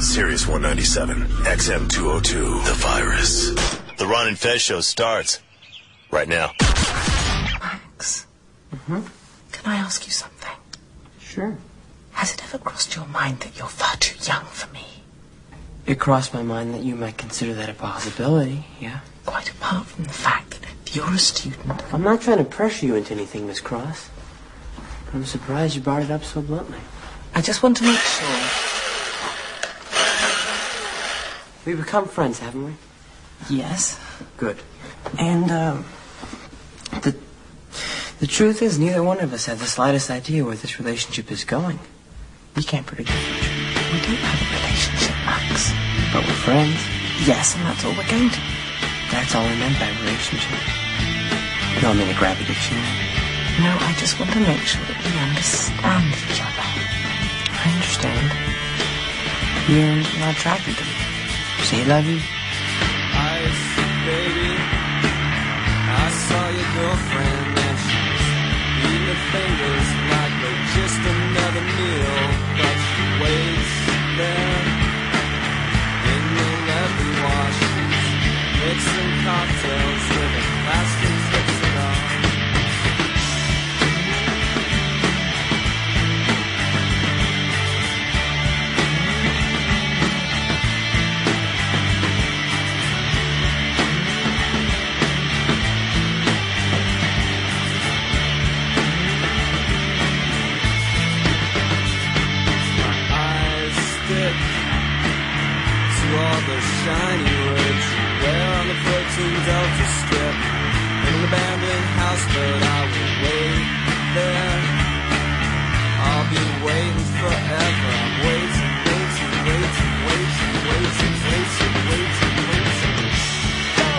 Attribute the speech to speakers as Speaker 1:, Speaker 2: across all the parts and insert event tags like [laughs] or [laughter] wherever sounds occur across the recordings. Speaker 1: Sirius 197, XM 202, The Virus. The Ron and Fez show starts right now.
Speaker 2: Max, can I ask you something?
Speaker 3: Sure.
Speaker 2: Has it ever crossed your mind that you're far too young for me?
Speaker 3: It crossed my mind that you might consider that a possibility, yeah?
Speaker 2: Quite apart from the fact that you're a student.
Speaker 3: I'm not trying to pressure you into anything, Miss Cross. I'm surprised you brought it up so bluntly.
Speaker 2: I just want to make sure.
Speaker 3: We've become friends, haven't we?
Speaker 2: Yes.
Speaker 3: Good. And, um, the, the truth is, neither one of us had the slightest idea where this relationship is going. We can't predict the future,
Speaker 2: We don't have a relationship, Max.
Speaker 3: but we're friends.
Speaker 2: Yes, and that's all we're going to.
Speaker 3: That's all I meant by relationship. You don't mean a grab addiction.
Speaker 2: No, I just want to make sure that we understand each other.
Speaker 3: I understand. You're not attracted to me. Say you love you.
Speaker 4: eyes, baby. I saw your girlfriend and she's eating the fingers like they're just another meal. But she waits there in the levy wash. She's mixing cocktails with a plastic fixing on. eyes stick to all the shiny words you wear on the 14 Delta strip in an abandoned house, but I will wait there. I'll be waiting forever. I'm waiting, waiting, waiting, waiting, waiting, waiting, waiting, waiting. Go!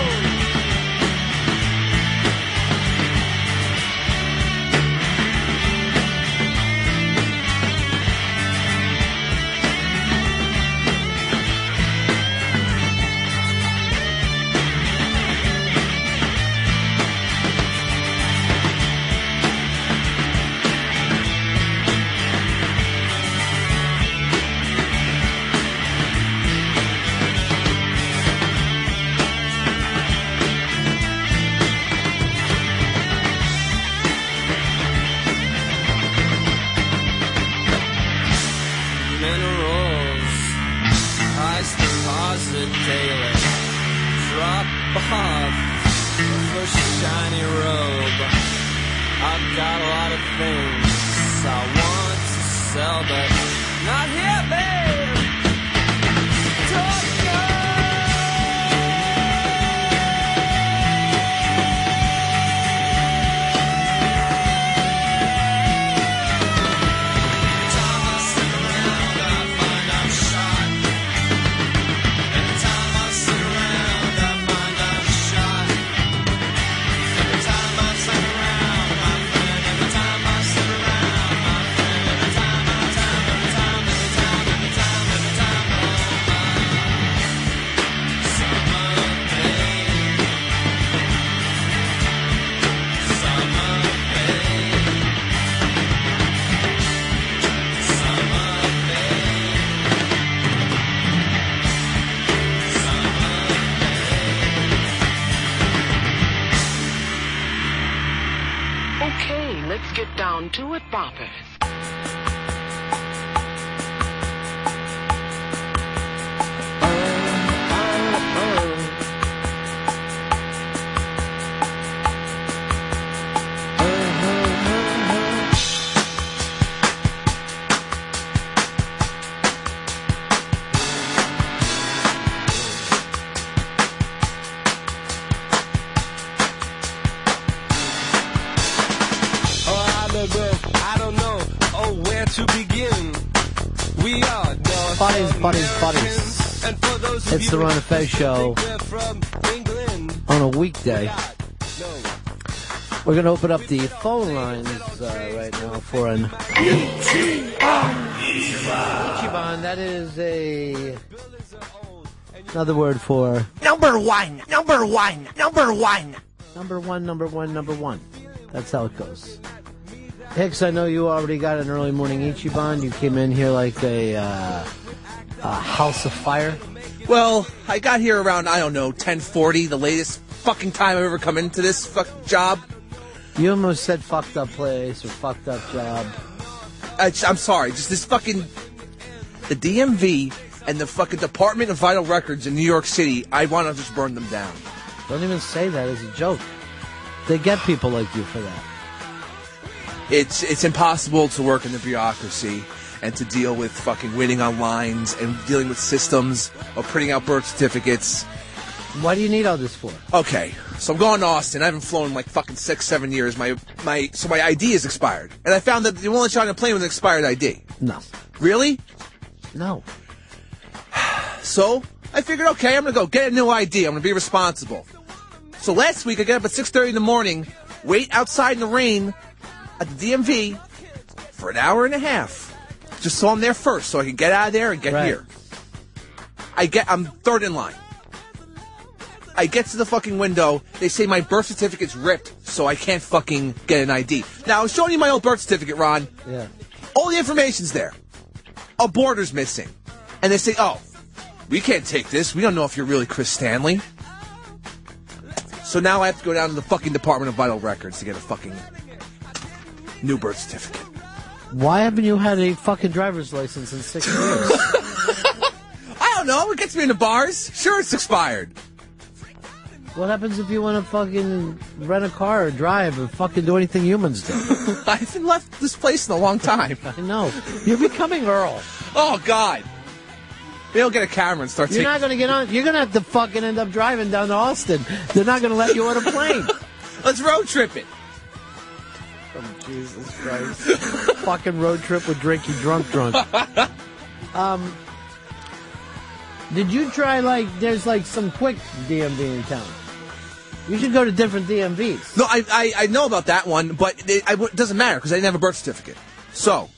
Speaker 4: minerals. Ice deposit daily. Drop off the shiny robe. I've got a lot of things I want to sell, but not here, babe. Don't go.
Speaker 5: Okay, let's get down to it, boppers.
Speaker 4: or out of the, Oh, I don't know, oh, where to begin. We are North
Speaker 6: Buddies, buddies,
Speaker 4: Americans,
Speaker 6: buddies.
Speaker 4: And for those of
Speaker 6: It's
Speaker 4: you
Speaker 6: the Ron
Speaker 4: who
Speaker 6: and Fez
Speaker 4: think
Speaker 6: Show.
Speaker 4: We're from England.
Speaker 6: on a weekday.
Speaker 4: God, no.
Speaker 6: We're going to open up the phone lines uh, right now for an Ichiban. That is a another word for
Speaker 7: Number one, number one, number one.
Speaker 6: number one, number one, number one. That's how it goes. Hicks, I know you already got an early morning Ichiban. You came in here like a uh, uh, House of Fire?
Speaker 8: Well, I got here around I don't know 10:40, the latest fucking time I've ever come into this fuck job.
Speaker 6: You almost said fucked up place or fucked up job.
Speaker 8: I, am sorry, just this fucking the DMV and the fucking Department of Vital Records in New York City. I want to just burn them down.
Speaker 6: Don't even say that as a joke. They get people like you for that.
Speaker 8: It's it's impossible to work in the bureaucracy and to deal with fucking winning on lines and dealing with systems or printing out birth certificates.
Speaker 6: Why do you need all this for?
Speaker 8: Okay, so I'm going to Austin. I haven't flown in like fucking six, seven years. My my so my ID is expired, and I found that you won't let you on a plane with an expired ID.
Speaker 6: No.
Speaker 8: Really?
Speaker 6: No.
Speaker 8: So I figured, okay, I'm gonna go get a new ID. I'm gonna be responsible. So last week I got up at 6:30 in the morning, wait outside in the rain at the DMV for an hour and a half, just so I'm there first, so I can get out of there and get
Speaker 6: Right.
Speaker 8: here. I get, I'm third in line. I get to the fucking window. They say my birth certificate's ripped, so I can't fucking get an ID. Now I was showing you my old birth certificate, Ron.
Speaker 6: Yeah.
Speaker 8: All the information's there. A border's missing. And they say, oh, we can't take this. We don't know if you're really Chris Stanley. So now I have to go down to the fucking Department of Vital Records to get a fucking new birth certificate.
Speaker 6: Why haven't you had a fucking driver's license in
Speaker 8: [laughs]
Speaker 6: six years?
Speaker 8: I don't know. It gets me into bars. Sure, it's expired.
Speaker 6: what happens if you want to fucking rent a car or drive or fucking do anything humans do?
Speaker 8: [laughs] I haven't left this place in a long time.
Speaker 6: I know. You're becoming Earl.
Speaker 8: [laughs] Oh, God. They don't get a camera and start
Speaker 6: You're
Speaker 8: taking.
Speaker 6: not going to get on. You're going to have to fucking end up driving down to Austin. They're not going to let you on a plane.
Speaker 8: Let's road trip it.
Speaker 6: Oh, Jesus Christ. Fucking road trip with Drinky Drunk Drunk. um, did you try, like, there's like some quick DMV in town? You should go to different DMVs.
Speaker 8: No, I, I, I know about that one, but it, I, it doesn't matter because I didn't have a birth certificate. So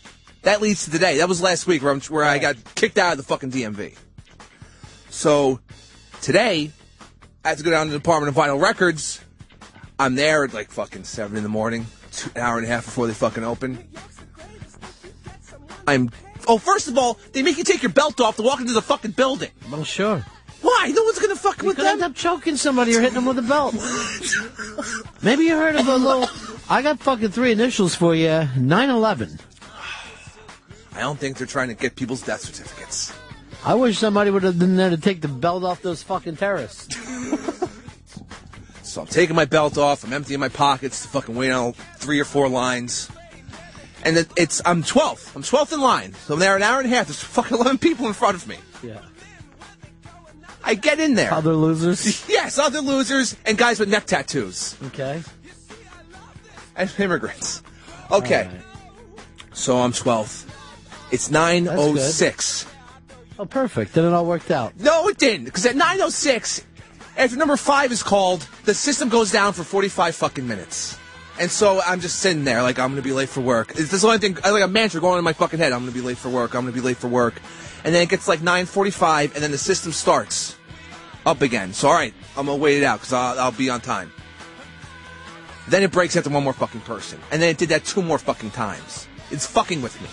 Speaker 8: that leads to today. That was last week where, I'm, where I got kicked out of the fucking DMV. So today, I have to go down to the Department of Vital Records. I'm there at like fucking seven in the morning, two, an hour and a half before they fucking open. I'm. Oh, first of all, they make you take your belt off to walk into the fucking building.
Speaker 6: Well, sure.
Speaker 8: Why? No one's gonna fuck
Speaker 6: You
Speaker 8: with
Speaker 6: could end
Speaker 8: them.
Speaker 6: up choking somebody or hitting them with a [laughs] belt. Maybe you heard of a little. I got fucking three initials for you 9 11.
Speaker 8: I don't think they're trying to get people's death certificates.
Speaker 6: I wish somebody would have been there to take the belt off those fucking terrorists.
Speaker 8: So I'm taking my belt off. I'm emptying my pockets to fucking wait on three or four lines. And it, it's I'm 12th. I'm 12th in line. So I'm there an hour and a half. There's fucking 11 people in front of me.
Speaker 6: Yeah.
Speaker 8: I get in there.
Speaker 6: Other losers.
Speaker 8: [laughs] yes, other losers and guys with neck tattoos
Speaker 6: Okay.
Speaker 8: and [laughs] immigrants. Okay,
Speaker 6: All right.
Speaker 8: so I'm 12th. It's 9:06.
Speaker 6: Oh, perfect. Then it all worked out.
Speaker 8: No, it didn't. Because at 906, after number five is called, the system goes down for 45 fucking minutes. And so I'm just sitting there, like I'm gonna be late for work. It's this only thing, like a mantra going in my fucking head. I'm gonna be late for work. I'm gonna be late for work. And then it gets like 9:45, and then the system starts up again. So all right, I'm gonna wait it out because I'll, I'll be on time. Then it breaks after one more fucking person, and then it did that two more fucking times. It's fucking with me.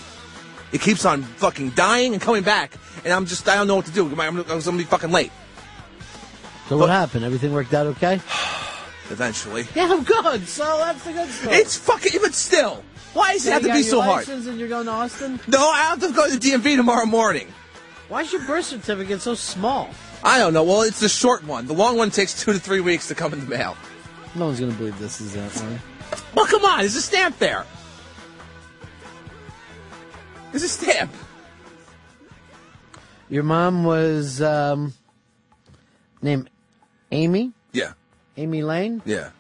Speaker 8: It keeps on fucking dying and coming back, and I'm just I don't know what to do. I'm, I'm gonna be fucking late
Speaker 6: So what happened? Everything worked out [sighs] okay?
Speaker 8: eventually.
Speaker 6: Yeah, I'm good. So that's the good stuff.
Speaker 8: It's fucking, but still, why does it have to be so hard?
Speaker 6: And you're going to Austin?
Speaker 8: No, I have to go to the DMV tomorrow morning.
Speaker 6: Why's your birth certificate so small?
Speaker 8: I don't know. Well, it's the short one. The long one takes two to three weeks to come in the mail.
Speaker 6: No one's going to believe this is that one.
Speaker 8: Well, come on, there's a stamp there. There's a stamp.
Speaker 6: Your mom was um, named Amy.
Speaker 8: Yeah,
Speaker 6: Amy Lane.
Speaker 8: yeah.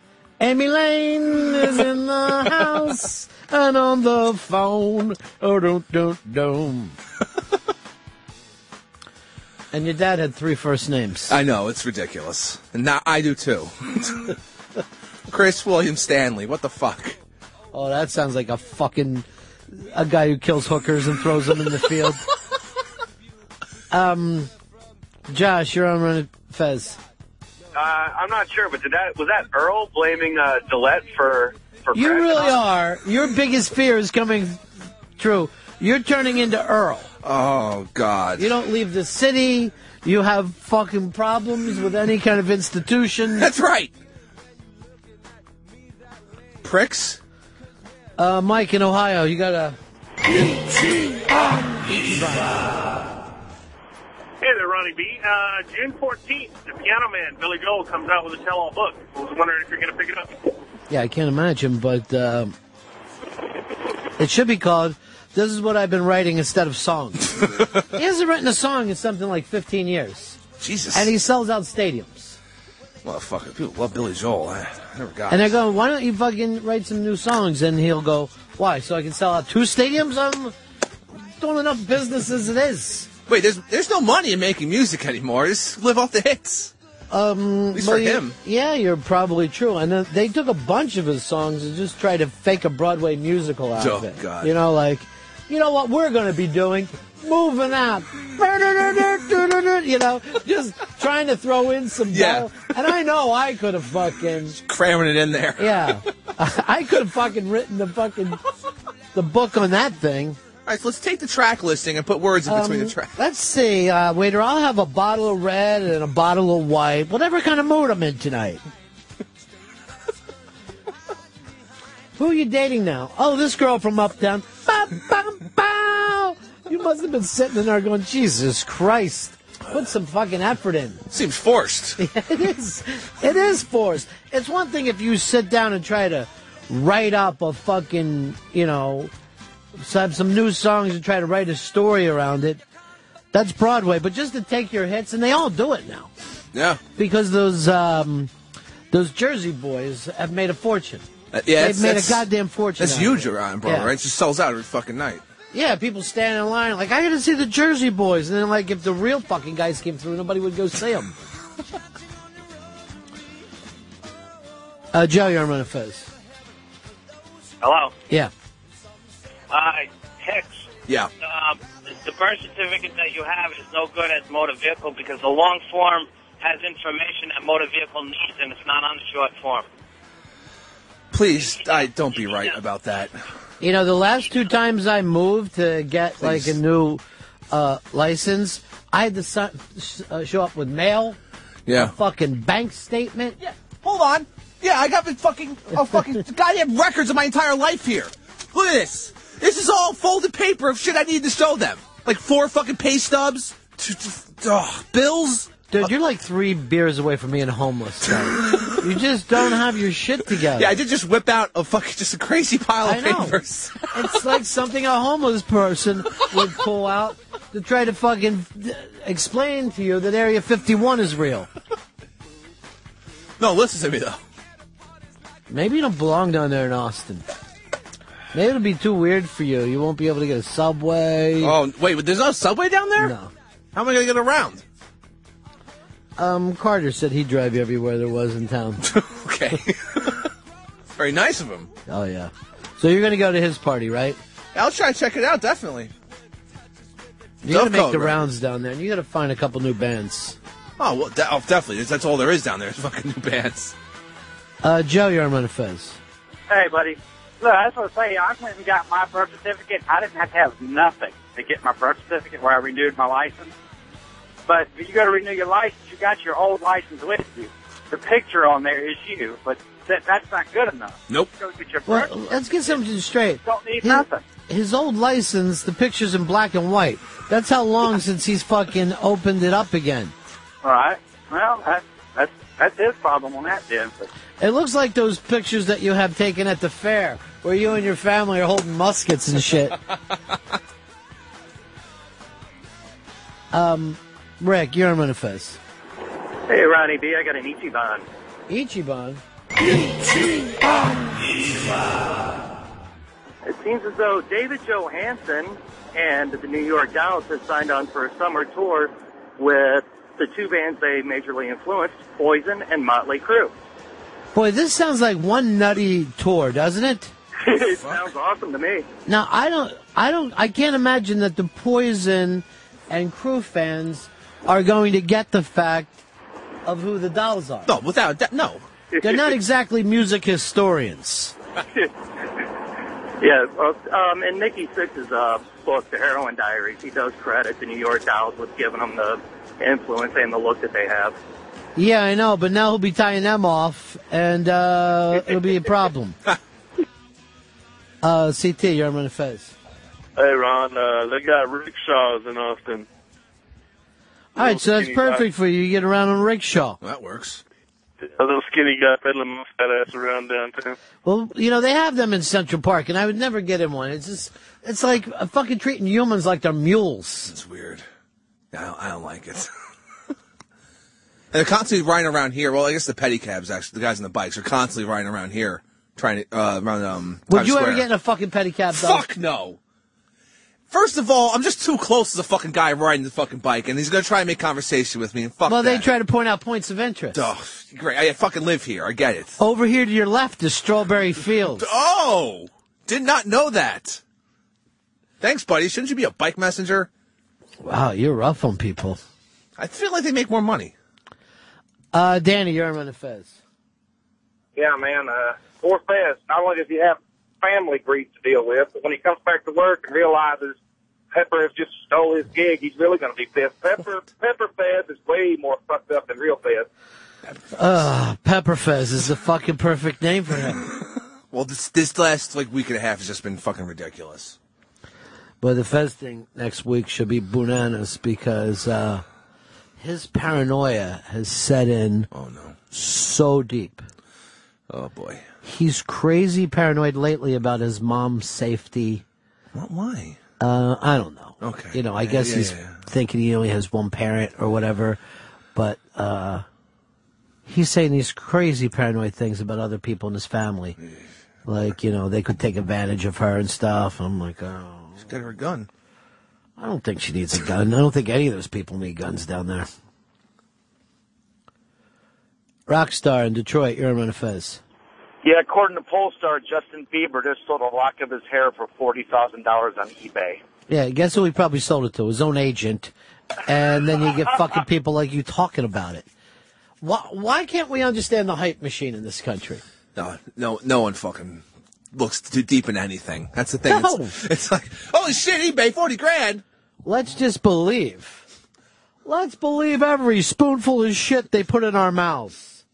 Speaker 6: Amy Lane is in the house and on the phone. Oh, don't, don't, don't. [laughs] And your dad had three first names.
Speaker 8: I know it's ridiculous, and now I do too. [laughs] Chris William Stanley. What the fuck?
Speaker 6: Oh, that sounds like a fucking a guy who kills hookers and throws them in the [laughs] field. um, Josh, you're on Run Fez.
Speaker 9: Uh, I'm not sure, but did that was that Earl blaming uh, Gillette for for
Speaker 6: You
Speaker 9: crashing
Speaker 6: really
Speaker 9: on-
Speaker 6: are. Your biggest fear is coming true. You're turning into Earl.
Speaker 8: Oh God.
Speaker 6: You don't leave the city. You have fucking problems with any kind of institution.
Speaker 8: That's right. Pricks.
Speaker 6: Uh, Mike in Ohio, you got a.
Speaker 9: Hey there, Ronnie B. Uh, June 14th, The Piano Man, Billy Joel, comes out with a tell-all book. I was wondering if you're going to pick it
Speaker 10: [laughs]
Speaker 9: up.
Speaker 6: Yeah, I can't imagine, but uh, it should be called This is What I've Been Writing Instead
Speaker 8: [laughs]
Speaker 6: of Songs. he hasn't written a song in something like 15 years,
Speaker 8: Jesus.
Speaker 6: and he sells out stadiums.
Speaker 8: Motherfucker, people love Billy Joel. I never got.
Speaker 6: And
Speaker 8: it.
Speaker 6: they're going, Why don't you fucking write some new songs? And he'll go, Why? So I can sell out two stadiums? I'm doing enough business as it is.
Speaker 8: Wait, there's there's no money in making music anymore. Just live off the hits. Um, At least for
Speaker 6: Well, you-
Speaker 8: him.
Speaker 6: Yeah, you're probably true. And uh, they took a bunch of his songs and just tried to fake a Broadway musical out of
Speaker 8: Oh,
Speaker 6: it.
Speaker 8: God.
Speaker 6: You know, like, you know what we're going to be doing? Moving out. You know, just trying to throw in some.
Speaker 8: Yeah.
Speaker 6: ball. And I know I could have fucking.
Speaker 8: Cramming it in there. [laughs]
Speaker 6: Yeah. [laughs] I could have fucking written the fucking. The book on that thing.
Speaker 8: All right, so let's take the track listing and put words
Speaker 6: Um,
Speaker 8: in between the tracks.
Speaker 6: Let's see, uh, waiter. I'll have a bottle of red and a bottle of white, whatever kind of mood I'm
Speaker 8: [laughs]
Speaker 6: in tonight. Who are you dating now? Oh, this girl from uptown. Bow, bow, bow. You must have been sitting in there going, Jesus Christ. Put some fucking effort in.
Speaker 8: Seems forced.
Speaker 6: [laughs] it is. It is forced. It's one thing if you sit down and try to write up a fucking, you know, some some new songs and try to write a story around it. That's Broadway, but just to take your hits, and they all do it now
Speaker 8: Yeah.
Speaker 6: because those um, those Jersey boys have made a fortune.
Speaker 8: Uh, yeah,
Speaker 6: They've
Speaker 8: it's-
Speaker 6: made a
Speaker 8: it's-
Speaker 6: goddamn fortune.
Speaker 8: That's
Speaker 6: out of
Speaker 8: huge
Speaker 6: it.
Speaker 8: around Broadway,
Speaker 6: Yeah.
Speaker 8: right? It just sells out every fucking night.
Speaker 6: Yeah, people stand in line like I got to see the Jersey Boys, and then like if the real fucking guys came through, nobody would go
Speaker 8: [laughs]
Speaker 6: see them. uh, Joe, you're on a fez.
Speaker 9: Hello.
Speaker 6: Yeah.
Speaker 11: Uh, Hicks,
Speaker 8: Yeah.
Speaker 11: um, the birth certificate that you have is no good as motor vehicle because the long form has information that motor vehicle needs and it's not on the short form.
Speaker 8: Please, I don't be right about that.
Speaker 6: You know, the last two times I moved to get like a
Speaker 8: Please.
Speaker 6: new uh, license, I had to si- s- uh, show up with mail,
Speaker 8: Yeah.
Speaker 6: fucking bank statement.
Speaker 8: Yeah, hold on. Yeah, I got the fucking oh fucking goddamn records of my entire life here. Look at this. This is all folded paper of shit I need to show them. Like four fucking pay stubs, t- t- ugh, bills.
Speaker 6: Dude, you're like three beers away from being
Speaker 8: [laughs]
Speaker 6: homeless. though. you just don't have your shit together.
Speaker 8: Yeah, I did just whip out a fucking just a crazy pile
Speaker 6: I
Speaker 8: of
Speaker 6: know.
Speaker 8: papers.
Speaker 6: it's like something a homeless person would pull out to try to fucking uh, explain to you that Area 51 is real.
Speaker 8: no, listen to me though.
Speaker 6: Maybe you don't belong down there in Austin. Maybe it'll be too weird for you. You won't be able to get a subway.
Speaker 8: Oh wait, but there's no subway down there.
Speaker 6: No.
Speaker 8: How am I gonna get around?
Speaker 6: Um, Carter said he'd drive you everywhere there was in town.
Speaker 8: [laughs] Okay. Very nice of him.
Speaker 6: oh, yeah. So you're going to go to his party, right?
Speaker 8: I'll try to check it out definitely.
Speaker 6: You're going to make
Speaker 8: Dovecot,
Speaker 6: the
Speaker 8: right?
Speaker 6: rounds down there, and you got to find a couple new bands.
Speaker 8: Oh well, de- oh, definitely. That's all there is down there. Is fucking new bands.
Speaker 6: Uh, Joe, you're on Fez.
Speaker 11: Hey, buddy. Look, I just want to say, I went and got my birth certificate. I didn't have to have nothing to get my birth certificate where I renewed my license. But if you go to renew your license, you got your old license with you. The picture on there is you, but that, that's not good enough.
Speaker 8: Nope.
Speaker 11: Go get your birth
Speaker 6: Well, let's get something straight.
Speaker 11: Don't need
Speaker 6: His-
Speaker 11: nothing.
Speaker 6: His old license, the picture's in black and white. That's how long since he's fucking opened it up again.
Speaker 11: All right. Well, that's that's that's his problem on that then. But
Speaker 6: It looks like those pictures that you have taken at the fair, where you and your family are holding muskets and [laughs] shit. um, Um, Rick, you're on Manifest.
Speaker 9: Hey, Ronnie B, I got an Ichiban.
Speaker 6: Ichiban.
Speaker 9: It seems as though David Johansen and the New York Dolls have signed on for a summer tour with the two bands they majorly influenced, Poison and Motley Crue.
Speaker 6: Boy, this sounds like one nutty tour, doesn't it?
Speaker 11: [laughs]
Speaker 9: it sounds awesome to
Speaker 10: [laughs]
Speaker 9: me.
Speaker 6: Now I don't, I don't, I can't imagine that the Poison and Crew fans are going to get the fact of who the dolls are.
Speaker 8: No, without that, no.
Speaker 6: They're not exactly music historians.
Speaker 9: Uh, Yeah, well, um, and Nikki Sixx is a book, The Heroin Diaries, he does credit the New York Dolls with giving them the influence and the look that they have.
Speaker 6: Yeah, I know, but now he'll be tying them off, and uh, it'll be
Speaker 8: [laughs]
Speaker 6: a problem. uh, CT, you're on the fez.
Speaker 4: Hey, Ron, uh, they got rickshaws in Austin.
Speaker 6: All right, so that's
Speaker 4: skinny
Speaker 6: perfect
Speaker 4: guy.
Speaker 6: for you. You get around on a rickshaw.
Speaker 8: That works.
Speaker 4: A little skinny guy peddling my fat ass around downtown.
Speaker 6: Well, you know they have them in Central Park, and I would never get in one. It's just, it's like uh, fucking treating humans like they're mules. It's
Speaker 8: weird. I don't, I don't like it. [laughs] And they're constantly riding around here. Well, I guess the pedicabs, actually, the guys on the bikes, are constantly riding around here, trying to uh, around um.
Speaker 6: Would
Speaker 8: Times
Speaker 6: you ever
Speaker 8: Square.
Speaker 6: get in a fucking pedicab? Though?
Speaker 8: Fuck no. First of all, I'm just too close to the fucking guy riding the fucking bike, and he's gonna try and make conversation with me. And fuck
Speaker 6: Well, they
Speaker 8: that.
Speaker 6: try to point out points of interest.
Speaker 8: Ugh, great. I fucking live here. I get it.
Speaker 6: Over here to your left
Speaker 8: [laughs]
Speaker 6: is Strawberry Fields.
Speaker 8: Oh, did not know that. Thanks, buddy. Shouldn't you be a bike messenger?
Speaker 6: Wow, you're rough on people.
Speaker 8: I feel like they make more money.
Speaker 6: Uh, Danny, you're on the fez.
Speaker 12: Yeah, man. Uh, Four Fest, not only does he have family grief to deal with, but when he comes back to work and realizes Pepper has just stole his gig, he's really going to be pissed. Pepper, Pepper Fest is way more fucked up than real Fest.
Speaker 6: Ugh, Pepper Fez is the fucking perfect name for him.
Speaker 8: Well, this this last like week and a half has just been fucking ridiculous.
Speaker 6: but the Fez thing next week should be bananas because uh, his paranoia has set in. Oh no, so deep.
Speaker 8: Oh boy,
Speaker 6: he's crazy paranoid lately about his mom's safety.
Speaker 8: What? Why?
Speaker 6: Uh, I don't know.
Speaker 8: Okay.
Speaker 6: You know, I
Speaker 8: Yeah,
Speaker 6: guess
Speaker 8: yeah,
Speaker 6: he's
Speaker 8: yeah.
Speaker 6: thinking he only has one parent or whatever, but uh, he's saying these crazy paranoid things about other people in his family. Like, you know, they could take advantage of her and stuff. I'm like, oh.
Speaker 8: She's got her gun.
Speaker 6: I don't think she needs a gun. I don't think any of those people need guns down there. Rockstar in Detroit, you're on a fez.
Speaker 1: Yeah, according to Polestar, Justin Bieber just sold a lock of his hair for forty thousand dollars on eBay.
Speaker 6: Yeah, guess who he probably sold it to? His own agent. And then you get fucking people like you talking about it. Why, why can't we understand the hype machine in this country?
Speaker 8: No, no, no one fucking looks too deep in anything. That's the thing. It's, it's like, holy shit, eBay, 40 grand.
Speaker 6: Let's just believe. Let's believe every spoonful of shit they put in our mouths.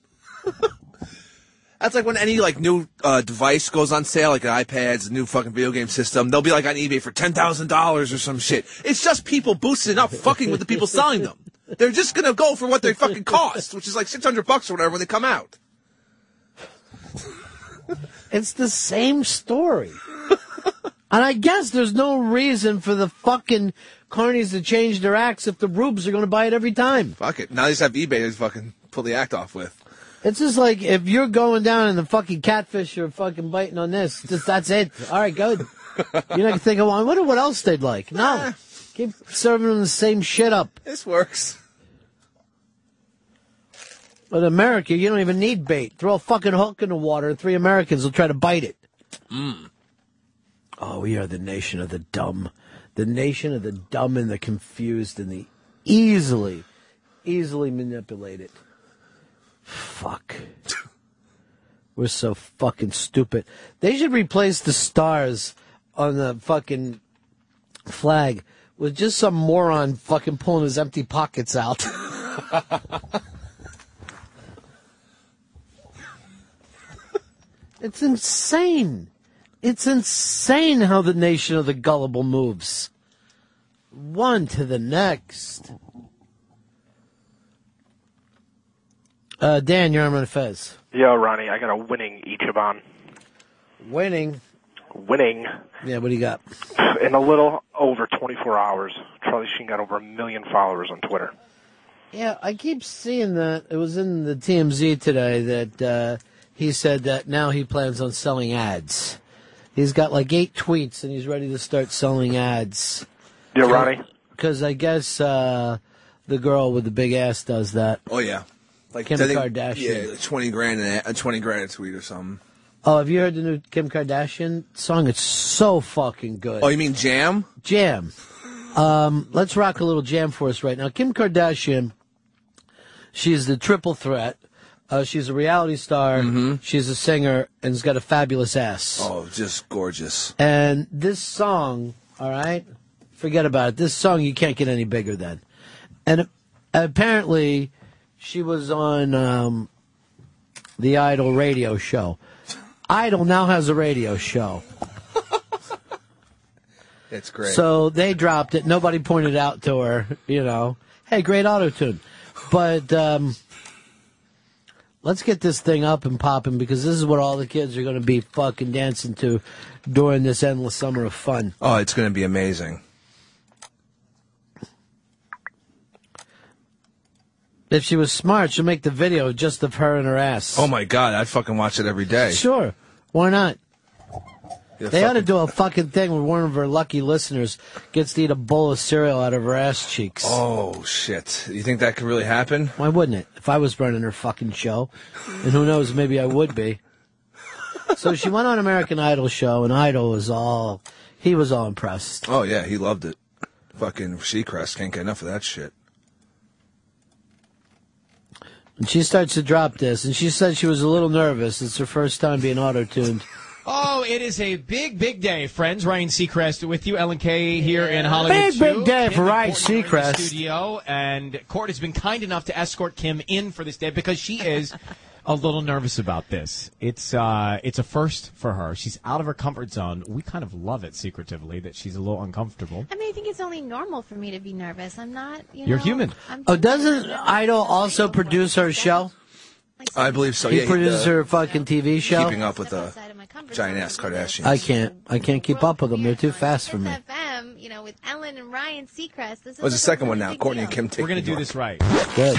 Speaker 8: that's like when any like new uh, device goes on sale, like an iPad's a new fucking video game system. They'll be like on eBay for ten thousand dollars or some shit. It's just people boosting up, fucking with the
Speaker 6: [laughs]
Speaker 8: people selling them. They're just gonna go for what they fucking cost, which is like six hundred bucks or whatever when they come out.
Speaker 6: It's the same story. [laughs] and I guess there's no reason for the fucking carnies to change their acts if the rubes are going to buy it every time.
Speaker 8: Fuck it. Now they just have eBay to fucking pull the act off with.
Speaker 6: It's just like if you're going down and the fucking catfish are fucking biting on this, just that's it. All right, good. You're not thinking, well, I wonder what else they'd like. No. Keep serving them the same shit up.
Speaker 8: This works.
Speaker 6: But in America, you don't even need bait. Throw a fucking hook in the water and three Americans will try to bite it.
Speaker 8: Mm.
Speaker 6: Oh, we are the nation of the dumb. The nation of the dumb and the confused and the easily, easily manipulated. Fuck. We're so fucking stupid. They should replace the stars on the fucking flag with just some moron fucking pulling his empty pockets out. [laughs] it's insane. It's insane how the nation of the gullible moves. One to the next. Uh, Dan, you're on the Fez.
Speaker 13: Yo, Ronnie, I got a winning Ichiban.
Speaker 6: Winning.
Speaker 13: Winning
Speaker 6: Yeah, what do you got?
Speaker 13: in a little over 24 hours. Charlie Sheen got over a million followers on Twitter.
Speaker 6: Yeah, I keep seeing that. It was in the TMZ today that uh, he said that now he plans on selling ads. He's got like eight tweets and he's ready to start selling ads.
Speaker 13: Yeah, Ronnie.
Speaker 6: Because I guess uh, the girl with the big ass does that.
Speaker 8: Oh yeah, like
Speaker 6: Kim
Speaker 8: I think-
Speaker 6: Kardashian.
Speaker 8: Yeah, like twenty grand and a twenty grand a tweet or something.
Speaker 6: Oh, have you heard the new Kim Kardashian song? It's so fucking good.
Speaker 8: Oh, you mean jam?
Speaker 6: Jam. Um, let's rock a little jam for us right now. Kim Kardashian, she's the triple threat. Uh, she's a reality star, she's a singer, and has got a fabulous ass.
Speaker 8: Oh, just gorgeous.
Speaker 6: And this song, all right, forget about it. This song you can't get any bigger than. And apparently, she was on um, the Idol radio show. Idol now has a radio show.
Speaker 8: It's great.
Speaker 6: So they dropped it. Nobody pointed out to her, you know, hey, great auto tune. But um, let's get this thing up and popping because this is what all the kids are going to be fucking dancing to during this endless summer of fun.
Speaker 8: Oh, it's going to be amazing.
Speaker 6: If she was smart, she'll make the video just of her and her ass.
Speaker 8: Oh my god, I'd fucking watch it every day.
Speaker 6: Sure. Why not?
Speaker 8: Yeah,
Speaker 6: they ought to
Speaker 8: fucking-
Speaker 6: do a fucking thing where one of her lucky listeners gets to eat a bowl of cereal out of her ass cheeks.
Speaker 8: Oh shit! You think that could really happen?
Speaker 6: Why wouldn't it? If I was running her fucking show, and who knows, maybe I would be. So she went on American Idol show, and Idol was all, he was all impressed.
Speaker 8: Oh yeah, he loved it. Fucking Seacrest can't get enough of that shit.
Speaker 6: And she starts to drop this, and she said she was a little nervous. It's her first time being auto tuned.
Speaker 14: Oh, it is a big, big day, friends. Ryan Seacrest with you, Ellen Kay here in Hollywood.
Speaker 6: Big,
Speaker 14: too.
Speaker 6: big day
Speaker 14: Kim
Speaker 6: for
Speaker 14: and
Speaker 6: Ryan
Speaker 14: Court are in the
Speaker 6: Seacrest.
Speaker 14: Studio, and Court has been kind enough to escort Kim in for this day because she
Speaker 6: [laughs]
Speaker 14: is a little nervous about this. It's uh, it's a first for her. She's out of her comfort zone. We kind of love it secretively that she's a little uncomfortable.
Speaker 15: I mean, I think it's only normal for me to be nervous. I'm not, you know.
Speaker 14: You're human.
Speaker 15: I'm
Speaker 6: Oh, doesn't Idol also produce her show?
Speaker 8: I believe so.
Speaker 6: He
Speaker 8: yeah,
Speaker 6: produces
Speaker 8: the-
Speaker 6: her fucking TV show.
Speaker 8: Keeping up with the giant ass Kardashians.
Speaker 6: I can't. I can't keep up with them. They're too fast for me.
Speaker 15: FM, you know, with Ellen and Ryan Seacrest. This
Speaker 8: What's
Speaker 15: is
Speaker 8: the
Speaker 15: like a
Speaker 8: second one now?
Speaker 15: big
Speaker 8: Courtney
Speaker 15: deal.
Speaker 8: and Kim take.
Speaker 14: We're gonna do this right.
Speaker 6: Good.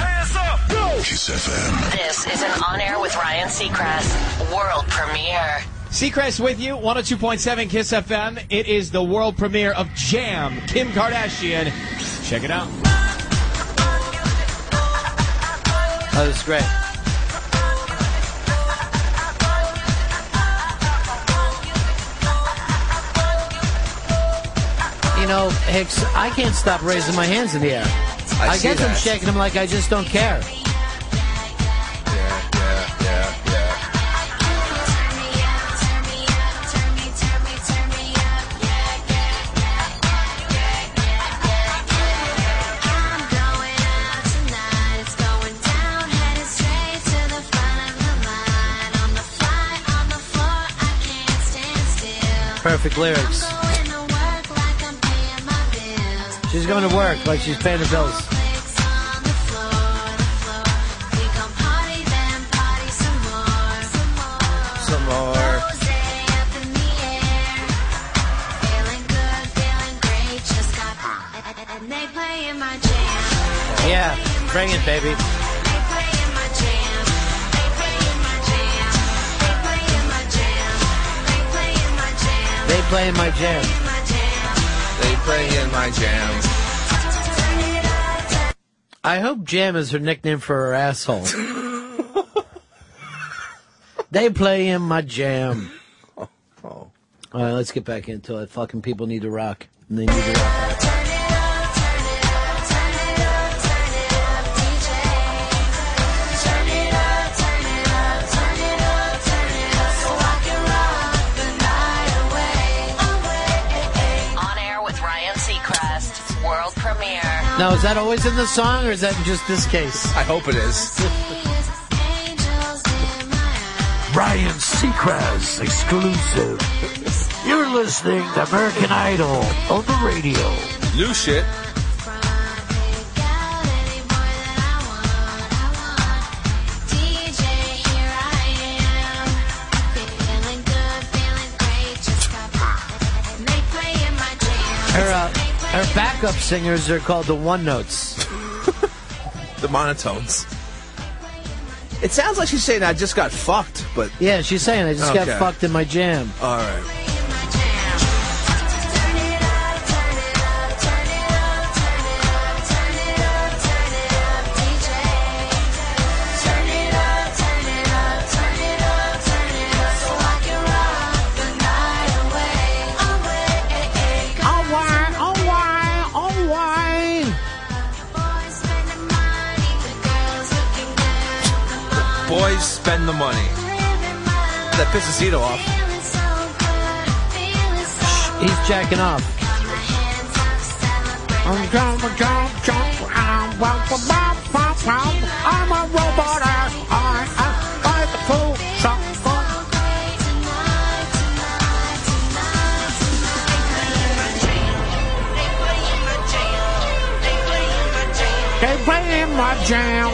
Speaker 7: Kiss FM.
Speaker 16: This is an on air with Ryan Seacrest world premiere.
Speaker 14: Seacrest with you, 102.7 Kiss FM. It is the world premiere of Jam, Kim Kardashian. Check it out.
Speaker 6: Oh, it's great. You know, Hicks, I can't stop raising my hands in the air. I,
Speaker 8: see
Speaker 6: guess I'm
Speaker 8: that.
Speaker 6: shaking them like I just don't care.
Speaker 8: Yeah, yeah, yeah, yeah.
Speaker 6: Perfect lyrics. She's going to work like she's paying the bills.
Speaker 8: Some more.
Speaker 15: They play in my jam.
Speaker 6: Yeah, bring it, baby. They play in my jam.
Speaker 8: They play in my jam.
Speaker 6: I hope Jam is her nickname for her asshole. they play in
Speaker 8: [laughs]
Speaker 6: my jam. All right, let's get back into it. Fucking people need to rock. And they need to rock.
Speaker 16: On air with Ryan Seacrest world premiere.
Speaker 6: Now, is that always in the song, or is that in just this case?
Speaker 8: I hope it is.
Speaker 17: Ryan Seacrest exclusive. You're listening to American Idol on the radio.
Speaker 8: New shit.
Speaker 6: Her, uh, her backup singers are called the One Notes.
Speaker 8: [laughs] The monotones. It sounds like she's saying I just got fucked, but
Speaker 6: Yeah, she's saying, I just
Speaker 8: Okay.
Speaker 6: got fucked in my jam.
Speaker 8: all right.
Speaker 6: Oh, why? Oh, why? Oh, why?
Speaker 8: Boys spend the money. That pisses Zito off.
Speaker 6: He's jacking off.
Speaker 17: I'm a robot ass. I am like a fool. They play in my jam.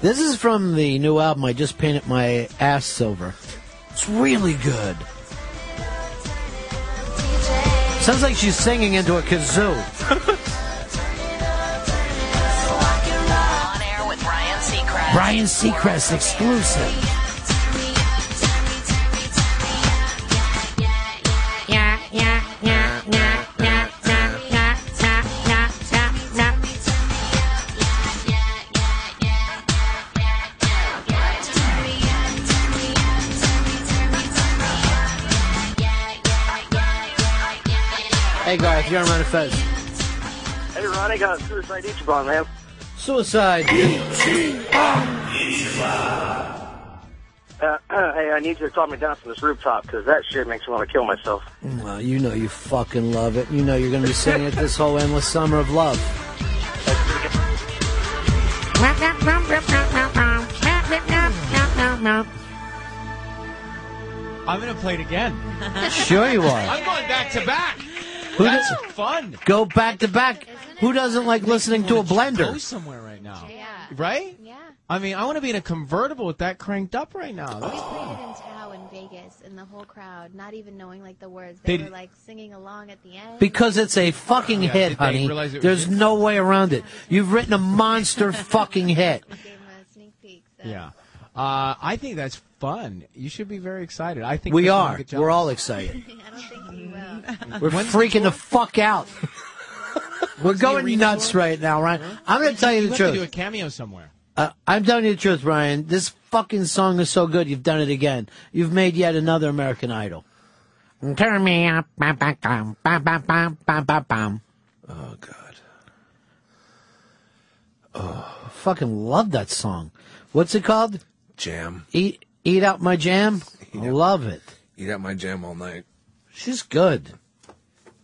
Speaker 6: This is from the new album I just painted my ass silver. It's really good. Sounds like she's singing into a kazoo.
Speaker 16: On air with Ryan Seacrest.
Speaker 17: Brian Seacrest exclusive.
Speaker 15: Yeah, yeah, yeah, yeah, yeah, yeah, yeah, yeah, yeah, yeah, yeah.
Speaker 6: [laughs] Hey Garth, you're on Manifest.
Speaker 9: Hey, Ron, I got a suicide each bomb, man.
Speaker 6: Suicide.
Speaker 17: E
Speaker 9: Uh, [clears throat] hey, I need you to calm me down from this rooftop because that shit makes me want to kill myself.
Speaker 6: Well, you know you fucking love it. You know you're going to be singing it this whole endless summer of love.
Speaker 14: I'm going to play it again.
Speaker 6: [laughs] Sure you are.
Speaker 14: I'm going back to back.
Speaker 6: Who
Speaker 14: That's
Speaker 6: does-
Speaker 14: fun.
Speaker 6: Go back to back. Who doesn't like listening to a
Speaker 14: Go
Speaker 6: blender?
Speaker 14: somewhere right now. Yeah. Right? Yeah. I mean, I want to be in a convertible with that cranked up right now. That's
Speaker 4: Oh.
Speaker 15: Played it in Tao in Vegas, and the whole crowd, not even knowing like the words,
Speaker 6: They d-
Speaker 15: they, were like singing along at the end.
Speaker 6: Because it's a fucking
Speaker 15: Yeah, did
Speaker 6: hit,
Speaker 15: they
Speaker 6: honey.
Speaker 15: realize it was
Speaker 6: There's no way around it. You've written a
Speaker 15: [laughs]
Speaker 6: monster fucking hit.
Speaker 14: Yeah. Uh, I think that's fun. You should be very excited. I think
Speaker 6: We
Speaker 14: Kristen will
Speaker 6: are.
Speaker 14: get jealous.
Speaker 6: We're all excited. We're
Speaker 14: When's
Speaker 6: freaking the fuck
Speaker 15: [laughs]
Speaker 6: out. We're
Speaker 14: the
Speaker 6: going
Speaker 14: arena
Speaker 6: nuts right now, Ryan. I'm going to tell you
Speaker 14: You
Speaker 6: the
Speaker 14: have
Speaker 6: truth.
Speaker 14: to do a cameo somewhere.
Speaker 6: Uh, I'm telling you the truth, Brian. This fucking song is so good, you've done it again. You've made yet another American Idol. Turn me up, bam, bam, bam, bam, bam, bam, bam, bam, bam.
Speaker 17: Oh God.
Speaker 6: I Oh, fucking love that song. What's it called?
Speaker 8: Jam.
Speaker 6: Eat, eat out my jam. I love it.
Speaker 8: Eat out my jam all night.
Speaker 6: She's good.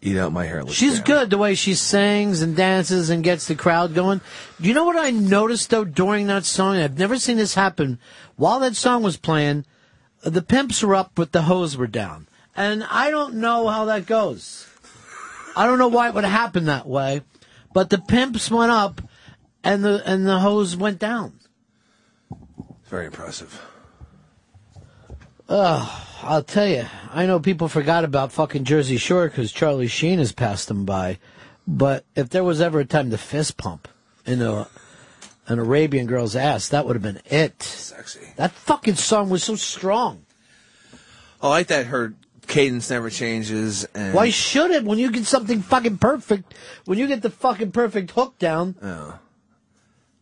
Speaker 8: Eat out my hairless.
Speaker 6: She's
Speaker 8: jam.
Speaker 6: good the way she sings and dances and gets the crowd going. You know what I noticed though during that song? I've never seen this happen. While that song was playing, the pimps were up, but the hoes were down. And I don't know how that goes. I don't know why it would happen that way, but the pimps went up, and the and the hoes went down.
Speaker 8: Very impressive.
Speaker 6: Ugh, I'll tell you, I know people forgot about fucking Jersey Shore because Charlie Sheen has passed them by, but if there was ever a time to fist pump in a an Arabian girl's ass, that would have been it. Sexy. That fucking song was so strong.
Speaker 8: I like that her cadence never changes. And
Speaker 6: Why should it when you get something fucking perfect? When you get the fucking perfect hook down,
Speaker 8: oh.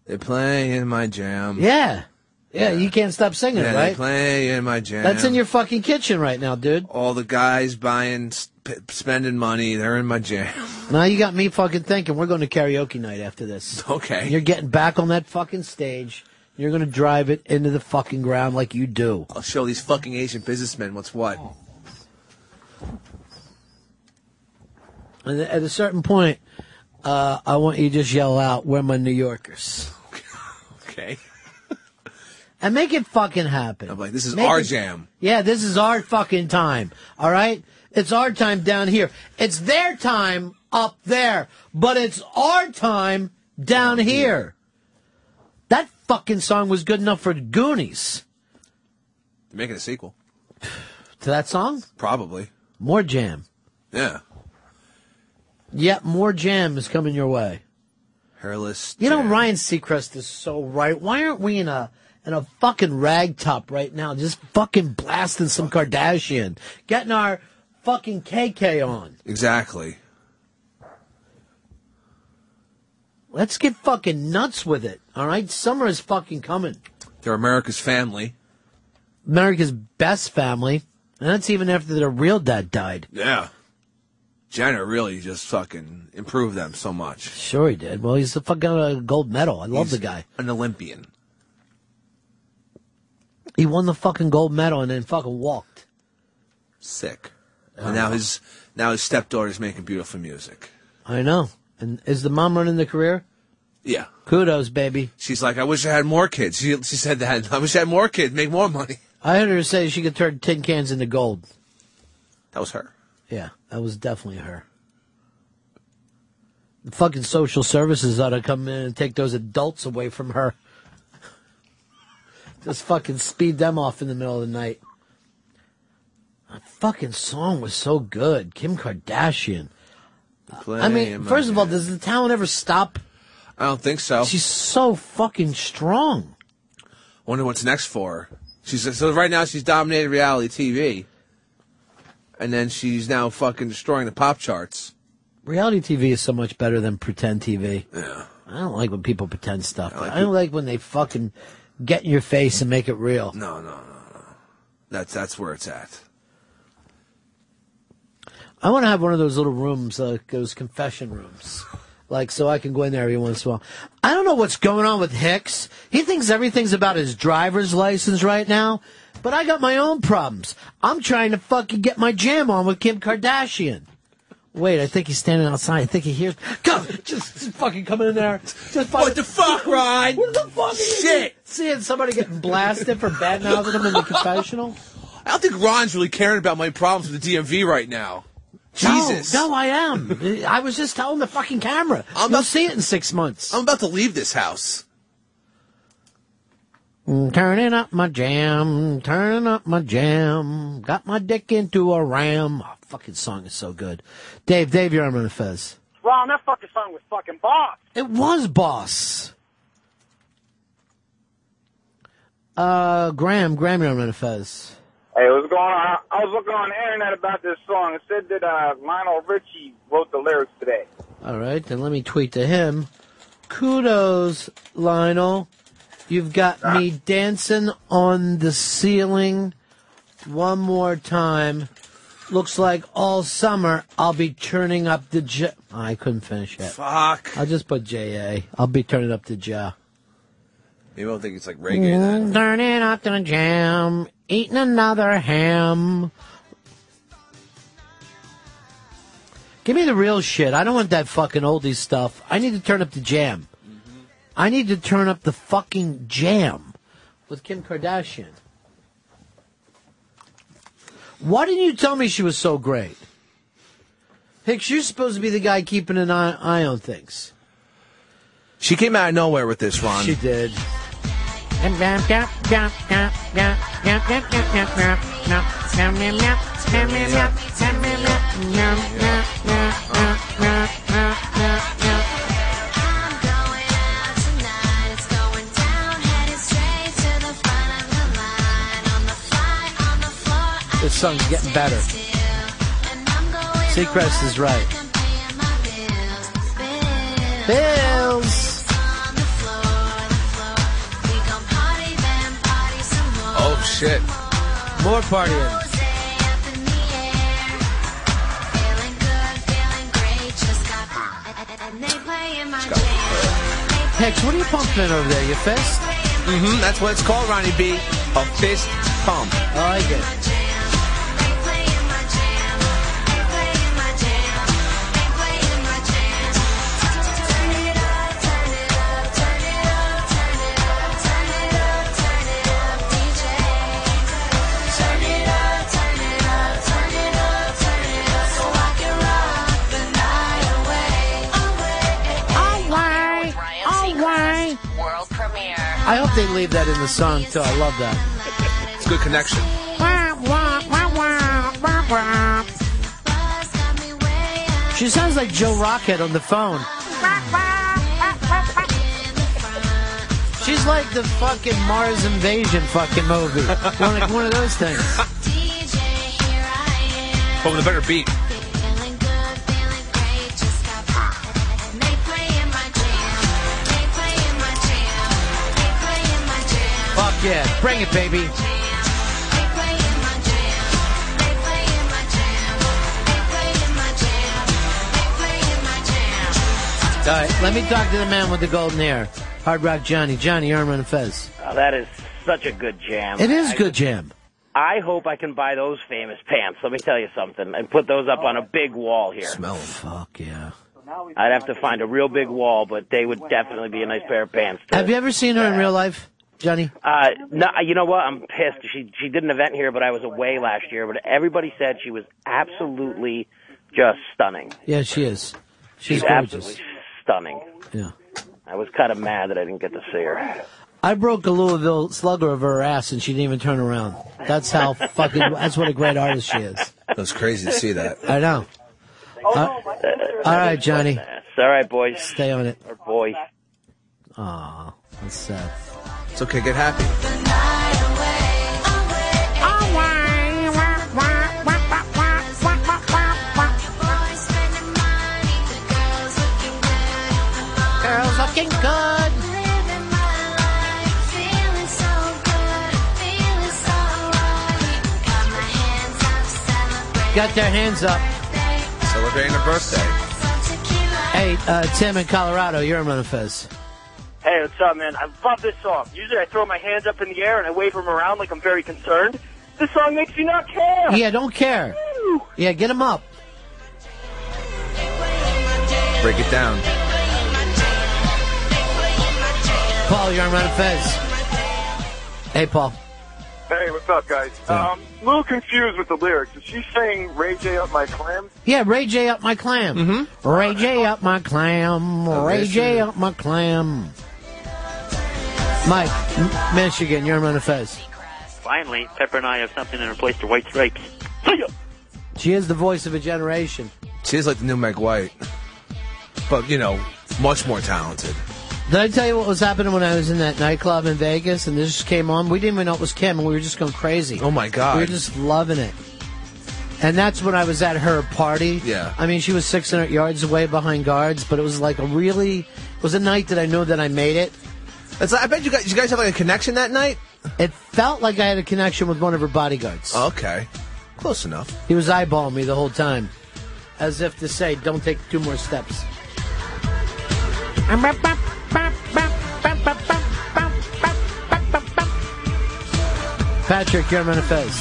Speaker 8: They play in my jam.
Speaker 6: yeah, yeah, you can't stop singing,
Speaker 8: Yeah,
Speaker 6: it,
Speaker 8: they
Speaker 6: right?
Speaker 8: play in my jam.
Speaker 6: That's in your fucking kitchen right now, dude.
Speaker 8: All the guys buying, sp- spending money. They're in my jam. [laughs]
Speaker 6: Now you got me fucking thinking we're going to karaoke night after this.
Speaker 8: Okay.
Speaker 6: You're getting back on that fucking stage. You're going to drive it into the fucking ground like you do.
Speaker 8: I'll show these fucking Asian businessmen what's what.
Speaker 6: And at a certain point, uh, I want you to just yell out, "Where my New Yorkers?"
Speaker 8: Okay.
Speaker 6: and make it fucking happen. I'm
Speaker 8: like, this is
Speaker 6: Make
Speaker 8: our
Speaker 6: it-
Speaker 8: jam.
Speaker 6: Yeah, this is our fucking time. All right? It's our time down here. It's their time up there, but it's our time down here. That fucking song was good enough for Goonies.
Speaker 8: They're making a sequel.
Speaker 6: To that song?
Speaker 8: Probably.
Speaker 6: More jam.
Speaker 8: Yeah.
Speaker 6: Yep, more jam is coming your way.
Speaker 8: Hairless.
Speaker 6: You know, Ryan Seacrest is so right. Why aren't we in a in a fucking rag top right now, just fucking blasting some Kardashian, getting our fucking KK on?
Speaker 8: Exactly.
Speaker 6: Let's get fucking nuts with it. All right, summer is fucking coming.
Speaker 8: They're America's family.
Speaker 6: America's best family, and that's even after their real dad died.
Speaker 8: Yeah. Jenner really just fucking improved them so much.
Speaker 6: Sure, he did. Well, he's a fucking uh, gold medal. I love the guy.
Speaker 8: An Olympian.
Speaker 6: He won the fucking gold medal and then fucking walked.
Speaker 8: Sick. And now his now his stepdaughter's making beautiful music.
Speaker 6: I know. And is the mom running the career?
Speaker 8: Yeah.
Speaker 6: Kudos, baby.
Speaker 8: She's like, I wish I had more kids. She, she said that. I wish I had more kids, make more money.
Speaker 6: I heard her say she could turn tin cans into gold.
Speaker 8: That was her.
Speaker 6: Yeah, that was definitely her. The fucking social services ought to come in and take those adults away from her. [laughs] Just fucking speed them off in the middle of the night. That fucking song was so good. Kim Kardashian. I mean, first of all, does the talent ever stop?
Speaker 8: I don't think so.
Speaker 6: She's so fucking strong.
Speaker 8: Wonder what's next for her. She's so right now she's dominated reality TV, and then she's now fucking destroying the pop charts.
Speaker 6: Reality TV is so much better than pretend TV.
Speaker 8: Yeah.
Speaker 6: I don't like when people pretend stuff. I, don't like when they fucking get in your face and make it real.
Speaker 8: No, no, no, no. That's that's where it's at.
Speaker 6: I want to have one of those little rooms, like those confession rooms. Like, so I can go in there every once in a while. I don't know what's going on with Hicks. He thinks everything's about his driver's license right now, but I got my own problems. I'm trying to fucking get my jam on with Kim Kardashian. Wait, I think he's standing outside. I think he hears. Go! Just, just fucking coming in there. Just fucking,
Speaker 8: what the fuck, Ryan?
Speaker 6: What the fuck? is
Speaker 8: Shit.
Speaker 6: it? Seeing somebody getting blasted for bad mouthing him in the
Speaker 8: [laughs]
Speaker 6: confessional?
Speaker 8: I don't think Ron's really caring about my problems with the DMV right now. Jesus.
Speaker 6: No, no, I am. I was just telling the fucking camera.
Speaker 8: I'm
Speaker 6: You'll
Speaker 8: about-
Speaker 6: see it in six months.
Speaker 8: I'm about to leave this house.
Speaker 6: Mm, Turning up my jam, turning up my jam. Got my dick into a ram. Oh, fucking song is so good. Dave, Dave, you're on the fez.
Speaker 12: Ron, that fucking song was fucking boss.
Speaker 6: It was boss. Uh, Graham, Graham, you're on the fez.
Speaker 12: Hey, what's going on? I was looking on the internet about this song. It said that uh, Lionel Richie wrote the lyrics today.
Speaker 6: All right, then let me tweet to him. Kudos, Lionel. You've got me dancing on the ceiling one more time. Looks like all summer I'll be turning up the j. Oh, I couldn't finish it.
Speaker 8: Fuck.
Speaker 6: I'll just put JA. I'll be turning up the ja.
Speaker 8: Maybe I don't think it's like reggae.
Speaker 6: Mm, Turning up the jam. Eating another ham. Give me the real shit. I don't want that fucking oldie stuff. I need to turn up the jam. I need to turn up the fucking jam with Kim Kardashian. Why didn't you tell me she was so great? Hicks, you're supposed to be the guy keeping an eye, eye on things.
Speaker 8: She came out of nowhere with this, Ron.
Speaker 6: She did. This song's getting better. Seacrest is right. Bills.
Speaker 8: Oh shit.
Speaker 6: More partying. Hex, what are you pumping over there? Your fist?
Speaker 8: Mm-hmm. That's what it's called, Ronnie B. A fist pump.
Speaker 6: I like it.
Speaker 5: World premiere.
Speaker 6: I hope they leave that in the song too. I love that.
Speaker 8: It's a good connection.
Speaker 6: She sounds like Joe Rocket on the phone. She's like the fucking Mars Invasion fucking movie. one, of- one of those things.
Speaker 8: But with a better beat.
Speaker 6: Fuck yeah. Bring it, baby. All right, let me talk to the man with the golden hair, Hard Rock Johnny. Johnny, you're on Fez.
Speaker 18: Oh, that is such a good jam.
Speaker 6: It is
Speaker 18: I-
Speaker 6: good jam.
Speaker 18: I hope I can buy those famous pants. Let me tell you something, and put those up on a big wall here.
Speaker 6: Smell Fuck yeah.
Speaker 18: I'd have to find a real big wall, but they would definitely be a nice pair of pants.
Speaker 6: Have you ever seen her in real life, Johnny?
Speaker 18: Uh, no, you know what? I'm pissed. She she did an event here, but I was away last year. But everybody said she was absolutely just stunning.
Speaker 6: Yeah, she is. She's gorgeous.
Speaker 18: absolutely stunning.
Speaker 6: Yeah.
Speaker 18: I was kind of mad that I didn't get to see her.
Speaker 6: I broke a Louisville slugger of her ass, and she didn't even turn around. That's
Speaker 18: [laughs]
Speaker 6: how fucking. That's what a great artist she is.
Speaker 8: That was crazy to see that.
Speaker 6: I know.
Speaker 18: Oh,
Speaker 6: Uh, [laughs] all right, Johnny.
Speaker 18: It's all right, boys.
Speaker 6: Stay on it.
Speaker 18: Or boy.
Speaker 6: Aw, that's sad.
Speaker 8: It's okay. Get happy.
Speaker 4: Girls looking good.
Speaker 6: Got their hands up.
Speaker 8: Celebrating her birthday.
Speaker 6: Hey, uh, Tim in Colorado, you're in Runafest.
Speaker 11: Hey, what's up, man? I love this song. Usually I throw my hands up in the air and I wave them around like I'm very concerned. This song makes me not care.
Speaker 6: Yeah, don't care. Yeah, get them up.
Speaker 8: Break it down.
Speaker 6: Paul, you're in Runafest. Hey, Paul.
Speaker 10: Hey, what's up, guys? Um, a little confused with the lyrics. Is she saying Ray J up my clam?
Speaker 6: Yeah, Ray J up my clam. Mm-hmm. Ray J up my clam. Ray J up my clam. Mike, M- Michigan, you're in Runafest.
Speaker 3: Finally, Pepper and I have something in replace to White Stripes.
Speaker 6: She is the voice of a generation.
Speaker 8: She is like the new Meg White, but you know, much more talented.
Speaker 6: Did I tell you what was happening when I was in that nightclub in Vegas and this just came on? We didn't even know it was Kim and we were just going crazy. Oh
Speaker 8: my God.
Speaker 6: We were just loving it. And that's when I was at her party.
Speaker 8: Yeah.
Speaker 6: I mean, she was 600 yards away behind guards, but it was like a really, it was a night that I knew that I made it.
Speaker 8: It's I bet you guys, you guys have like a connection that night?
Speaker 6: It felt like I had a connection with one of her bodyguards.
Speaker 8: Oh, Okay, close enough.
Speaker 6: He was eyeballing me the whole time, as if to say, don't take two more steps. Patrick, you're on Fez.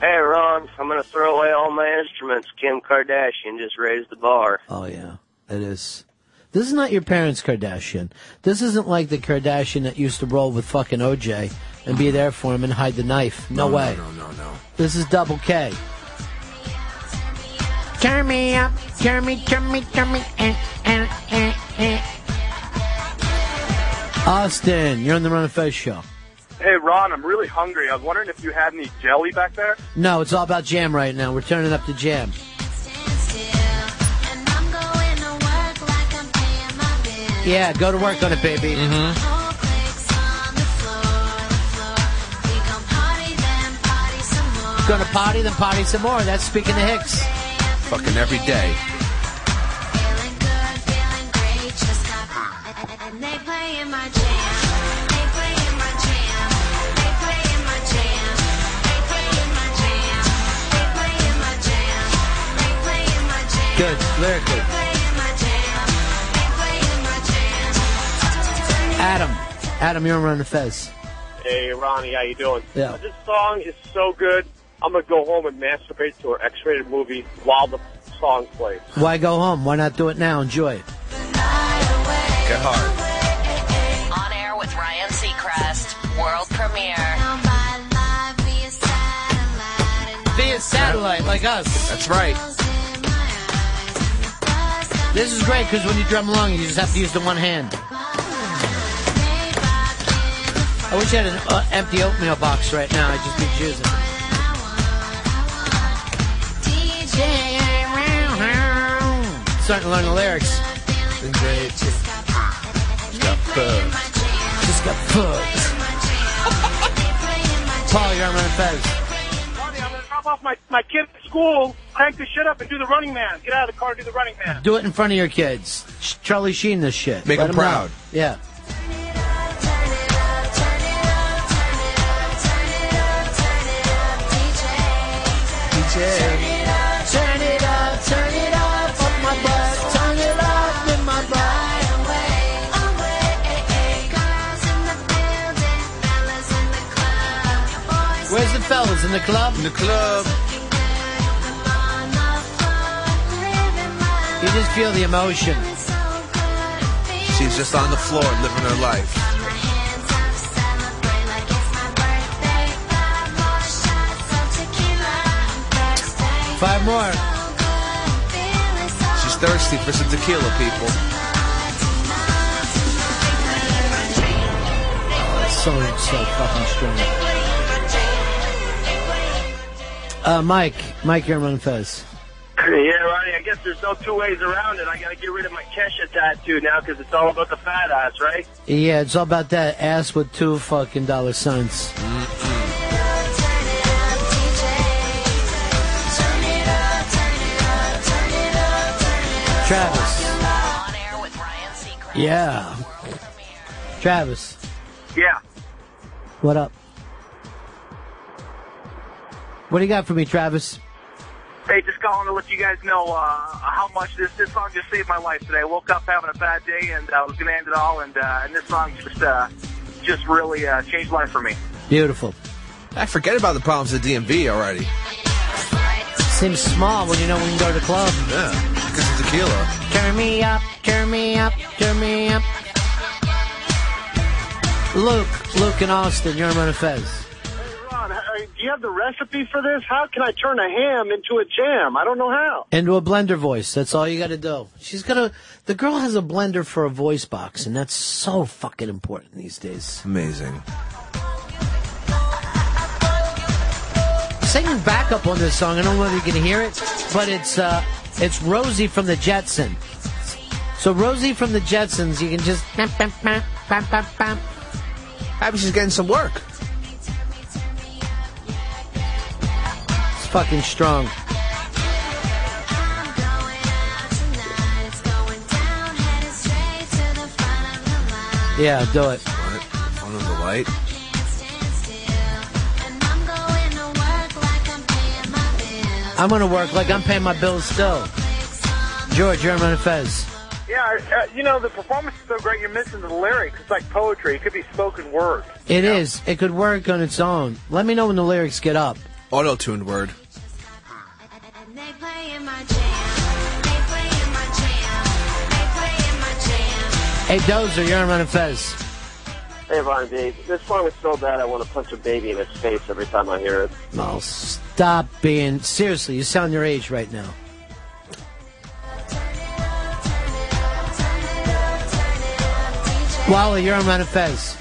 Speaker 19: Hey, Ron, I'm going to throw away all my instruments. Kim Kardashian just raised the bar.
Speaker 6: Oh, yeah. It is. This is not your parents' Kardashian. This isn't like the Kardashian that used to roll with fucking OJ and be there for him and hide the knife. No,
Speaker 8: No, no,
Speaker 6: way.
Speaker 8: no, no, no.
Speaker 6: This is double K.
Speaker 4: Turn me up, turn me, turn me, turn me, eh, eh, eh, eh.
Speaker 6: Austin, you're on the Run of Fez show.
Speaker 10: Hey, Ron, I'm really hungry. I was wondering if you had any jelly back there.
Speaker 6: No, it's all about jam right now. We're turning up the jam. Yeah, go to work on it, baby.
Speaker 8: Mm-hmm.
Speaker 6: Gonna party, then party some more. That's speaking to Hicks.
Speaker 8: Fucking every day.
Speaker 6: Good, lyrically. Adam, Adam, you're on Run of Fez.
Speaker 20: Hey, Ronnie, how you doing? Uh,
Speaker 6: Yeah.
Speaker 20: This song is so good. I'm gonna go home and masturbate to an X-rated movie while the song plays.
Speaker 6: Why go home? Why not do it now? Enjoy it.
Speaker 8: Get hard.
Speaker 21: On air with Ryan Seacrest, world premiere.
Speaker 6: Via satellite, like us.
Speaker 8: That's
Speaker 6: [laughs]
Speaker 8: right.
Speaker 6: This is great because when you drum along, you just have to use the one hand. I wish I had an uh, empty oatmeal box right now. I'd just be juicing. Starting to learn the lyrics.
Speaker 8: Just got fucked.
Speaker 6: Just got fucked. Paul, you're on Run of Fez.
Speaker 20: Ronnie, I'm gonna drop off my, my kid at school, crank this shit up, and do the running man. Get out of the car, do the running man.
Speaker 6: Do it in front of your kids. Sh- Charlie Sheen this shit.
Speaker 8: Make
Speaker 6: Let
Speaker 8: them
Speaker 6: know.
Speaker 8: proud.
Speaker 6: Yeah.
Speaker 4: Turn it up, turn it up, up my butt. Turn it up in my
Speaker 6: eh,
Speaker 4: butt.
Speaker 6: in the club?
Speaker 8: In the club.
Speaker 6: You just feel the emotion.
Speaker 8: She's just on the floor living her life.
Speaker 6: Five more.
Speaker 8: She's thirsty for some tequila, people.
Speaker 6: So so fucking strong. Uh, Mike, Mike, you're on Fez.
Speaker 11: Yeah, Ronnie, I guess there's no two ways around it. I got to get rid of my Kesha tattoo now because it's all about the fat ass, right?
Speaker 6: Yeah, it's all about that ass with two fucking dollar signs. Travis. Yeah. Travis,
Speaker 11: Yeah.
Speaker 6: what up? What do you got for me, Travis?
Speaker 11: Hey, just calling to let you guys know uh, how much this this song just saved my life today. I woke up having a bad day, and I was going to end it all, and uh, and this song just uh, just really uh, changed life for me.
Speaker 6: Beautiful.
Speaker 8: I forget about the problems at DMV already.
Speaker 6: Seems small when you know we can go to the club.
Speaker 8: Yeah, because of tequila.
Speaker 6: Turn me up, turn me up, turn me up. Luke, Luke in Austin, you're on Fez.
Speaker 15: Ron, uh, do you have the recipe for this? How can I turn a ham into a jam? I don't know how.
Speaker 6: Into a blender voice. That's all you got to do. She's got to. The girl has a blender for a voice box, and that's so fucking important these days.
Speaker 8: Amazing.
Speaker 6: Singing backup on this song. I don't know whether you can hear it, but it's uh, it's Rosie from the Jetsons. So Rosie from the Jetsons, you can just.
Speaker 8: Happy she's getting some work.
Speaker 6: It's fucking strong. Yeah, do it.
Speaker 8: What? Front of the light.
Speaker 6: I'm gonna work like I'm paying my bills still. George, you're on Fez.
Speaker 11: Yeah, uh, you know the performance is so great. You're missing the lyrics. It's like poetry. It could be spoken word.
Speaker 6: It is. It could work on its own. Let me know when the lyrics get up.
Speaker 8: Auto tuned word.
Speaker 6: Hey Dozer, you're on Fez.
Speaker 22: Hey, Ron B. This song is so bad I want to punch a baby in his face every time I hear it.
Speaker 6: No, stop being seriously. You sound your age right now. Wally, you're on Fez.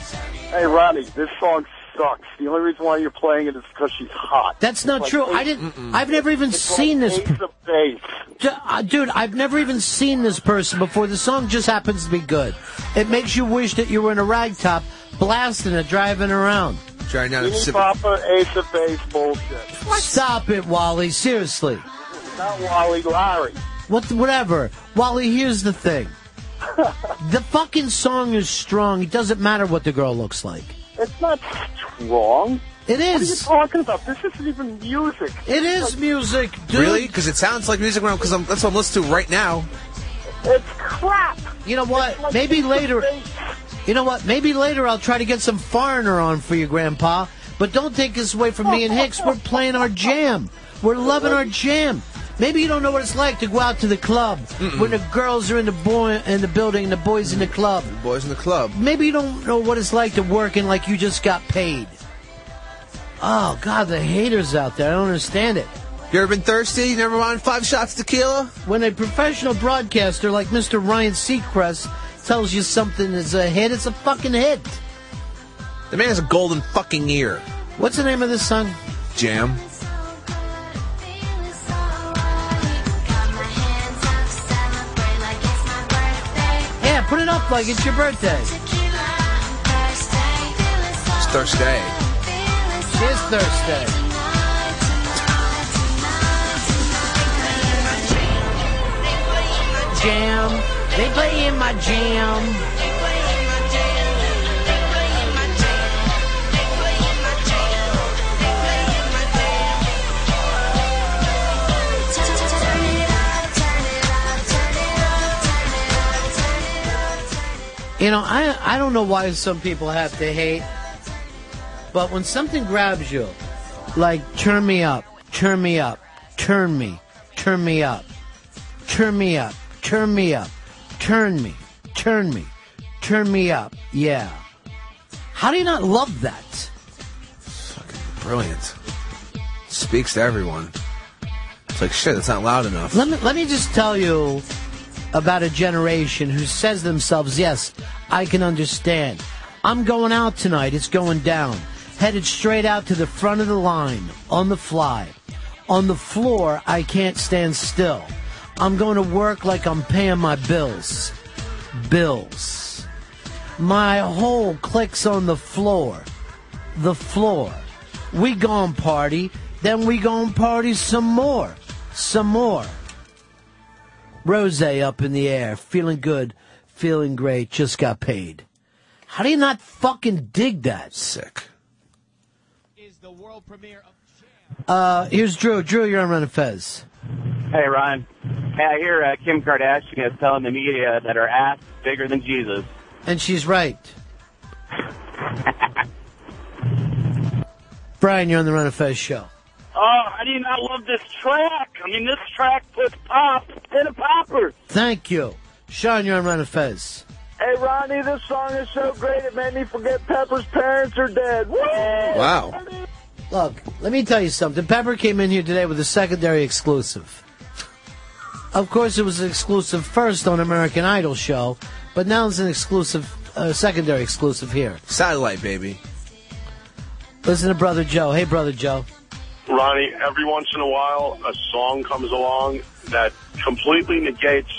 Speaker 15: Hey, Ronnie, this song sucks. The only reason why you're playing it is because she's hot.
Speaker 6: That's not
Speaker 15: It's
Speaker 6: true.
Speaker 15: like
Speaker 6: I
Speaker 15: eight-
Speaker 6: didn't. I've never even seen this.
Speaker 15: Ace of base.
Speaker 6: D- uh, dude, I've never even seen this person before. The song just happens to be good. It makes you wish that you were in a rag top, blasting it, driving around.
Speaker 8: Trying out
Speaker 15: Mini Papa Ace of Base bullshit.
Speaker 6: Stop it, Wally. Seriously.
Speaker 15: Not Wally, Larry.
Speaker 6: What? Whatever. Wally, here's the
Speaker 15: [laughs]
Speaker 6: thing. the fucking song is strong. It doesn't matter what the girl looks like.
Speaker 15: It's not wrong.
Speaker 6: It
Speaker 15: is. What are you talking about? This isn't even music.
Speaker 6: It is music, dude.
Speaker 8: Really? Because it sounds like music because that's what I'm listening to right now.
Speaker 15: It's crap.
Speaker 6: You know what? Maybe later. You know what? Maybe later I'll try to get some foreigner on for you, Grandpa. But don't take this away from me and Hicks. We're playing our jam. We're loving our jam. Maybe you don't know what it's like to go out to the club when the girls are in the boy in the building and the boys in the club.
Speaker 8: Boys in the club.
Speaker 6: Maybe you don't know what it's like to work and like you just got paid. Oh God, the haters out there. I don't understand it.
Speaker 8: You ever been thirsty? Never mind five shots tequila.
Speaker 6: When a professional broadcaster like Mr. Ryan Seacrest tells you something is a hit, it's a fucking hit.
Speaker 8: The man has a golden fucking ear.
Speaker 6: What's the name of this song?
Speaker 8: Jam.
Speaker 6: Yeah, put it up like it's your birthday.
Speaker 8: It's Thursday.
Speaker 6: It is Thursday. Jam. They play in my jam. You know, I I don't know why some people have to hate, but when something grabs you, Like, turn me up, turn me up, turn me, turn me up, turn me up, turn me up, turn me, turn me, turn me up. Yeah. How do you not love that?
Speaker 8: Brilliant. Speaks to everyone. It's like, shit, that's not loud enough.
Speaker 6: Let me let me just tell you about a generation who says to themselves, "Yes, I can understand. I'm going out tonight. It's going down. Headed straight out to the front of the line on the fly. On the floor, I can't stand still. I'm going to work like I'm paying my bills. Bills. My whole clicks on the floor. The floor. We gon' party, then we gon' party some more. Some more. Rose up in the air, feeling good, feeling great, just got paid. How do you not fucking dig that? Sick. Uh, here's Drew. Drew, you're on Run and Fez.
Speaker 11: Hey, Ron. Hey, I hear uh, Kim Kardashian is telling the media that her ass is bigger than Jesus.
Speaker 6: And she's right. Brian, you're on the Run and Fez show.
Speaker 23: Oh, how do you not love this track? I mean, this track puts pop in a popper.
Speaker 6: Thank you. Sean, you're on Run and Fez.
Speaker 4: Hey, Ronnie, this song is so great it made me forget Pepper's parents are dead. Woo!
Speaker 6: Wow. Look, let me tell you something. Pepper came in here today with a secondary exclusive. Of course, it was an exclusive first on American Idol show, but now it's an exclusive, uh, secondary exclusive here.
Speaker 8: Satellite, baby.
Speaker 6: Listen to Brother Joe. Hey, Brother Joe.
Speaker 1: Ronnie, every once in a while, a song comes along that completely negates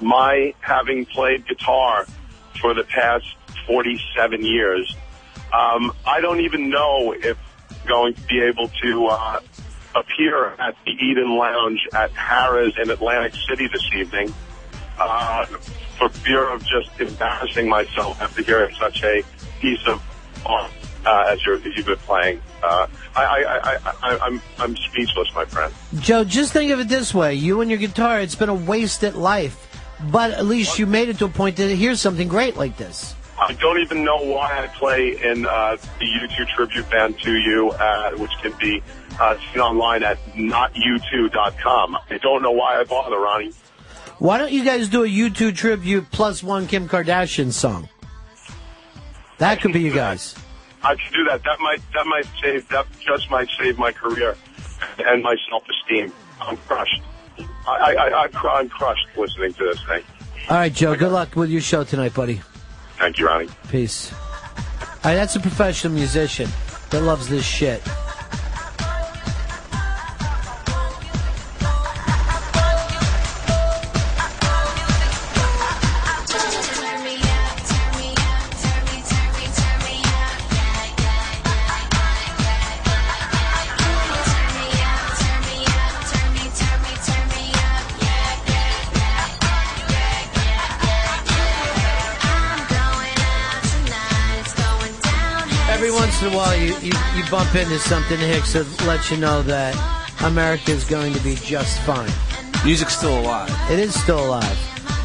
Speaker 1: my having played guitar for the past 47 years. Um, I don't even know if I'm going to be able to uh, appear at the Eden Lounge at Harrah's in Atlantic City this evening uh, for fear of just embarrassing myself after hearing such a piece of art uh, as, you're, as you've been playing. Uh, I, I, I, I, I'm, I'm speechless, my friend.
Speaker 6: Joe, just think of it this way. You and your guitar, it's been a wasted life, but at least you made it to a point to hear something great like this.
Speaker 1: I don't even know why I play in uh, the U2 tribute band to you, uh, which can be uh, seen online at notu2.com. I don't know why I bother, Ronnie.
Speaker 6: Why don't you guys do a U2 tribute plus one Kim Kardashian song? That could be you guys.
Speaker 1: I should do that. That might that might save that just might save my career and my self esteem. I'm crushed. I, I, I, I cry- I'm crushed listening to this thing.
Speaker 6: All right, Joe, good luck with your show tonight, buddy.
Speaker 1: Thank you, Ronnie.
Speaker 6: Peace. All right, that's a professional musician that loves this shit. Every once in a while, you, you, you bump into something, Hicks, that lets you know that America is going to be just fine.
Speaker 8: Music's still alive.
Speaker 6: It is still alive.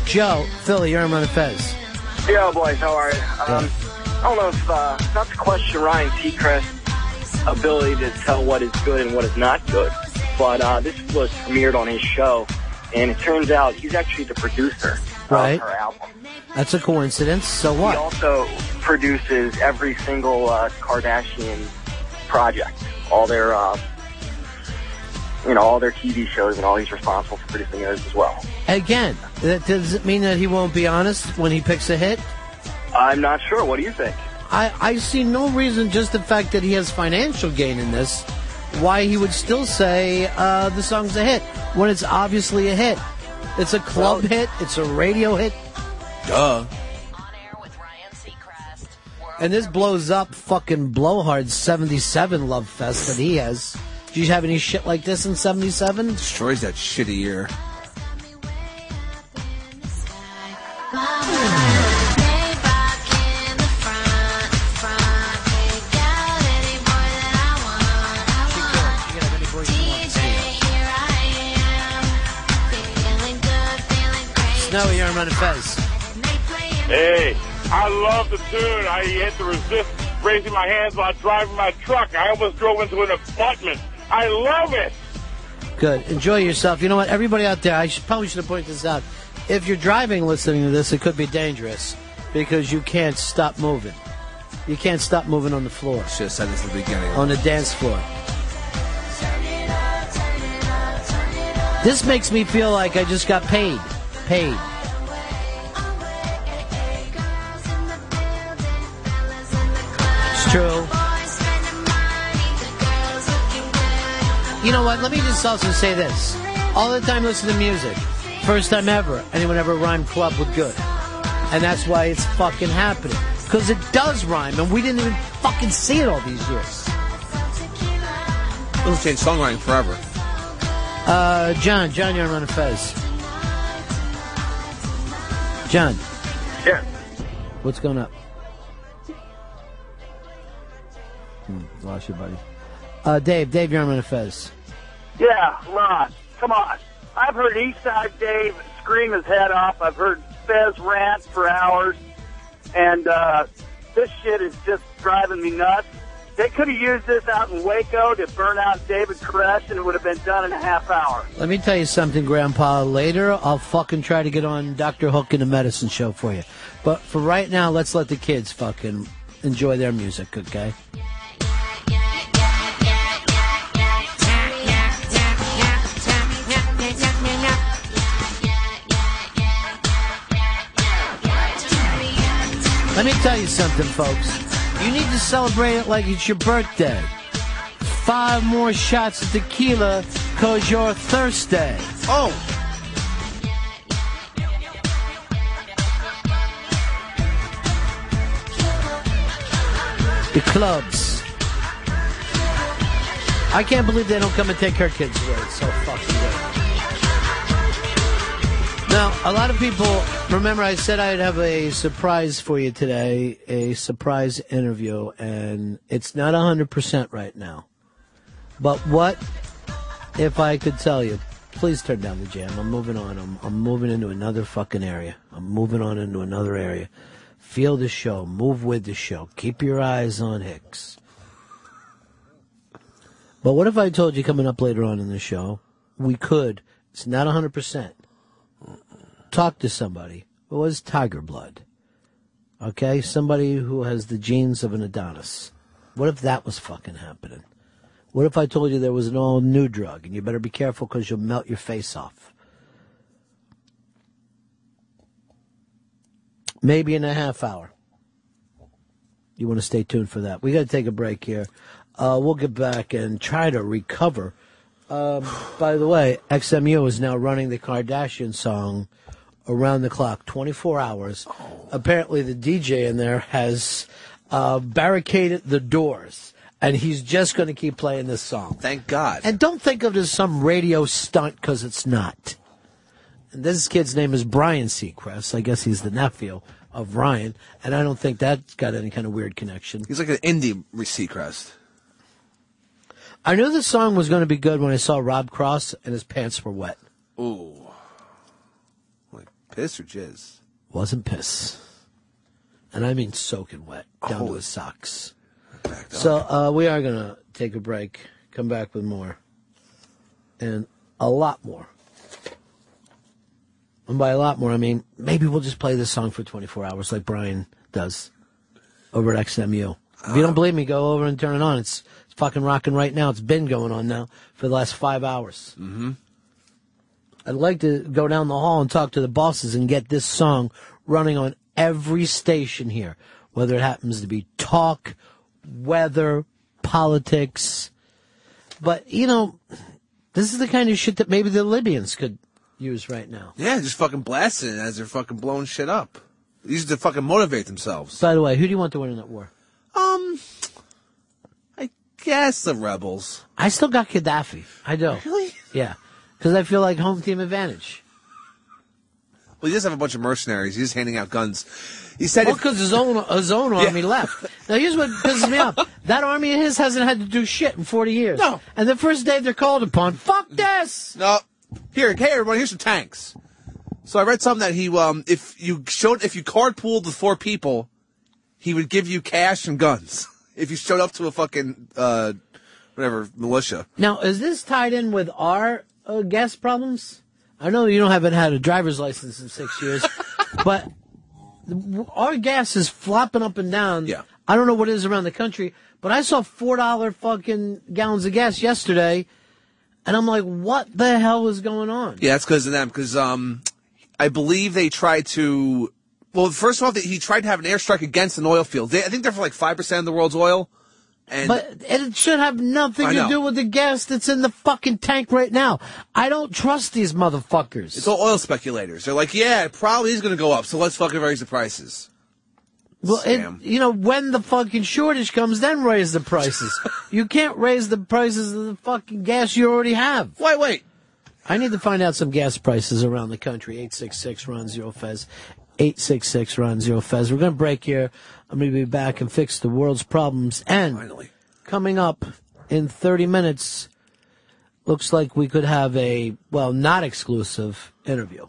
Speaker 6: Joe, Philly, you're on Run and Fez.
Speaker 11: Yo, boys, how are you? Um, I don't know if, uh, not to question Ryan Seacrest's ability to tell what is good and what is not good, but uh, this was premiered on his show, and it turns out he's actually the producer of
Speaker 6: Right.
Speaker 11: her album.
Speaker 6: That's a coincidence. So
Speaker 11: He
Speaker 6: what?
Speaker 11: also produces every single uh, Kardashian project, all their, uh, you know, all their TV shows, and all he's responsible for producing those as well.
Speaker 6: Again, that doesn't mean that he won't be honest when he picks a hit.
Speaker 11: I'm not sure. What do you think?
Speaker 6: I, I see no reason, just the fact that he has financial gain in this, why he would still say uh, the song's a hit when it's obviously a hit. It's a club hit, it's a radio hit,
Speaker 8: Duh.
Speaker 6: and this blows up fucking Blowhard 77 Love Fest that he has. Do you have any shit like this in 77?
Speaker 8: Destroys that shitty year.
Speaker 6: Snowy, you're on Fez.
Speaker 10: Hey, I love the tune. I hate to resist.
Speaker 24: raising my hands while driving my truck. I almost drove into an apartment. I love it.
Speaker 6: Good. Enjoy yourself. You know what? Everybody out there, I should, probably should have pointed this out. If you're driving listening to this, it could be dangerous because you can't stop moving. You can't stop moving on the floor.
Speaker 8: Should have said this at the beginning.
Speaker 6: On the dance floor. This makes me feel like I just got paid. Paid. It's true. You know what? Let me just also say this. All the time listen to music. First time ever anyone ever rhymed club with good. And that's why it's fucking happening. Because it does rhyme, and we didn't even fucking see it all these years.
Speaker 8: It'll change songwriting forever.
Speaker 6: Uh, John, John, you're on a fez. John.
Speaker 24: Yeah.
Speaker 6: What's going up?
Speaker 7: Hmm, Lost you, buddy.
Speaker 6: Uh, Dave, Dave, you're on a fez.
Speaker 16: Yeah, Ron, come on. I've heard Eastside Dave scream his head off. I've heard Fez rant for hours. And uh, this shit is just driving me nuts. They could have used this out in Waco to burn out David Koresh, and it would have been done in a half hour.
Speaker 6: Let me tell you something, Grandpa. Later, I'll fucking try to get on Dr. Hook and the medicine show for you. But for right now, let's let the kids fucking enjoy their music, okay? Let me tell you something, folks. You need to celebrate it like it's your birthday. Five more shots of tequila, cause you're thirsty.
Speaker 8: Oh!
Speaker 6: The clubs. I can't believe they don't come and take her kids away. It's so fucking good. Now, a lot of people remember I said I'd have a surprise for you today, a surprise interview, and it's not 100% right now. But what if I could tell you? Please turn down the jam. I'm moving on. I'm, I'm moving into another fucking area. I'm moving on into another area. Feel the show. Move with the show. Keep your eyes on Hicks. But what if I told you coming up later on in the show, we could, it's not 100%, talk to somebody who has tiger blood. Okay? Somebody who has the genes of an Adonis. What if that was fucking happening? What if I told you there was an all new drug and you better be careful because you'll melt your face off? Maybe in a half hour. You want to stay tuned for that. We got to take a break here. Uh, we'll get back and try to recover. Um, by the way, XMU is now running the Kardashian song around the clock, 24 hours.
Speaker 8: Oh.
Speaker 6: Apparently, the DJ in there has uh, barricaded the doors, and he's just going to keep playing this song.
Speaker 8: Thank God.
Speaker 6: And don't think of it as some radio stunt because it's not. And this kid's name is Brian Seacrest. I guess he's the nephew of Ryan, and I don't think that's got any kind of weird connection.
Speaker 8: He's like an indie Seacrest.
Speaker 6: I knew this song was going to be good when I saw Rob Cross and his pants were wet.
Speaker 8: Ooh. Like piss or jizz?
Speaker 6: Wasn't piss. And I mean soaking wet down to his socks. So uh, we are going to take a break, come back with more, and a lot more. And by a lot more, I mean maybe we'll just play this song for 24 hours like Brian does over at XMU. If you don't believe me, go over and turn it on. It's, it's fucking rocking right now. It's been going on now for the last five hours.
Speaker 8: Mm-hmm.
Speaker 6: I'd like to go down the hall and talk to the bosses and get this song running on every station here, whether it happens to be talk, weather, politics. But, you know, this is the kind of shit that maybe the Libyans could use right now.
Speaker 8: Yeah, just fucking blasting it as they're fucking blowing shit up. They used to fucking motivate themselves.
Speaker 6: By the way, who do you want to win in that war?
Speaker 8: Um, I guess the rebels.
Speaker 6: I still got Gaddafi. I do. Really? Yeah. Because I feel like home team advantage.
Speaker 8: Well, you just have a bunch of mercenaries. He's just handing out guns. He said,
Speaker 6: Well,
Speaker 8: if-
Speaker 6: because his own
Speaker 8: [laughs]
Speaker 6: his own army left. Now here's what pisses me [laughs] off: that army of his hasn't had to do shit in 40 years. No. And the first day they're called upon, fuck this.
Speaker 8: No. Here, hey everyone, here's some tanks. So I read something that he, um, if you showed, if you carpooled with four people, he would give you cash and guns [laughs] if you showed up to a fucking uh, whatever militia.
Speaker 6: Now, is this tied in with our uh, gas problems? I know you don't haven't had a driver's license in
Speaker 8: [laughs]
Speaker 6: six years, but our gas is flopping up and down. Yeah. I don't know what it is around the country, but I saw four dollar fucking gallons of gas yesterday, and I'm like, what the hell is going on?
Speaker 8: Yeah, that's because of them. Because um, I believe they tried to. Well, first off, he tried to have an airstrike against an oil field. They, I think they're for like five percent of the world's oil. And
Speaker 6: But it should have nothing
Speaker 8: I
Speaker 6: to
Speaker 8: know.
Speaker 6: do with the gas that's in the fucking tank right now. I don't trust these motherfuckers.
Speaker 8: it's all oil speculators. They're like, yeah, it probably is going to go up, so let's fucking raise the prices.
Speaker 6: Well, it, you know, when the fucking shortage comes, then raise the prices. you can't raise the prices of the fucking gas you already have.
Speaker 8: Wait, wait.
Speaker 6: I need to find out some gas prices around the country. 866 Ron Zero Fez. 866 Ron Zero Fez. We're going to break here. I'm going to be back and fix the world's problems. And coming up in 30 minutes, looks like we could have a, well, not exclusive interview.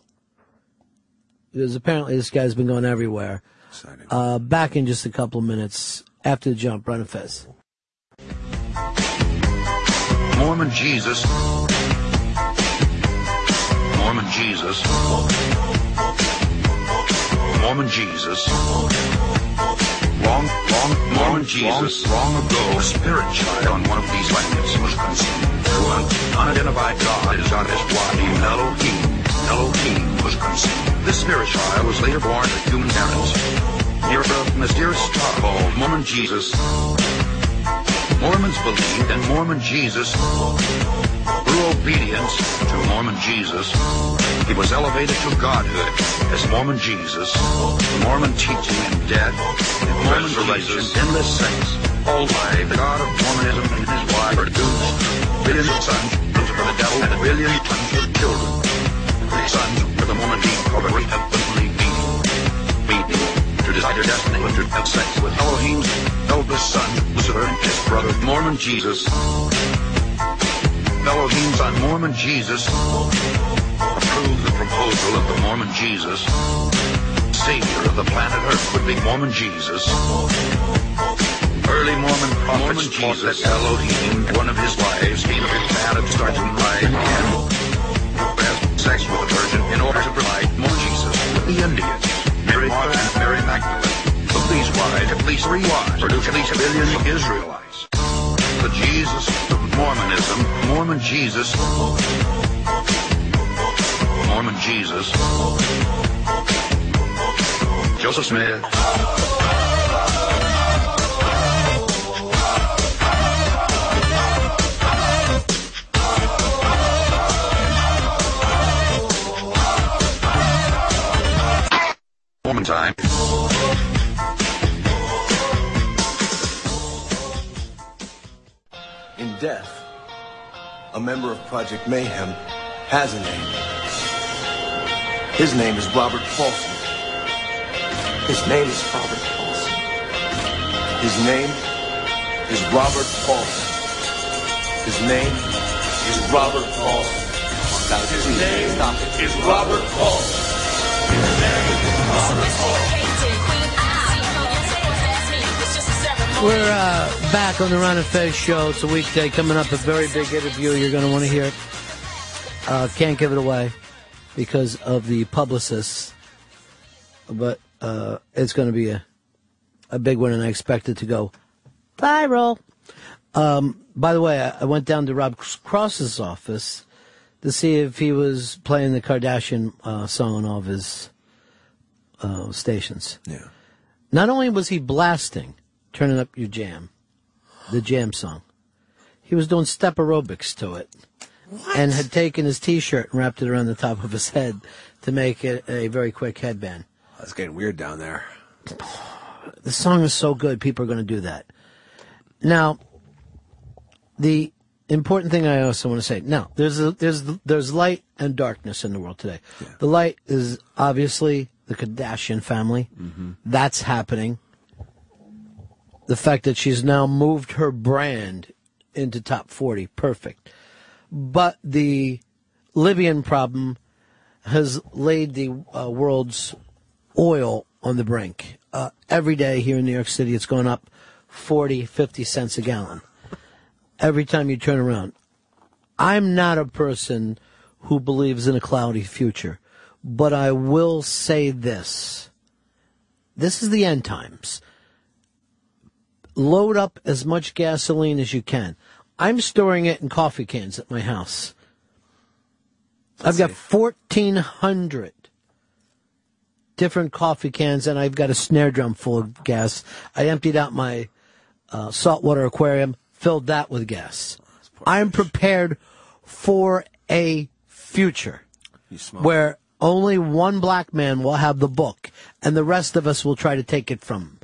Speaker 6: Because apparently this guy's been going everywhere. Uh, back in just a couple of minutes after the jump, Ron and Fez.
Speaker 9: Mormon Jesus. Mormon Jesus. Mormon Jesus. Long, long, Mormon Jesus. Long, long ago, a spirit child on one of these planets was conceived. Who an unidentified God is on his body. Elohim. Elohim was conceived. This spirit child was later born to human parents. Near the mysterious star called Mormon Jesus. Mormons believed in Mormon Jesus. Through obedience to Mormon Jesus, he was elevated to godhood as Mormon Jesus. Mormon teaching and death, Mormon resurrection, endless saints, all life, the God of Mormonism and his wife produced billions of sons for the devil and a billion tons of children. The sons were the Mormon league of a great heavenly being, being to decide their destiny and to have sex with Elohim's eldest son, Lucifer, and his brother, Mormon Jesus. Elohim's on Mormon Jesus approved the proposal of the Mormon Jesus. Savior of the planet Earth would be Mormon Jesus. Early Mormon prophets taught that Elohim, one of his wives, gave him Adam starts to lie again. Sex with a virgin in order to provide more Jesus. The Indians, Mary Martha and Mary Magdalene. Of these wives, at least three wives produced at least a billion Israelites. The Jesus of Mormonism, Mormon Jesus, Mormon Jesus. Joseph Smith. Mormon time.
Speaker 13: In death, a member of Project Mayhem has a name. His name is Robert Paulson. His name is Robert Paulson. His name is Robert Paulson. His name is Robert Paulson. Now, his name Stop it. is Robert Paulson.
Speaker 6: We're uh, back on the Ron and Fez show. It's a weekday coming up. A very big interview. You're going to want to hear it. Uh, can't give it away because of the publicists, but uh, it's going to be a a big one, and I expect it to go viral. Um, by the way, I, I went down to Rob Cross's office to see if he was playing the Kardashian uh, song on all of his uh, stations.
Speaker 8: Yeah.
Speaker 6: Not only was he blasting, turning up your jam, the jam song, he was doing step aerobics to it. And had taken his t shirt and wrapped it around the top of his head to make it a very quick headband.
Speaker 8: It's getting weird down there.
Speaker 6: The song is so good, people are going to do that. Now, the important thing I also want to say now there's a, there's there's light and darkness in the world today. The light is obviously the Kardashian family. That's happening. The fact that she's now moved her brand into top 40, perfect. But the Libyan problem has laid the uh, world's oil on the brink. Uh, every day here in New York City, it's going up 40, 50 cents a gallon. Every time you turn around. I'm not a person who believes in a cloudy future, but I will say this. This is the end times. Load up as much gasoline as you can. I'm storing it in coffee cans at my house. I've got 1,400 different coffee cans, and I've got a snare drum full of gas. I emptied out my uh, saltwater aquarium, filled that with gas. I'm prepared for a future where only one black man will have the book, and the rest of us will try to take it from him.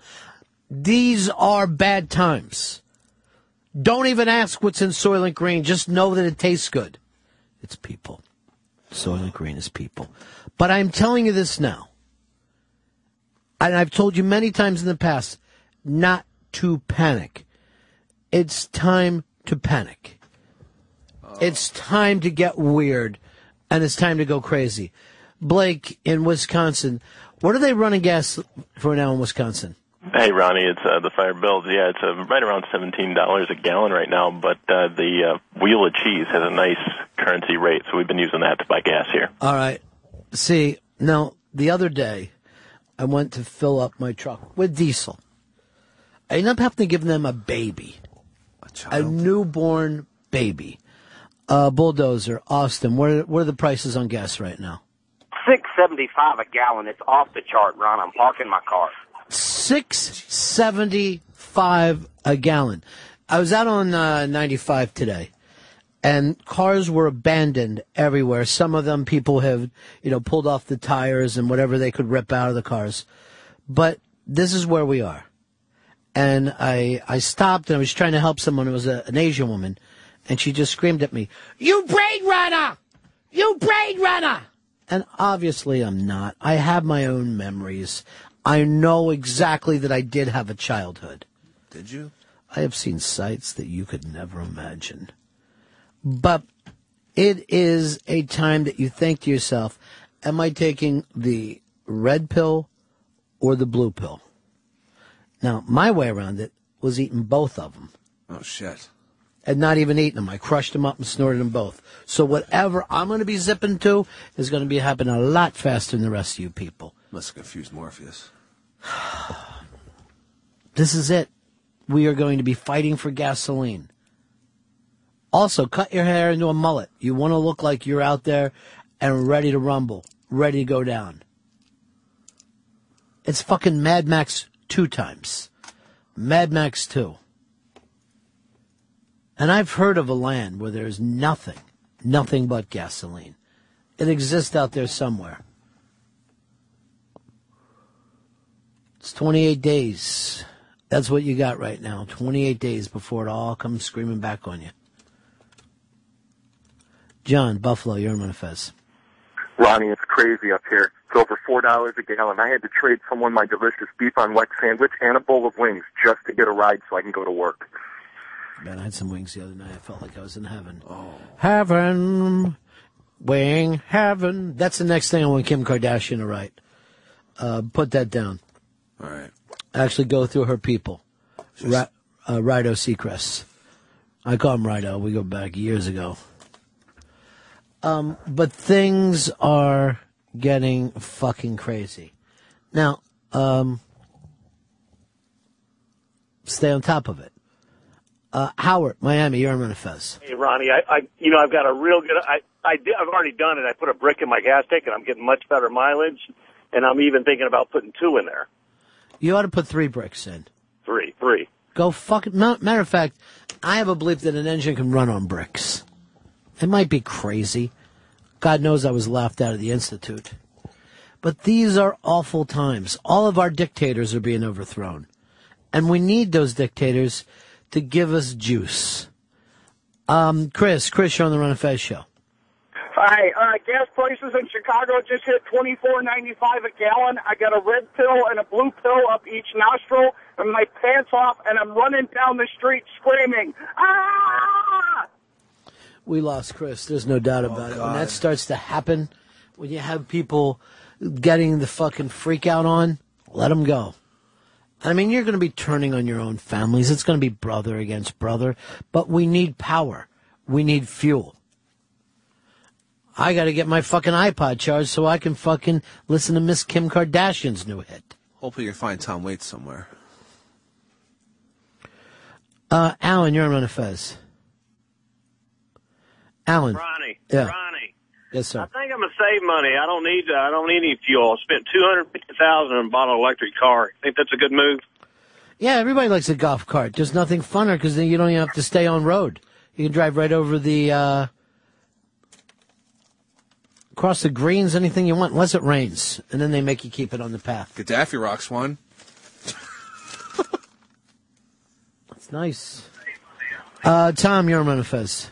Speaker 6: These are bad times. Don't even ask what's in Soylent Green. Just know that it tastes good. It's people. Soylent Green is people. But I'm telling you this now. And I've told you many times in the past not to panic. It's time to panic. It's time to get weird and it's time to go crazy. Blake in Wisconsin, what are they running gas for now in Wisconsin?
Speaker 12: Hey Ronnie, it's uh, the fire bills. Yeah, it's uh, right around seventeen dollars a gallon right now, but uh, the uh, wheel of cheese has a nice currency rate, so we've been using that to buy gas here.
Speaker 6: All right. See, now, the other day, I went to fill up my truck with diesel. I ended up having to give them a baby, a, newborn baby. Uh, bulldozer, Austin, what are, what are the prices on gas right now?
Speaker 14: Six seventy five a gallon. It's off the chart, Ron. I'm parking my car.
Speaker 6: Six seventy five a gallon. I was out on uh, ninety five today, and cars were abandoned everywhere. Some of them people have, you know, pulled off the tires and whatever they could rip out of the cars. But this is where we are. And I, I stopped and I was trying to help someone. It was a, an Asian woman. And she just screamed at me, You brain runner! You brain runner! And obviously I'm not. I have my own memories. I know exactly that I did have a childhood.
Speaker 8: Did you?
Speaker 6: I have seen sights that you could never imagine. But it is a time that you think to yourself, am I taking the red pill or the blue pill? Now, my way around it was eating both of them
Speaker 8: Oh shit.
Speaker 6: and not even eating them. I crushed them up and snorted them both. So whatever I'm going to be zipping to is going to be happening a lot faster than the rest of you people.
Speaker 8: Must have confused Morpheus.
Speaker 6: This is it. We are going to be fighting for gasoline. Also, cut your hair into a mullet. You want to look like you're out there and ready to rumble, ready to go down. It's fucking Mad Max two times. Mad Max 2. And I've heard of a land where there's nothing, nothing but gasoline. It exists out there somewhere. It's 28 days. That's what you got right now. 28 days before it all comes screaming back on you. John, Buffalo, you're in Winnipeg.
Speaker 15: Ronnie, it's crazy up here. It's over four dollars a gallon. I had to trade someone my delicious beef on wet sandwich and a bowl of wings just to get a ride so I can go to work.
Speaker 6: Man, I had some wings the other night. I felt like I was in heaven. Oh. Heaven. Wing heaven. That's the next thing I want Kim Kardashian to write. Uh, put that down.
Speaker 8: All right.
Speaker 6: Actually, go through her people. Ra- uh, Rido Seacrest. I call him Rido. We go back years ago. Um, but things are getting fucking crazy. Now, um, stay on top of it. Uh, Howard, Miami, you're in Manifest.
Speaker 10: Hey, Ronnie, I, I, you know, I've got a real good. I, I did, I've already done it. I put a brick in my gas tank, and I'm getting much better mileage. And I'm even thinking about putting two in there.
Speaker 6: You ought to put three bricks in.
Speaker 10: Three, three.
Speaker 6: Go fuck it. Ma- Matter of fact, I have a belief that an engine can run on bricks. It might be crazy. God knows I was laughed out of the Institute. But these are awful times. All of our dictators are being overthrown. And we need those dictators to give us juice. Um, Chris, Chris, you're on the Run of Fez show.
Speaker 4: Hi, uh, gas prices in Chicago just hit twenty four ninety five a gallon. I got a red pill and a blue pill up each nostril, and my pants off, and I'm running down the street screaming, "Ah!"
Speaker 6: We lost Chris. There's no doubt about it. When that starts to happen, when you have people getting the fucking freak out on, Let them go. I mean, you're going to be turning on your own families. It's going to be brother against brother, but we need power. We need fuel. I got to get my fucking iPod charged so I can fucking listen to Miss Kim Kardashian's new hit.
Speaker 8: Hopefully, you can find Tom Waits somewhere.
Speaker 6: Uh, Alan, you're on Run a Fez. Alan.
Speaker 5: Ronnie.
Speaker 6: Yeah.
Speaker 5: Ronnie.
Speaker 6: Yes, sir.
Speaker 5: I think I'm gonna save money. I don't need. I don't need any fuel. I spent two hundred fifty thousand on bought an electric car. Think that's a good move?
Speaker 6: Yeah, everybody likes a golf cart. There's nothing funner because then you don't even have to stay on road. You can drive right over the, uh, across the greens, anything you want, unless it rains. And then they make you keep it on the path.
Speaker 8: Gaddafi rocks one.
Speaker 6: It's nice. Uh, Tom, you're on manifest.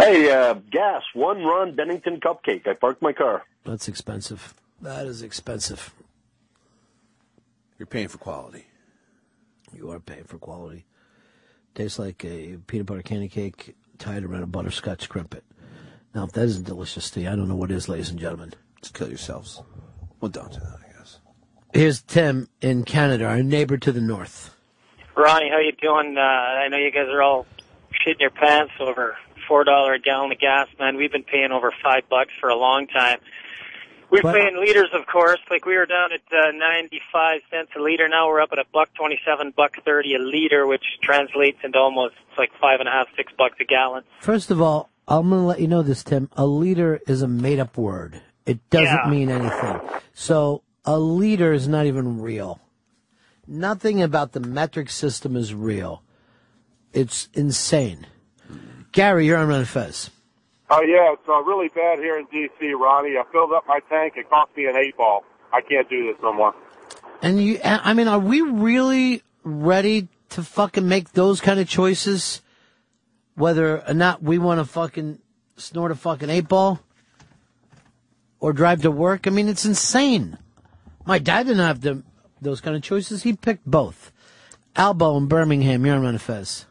Speaker 18: Hey, uh, gas, one Ron Bennington cupcake. I parked my car.
Speaker 6: That's expensive. That is expensive.
Speaker 8: You're paying for quality.
Speaker 6: You are paying for quality. Tastes like a peanut butter candy cake tied around a butterscotch crimpet. Now, if that isn't delicious to you, I don't know what is, ladies and gentlemen.
Speaker 8: Just kill yourselves. We're done to that, I guess.
Speaker 6: Here's Tim in Canada, our neighbor to the north.
Speaker 3: Ronnie, how you doing? Uh, I know you guys are all shitting your pants over four dollar a gallon of gas, man. We've been paying over five bucks for a long time. We're
Speaker 6: But-
Speaker 3: paying liters, of course. Like we were down at uh, ninety-five cents a liter. Now we're up at a buck twenty-seven, buck thirty a liter, which translates into almost it's like five and a half, six bucks a gallon.
Speaker 6: First of all, I'm going to let you know this, Tim. A leader is a made up word, it doesn't
Speaker 3: Yeah.
Speaker 6: mean anything. So, a leader is not even real. Nothing about the metric system is real. It's insane. Gary, you're on Manifest.
Speaker 24: Oh yeah, it's uh, really bad here in D.C., Ronnie. I filled up my tank. It cost me an eight ball. I can't do this no more.
Speaker 6: And you, I mean, are we really ready to fucking make those kind of choices? Whether or not we want to fucking snort a fucking eight ball or drive to work. I mean, it's insane. My dad didn't have the, those kind of choices. He picked both. Albo in Birmingham, you're on Manifest.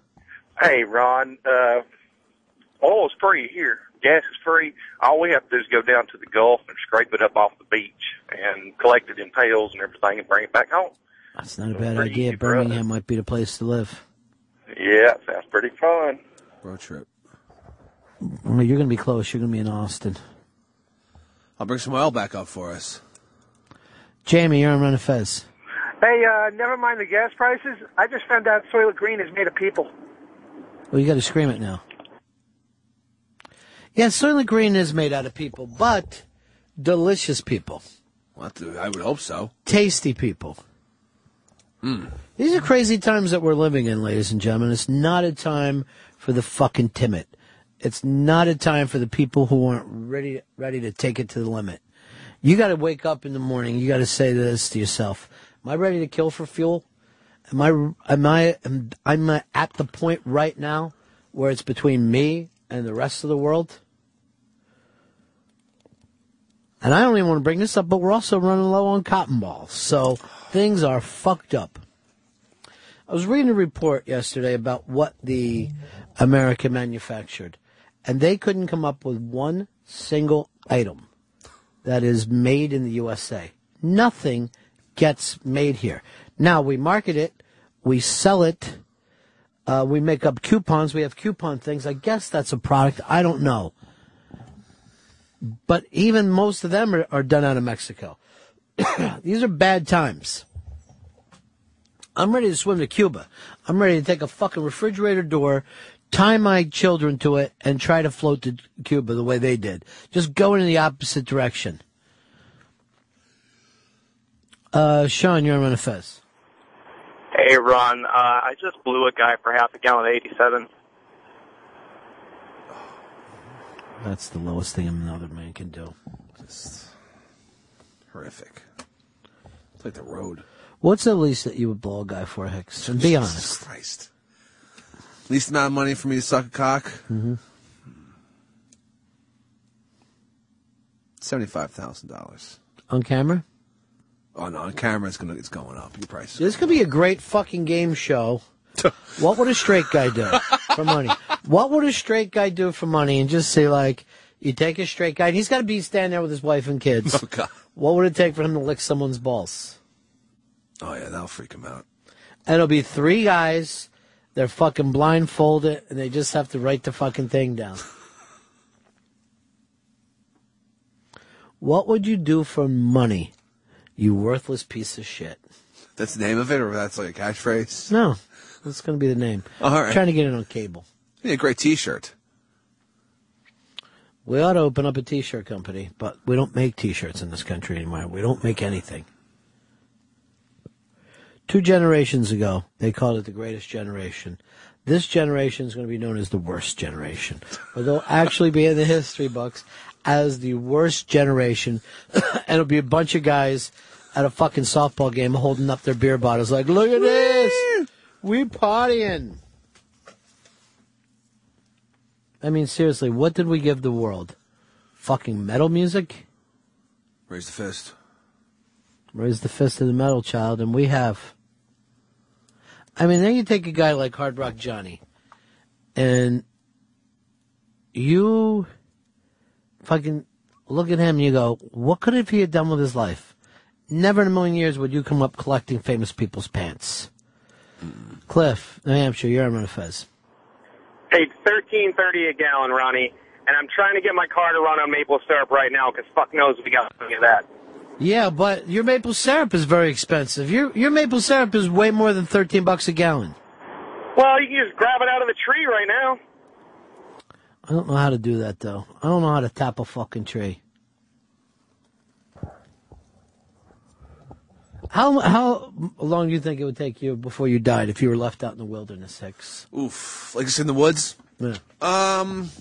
Speaker 25: Hey, Ron. Uh, oil is free here. Gas is free. All we have to do is go down to the Gulf and scrape it up off the beach and collect it in pails and everything and bring it back home.
Speaker 6: That's not a bad idea. Birmingham might be the place to live.
Speaker 25: Yeah, sounds pretty fun.
Speaker 8: Road trip.
Speaker 6: I mean, you're going to be close. You're going to be in Austin.
Speaker 8: I'll bring some oil back up for us.
Speaker 6: Jamie, you're on Manifest.
Speaker 26: Hey, uh, never mind the gas prices. I just found out Soylent Green is made of people.
Speaker 6: Well, you got to scream it now. Yeah, Soylent Green is made out of people, but delicious people,
Speaker 8: Well, that's- I would hope so.
Speaker 6: tasty people. Hmm.
Speaker 8: Mm.
Speaker 6: These are crazy times that we're living in, ladies and gentlemen. It's not a time for the fucking timid. It's not a time for the people who aren't ready ready to take it to the limit. You got to wake up in the morning. You got to say this to yourself: Am I ready to kill for fuel? Am I am I am, I'm at the point right now where it's between me and the rest of the world? And I don't even want to bring this up, but we're also running low on cotton balls, so things are fucked up. I was reading a report yesterday about what the America manufactured, and they couldn't come up with one single item that is made in the USA. Nothing gets made here. Now we market it, we sell it, uh, we make up coupons, we have coupon things. I guess that's a product. I don't know. But even most of them are, are done out of Mexico. [coughs] These are bad times. I'm ready to swim to Cuba. I'm ready to take a fucking refrigerator door, tie my children to it, and try to float to Cuba the way they did. Just go in the opposite direction. Uh, Sean, you're on manifest.
Speaker 27: Hey, Ron. Uh, I just blew a guy for half a gallon of 87.
Speaker 6: That's the lowest thing another man can do.
Speaker 8: Just horrific. It's like the road.
Speaker 6: What's the least that you would blow a guy for, Hicks? And be honest.
Speaker 8: Christ. Least amount of money for me to suck a cock?
Speaker 6: Mm-hmm.
Speaker 8: $75,000.
Speaker 6: On camera?
Speaker 8: On, on camera, it's, gonna, it's going up. Your price.
Speaker 6: This could be a great fucking
Speaker 8: [laughs]
Speaker 6: game show. what would a straight guy do for money? What would a straight guy do for money? And just say like, you take a straight guy, and he's got to be standing there with his wife and kids.
Speaker 8: Oh, God.
Speaker 6: What would it take for him to lick someone's balls?
Speaker 8: Oh yeah, that'll freak him out.
Speaker 6: And it'll be three guys. They're fucking blindfolded and they just have to write the fucking thing down. what would you do for money, you worthless piece of shit?
Speaker 8: That's the name of it, or that's like a catchphrase.
Speaker 6: No, that's going to be the name.
Speaker 8: All right.
Speaker 6: trying to get it on cable.
Speaker 8: It'd be a great T-shirt.
Speaker 6: We ought to open up a T-shirt company, but we don't make T-shirts in this country anymore. We don't make anything. Two generations ago, they called it the greatest generation. This generation is going to be known as the worst generation, but they'll actually be in the history books as the worst generation, [coughs] and it'll be a bunch of guys at a fucking softball game holding up their beer bottles like, "Look at this, we partying." I mean, seriously, what did we give the world? Fucking metal music?
Speaker 8: Raise the fist.
Speaker 6: Raise the fist of the metal child, and we have. I mean, then you take a guy like Hard Rock Johnny, and you fucking look at him and you go, what could have he had done with his life? Never in a million years would you come up collecting famous people's pants.
Speaker 8: Mm.
Speaker 6: Cliff, New Hampshire, you're on Fez.
Speaker 27: Paid thirteen thirty a gallon, Ronnie, and I'm trying to get my car to run on maple syrup right now because fuck knows we got to get that.
Speaker 6: Yeah, but your maple syrup is very expensive. Your your maple syrup is way more than thirteen bucks a gallon.
Speaker 27: Well, you can just grab it out of the tree right now.
Speaker 6: I don't know how to do that though. I don't know how to tap a fucking tree. How how long do you think it would take you before you died if you were left out in the wilderness, Hicks?
Speaker 8: Oof, like it's in the woods.
Speaker 6: Yeah.
Speaker 8: Um,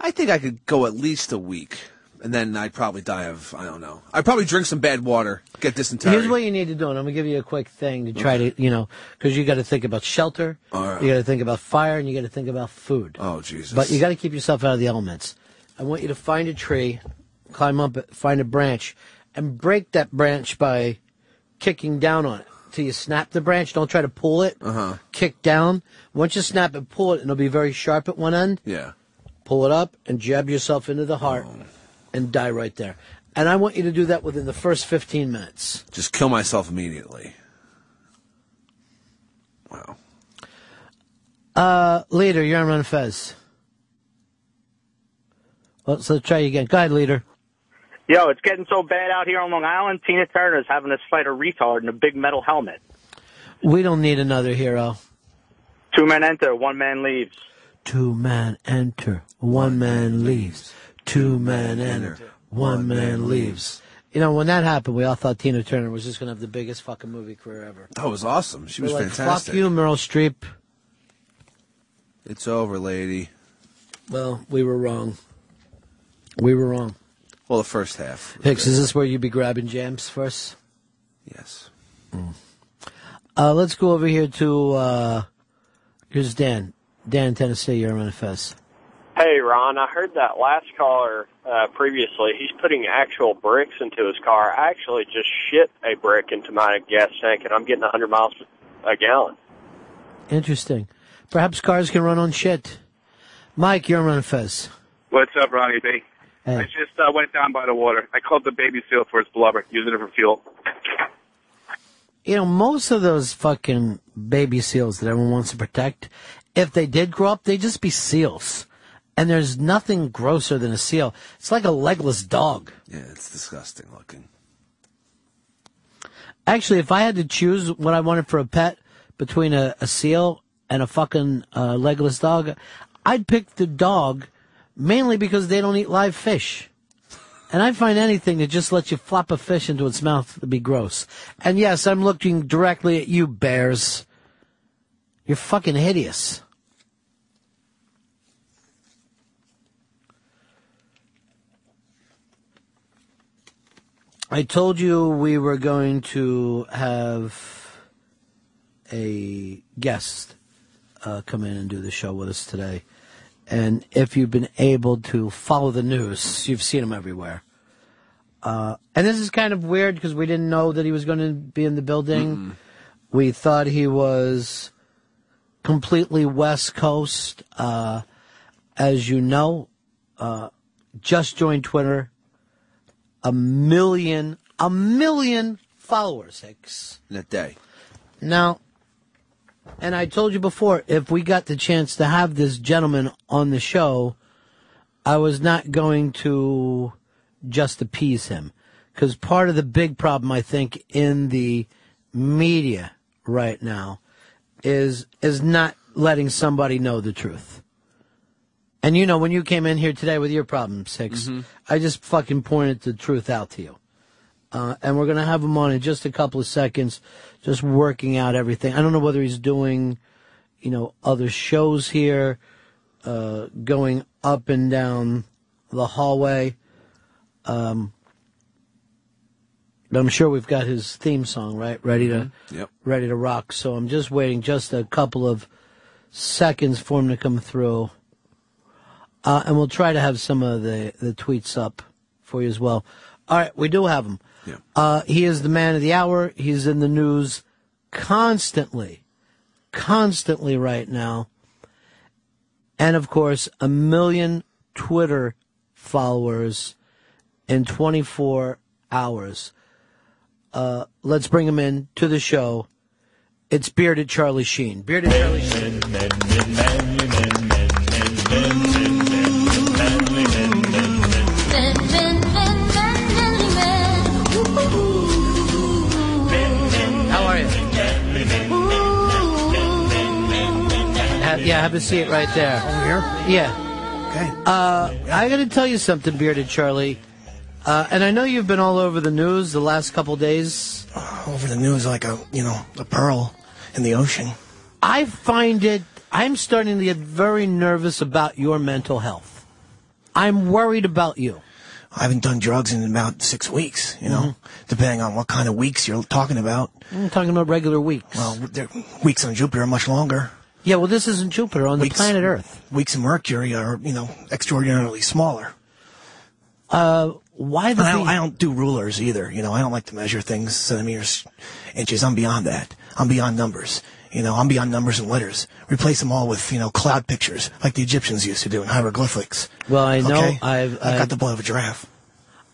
Speaker 8: I think I could go at least a week, and then I'd probably die of I don't know. I'd probably drink some bad water, get dysentery.
Speaker 6: Here's what you need to do, and I'm gonna give you a quick thing to try to, you know, because you got to think about shelter, you got to think about fire, and you got to think about food.
Speaker 8: Oh Jesus!
Speaker 6: But you got to keep yourself out of the elements. I want you to find a tree, climb up, it, find a branch, and break that branch by kicking down on it till you snap the branch. Don't try to pull it.
Speaker 8: Uh huh.
Speaker 6: Kick down. Once you snap it, pull it, and it'll be very sharp at one end.
Speaker 8: Yeah.
Speaker 6: Pull it up and jab yourself into the heart,
Speaker 8: Oh.
Speaker 6: and die right there. And I want you to do that within the first 15 minutes.
Speaker 8: Just kill myself immediately.
Speaker 6: Uh, leader, you're on Run Fez. Well, so try again. Go ahead, leader.
Speaker 28: Yo, it's getting so bad out here on Long Island. Tina Turner's having us fight a retard in a big metal helmet.
Speaker 6: We don't need another hero.
Speaker 28: Two men enter, one man leaves.
Speaker 6: Two men enter, one man leaves. Two men enter, one man leaves. You know, when that happened, we all thought Tina Turner was just going to have the biggest fucking movie career ever.
Speaker 8: That was awesome. She
Speaker 6: We're
Speaker 8: was
Speaker 6: like,
Speaker 8: fantastic.
Speaker 6: Fuck you, Meryl Streep.
Speaker 8: It's over, lady.
Speaker 6: Well, we were wrong. We were wrong.
Speaker 8: Well, the first half. was
Speaker 6: Hicks,
Speaker 8: good.
Speaker 6: is this where you'd be grabbing jams first?
Speaker 8: Yes.
Speaker 6: Uh, let's go over here to, uh, here's Dan. Dan, Tennessee, you're on Fez.
Speaker 20: Hey, Ron, I heard that last caller uh, previously. He's putting actual bricks into his car. I actually just shit a brick into my gas tank, and I'm getting 100 miles a gallon.
Speaker 6: Interesting. Perhaps cars can run on shit. Mike, you're on Fez.
Speaker 17: What's up, Ronnie B?
Speaker 6: Hey.
Speaker 17: I just uh, went down by the water. I called the baby seal for its blubber, using it for fuel.
Speaker 6: you know, most of those fucking baby seals that everyone wants to protect, if they did grow up, they'd just be seals. And there's nothing grosser than a seal. It's like a legless dog.
Speaker 8: Yeah, it's disgusting looking.
Speaker 6: Actually, if I had to choose what I wanted for a pet between a, a seal and a fucking uh, legless dog, I'd pick the dog mainly because they don't eat live fish. And I find anything that just lets you flop a fish into its mouth to be gross. And yes, I'm looking directly at you, bears. You're fucking hideous. I told you we were going to have a guest uh, come in and do the show with us today. And if you've been able to follow the news, you've seen him everywhere. Uh, and this is kind of weird because we didn't know that he was going to be in the building. We thought he was completely West Coast. Uh, as you know, uh, just joined Twitter. A million, a million followers, Hicks.
Speaker 4: in a day.
Speaker 6: Now, and I told you before, if we got the chance to have this gentleman on the show, I was not going to just appease him. Because part of the big problem, I think, in the media right now is is not letting somebody know the truth. And you know, when you came in here today with your problem, 6 I just fucking pointed the truth out to you. Uh, and we're going to have him on in just a couple of seconds, just working out everything. I don't know whether he's doing, you know, other shows here, uh, going up and down the hallway. Um, I'm sure we've got his theme song right ready to
Speaker 4: Mm-hmm. Yep.
Speaker 6: ready to rock. So I'm just waiting just a couple of seconds for him to come through. Uh, and we'll try to have some of the, the tweets up for you as well. All right, we do have him.
Speaker 4: Yeah.
Speaker 6: Uh, he is the man of the hour. He's in the news constantly, constantly right now. And of course, a million Twitter followers in 24 hours. Uh, let's bring him in to the show. It's Bearded Charlie Sheen. Bearded Charlie Sheen. How are you? Have, yeah, have a seat right there. Over here? Yeah. Okay. Uh, I got to tell you something, Bearded Charlie. Uh, and I know you've been all over the news the last couple days.
Speaker 16: over the news like a you know a pearl in the ocean.
Speaker 6: I find it, I'm starting to get very nervous about your mental health. I'm worried about you.
Speaker 16: I haven't done drugs in about six weeks. You know, depending on what kind of weeks you're talking about.
Speaker 6: Mm-hmm. I'm talking about regular weeks.
Speaker 16: Well, there- weeks on Jupiter are much longer.
Speaker 6: Yeah, well, this isn't Jupiter on
Speaker 16: Weeks-
Speaker 6: the planet Earth.
Speaker 16: Weeks in Mercury are you know extraordinarily smaller.
Speaker 6: Uh, why the?
Speaker 16: I don't, I don't do rulers either. You know, I don't like to measure things centimeters, inches. I'm beyond that. I'm beyond numbers. You know, I'm beyond numbers and letters. Replace them all with you know cloud pictures like the Egyptians used to do in hieroglyphics.
Speaker 6: Well, I know
Speaker 16: Okay?
Speaker 6: I've,
Speaker 16: I've
Speaker 6: I've-
Speaker 16: got the blood of a giraffe.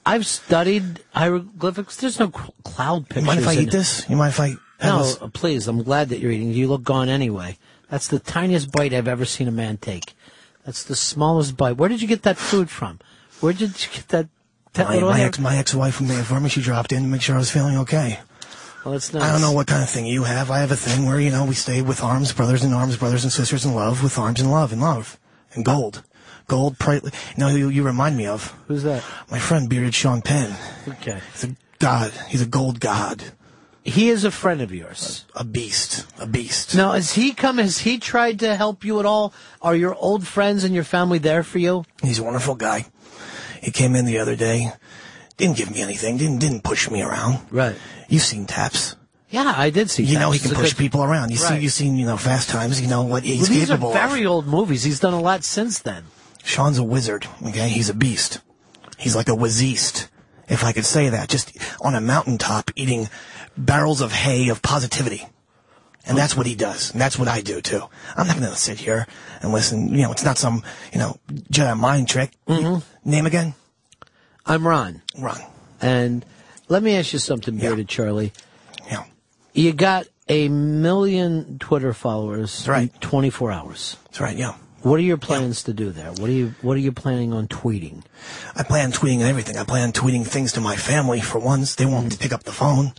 Speaker 6: I've studied hieroglyphics. There's no cl- cloud pictures.
Speaker 16: You mind if I
Speaker 6: in
Speaker 16: eat
Speaker 6: it.
Speaker 16: this? You mind if I have
Speaker 6: No,
Speaker 16: this?
Speaker 6: please. I'm glad that you're eating. You look gone anyway. That's the tiniest bite I've ever seen a man take. That's the smallest bite. Where did you get that food from? Where did you get that? that
Speaker 16: My,
Speaker 6: little
Speaker 16: my
Speaker 6: hair-
Speaker 16: ex, my ex-wife from the apartment, she dropped in to make sure I was feeling okay.
Speaker 6: Well, that's
Speaker 16: I don't
Speaker 6: nice.
Speaker 16: know what kind of thing you have. I have a thing where you know we stay with arms, brothers in arms, brothers and sisters in love, with arms in love, in love, and gold, gold. Pri- you know who you remind me of?
Speaker 6: Who's that?
Speaker 16: My friend bearded Sean Penn.
Speaker 6: Okay.
Speaker 16: He's a god. He's a gold god.
Speaker 6: He is a friend of yours.
Speaker 16: A, a beast. A beast.
Speaker 6: Now, has he come? Has he tried to help you at all? Are your old friends and your family there for you?
Speaker 16: He's a wonderful guy. He came in the other day. Didn't give me anything. Didn't didn't push me around.
Speaker 6: Right.
Speaker 16: You've seen Taps.
Speaker 6: Yeah, I did see.
Speaker 16: You know he can
Speaker 6: Taps. It's a
Speaker 16: push
Speaker 6: good-
Speaker 16: people around. You
Speaker 6: Right.
Speaker 16: see, you've seen you know Fast Times. You know what he's
Speaker 6: Well, These
Speaker 16: capable
Speaker 6: are
Speaker 16: of.
Speaker 6: very old movies. He's done a lot since then.
Speaker 16: Sean's a wizard. Okay, he's a beast. He's like a wazist, if I could say that. Just on a mountaintop, eating barrels of hay of positivity, and that's what he does. And that's what I do too. I'm not going to sit here and listen. You know, it's not some you know Jedi mind trick.
Speaker 6: Mm-hmm.
Speaker 16: Name again?
Speaker 6: I'm Ron.
Speaker 16: Ron.
Speaker 6: And let me ask you something, bearded Charlie.
Speaker 16: Yeah.
Speaker 6: You got a million Twitter followers in
Speaker 16: right.
Speaker 6: 24 hours.
Speaker 16: That's right. Yeah.
Speaker 6: What are your plans to do there? What are you What are you planning on tweeting?
Speaker 16: I plan on tweeting everything. I plan on tweeting things to my family for once. They won't pick up the phone.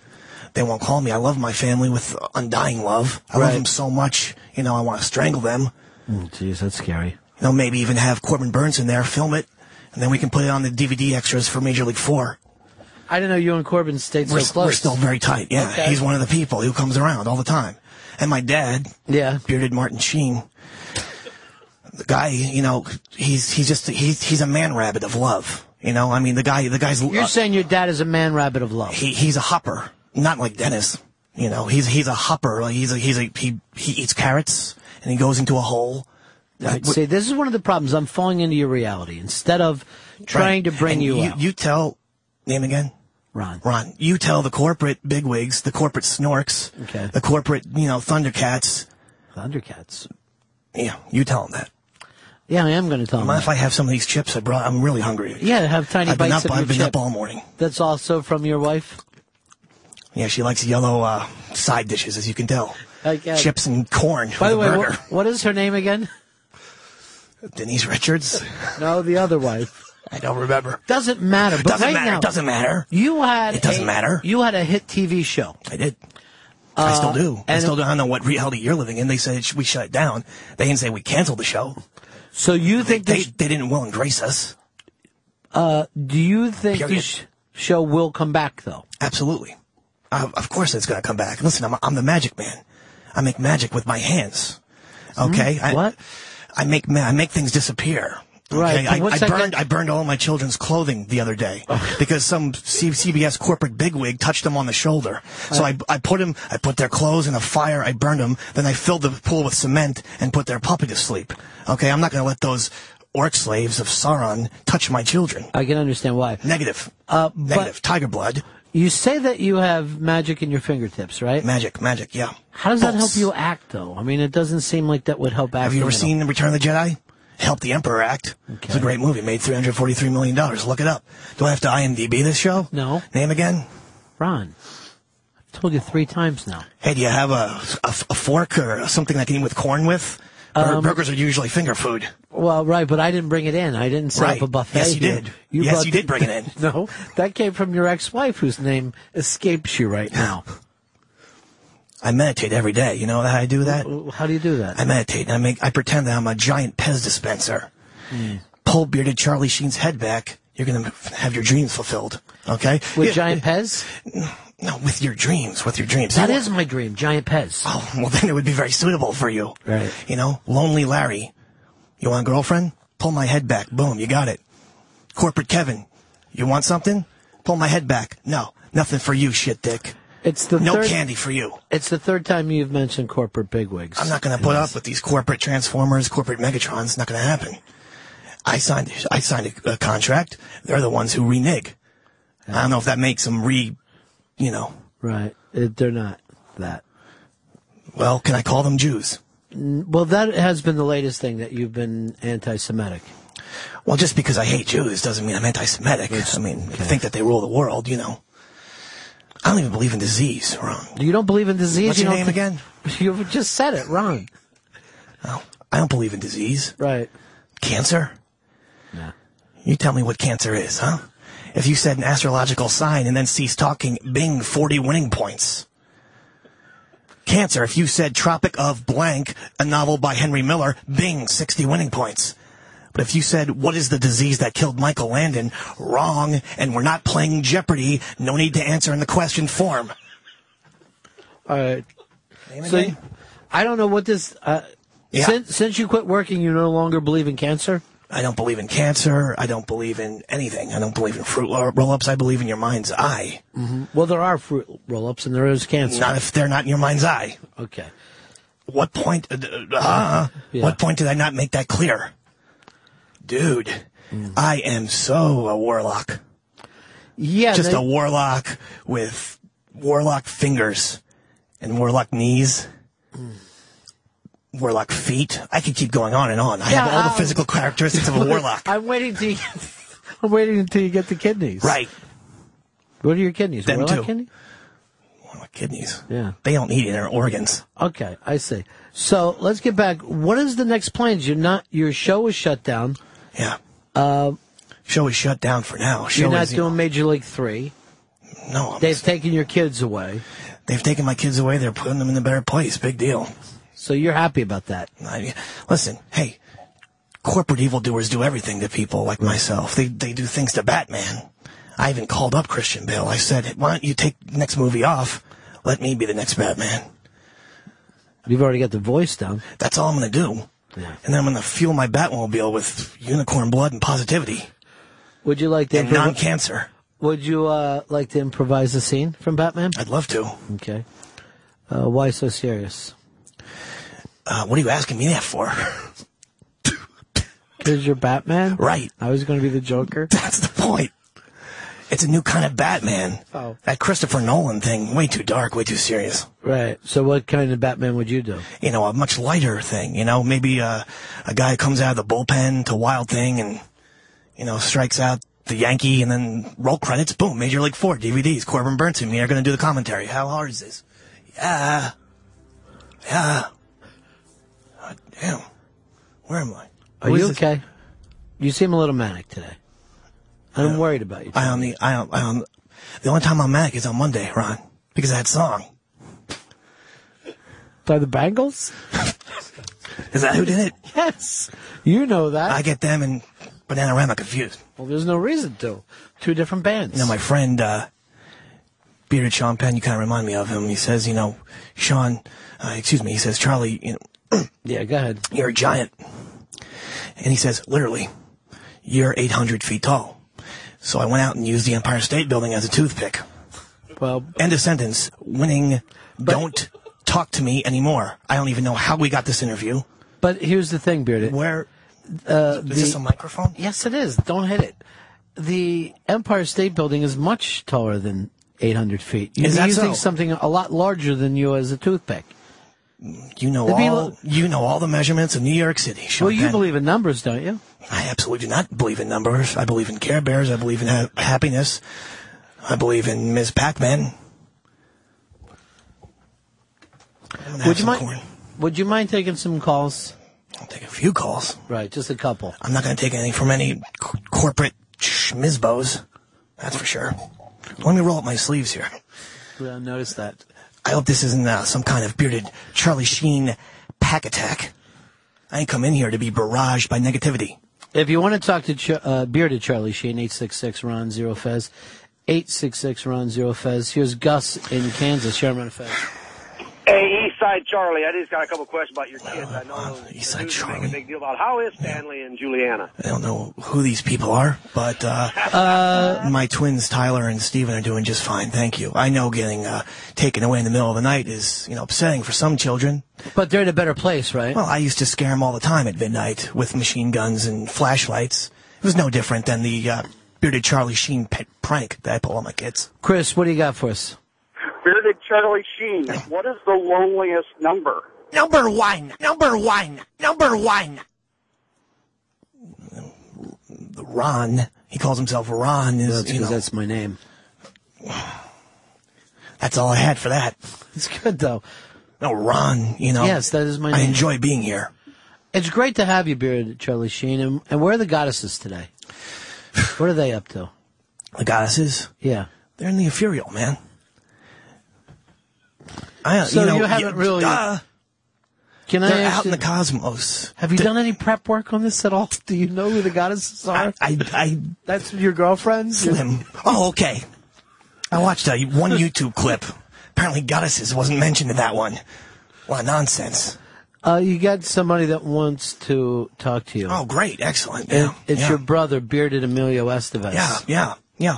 Speaker 16: They won't call me. I love my family with undying love. I love
Speaker 6: Right.
Speaker 16: them so much. You know, I want to strangle them.
Speaker 6: Mm, Jeez, that's scary.
Speaker 16: You know, maybe even have Corbin Burns in there, film it, and then we can put it on the DVD extras for Major League Four.
Speaker 6: I didn't know you and Corbin stayed
Speaker 16: we're,
Speaker 6: so close.
Speaker 16: we're still very tight. Yeah,
Speaker 6: Okay.
Speaker 16: he's one of the people who comes around all the time. And my dad,
Speaker 6: yeah,
Speaker 16: bearded Martin Sheen, the guy, you know, he's he's just he's he's a man rabbit of love. You know, I mean, the guy, the guy's
Speaker 6: You're
Speaker 16: uh,
Speaker 6: saying your dad is a man rabbit of love.
Speaker 16: he he's a hopper, not like Dennis. You know, he's he's a hopper. Like he's a, he's a he he eats carrots and he goes into a hole.
Speaker 6: Right. See, this is one of the problems. I'm falling into your reality instead of trying to
Speaker 16: Right.
Speaker 6: bring
Speaker 16: And
Speaker 6: you,
Speaker 16: You,
Speaker 6: out.
Speaker 16: you tell name again.
Speaker 6: Ron.
Speaker 16: Ron, you tell the corporate bigwigs, the corporate snorks,
Speaker 6: Okay.
Speaker 16: the corporate, you know, Thundercats.
Speaker 6: Thundercats.
Speaker 16: Yeah, you tell them that.
Speaker 6: Yeah, I am going to tell him.
Speaker 16: Mind
Speaker 6: that.
Speaker 16: if I have some of these chips I brought? I'm really hungry.
Speaker 6: Yeah, have tiny
Speaker 16: I've been
Speaker 6: bites
Speaker 16: up,
Speaker 6: of your
Speaker 16: I've been
Speaker 6: chip.
Speaker 16: up all morning.
Speaker 6: That's also from your wife.
Speaker 16: Yeah, she likes yellow uh, side dishes, as you can tell.
Speaker 6: I guess.
Speaker 16: Chips and corn. with
Speaker 6: By the
Speaker 16: a
Speaker 6: way, wh-
Speaker 16: burger.
Speaker 6: what is her
Speaker 16: [laughs]
Speaker 6: name again?
Speaker 16: Denise Richards. Oh,
Speaker 6: no, the other wife.
Speaker 16: I don't remember.
Speaker 6: Doesn't matter. But
Speaker 16: Doesn't
Speaker 6: right
Speaker 16: matter,
Speaker 6: Now,
Speaker 16: doesn't matter.
Speaker 6: You had.
Speaker 16: It doesn't
Speaker 6: a-
Speaker 16: matter.
Speaker 6: You had a hit TV show.
Speaker 16: I did.
Speaker 6: Uh,
Speaker 16: I still do. I
Speaker 6: and-
Speaker 16: still don't know what reality you're living in. They said sh- we shut it down. They didn't say we canceled the show.
Speaker 6: So you think
Speaker 16: they, they, they didn't will and grace us?
Speaker 6: Uh, do you think
Speaker 16: Period.
Speaker 6: this sh- show will come back though?
Speaker 16: Absolutely. Uh, of course it's going to come back. Listen, I'm, I'm the magic man. I make magic with my hands.
Speaker 6: Hmm?
Speaker 16: Okay? I, what? I make ma- I make things disappear.
Speaker 6: Right,
Speaker 16: Okay?
Speaker 6: but
Speaker 16: I,
Speaker 6: what's
Speaker 16: I
Speaker 6: that
Speaker 16: burned I burned all my children's clothing the other day because some C- CBS corporate bigwig touched them on the shoulder. So I, I put him I put their clothes in a fire. I burned them. Then I filled the pool with cement and put their puppy to sleep. Okay, I'm not going to let those orc slaves of Sauron touch my children.
Speaker 6: I can understand why.
Speaker 16: Negative.
Speaker 6: Uh, but
Speaker 16: Negative. Tiger blood.
Speaker 6: You say that you have magic in your fingertips, right?
Speaker 16: Magic, magic, yeah.
Speaker 6: How does that help
Speaker 16: Bolts.
Speaker 6: you act though? I mean, it doesn't seem like that would help act.
Speaker 16: Have you ever seen Return of the Jedi? Help the Emperor Act. It's a great movie. Made $343 million. Look it up. Do I have to IMDb this show?
Speaker 6: No.
Speaker 16: Name again?
Speaker 6: Ron? I've told you three times now.
Speaker 16: Hey, do you have a, a, a fork or something I can eat with corn with? Bur-
Speaker 6: Um,
Speaker 16: burgers are usually finger food.
Speaker 6: Well, right, but I didn't bring it in. I didn't set
Speaker 16: Right.
Speaker 6: up a buffet.
Speaker 16: Yes, you
Speaker 6: here.
Speaker 16: did. Yes,
Speaker 6: brought-
Speaker 16: you did bring it in.
Speaker 6: [laughs] no, that came from your ex-wife, whose name escapes you right now.
Speaker 16: [laughs] I meditate every day. You know how I do that?
Speaker 6: How do you do that?
Speaker 16: I meditate and I make, I pretend that I'm a giant Pez dispenser. Pull bearded Charlie Sheen's head back. You're gonna have your dreams fulfilled. Okay?
Speaker 6: With
Speaker 16: Yeah.
Speaker 6: Giant Pez?
Speaker 16: No, with your dreams, with your dreams.
Speaker 6: That is my dream, Giant Pez.
Speaker 16: Oh, well then it would be very suitable for you.
Speaker 6: Right.
Speaker 16: You know, lonely Larry. You want a girlfriend? Pull my head back. Boom, you got it. Corporate Kevin. You want something? Pull my head back. No, nothing for you, shit dick.
Speaker 6: It's the
Speaker 16: no
Speaker 6: third-
Speaker 16: candy for you.
Speaker 6: It's the third time you've mentioned corporate bigwigs.
Speaker 16: I'm not going to put up with these corporate transformers, corporate megatrons. It's not going to happen. I signed. I signed a, a contract. They're the ones who renege. I don't know if that makes them re, you know.
Speaker 6: Right. It, they're not that.
Speaker 16: Well, can I call them Jews?
Speaker 6: N- Well, that has been the latest thing that you've been anti-Semitic. [laughs]
Speaker 16: Well, just because I hate Jews doesn't mean I'm anti-Semitic. I mean, I think that they rule the world. You know. I don't even believe in disease, Ron.
Speaker 6: You don't believe in disease.
Speaker 16: What's
Speaker 6: you
Speaker 16: your
Speaker 6: don't
Speaker 16: name again?
Speaker 6: You just said it wrong.
Speaker 16: I don't believe in disease.
Speaker 6: Right.
Speaker 16: Cancer? No. You tell me what cancer is, huh? If you said an astrological sign and then ceased talking, bing, 40 winning points. Cancer, if you said Tropic of Blank, a novel by Henry Miller, bing, 60 winning points. But if you said, what is the disease that killed Michael Landon? Wrong, and we're not playing Jeopardy. No need to answer in the question form.
Speaker 6: All right.
Speaker 16: Name
Speaker 6: So,
Speaker 16: again?
Speaker 6: I don't know what this. Uh,
Speaker 16: Yeah.
Speaker 6: Since since you quit working, you no longer believe in cancer.
Speaker 16: I don't believe in cancer. I don't believe in anything. I don't believe in fruit roll-ups. I believe in your mind's eye.
Speaker 6: hmm Well, there are fruit roll-ups, and there is cancer.
Speaker 16: Not if they're not in your mind's eye.
Speaker 6: Okay.
Speaker 16: What point? Uh, uh,
Speaker 6: Yeah.
Speaker 16: What point did I not make that clear, dude?
Speaker 6: Mm.
Speaker 16: I am so a warlock.
Speaker 6: Yeah,
Speaker 16: just
Speaker 6: they-
Speaker 16: a warlock with warlock fingers and warlock knees,
Speaker 6: Mm.
Speaker 16: warlock feet. I could keep going on and on. I have
Speaker 6: Yeah,
Speaker 16: all the
Speaker 6: um,
Speaker 16: physical characteristics of a warlock.
Speaker 6: [laughs] I'm waiting till you, [laughs] I'm waiting until you get the kidneys.
Speaker 16: Right.
Speaker 6: What are your kidneys?
Speaker 16: Them
Speaker 6: Warlock
Speaker 16: too.
Speaker 6: kidney?
Speaker 16: Warlock kidneys.
Speaker 6: Yeah.
Speaker 16: They don't need inner organs.
Speaker 6: Okay, I see. So let's get back. What is the next plans? You're not. Your show is shut down.
Speaker 16: Yeah.
Speaker 6: Uh,
Speaker 16: Show is shut down for now. Show
Speaker 6: you're not
Speaker 16: is, you
Speaker 6: doing Major League Three.
Speaker 16: No, I'm-
Speaker 6: they've taken your kids away.
Speaker 16: They've taken my kids away. They're putting them in a better place. Big deal.
Speaker 6: So you're happy about that?
Speaker 16: I, listen, hey, corporate evildoers do everything to people like myself. They they do things to Batman. I even called up Christian Bale. I said, "Why don't you take the next movie off? Let me be the next Batman."
Speaker 6: You've already got the voice down.
Speaker 16: That's all I'm gonna do. And then I'm gonna fuel my Batmobile with unicorn blood and positivity
Speaker 6: Would you like to?
Speaker 16: and
Speaker 6: improv-
Speaker 16: non-cancer.
Speaker 6: Would you uh, like to improvise a scene from Batman?
Speaker 16: I'd love to.
Speaker 6: Okay. Uh, why so serious?
Speaker 16: Uh, what are you asking me that
Speaker 6: [laughs]
Speaker 16: for?
Speaker 6: Because you're Batman.
Speaker 16: Right.
Speaker 6: I was going to be the Joker.
Speaker 16: [laughs] That's the point. It's a new kind of Batman.
Speaker 6: Oh.
Speaker 16: That Christopher Nolan thing, way too dark, way too serious.
Speaker 6: Right. So what kind of Batman would you do?
Speaker 16: you know, a much lighter thing. You know, maybe uh, a guy comes out of the bullpen to Wild Thing and, you know, strikes out the Yankee, and then roll credits. Boom, Major League Four DVDs. Corbin Burns and me are going to do the commentary. How hard is this? Yeah, yeah. Oh, damn, where am I?
Speaker 6: Are
Speaker 16: Who is
Speaker 6: you
Speaker 16: this?
Speaker 6: okay? You seem a little manic today. I'm worried about you.
Speaker 16: I only, I, I, on the only time I'm manic is on Monday, Ron, because of that song.
Speaker 6: By the Bangles?
Speaker 16: Is that who did it?
Speaker 6: Yes. You know that.
Speaker 16: I get them and Bananarama confused.
Speaker 6: Well, there's no reason to. Two different bands.
Speaker 16: You know, my friend, uh, Bearded Sean Penn, you kind of remind me of him. He says, you know, Sean, uh, excuse me, he says, Charlie, you know,
Speaker 6: [clears throat] yeah, go ahead.
Speaker 16: You're a giant. And he says, literally, you're 800 feet tall. So I went out and used the Empire State Building as a toothpick.
Speaker 6: Well,
Speaker 16: end of sentence. Winning. don't talk to me anymore. I don't even know how we got this interview.
Speaker 6: But here's the thing, Bearded.
Speaker 16: Where?
Speaker 6: Uh,
Speaker 16: Is this a microphone?
Speaker 6: Yes, it is. Don't hit it. The Empire State Building is much taller than 800 feet. You'd
Speaker 16: Is
Speaker 6: be
Speaker 16: that
Speaker 6: using
Speaker 16: so?
Speaker 6: something a lot larger than you as a toothpick.
Speaker 16: You know
Speaker 6: It'd be
Speaker 16: all.
Speaker 6: lo-
Speaker 16: you know all the measurements in New York City. Sean
Speaker 6: well, you
Speaker 16: Penn.
Speaker 6: believe in numbers, don't you?
Speaker 16: I absolutely do not believe in numbers. I believe in Care Bears. I believe in ha- happiness. I believe in Ms. Pac-Man.
Speaker 6: Would you mind? Would you mind taking some calls?
Speaker 16: I'll take a few calls.
Speaker 6: Right, just a couple.
Speaker 16: I'm not going to take any from any c- corporate schmizbos. That's for sure. Let me roll up my sleeves here.
Speaker 6: Well, I noticed that.
Speaker 16: I hope this isn't uh, some kind of bearded Charlie Sheen pack attack. I ain't come in here to be barraged by negativity.
Speaker 6: If you want to talk to Ch- uh, Bearded Charlie Sheen, 866 Ron Zero Fez. 866 Ron Zero Fez. Here's Gus in Kansas. You're on Fez.
Speaker 11: Hey, Eastside Charlie, I just got a couple questions about your kids. I know the news is making a big deal about how is Stanley and Juliana.
Speaker 16: I don't know who these people are, but uh, uh, my twins Tyler and Steven are doing just fine. Thank you. I know getting uh, taken away in the middle of the night is, you know, upsetting for some children.
Speaker 6: But they're in a better place, right?
Speaker 16: Well, I used to scare them all the time at midnight with machine guns and flashlights. It was no different than the uh, bearded Charlie Sheen pet prank that I pull on my kids.
Speaker 6: Chris, what do you got for us?
Speaker 20: Bearded Charlie Sheen, what is the loneliest number?
Speaker 16: Number one. Number one. Number one. Ron, he calls himself Ron. Is
Speaker 6: That's
Speaker 16: you
Speaker 6: 'cause
Speaker 16: know,
Speaker 6: that's my name.
Speaker 16: That's all I had for that.
Speaker 6: [laughs] It's good though.
Speaker 16: No, Ron, you know.
Speaker 6: Yes, that is my
Speaker 16: I
Speaker 6: name.
Speaker 16: enjoy being here.
Speaker 6: It's great to have you, Bearded Charlie Sheen. And, and where are the goddesses today? What are they up to?
Speaker 16: The goddesses,
Speaker 6: Yeah.
Speaker 16: they're in the Infurial, man. I,
Speaker 6: So
Speaker 16: know,
Speaker 6: you haven't really-
Speaker 16: duh.
Speaker 6: Can I
Speaker 16: They're
Speaker 6: ask
Speaker 16: out in
Speaker 6: you-
Speaker 16: the cosmos.
Speaker 6: Have you
Speaker 16: D-
Speaker 6: done any prep work on this at all? [laughs] Do you know who the goddesses are?
Speaker 16: I, I
Speaker 6: That's your girlfriend's?
Speaker 16: Slim. Oh, okay. I watched a
Speaker 6: [laughs]
Speaker 16: one YouTube clip. Apparently, goddesses wasn't mentioned in that one. What nonsense!
Speaker 6: Uh, you got somebody that wants to talk to you.
Speaker 16: Oh, great, excellent.
Speaker 6: It-
Speaker 16: Yeah,
Speaker 6: it's
Speaker 16: yeah.
Speaker 6: your brother, Bearded Emilio Estevez.
Speaker 16: yeah, yeah, yeah,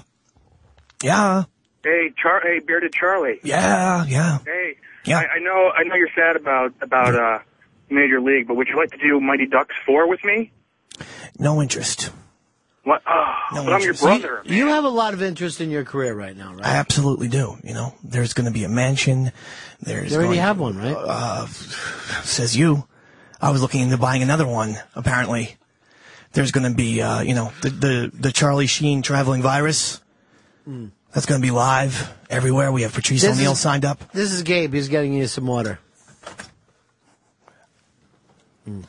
Speaker 16: yeah,
Speaker 20: Hey, Char- hey, bearded Charlie.
Speaker 16: yeah, yeah.
Speaker 20: Hey,
Speaker 16: Yeah.
Speaker 20: I, I know, I know you're sad about about uh, Major League, but would you like to do Mighty Ducks four with me?
Speaker 16: No interest.
Speaker 20: What? Oh,
Speaker 16: No
Speaker 20: but I'm your
Speaker 16: interest.
Speaker 20: brother.
Speaker 6: You have a lot of interest in your career right now, right?
Speaker 16: I absolutely do. You know, there's going to be a mansion. There's
Speaker 6: You already
Speaker 16: going-
Speaker 6: have one, right?
Speaker 16: Uh, says you. I was looking into buying another one. Apparently, there's going to be uh, you know the, the the Charlie Sheen traveling virus. That's going to be live everywhere. We have Patrice
Speaker 6: This
Speaker 16: Hmm. O'Neill
Speaker 6: is-
Speaker 16: signed up.
Speaker 6: This is Gabe. He's getting you some water.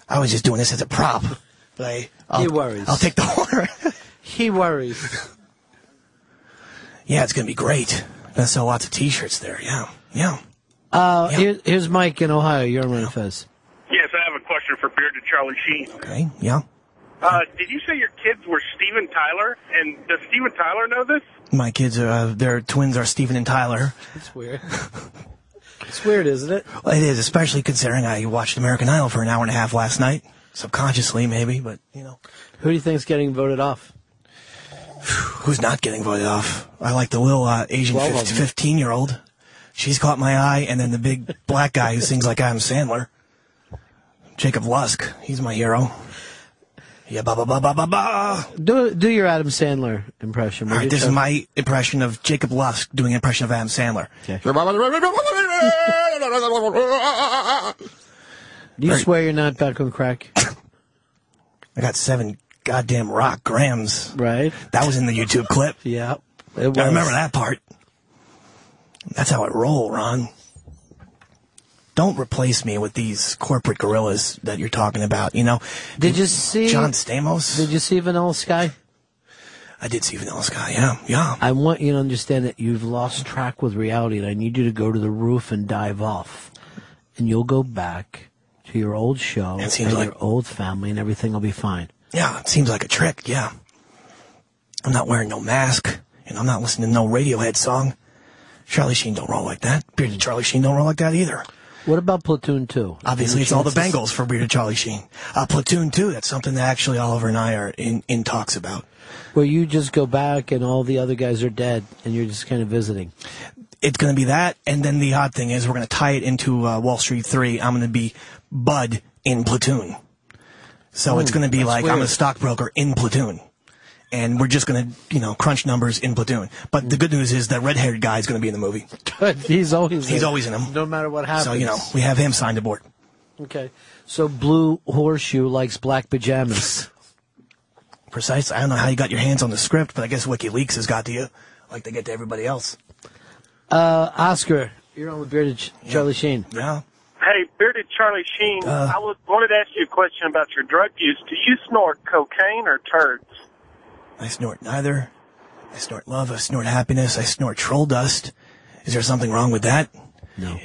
Speaker 16: I was just doing this as a prop. But I, I'll,
Speaker 6: he worries.
Speaker 16: I'll take the water.
Speaker 6: He [laughs] worries.
Speaker 16: yeah, it's going to be great. Gonna sell lots of T-shirts there. Yeah, yeah.
Speaker 6: Uh, here- here's Mike in Ohio. You're on Fez.
Speaker 29: Yes, I have a question for Bearded Charlie Sheen.
Speaker 16: Okay, yeah.
Speaker 29: Uh, did you say your kids were Steven Tyler? And does Steven Tyler know this?
Speaker 16: My kids are uh, their twins are Stephen and Tyler.
Speaker 6: It's
Speaker 16: [laughs]
Speaker 6: weird. it's weird, isn't it?
Speaker 16: Well, it is, especially considering I watched American Idol for an hour and a half last night. Subconsciously, maybe, but you know.
Speaker 6: Who do you think's getting voted off?
Speaker 16: Who's not getting voted off? I like the little uh, Asian
Speaker 6: Twelve of them.
Speaker 16: 15 year old. She's caught my eye, and then the big black guy who sings like Adam Sandler. Jacob Lusk. He's my hero. Yeah, ba ba ba ba ba ba.
Speaker 6: Do do your Adam Sandler impression.
Speaker 16: All
Speaker 6: would
Speaker 16: right,
Speaker 6: you,
Speaker 16: this is
Speaker 6: Chuck?
Speaker 16: my impression of Jacob Lusk doing an impression of Adam Sandler.
Speaker 6: Do you swear you're not back on crack?
Speaker 16: [coughs] I got seven goddamn rock grams.
Speaker 6: Right.
Speaker 16: That was in the YouTube clip.
Speaker 6: Yeah.
Speaker 16: I remember that part. That's how it roll, Ron. Don't replace me with these corporate gorillas that you're talking about. You know,
Speaker 6: Did you see
Speaker 16: John Stamos?
Speaker 6: Did you see Vanilla Sky?
Speaker 16: I did see Vanilla Sky. Yeah, yeah.
Speaker 6: I want you to understand that you've lost track with reality, and I need you to go to the roof and dive off, and you'll go back to your old show
Speaker 16: It seems
Speaker 6: and
Speaker 16: like-
Speaker 6: your old family, and everything will be fine.
Speaker 16: Yeah, it seems like a trick. Yeah. I'm not wearing no mask, and I'm not listening to no Radiohead song. Charlie Sheen don't roll like that. Bearded Charlie Sheen don't roll like that either.
Speaker 6: What about Platoon Two?
Speaker 16: Obviously,
Speaker 6: Any
Speaker 16: it's all the
Speaker 6: chances?
Speaker 16: Bengals for Bearded Charlie Sheen. Uh, Platoon 2, that's something that actually Oliver and I are in, in talks about.
Speaker 6: Where you just go back and all the other guys are dead, and you're just kind of visiting.
Speaker 16: It's going to be that, and then the odd thing is we're going to tie it into uh, Wall Street 3. I'm going to be Bud in Platoon. So it's
Speaker 6: Ooh,
Speaker 16: going to be
Speaker 6: Hmm, that's
Speaker 16: like I'm a
Speaker 6: weird.
Speaker 16: stockbroker in Platoon. And we're just going to, you know, crunch numbers in Platoon. But the good news is that red-haired guy is going to be in the movie.
Speaker 6: Hmm. Good. He's always
Speaker 16: He's
Speaker 6: there,
Speaker 16: always in them.
Speaker 6: no matter what happens.
Speaker 16: So, you know, we have him signed aboard.
Speaker 6: Okay. So Blue Horseshoe likes
Speaker 16: [laughs]
Speaker 6: black pajamas.
Speaker 16: Precise. I don't know how you got your hands on the script, but I guess WikiLeaks has got to you, like they get to everybody else.
Speaker 6: Uh, Oscar, you're on with Bearded Ch- Charlie Sheen.
Speaker 16: Yeah.
Speaker 30: Hey, bearded Charlie Sheen,
Speaker 16: Uh.
Speaker 30: I was, wanted to ask you a question about your drug use. Do you snort cocaine or turds?
Speaker 16: I snort neither. I snort love. I snort happiness. I snort troll dust. Is there something wrong with that?
Speaker 6: No.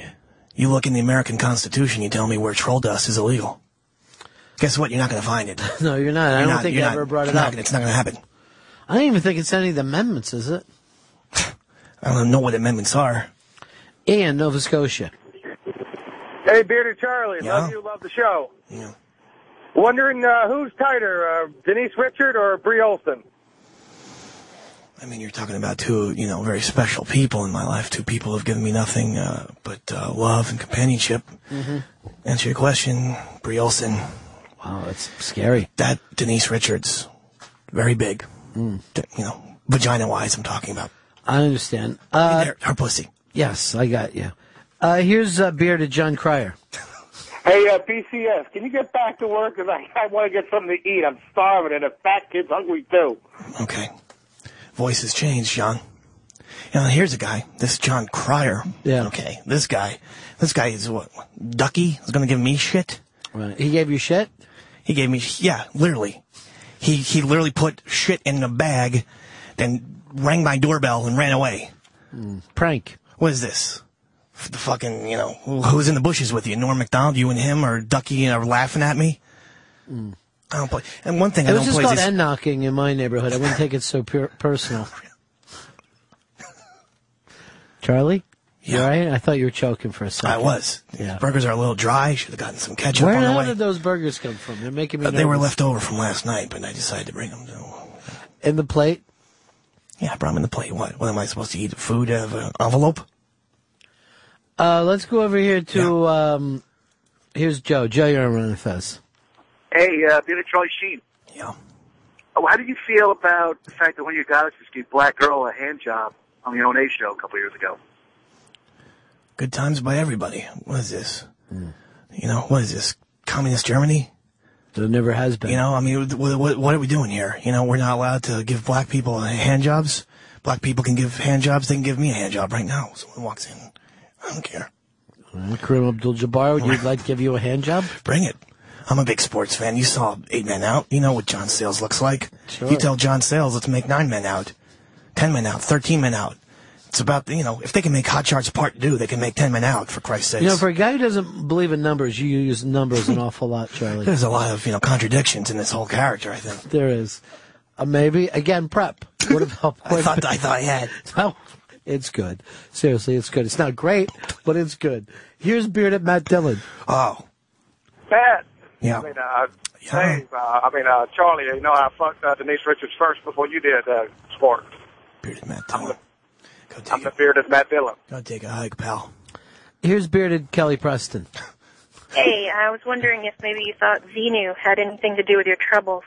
Speaker 16: You look in the American Constitution. You tell me where troll dust is illegal. Guess what? You're not going to find it.
Speaker 6: No, you're not.
Speaker 16: You're
Speaker 6: I don't
Speaker 16: not-
Speaker 6: think
Speaker 16: you're
Speaker 6: I
Speaker 16: not-
Speaker 6: ever brought it
Speaker 16: you're not
Speaker 6: up.
Speaker 16: gonna- it's not going to happen.
Speaker 6: I don't even think it's any of the amendments, is it?
Speaker 16: [laughs] I don't know what amendments are.
Speaker 6: And Nova Scotia.
Speaker 20: Hey, Bearded Charlie,
Speaker 16: Yeah.
Speaker 20: love you, love the show. Wondering uh, who's tighter, uh, Denise Richard or Bree Olson?
Speaker 16: I mean, you're talking about two, you know, very special people in my life. Two people who've given me nothing uh, but uh, love and companionship.
Speaker 6: Mm-hmm.
Speaker 16: Answer your question, Brie Olson.
Speaker 6: Wow, that's scary.
Speaker 16: That Denise Richards, very big.
Speaker 6: Hmm.
Speaker 16: D- You know, vagina wise, I'm talking about.
Speaker 6: I understand. Uh,
Speaker 16: her pussy.
Speaker 6: Yes, I got you. Uh, here's uh, Bearded John Cryer.
Speaker 20: Hey, uh, PCS, can you get back to work? Because I, I want to get something to eat. I'm starving, and a fat kid's hungry, too.
Speaker 16: Okay. Voices change, John. You know, here's a guy. This John Cryer.
Speaker 6: Yeah.
Speaker 16: Okay. This guy. This guy is what? Ducky is going to give me shit.
Speaker 6: Right. He gave you shit.
Speaker 16: He gave me yeah, literally. He he literally put shit in a bag, then rang my doorbell and ran away. Hmm.
Speaker 6: Prank.
Speaker 16: What is this? F- The fucking you know who- who's in the bushes with you? Norm Macdonald, you and him, or Ducky are laughing at me.
Speaker 6: Mm.
Speaker 16: I don't play. And one thing
Speaker 6: it
Speaker 16: I
Speaker 6: was
Speaker 16: don't
Speaker 6: just
Speaker 16: play
Speaker 6: called
Speaker 16: is these-
Speaker 6: end knocking in my neighborhood. I wouldn't take it so per-
Speaker 16: [laughs]
Speaker 6: personal. Charlie, you all right? I thought you were choking for a second.
Speaker 16: I was.
Speaker 6: Yeah.
Speaker 16: Burgers are a little dry. Should have gotten some ketchup
Speaker 6: Where
Speaker 16: on the
Speaker 6: the hell
Speaker 16: way.
Speaker 6: did those burgers come from? They're making me.
Speaker 16: Uh, they were
Speaker 6: nervous.
Speaker 16: left over from last night, but I decided to bring them.
Speaker 6: in the plate.
Speaker 16: Yeah, I brought them in the plate. What? What am I supposed to eat? Food out of an envelope?
Speaker 6: Uh, let's go over here to. Um, here's Joe. Joe, you're on Run and Fez.
Speaker 11: Hey, uh, Peter Charlie Sheen.
Speaker 16: Yeah.
Speaker 11: Oh, how do you feel about the fact that one of your guys just gave Black Girl a hand job on the O&A show a couple years ago?
Speaker 16: Good times by everybody. What is this?
Speaker 6: Hmm.
Speaker 16: You know, what is this? Communist Germany?
Speaker 6: There never has been.
Speaker 16: You know, I mean, what, what, what are we doing here? You know, we're not allowed to give black people hand jobs. Black people can give hand jobs. They can give me a hand job right now. Someone walks in. I don't care.
Speaker 6: Uh, Kareem Abdul-Jabbar, would you like to give you a hand job?
Speaker 16: Bring it. I'm a big sports fan. You saw Eight Men Out. You know what John Sales looks like.
Speaker 6: Sure.
Speaker 16: You tell John Sales, let's make Nine Men Out, Ten Men Out, Thirteen Men Out. It's about, you know, if they can make Hot Shots Part 2, they can make Ten Men Out, for Christ's sake.
Speaker 6: You know, for a guy who doesn't believe in numbers, you use numbers an awful lot, Charlie.
Speaker 16: There's a lot of, you know, contradictions in this whole character, I think.
Speaker 6: There is. Uh, maybe again prep.
Speaker 16: [laughs]
Speaker 6: What about?
Speaker 16: I thought- I thought I had.
Speaker 6: [laughs] No, it's good. Seriously, it's good. It's not great, but it's good. Here's bearded Matt Dillon.
Speaker 16: Oh,
Speaker 20: Pat.
Speaker 16: Yeah.
Speaker 20: I mean, uh, Dave, uh, I mean, uh, Charlie, you know, I fucked uh, Denise Richards first before you did, uh, Sport.
Speaker 16: Bearded Matt Dillon.
Speaker 20: I'm the bearded Matt Dillon.
Speaker 16: Go take a hike, pal.
Speaker 6: Here's bearded Kelly Preston.
Speaker 28: Hey, I was wondering if maybe you thought Xenu had anything to do with your troubles.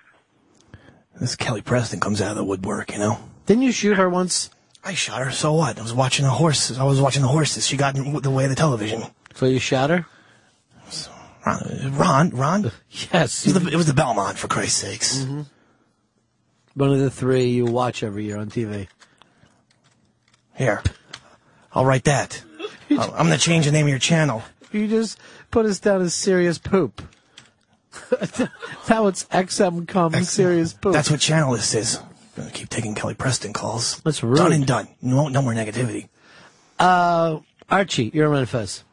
Speaker 16: This Kelly Preston comes out of the woodwork, you know.
Speaker 6: Didn't you shoot her once?
Speaker 16: I shot her. So what? I was watching the horses. I was watching the horses. She got in the way of the television.
Speaker 6: So you shot her?
Speaker 16: Ron, Ron, Ron?
Speaker 6: Yes. Mm-hmm.
Speaker 16: It was the, it was the Belmont, for Christ's sakes.
Speaker 6: one of the three you watch every year on TV.
Speaker 16: Here, I'll write
Speaker 6: [laughs]
Speaker 16: that. I'll- I'm gonna change the name of your channel.
Speaker 6: You just put us down as serious poop. [laughs] now it's XM come serious poop.
Speaker 16: That's what channel this is. I'm gonna keep taking Kelly Preston calls.
Speaker 6: That's rude.
Speaker 16: Done and done. No, no more negativity.
Speaker 6: Uh, Archie, you're on Fez.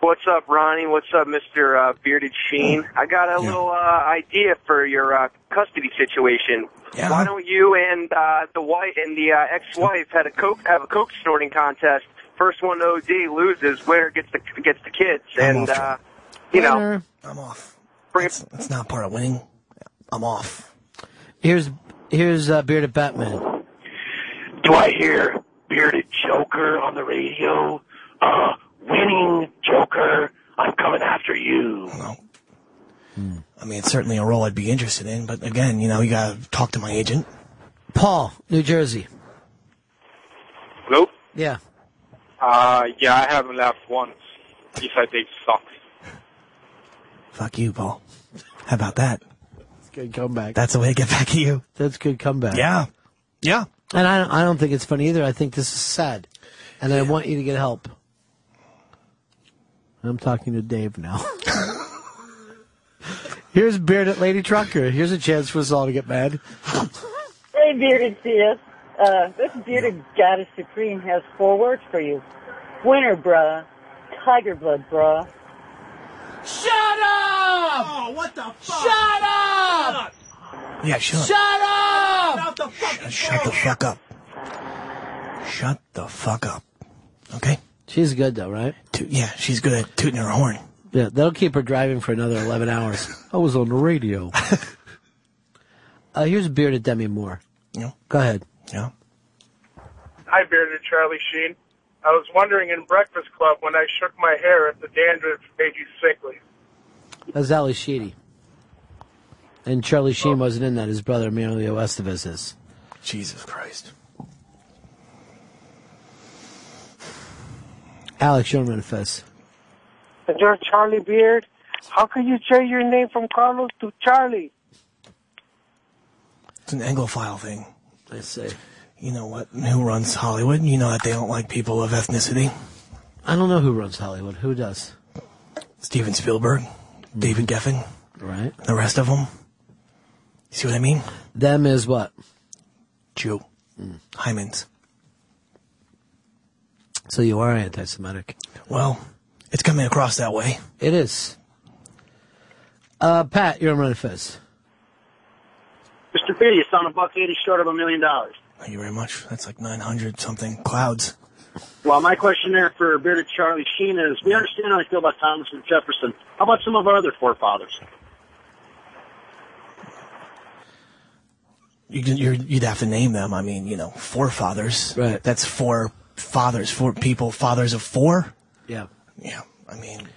Speaker 11: What's up, Ronnie? What's up, Mister uh, Bearded
Speaker 16: Mm.
Speaker 11: Sheen? I got a little uh, idea for your uh, custody situation.
Speaker 16: Yeah.
Speaker 11: Why don't you and uh, the wife and the uh, ex-wife had a coke have a coke snorting contest? First one to OD loses. Winner gets the gets the kids.
Speaker 16: I'm
Speaker 11: and
Speaker 16: off, Joe.
Speaker 11: uh, you know,
Speaker 16: I'm off. That's, that's not part of winning. I'm off.
Speaker 6: Here's here's uh, bearded Batman.
Speaker 31: Do I hear bearded Joker on the radio? Uh, winning Joker, I'm coming after you.
Speaker 16: I mean, it's certainly a role I'd be interested in, but again, you know, you gotta talk to my agent.
Speaker 6: Paul, New Jersey.
Speaker 20: Hello?
Speaker 6: Yeah.
Speaker 20: Uh, yeah, I haven't laughed once. Eastside Dave sucks.
Speaker 16: Fuck you, Paul. How about that?
Speaker 6: That's good comeback.
Speaker 16: That's the way to get back at you.
Speaker 6: That's good comeback.
Speaker 16: Yeah. Yeah.
Speaker 6: And I don't, I don't think it's funny either. I think this is sad, and I want you to get help. I'm talking to Dave
Speaker 16: [laughs]
Speaker 6: now. Here's bearded lady trucker. Here's a chance for us all to get mad.
Speaker 28: Hey, bearded CS. Uh, this bearded goddess supreme has four words for you: winter, bruh, tiger blood, bruh.
Speaker 6: Shut up! Oh, what the fuck? Shut up!
Speaker 16: Yeah, shut up.
Speaker 6: up!
Speaker 16: Shut the fuck up. Shut the fuck up.
Speaker 6: She's good though, right?
Speaker 16: yeah, she's good at tooting her horn.
Speaker 6: Yeah, that'll keep her driving for another 11 hours.
Speaker 16: [laughs]
Speaker 6: I was on the radio. uh, here's bearded Demi Moore.
Speaker 16: Yeah.
Speaker 6: Go ahead.
Speaker 16: Yeah.
Speaker 20: Hi, bearded Charlie Sheen. I was wondering in Breakfast Club when I shook my hair if the dandruff made you sickly.
Speaker 6: That's Ali Sheedy. And Charlie
Speaker 16: Oh.
Speaker 6: Sheen wasn't in that. His brother, Emilio Estevez, is.
Speaker 16: Jesus Christ.
Speaker 6: Alex, you're on Manifest.
Speaker 32: You're Charlie Beard. How can you change your name from Carlos to Charlie?
Speaker 16: It's an Anglophile thing.
Speaker 6: I say.
Speaker 16: You know what? Who runs Hollywood? You know that they don't like people of ethnicity.
Speaker 6: I don't know who runs Hollywood. Who does? Hmm.
Speaker 16: Steven Spielberg, David Geffen,
Speaker 6: right?
Speaker 16: The rest of them. See what I mean?
Speaker 6: Them is what? Mm.
Speaker 16: Jew. Hymens.
Speaker 6: So you are anti Semitic.
Speaker 16: Well, it's coming across that way.
Speaker 6: It is. Uh, Pat, you're on Manifest.
Speaker 33: Mr. P, you sound a buck eighty short of a million dollars.
Speaker 16: Thank you very much. That's like 900 something clouds.
Speaker 33: Well, my question there for Bearded Charlie Sheen is, we understand how I feel about Thomas and Jefferson. How about some of our other forefathers?
Speaker 16: You, can- you're, you'd have to name them. I mean, you know, forefathers. Right. That's four fathers, four people, fathers of four.
Speaker 6: Yeah.
Speaker 16: Yeah. I mean,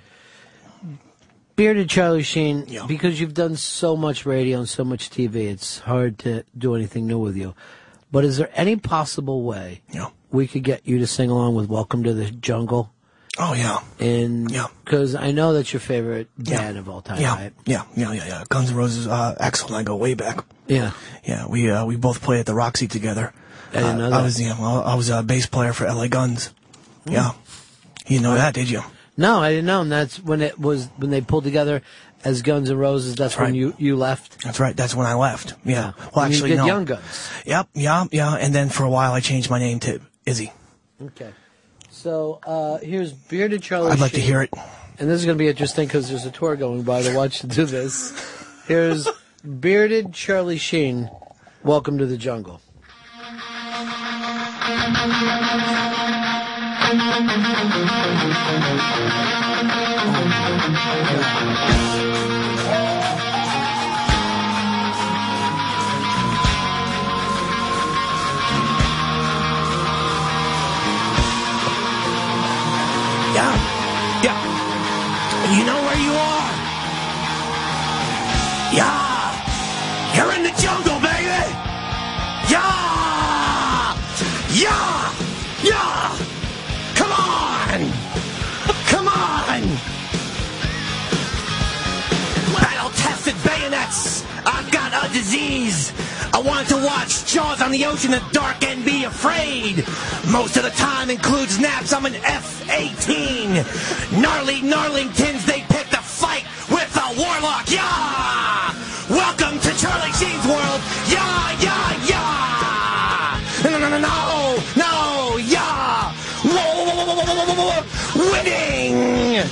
Speaker 6: Bearded Charlie Sheen, because you've done so much radio and so much TV, it's hard to do anything new with you. But is there any possible way we could get you to sing along with Welcome to the Jungle?
Speaker 16: Oh, yeah.
Speaker 6: And because I know that's your favorite band of all time,
Speaker 16: yeah,
Speaker 6: right?
Speaker 16: yeah, yeah, yeah, yeah. Guns N' Roses, uh, Axel and I go way back.
Speaker 6: Yeah.
Speaker 16: Yeah, we uh, we both played at the Roxy together.
Speaker 6: I didn't
Speaker 16: Uh,
Speaker 6: know
Speaker 16: I
Speaker 6: that. Hmm.
Speaker 16: was yeah, well, I was a bass player for LA Guns. Yeah, you didn't know that, did you?
Speaker 6: No, I didn't know. And that's when it was when they pulled together as Guns N' Roses. That's, when
Speaker 16: right.
Speaker 6: you you left.
Speaker 16: That's right. That's when I left. Yeah. Well,
Speaker 6: And
Speaker 16: actually,
Speaker 6: you did
Speaker 16: no.
Speaker 6: Young Guns.
Speaker 16: Yep. Yeah. Yeah. And then for a while, I changed my name to Izzy.
Speaker 6: Okay. So uh, here's bearded Charlie.
Speaker 16: I'd like to
Speaker 6: Sheen.
Speaker 16: hear it.
Speaker 6: And this is going to be interesting because there's a tour going by to watch to do this. Here's bearded Charlie Sheen. Welcome to the jungle.
Speaker 16: Yeah. Yeah. You know where you are. Yeah. You're in the jungle, baby. Yeah. Yeah. Yeah. Come on. Come on. Battle tested bayonets. I've got a disease.
Speaker 7: I want to watch Jaws on the ocean in the dark and be afraid. Most of the time includes naps. I'm an F-18. Gnarly gnarlingtons, they pick the fight with the warlock. Yeah! Welcome to Charlie Sheen's world. Yeah, yeah, yeah! No, no, no, no, no! No, yeah! Whoa, whoa, whoa, whoa, whoa, whoa, whoa, whoa, whoa. Winning!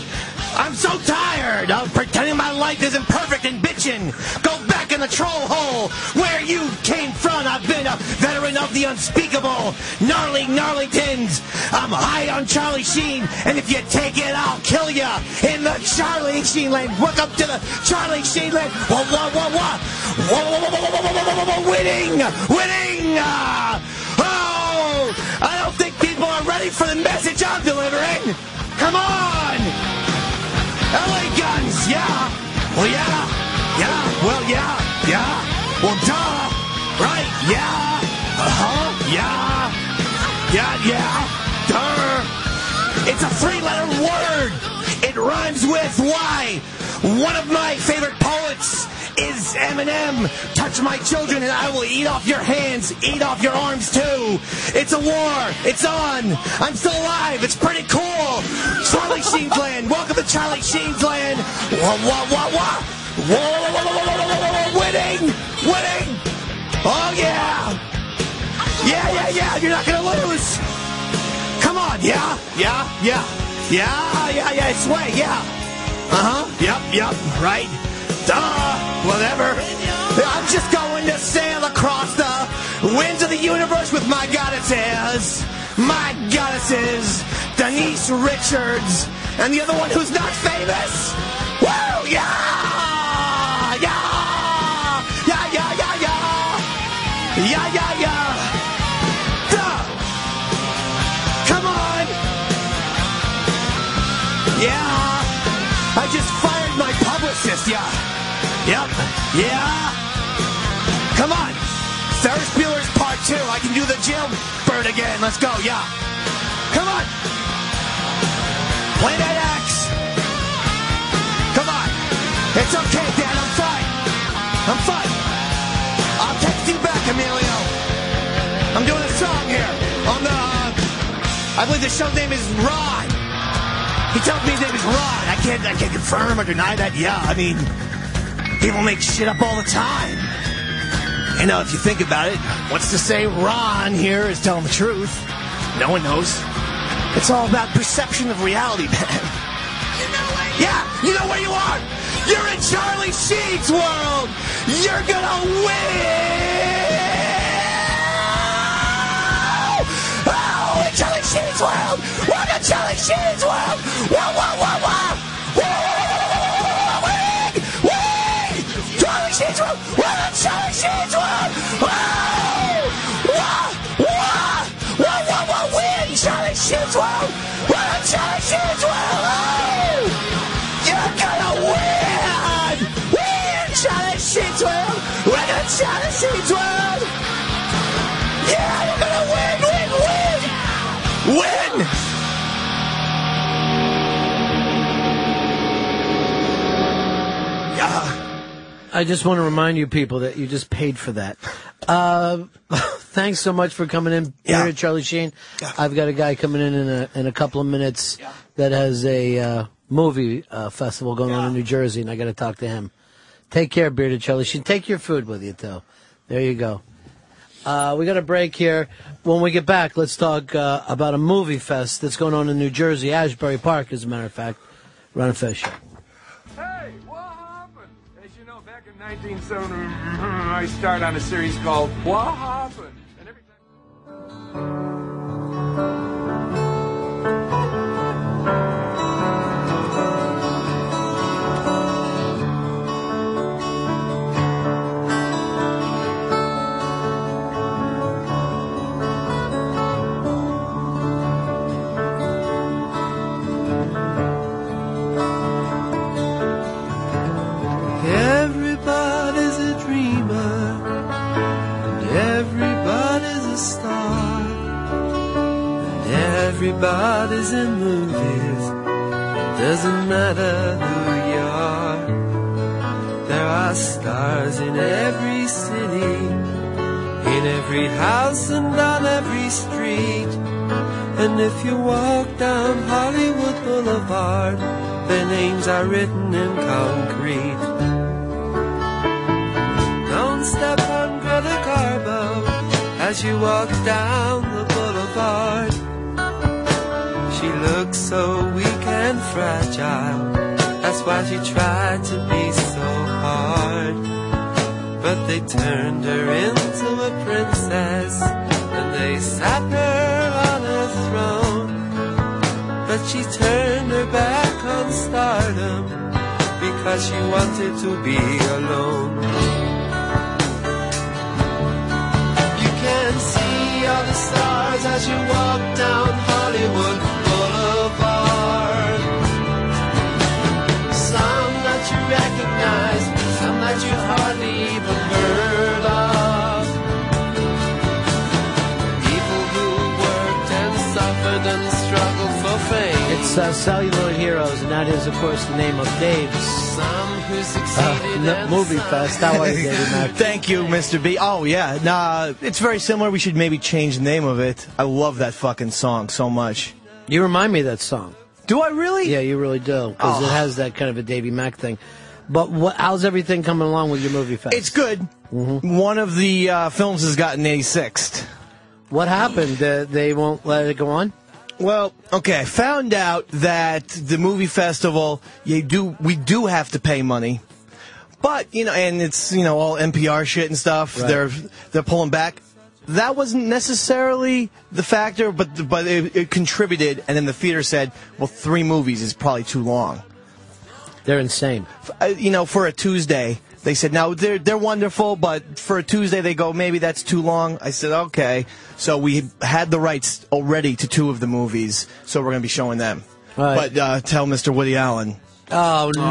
Speaker 7: I'm so tired of pretending my life isn't perfect and bitching. Go back in the troll hole where you came from. I've been a veteran of the unspeakable. Gnarly Gnarlingtons. I'm high on Charlie Sheen, and if you take it, I'll kill you in the Charlie Sheen lane. Welcome to the Charlie Sheen lane. Whoa, whoa, whoa, whoa. Whoa, whoa, whoa, whoa, whoa, whoa, whoa, whoa, whoa, whoa. Winning! Winning! Ah! Oh! I don't think people are ready for the message I'm delivering. Come on! LA Guns, yeah. Well, yeah. Yeah. Well, yeah. Yeah. Well, duh. Right. Yeah. Uh huh. Yeah. Yeah. Yeah. Duh. It's a three letter word. It rhymes with why. One of my favorite poets is Eminem. Touch my children and I will eat off your hands, eat off your arms too. It's a war. It's on. I'm still alive. It's pretty cool. Charlie Sheen's land. Welcome to Charlie Sheen's land. Wah, wah, wah, wah. Whoa, whoa, whoa, whoa, whoa, whoa, whoa, whoa, winning, winning. Oh yeah, yeah, yeah, yeah. You're not gonna lose. Come on, yeah, yeah, yeah, yeah, yeah, yeah. It's way, yeah. Uh huh. Yep, yep. Right. Duh. Whatever. I'm just going to sail across the winds of the universe with my goddesses. My goddesses, Denise Richards, and the other one who's not famous. Woo! Yeah! Yeah! Yeah! Yeah! Yeah! Yeah! Yeah! Yeah! Yeah! Duh! Come on! Yeah! I just fired my publicist, yeah. Yep. Yeah. Come on. Ferris Bueller's Part 2. I can do the jailbird again. Let's go, yeah. Come on. Play that axe. Come on. It's okay, Dad. I'm fine. I'm fine. I'll text you back, Emilio. I'm doing a song here on the. I believe the show's name is Rod. He tells me his name is Rod. I can't, I can't confirm or deny that. Yeah, I mean, people make shit up all the time. You know, if you think about it, what's to say Ron here is telling the truth? No one knows. It's all about perception of reality, [laughs] man. Yeah, you know where you are. You're in Charlie Sheen's world. You're gonna win. Oh, in Charlie Sheen's world. We're in Charlie Sheen's world. Whoa, whoa, whoa, whoa. Whoa, whoa, whoa, whoa, whoa, whoa, wing, wing. Charlie Sheen's world. We're in Charlie Sheen's world. Whoa, whoa, whoa, whoa, whoa, whoa, win, Charlie Sheen's world. We're in Charlie Sheen's world. Oh, you're gonna win. Win, Charlie Sheen's world. We're in Charlie Sheen's world. Yeah, you're gonna win, win, win. Win!
Speaker 6: I just want to remind you people that you just paid for that. Uh, [laughs] thanks so much for coming in,
Speaker 7: Yeah.
Speaker 6: Peter, Charlie Sheen. I've got a guy coming in in a, in a couple of minutes that has a uh, movie uh, festival going on in New Jersey, and I got to talk to him. Take care, Bearded Charlie Sheen. Take your food with you, though. There you go. Uh, we got a break here. When we get back, let's talk uh, about a movie fest that's going on in New Jersey, Ashbury Park, as a matter of fact. Run a fish.
Speaker 5: 1970, I start on a series called What Happened?
Speaker 4: Everybody's a dreamer, and everybody's a star, and everybody's in movies. Doesn't matter who you are, there are stars in every city, in every house and on every street. And if you walk down Hollywood Boulevard, their names are written in concrete. Don't step on Greta Garbo as you walk down the boulevard. She looks so weak and fragile. That's why she tried to be so hard. But they turned her into a princess and they sat her on a throne. But she turned her back on stardom because she wanted to be alone. You can see all the stars as you walk down Hollywood Boulevard. Some that you recognize, some that you hardly even heard of. People who worked and suffered and struggled for fame.
Speaker 6: It's uh, Celluloid Heroes, and that is, of course, the name of Dave's
Speaker 4: Some who
Speaker 6: uh,
Speaker 4: succeeded
Speaker 6: n-
Speaker 4: and
Speaker 6: movie
Speaker 4: some-
Speaker 6: fest. How are you, David Mack?
Speaker 16: Thank you, Mr. B. Oh yeah, nah, it's very similar. We should maybe change the name of it. I love that fucking song so much.
Speaker 6: [laughs] You remind me of that song.
Speaker 16: Do I really?
Speaker 6: Yeah, you really Ah. do, because
Speaker 16: Oh.
Speaker 6: it has that kind of a Davy Mac thing. But what, how's everything coming along with your movie fest? Mm-hmm.
Speaker 16: It's good. One of the uh, films has gotten 86th.
Speaker 6: What happened? Uh, they won't let it go on.
Speaker 16: Well, okay. I found out that the movie festival, you do, we do have to pay money, but you know, and it's you know all NPR shit and stuff.
Speaker 6: Right.
Speaker 16: They're they're pulling back. That wasn't necessarily the factor, but but it, it contributed. And then the theater said, well, three movies is probably too long.
Speaker 6: They're insane.
Speaker 16: uh, you know, for a Tuesday. They said, no, they're, they're wonderful, but for a Tuesday, they go, maybe that's too long. I said, okay. So we had the rights already to two of the movies, so we're going to be showing them.
Speaker 6: Right.
Speaker 16: But uh, tell Mr. Woody Allen.
Speaker 6: Oh no!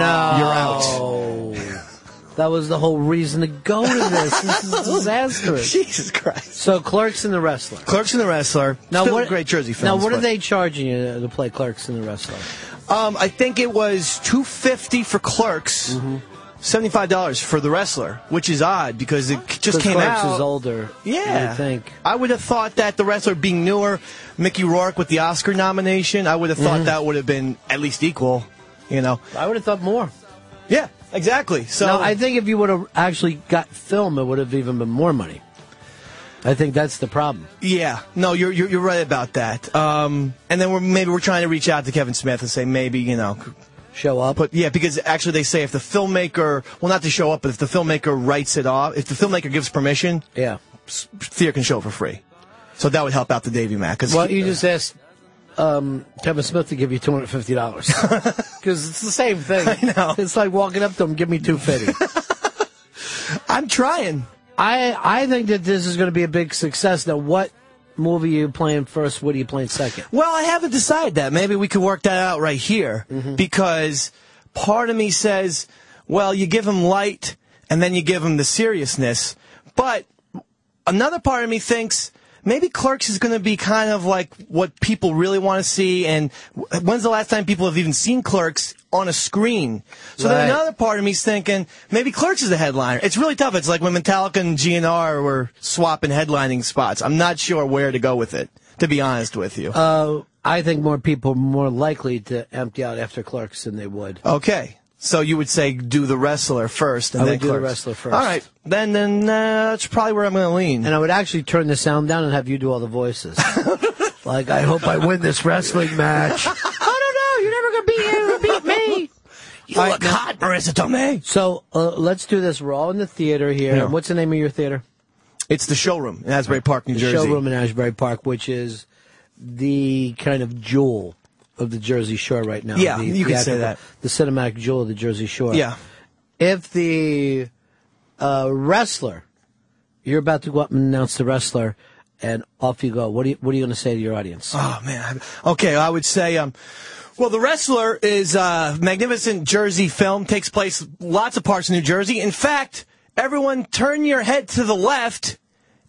Speaker 16: You're
Speaker 6: out. [laughs] That was the whole reason to go to this.
Speaker 16: [laughs]
Speaker 6: This [laughs] is disastrous.
Speaker 16: Jesus Christ!
Speaker 6: So, Clerks and the Wrestler.
Speaker 16: Clerks and the Wrestler.
Speaker 6: Now
Speaker 16: Still
Speaker 6: what?
Speaker 16: great Jersey films.
Speaker 6: Now, what are
Speaker 16: but-
Speaker 6: they charging you to play Clerks and the Wrestler?
Speaker 16: Um, I think it was two fifty for Clerks,
Speaker 6: Mm-hmm.
Speaker 16: five dollars for the Wrestler, which is odd because it just
Speaker 6: 'Cause
Speaker 16: came
Speaker 6: Clerks
Speaker 16: out.
Speaker 6: is older.
Speaker 16: Yeah,
Speaker 6: you think.
Speaker 16: I would have thought that the Wrestler being newer, Mickey Rourke with the Oscar nomination, I would have thought
Speaker 6: Mhm.
Speaker 16: that would have been at least equal. You know?
Speaker 6: I would have thought more.
Speaker 16: Yeah,
Speaker 6: [laughs]
Speaker 16: exactly. So
Speaker 6: Now, I think if you would have actually got film, it would have even been more money. I think that's the problem.
Speaker 16: Yeah, no, you're you're, you're right about that. Um, and then we're maybe we're trying to reach out to Kevin Smith and say maybe you know,
Speaker 6: show up.
Speaker 16: But yeah, because actually they say if the filmmaker, well, not to show up, but if the filmmaker writes it off, if the filmmaker gives permission,
Speaker 6: yeah,
Speaker 16: theater can show it for free. So that would help out the Davy Mac. 'cause
Speaker 6: Well,
Speaker 16: he-
Speaker 6: you just asked um, Kevin Smith to give you two hundred fifty dollars
Speaker 16: [laughs]
Speaker 6: because it's the same thing. [laughs] I know. It's like walking up to him, give me two fifty.
Speaker 16: I'm trying.
Speaker 6: I I think that this is going to be a big success. Now, what movie are you playing first? What are you playing second?
Speaker 16: Well, I haven't decided that. Maybe we could work that out right here because part of me says, well, you give him light and then you give him the seriousness. But another part of me thinks maybe Clerks is going to be kind of like what people really want to see. And w- when's the last time people have even seen Clerks on a screen? So
Speaker 6: Right.
Speaker 16: then another part of me's thinking maybe Clerks is the headliner. It's really tough. It's like when Metallica and GNR were swapping headlining spots. I'm not sure where to go with it. To be honest with you.
Speaker 6: Uh, I think more people are more likely to empty out after Clerks than they would.
Speaker 16: Okay. So you would say do the wrestler first, and
Speaker 6: I
Speaker 16: then
Speaker 6: would do the
Speaker 16: Clerks.
Speaker 6: wrestler first.
Speaker 16: All right, then then uh, that's probably where I'm going to lean.
Speaker 6: And I would actually turn the sound down and have you do all
Speaker 16: [laughs]
Speaker 6: the voices. like, I hope I win this
Speaker 16: [laughs]
Speaker 6: wrestling match. I don't know. You're never gonna beat you. Beat me.
Speaker 16: You look hot, Marissa Tomei.
Speaker 6: So uh, let's do this. We're all in the theater here.
Speaker 16: Yeah.
Speaker 6: What's the name of your theater?
Speaker 16: It's the showroom in Asbury Park, New
Speaker 6: the
Speaker 16: Jersey.
Speaker 6: showroom in Ashbury Park, which is the kind of jewel of the Jersey Shore right now.
Speaker 16: Yeah,
Speaker 6: the,
Speaker 16: you could say
Speaker 6: theatrical-
Speaker 16: that.
Speaker 6: The cinematic jewel of the Jersey Shore.
Speaker 16: Yeah.
Speaker 6: If the uh, wrestler, you're about to go up and announce the wrestler, and off you go. What are you, what are you going to say to your audience?
Speaker 16: Oh man. I- Okay, I would say um well, the wrestler is a magnificent Jersey film takes place lots of parts of New Jersey. In fact, everyone turn your head to the left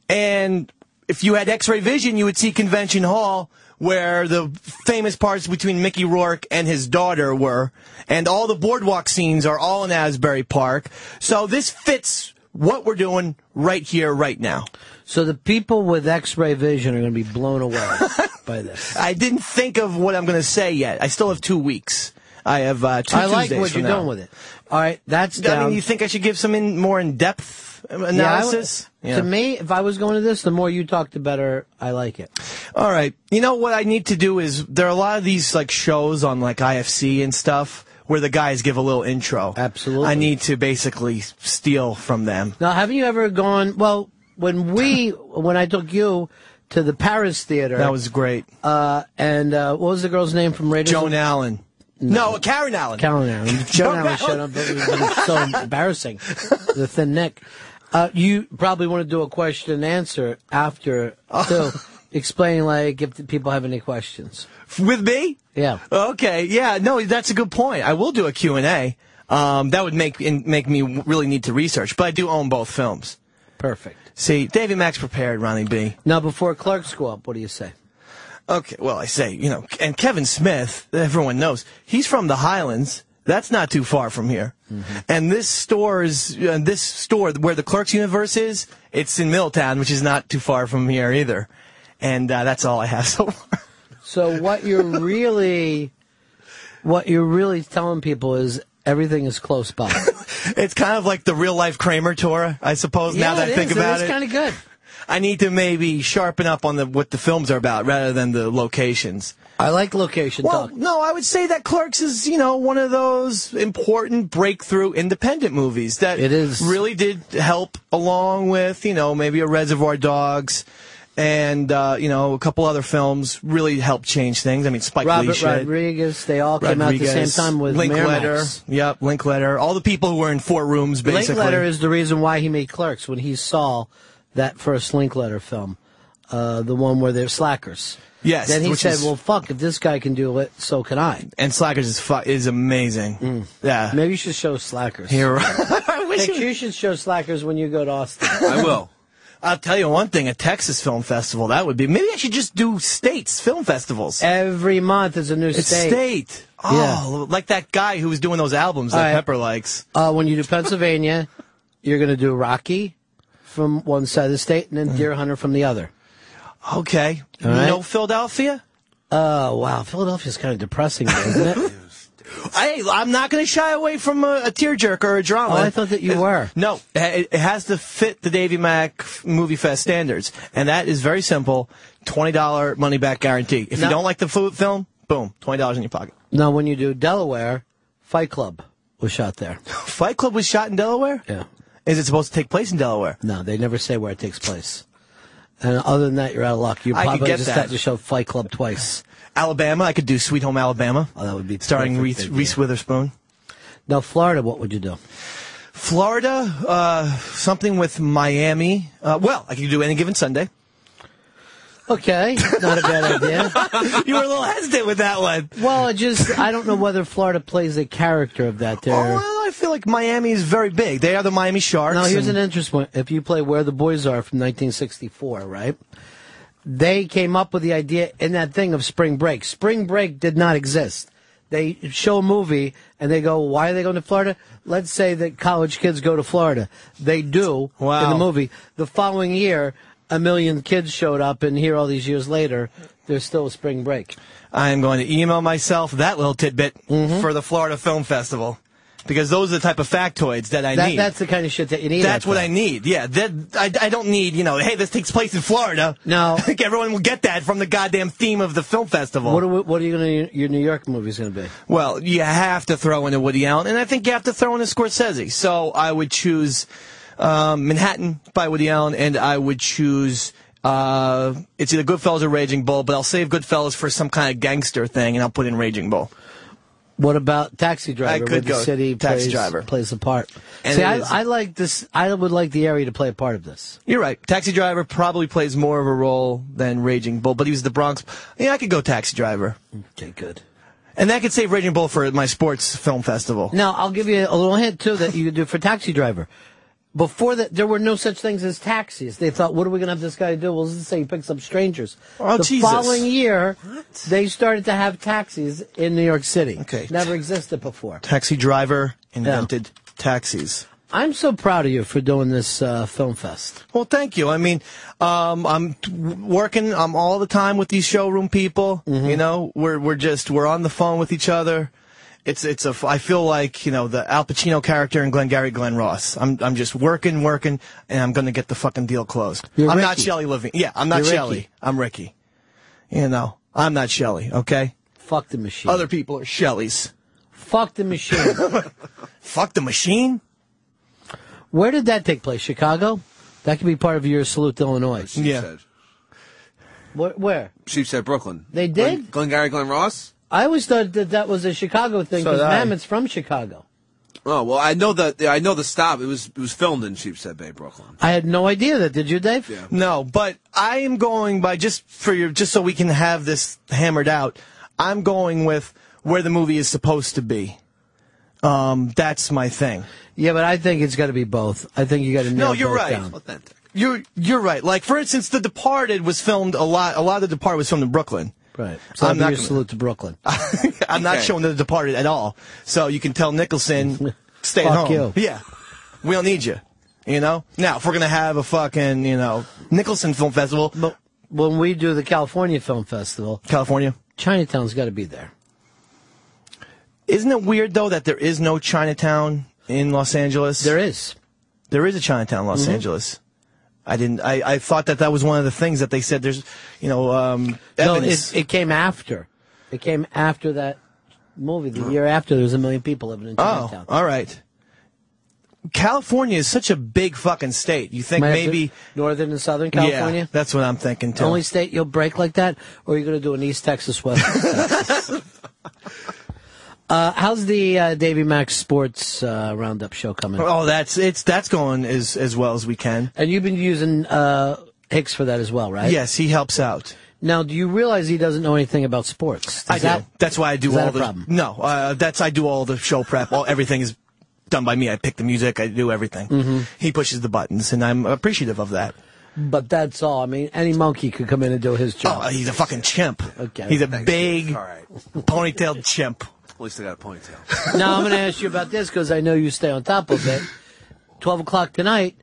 Speaker 16: and if you had x-ray vision, you would see Convention Hall where the famous parts between Mickey Rourke and his daughter were and all the boardwalk scenes are all in Asbury Park. So this fits what we're doing right here right now.
Speaker 6: So the people with X-ray vision are going to be blown away
Speaker 16: [laughs]
Speaker 6: by this.
Speaker 16: I didn't think of what I'm going to say yet. I still have two weeks. I have uh, two
Speaker 6: I like
Speaker 16: Tuesdays
Speaker 6: what
Speaker 16: from
Speaker 6: you're
Speaker 16: now.
Speaker 6: doing with it. All right, that's
Speaker 16: I
Speaker 6: down.
Speaker 16: mean, you think I should give some in, more in-depth
Speaker 6: Yeah, I would-
Speaker 16: analysis?
Speaker 6: To me, if I was going to this, the more you talk, the better I like it.
Speaker 16: All right. You know what I need to do is there are a lot of these like shows on like IFC and stuff where the guys give a little intro. Absolutely. I need to basically steal from them.
Speaker 6: Now, haven't you ever gone? Well, when
Speaker 16: [laughs]
Speaker 6: we, when I took you to the Paris Theater,
Speaker 16: That was great.
Speaker 6: Uh, and uh, what was the girl's name from Radio?
Speaker 16: Joan Allen. No, Karen Allen. [laughs]
Speaker 6: Karen Allen. Joan Allen showed up. It was, it was so embarrassing. The thin neck. Uh, you probably want to do a question and answer after,
Speaker 16: Oh.
Speaker 6: too. Explain, like, if the people have any questions.
Speaker 16: With me?
Speaker 6: Yeah.
Speaker 16: Okay. Yeah. No, that's a good point. I will do a Q&A. Um, that would make in- make me really need to research, but I do own both films.
Speaker 6: Perfect.
Speaker 16: See, Davey Max prepared, Ronnie B.
Speaker 6: Now, before clerks go up, what do you say?
Speaker 16: Okay, well, I say, you know, and Kevin Smith, everyone knows, he's from the Highlands. That's not too far from here.
Speaker 6: Mm-hmm.
Speaker 16: And this store's, uh, this store where the Clerks Universe is, it's in Milltown, which is not too far from here either. And uh, that's all I have [laughs] so far.
Speaker 6: So what you're really, what you're really telling people is everything is close by.
Speaker 16: [laughs] It's kind of like the real life Kramer tour, I suppose, now that I think about it.
Speaker 6: kind of good.
Speaker 16: I need to maybe sharpen up on the what the films are about rather than the locations.
Speaker 6: I like location
Speaker 16: well, No, I would say that Clerks is, you know, one of those important breakthrough independent movies that it is. really did help along with, you know, maybe a Reservoir Dogs and uh, you know, a couple other films really helped change things. I mean Spike
Speaker 6: Robert
Speaker 16: Lee shit.
Speaker 6: Rodriguez, they all came out at the same
Speaker 16: Rodriguez,
Speaker 6: time with
Speaker 16: Linkletter. Yep, Linkletter. All the people who were in four rooms
Speaker 6: Link
Speaker 16: basically.
Speaker 6: letter is the reason why he made Clerks when he saw that first link letter film, uh, the one where they're slackers.
Speaker 16: Yes,
Speaker 6: Then he
Speaker 16: which
Speaker 6: said,
Speaker 16: is-
Speaker 6: "Well, fuck! If this guy can do it, so can
Speaker 16: [laughs]
Speaker 6: I."
Speaker 16: and Slackers is fu- is amazing. Yeah.
Speaker 6: Mm. Maybe you should show Slackers.
Speaker 16: Here.
Speaker 6: [laughs] I wish you should show slackers when you go to Austin.
Speaker 16: [laughs] I will. I'll tell you one thing: a Texas film festival that would be. Maybe I should just do states film festivals.
Speaker 6: Every month is a new
Speaker 16: It's
Speaker 6: state.
Speaker 16: state. Oh, like that guy who was doing those albums
Speaker 6: All
Speaker 16: that
Speaker 6: right.
Speaker 16: Pepper likes.
Speaker 6: Uh, when you do Pennsylvania, you're going to do Rocky from one side of the state and then Deer Hunter from the other.
Speaker 16: Mm-hmm. Okay.
Speaker 6: All right.
Speaker 16: No Philadelphia's
Speaker 6: Oh, wow. Philadelphia's kind of depressing, isn't it?
Speaker 16: [laughs] Hey, I'm not going to shy away from a, a tearjerker or a drama.
Speaker 6: Oh, I thought that you were.
Speaker 16: No, it, it has to fit the Davy Mac Movie Fest standards, and that is very simple: twenty dollar money back guarantee. If
Speaker 6: No.
Speaker 16: you don't like the food film, boom, twenty dollars in your pocket.
Speaker 6: now, when you do Delaware, Fight Club was shot there.
Speaker 16: [laughs] Fight Club was shot in Delaware.
Speaker 6: Yeah.
Speaker 16: Is it supposed to take place in Delaware?
Speaker 6: No, they never say where it takes place. And other than that, you're out of luck. You
Speaker 16: I could
Speaker 6: probably
Speaker 16: get
Speaker 6: just
Speaker 16: that.
Speaker 6: have to show Fight Club
Speaker 16: [laughs]
Speaker 6: twice.
Speaker 16: Alabama. I could do Sweet Home Alabama.
Speaker 6: Oh, that would be
Speaker 16: starring
Speaker 6: perfect
Speaker 16: Reese,
Speaker 6: idea.
Speaker 16: Reese Witherspoon.
Speaker 6: Now, Florida, what would you do?
Speaker 16: Florida, uh, something with Miami. Uh, well, I could do any given Sunday. [laughs]
Speaker 6: Okay, not a bad idea.
Speaker 16: you were a little hesitant with that one.
Speaker 6: Well, it just I don't know whether Florida plays a character of that there.
Speaker 16: Oh, Well, I feel like Miami is very big. They are the Miami Sharks.
Speaker 6: Now, here's
Speaker 16: and-
Speaker 6: an interesting one. If you play Where the Boys Are from 1964, right? They came up with the idea in that thing of spring break. Spring break did not exist. They show a movie and they go, why are they going to Florida? Let's say that college kids go to Florida. They do in the movie. The following year, a million kids showed up, and here all these years later, there's still a spring break.
Speaker 16: I am going to email myself that little tidbit
Speaker 6: Mm-hmm.
Speaker 16: for the Florida Film Festival because those are the type of factoids that I
Speaker 6: That-
Speaker 16: need.
Speaker 6: that's the kind of shit that you need.
Speaker 16: That's
Speaker 6: out
Speaker 16: what
Speaker 6: there.
Speaker 16: I need. Yeah, that, I, I don't need you know. Hey, this takes place in Florida. [laughs]
Speaker 6: No.
Speaker 16: I think everyone will get that from the goddamn theme of the film festival.
Speaker 6: What are, we- what are you gonna, your New York movie's going to be?
Speaker 16: well, you have to throw in a Woody Allen, and I think you have to throw in a Scorsese. So I would choose um, Manhattan by Woody Allen, and I would choose. Uh, it's either Goodfellas or Raging Bull, but I'll save Goodfellas for some kind of gangster thing, and I'll put in Raging Bull.
Speaker 6: What about Taxi Driver?
Speaker 16: I could
Speaker 6: where the
Speaker 16: go
Speaker 6: city
Speaker 16: Taxi
Speaker 6: plays,
Speaker 16: Driver.
Speaker 6: plays a part.
Speaker 16: And
Speaker 6: See,
Speaker 16: it
Speaker 6: I,
Speaker 16: is-
Speaker 6: I like this. I would like the area to play a part of this.
Speaker 16: You're right. Taxi Driver probably plays more of a role than Raging Bull, but he was the Bronx. Yeah, I could go Taxi Driver.
Speaker 6: Okay, good.
Speaker 16: And that could save Raging Bull for my sports film festival.
Speaker 6: Now, I'll give you a little hint too that you could do for Taxi Driver. Before that, there were no such things as taxis. They thought, what are we going to have this guy do? Well, let's say he picks up strangers.
Speaker 16: Oh,
Speaker 6: the
Speaker 16: Jesus.
Speaker 6: following year, they started to have taxis in New York City.
Speaker 16: Okay.
Speaker 6: Never existed before.
Speaker 16: Taxi Driver invented taxis.
Speaker 6: I'm so proud of you for doing this uh, film fest.
Speaker 16: Well, thank you. I mean, um, I'm t- working. I'm all the time with these showroom people.
Speaker 6: Mm-hmm.
Speaker 16: You know, we're we're just we're on the phone with each other. It's it's a. f- I feel like you know the Al Pacino character in Glengarry Glen Ross. I'm I'm just working, working, and I'm gonna get the fucking deal closed.
Speaker 6: You're
Speaker 16: I'm not
Speaker 6: Ricky.
Speaker 16: Shelly Levine. Yeah, I'm not
Speaker 6: You're
Speaker 16: Shelly.
Speaker 6: Ricky.
Speaker 16: I'm Ricky. You know, I'm not Shelly. Okay.
Speaker 6: Fuck the machine.
Speaker 16: Other people are Shellys.
Speaker 6: Fuck the machine.
Speaker 16: [laughs] Fuck the machine.
Speaker 6: Where did that take place? Chicago. That could be part of your salute to Illinois.
Speaker 8: Yeah.
Speaker 6: Where, where?
Speaker 8: Sheep said Brooklyn.
Speaker 6: They did?
Speaker 8: Glenn, Glengarry Glenn Ross?
Speaker 6: I always thought that that was a Chicago thing
Speaker 8: So
Speaker 6: because
Speaker 8: did I.
Speaker 6: Mammoth's from Chicago.
Speaker 8: Oh well, I know the I know the stop. It was it was filmed in Sheepshead Bay, Brooklyn.
Speaker 6: I had no idea that. Did you, Dave?
Speaker 16: No, but I am going by just for your just so we can have this hammered out. I'm going with where the movie is supposed to be. Um, that's my thing.
Speaker 6: Yeah, but I think it's got to be both. I think you got to nail
Speaker 16: No, you're
Speaker 6: both
Speaker 16: right.
Speaker 6: down.
Speaker 16: You're you're right. Like for instance, The Departed was filmed a lot. A lot of The Departed was filmed in Brooklyn.
Speaker 6: Right. So
Speaker 16: I'm
Speaker 6: I'm
Speaker 16: not
Speaker 6: your
Speaker 16: gonna-
Speaker 6: salute to Brooklyn.
Speaker 16: Ah. I'm not
Speaker 6: Okay.
Speaker 16: showing The Departed at all. So you can tell
Speaker 6: [laughs]
Speaker 16: Nicholson stay at
Speaker 6: Fuck
Speaker 16: home.
Speaker 6: you.
Speaker 16: Yeah, we don't need you. You know. Now if we're gonna have a fucking you know Nicholson Film Festival,
Speaker 6: but when we do the California Film Festival,
Speaker 16: California,
Speaker 6: Chinatown's got to be there.
Speaker 16: Isn't it weird though that there is no Chinatown in Los Angeles? There
Speaker 6: is.
Speaker 16: There is a Chinatown in Los
Speaker 6: Mhm.
Speaker 16: Angeles. I didn't. I, I thought that that was one of the things that they said. There's, you know, um,
Speaker 6: No,
Speaker 16: evidence.
Speaker 6: it, it came after. It came after that movie. The year after, there was a million people living in
Speaker 16: Mm. oh,
Speaker 6: Chinatown.
Speaker 16: all right. California is such a big fucking state. You think
Speaker 6: Might have to-
Speaker 16: maybe
Speaker 6: northern and southern California.
Speaker 16: Yeah, that's what I'm thinking too.
Speaker 6: The only state you'll break like that, or you're going to do an East Texas West.
Speaker 16: [laughs]
Speaker 6: [laughs] Texas. uh, how's the uh, Davy Max Sports uh, Roundup show coming?
Speaker 16: oh, that's it's that's going as as well as we can.
Speaker 6: And you've been using uh, Hicks for that as well, right?
Speaker 16: Yes, he helps out.
Speaker 6: Now, do you realize he doesn't know anything about sports?
Speaker 16: I
Speaker 6: Does that-
Speaker 16: do. That's why I do
Speaker 6: is that
Speaker 16: all
Speaker 6: a
Speaker 16: the
Speaker 6: problem?
Speaker 16: no. Uh, that's I do all the show prep. All everything is done by me. I pick the music. I do everything.
Speaker 6: Mhm.
Speaker 16: He pushes the buttons, and I'm appreciative of that.
Speaker 6: But that's all. I mean, any monkey could come in and do his job.
Speaker 16: Oh, he's a fucking chimp.
Speaker 6: Okay.
Speaker 16: He's a
Speaker 6: Thanks,
Speaker 16: big ponytailed chimp.
Speaker 8: At least I got a ponytail.
Speaker 6: now I'm going to ask you about this because I know you stay on top of it. Twelve o'clock tonight,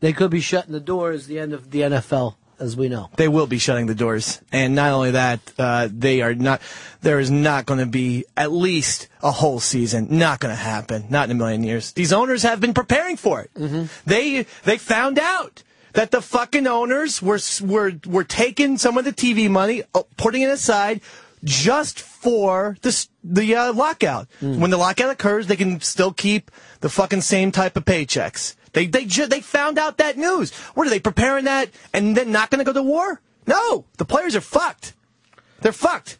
Speaker 6: they could be shutting the doors. The end of the NFL, as we know.
Speaker 16: They will be shutting the doors, and not only that, uh, they are not. There is not going to be at least a whole season. Not going to happen. Not in a million years. These owners have been preparing for it.
Speaker 6: Mm-hmm.
Speaker 16: They they found out that the fucking owners were s- were were taking some of the TV money, uh, putting it aside. Just for this, the uh, lockout.
Speaker 6: Hmm.
Speaker 16: When the lockout occurs, they can still keep the fucking same type of paychecks. They they ju- they found out that news. What are they preparing that and then not going to go to war? No, the players are fucked. They're fucked.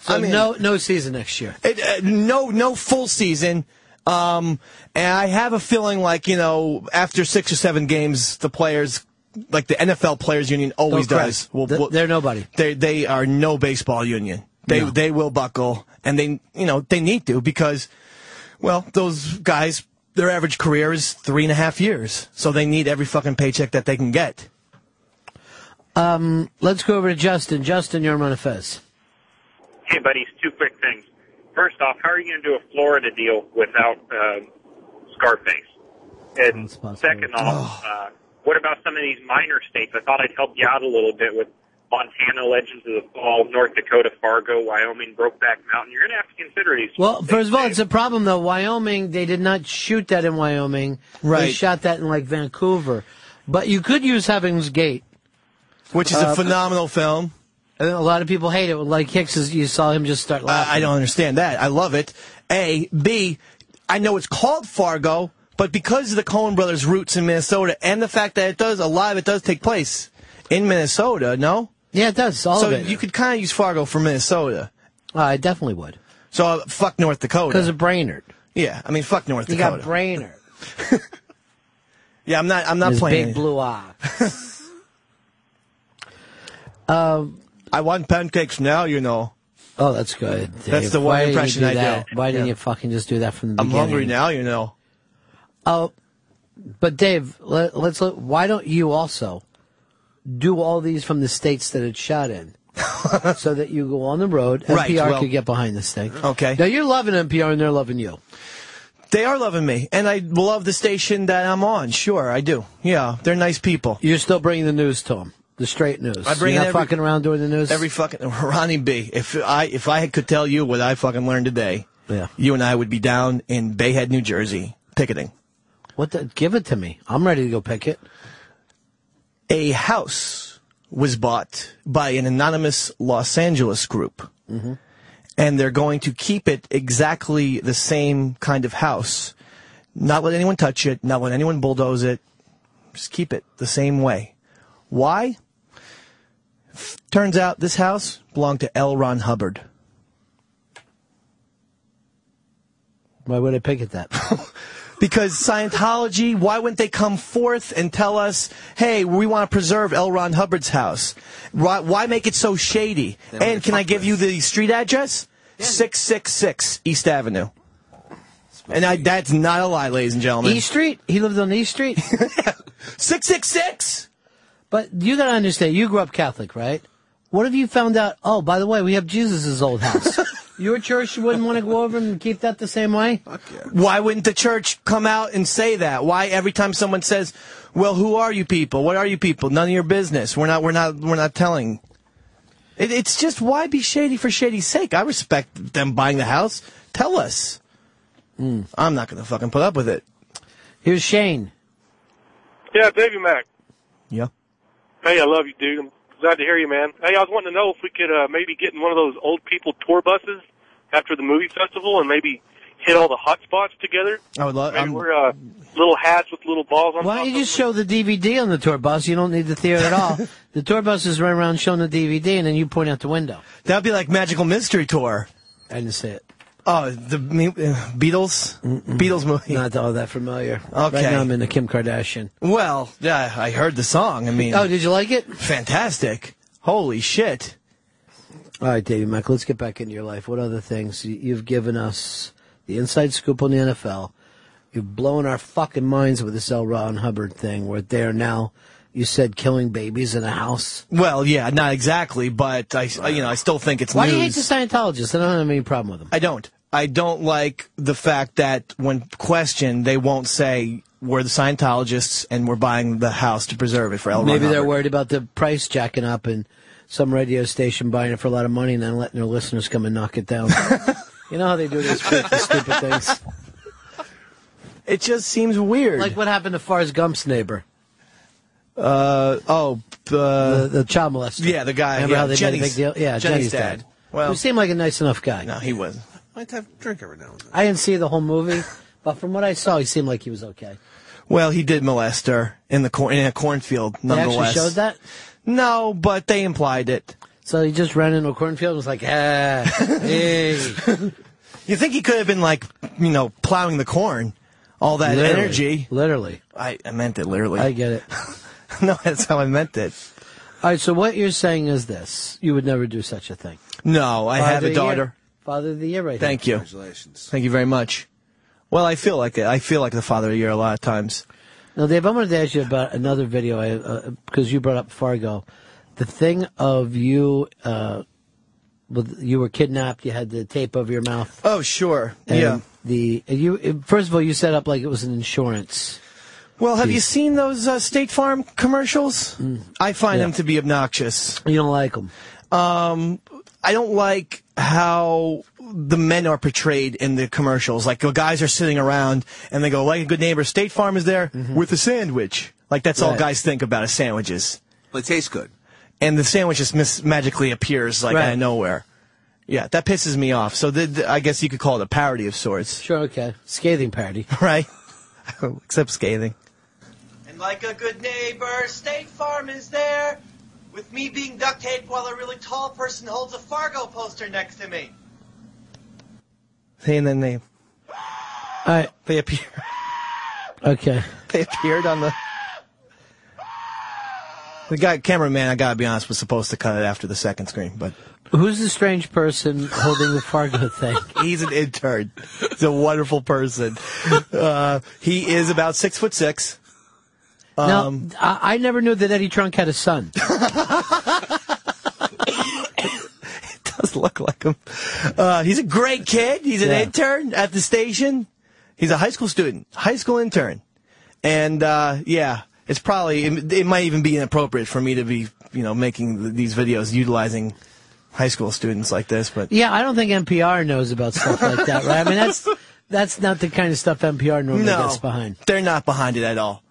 Speaker 6: So
Speaker 16: I mean-
Speaker 6: no, no season next year.
Speaker 16: It, uh, no, no full season. Um, and I have a feeling like you know, after six or seven games, the players, like the NFL Players Union, always
Speaker 6: Don't cry.
Speaker 16: does. Will-
Speaker 6: Th-
Speaker 16: will-
Speaker 6: they're nobody.
Speaker 16: They they are no baseball union. They
Speaker 6: No.
Speaker 16: they will buckle, and they you know they need to because, well, those guys, their average career is three and a half years, so they need every fucking paycheck that they can get.
Speaker 6: Um, let's go over to Justin. Justin, you're on a fez.
Speaker 10: Hey, buddies, two quick things. First off, how are you going to do a Florida deal without um, Scarface? And second off, uh, what about some of these minor states? I thought I'd help you out a little bit with Montana, Legends of the Fall, North Dakota, Fargo, Wyoming, Brokeback Mountain. You're going to have to consider these.
Speaker 6: Well, first of all, it's a problem though. Wyoming, they did not shoot that in Wyoming. They
Speaker 16: Right.
Speaker 6: shot that in like Vancouver. But you could use Heaven's Gate,
Speaker 16: Which is a phenomenal film.
Speaker 6: Uh, And a lot of people hate it. Like Hicks, is, you saw him just start laughing.
Speaker 16: I, I don't understand that. I love it. A, B, I know it's called Fargo, but because of the Coen brothers' roots in Minnesota and the fact that it does, a lot of it does take place in Minnesota, no?
Speaker 6: Yeah, it does. All
Speaker 16: so
Speaker 6: of it. Uh,
Speaker 16: you could kind of use Fargo for Minnesota.
Speaker 6: I definitely would.
Speaker 16: So uh, fuck North Dakota.
Speaker 6: Because of Brainerd.
Speaker 16: Yeah, I mean, fuck North
Speaker 6: You
Speaker 16: Dakota.
Speaker 6: got Brainerd.
Speaker 16: [laughs] yeah, I'm not, I'm not
Speaker 6: His
Speaker 16: playing.
Speaker 6: big
Speaker 16: any-
Speaker 6: blue eye. um,
Speaker 16: I want pancakes now, you know.
Speaker 6: Oh, that's good.
Speaker 16: That's
Speaker 6: Dave.
Speaker 16: the
Speaker 6: Why
Speaker 16: one
Speaker 6: didn't you
Speaker 16: impression I
Speaker 6: that?
Speaker 16: do.
Speaker 6: Why didn't
Speaker 16: Yeah.
Speaker 6: you fucking just do that from the
Speaker 16: I'm
Speaker 6: beginning?
Speaker 16: hungry now, you know.
Speaker 6: Oh, but Dave, let, let's. Let, why don't you also do all these from the states that it's
Speaker 16: [laughs]
Speaker 6: shot in, so that you go on the road.
Speaker 16: Right,
Speaker 6: NPR
Speaker 16: well-
Speaker 6: could get behind this thing.
Speaker 16: Okay.
Speaker 6: Now you're loving NPR and they're loving you.
Speaker 16: They are loving me, and I love the station that I'm on. Sure, I do. Yeah, they're nice people.
Speaker 6: You're still bringing the news to them, the straight news.
Speaker 16: I bring
Speaker 6: You're
Speaker 16: it
Speaker 6: not
Speaker 16: every-
Speaker 6: fucking around doing the news.
Speaker 16: Every fucking Ronnie B. If I if I could tell you what I fucking learned today,
Speaker 6: Yeah.
Speaker 16: you and I would be down in Bayhead, New Jersey, picketing.
Speaker 6: What? The, give it to me. I'm ready to go pick it.
Speaker 16: A house was bought by an anonymous Los Angeles group,
Speaker 6: Mm-hmm.
Speaker 34: Mhm.
Speaker 16: and they're going to keep it exactly the same kind of house. Not let anyone touch it. Not let anyone bulldoze it. Just keep it the same way. Why? Turns out this house belonged to L. Ron Hubbard.
Speaker 6: Why would I picket that?
Speaker 16: [laughs] because Scientology, why wouldn't they come forth and tell us, hey, we want to preserve L. Ron Hubbard's house? Why, why make it so shady? And can I give you the street address? 666 East Avenue. And I, that's not a lie, ladies and gentlemen.
Speaker 6: East Street? He lived on East
Speaker 16: [laughs]
Speaker 6: Street?
Speaker 16: 666!
Speaker 6: But you gotta understand, you grew up Catholic, right? What if you found out, oh, by the way, we have Jesus'
Speaker 16: [laughs]
Speaker 6: old house? Your church wouldn't want to go over and keep that the same way?
Speaker 16: Why wouldn't the church come out and say that? Why every time someone says, "Well, who are you people? What are you people? None of your business. We're not. We're not. We're not telling." It, it's just why be shady for shady's sake? I respect them buying the house. Tell us. I'm not going to fucking put up with it.
Speaker 6: Hmm. Here's Shane.
Speaker 20: Yeah, Davy Mac.
Speaker 16: Yeah.
Speaker 20: Hey, I love you, dude. I'm glad to hear you, man. Hey, I was wanting to know if we could uh, maybe get in one of those old people tour buses after the movie festival and maybe hit all the hot spots together.
Speaker 16: I would love.
Speaker 20: Maybe
Speaker 6: um,
Speaker 20: wear uh, little hats with little balls on
Speaker 6: Why don't you just show the DVD on the tour bus? You don't need the theater at
Speaker 16: [laughs]
Speaker 6: all. the tour bus is running around showing the DVD and then you point out the window.
Speaker 16: That'd be like Magical Mystery Tour.
Speaker 6: I didn't say it.
Speaker 16: Oh, the me- uh, Beatles. Beatles movie.
Speaker 6: Not all that familiar.
Speaker 16: Okay.
Speaker 6: Right now I'm in the Kim Kardashian.
Speaker 16: Well, yeah, I heard the song. I mean,
Speaker 6: Oh, did you like it?
Speaker 16: fantastic. Holy shit.
Speaker 6: All right, David Mack, let's get back into your life. What other things? You- You've given us the inside scoop on the NFL. You've blown our fucking minds with this L. Ron Hubbard thing. We're there now. You said killing babies in a house.
Speaker 16: Well, yeah, not exactly, but I, you know, I still think it's
Speaker 6: Why
Speaker 16: news.
Speaker 6: do you hate the Scientologists? I don't have any problem with them.
Speaker 16: I don't. I don't like the fact that when questioned, they won't say we're the Scientologists and we're buying the house to preserve it for L. Ron
Speaker 6: Maybe they're
Speaker 16: Hubbard."
Speaker 6: worried about the price jacking up and some radio station buying it for a lot of money and then letting their listeners come and knock
Speaker 16: [laughs]
Speaker 6: it down. Uh, you know how they do these freaky, stupid things.
Speaker 16: It just seems weird.
Speaker 6: Like what happened to Forrest Gump's neighbor.
Speaker 16: Uh oh, uh,
Speaker 6: the, the child molester.
Speaker 16: Yeah, the guy.
Speaker 6: Remember
Speaker 16: yeah,
Speaker 6: how they
Speaker 16: Jenny's,
Speaker 6: made a big deal? Yeah,
Speaker 16: Jenny's, dad.
Speaker 6: dad. who
Speaker 16: Well,
Speaker 6: seemed like a nice enough guy.
Speaker 16: no, he wasn't.
Speaker 8: [laughs] Might have a drink every now and then.
Speaker 6: I didn't see the whole movie, but from what I saw, he seemed like he was okay.
Speaker 16: Well, he did molest her in the cor- in a cornfield.
Speaker 6: They
Speaker 16: Nonetheless,
Speaker 6: actually showed that.
Speaker 16: No, but they implied it.
Speaker 6: So he just ran into a cornfield and was
Speaker 16: [laughs]
Speaker 6: like, ah, hey.
Speaker 16: You think he could have been like, you know, plowing the corn, all that
Speaker 6: Literally.
Speaker 16: energy?
Speaker 6: Literally,
Speaker 16: I, I meant it literally.
Speaker 6: I get it.
Speaker 16: [laughs] no, that's how I meant it.
Speaker 6: All right, so what you're saying is this. You would never do such a thing.
Speaker 16: No, I
Speaker 6: Father
Speaker 16: have a
Speaker 6: of the year.
Speaker 16: daughter.
Speaker 6: Father of the year right
Speaker 16: Thank
Speaker 6: here.
Speaker 16: you. Congratulations. Thank you very much. Well, I feel like it. I feel like the father of the year a lot of times.
Speaker 6: Now, Dave, I wanted to ask you about another video I, uh, because you brought up Fargo. The thing of you, uh, with, you were kidnapped, you had the tape over your mouth.
Speaker 16: Oh, sure.
Speaker 6: And
Speaker 16: yeah.
Speaker 6: The and you first of all you set up like it was an insurance.
Speaker 16: Well, have you
Speaker 6: Jeez. Mm.
Speaker 16: seen those uh, State Farm commercials? I find them to be obnoxious.
Speaker 6: You don't like them.
Speaker 16: Um, I don't like how the men are portrayed in the commercials. Like the guys are sitting around and they go, "Like a good neighbor, State Farm is there
Speaker 6: Mm-hmm.
Speaker 16: with a sandwich." Like that's all
Speaker 8: Right.
Speaker 16: guys think about is sandwiches.
Speaker 8: But it tastes good.
Speaker 16: and the sandwich just mis- magically appears like out
Speaker 6: Right.
Speaker 16: of nowhere. Yeah, that pisses me off. So the, the- I guess you could call it a parody of sorts,
Speaker 6: Sure, okay, scathing parody.
Speaker 16: [laughs] right? Except scathing.
Speaker 35: And like a good neighbor, State Farm is there, with me being duct taped while a really tall person holds a Fargo poster next to me.
Speaker 16: Saying the name.
Speaker 6: All right,
Speaker 16: They appear.
Speaker 6: okay.
Speaker 16: They appeared on the. The guy, cameraman, I gotta be honest, was supposed to cut it after the second screen, but
Speaker 6: Who's the strange person holding the Fargo thing?
Speaker 16: [laughs] he's an intern. He's a wonderful person. Uh, he is about six foot six. Um,
Speaker 6: now, I, I never knew that Eddie Trunk had
Speaker 16: [laughs]
Speaker 6: a son.
Speaker 16: does look like him. Uh, he's a great kid. He's an
Speaker 6: Yeah.
Speaker 16: intern at the station. He's a high school student, high school intern, and uh, yeah, it's probably it, it might even be inappropriate for me to be you know making th- these videos utilizing high school students like this, but
Speaker 6: Yeah, I don't think NPR knows about stuff like that, right? I mean, that's that's not the kind of stuff NPR normally
Speaker 16: no,
Speaker 6: gets behind.
Speaker 16: They're not behind it at all.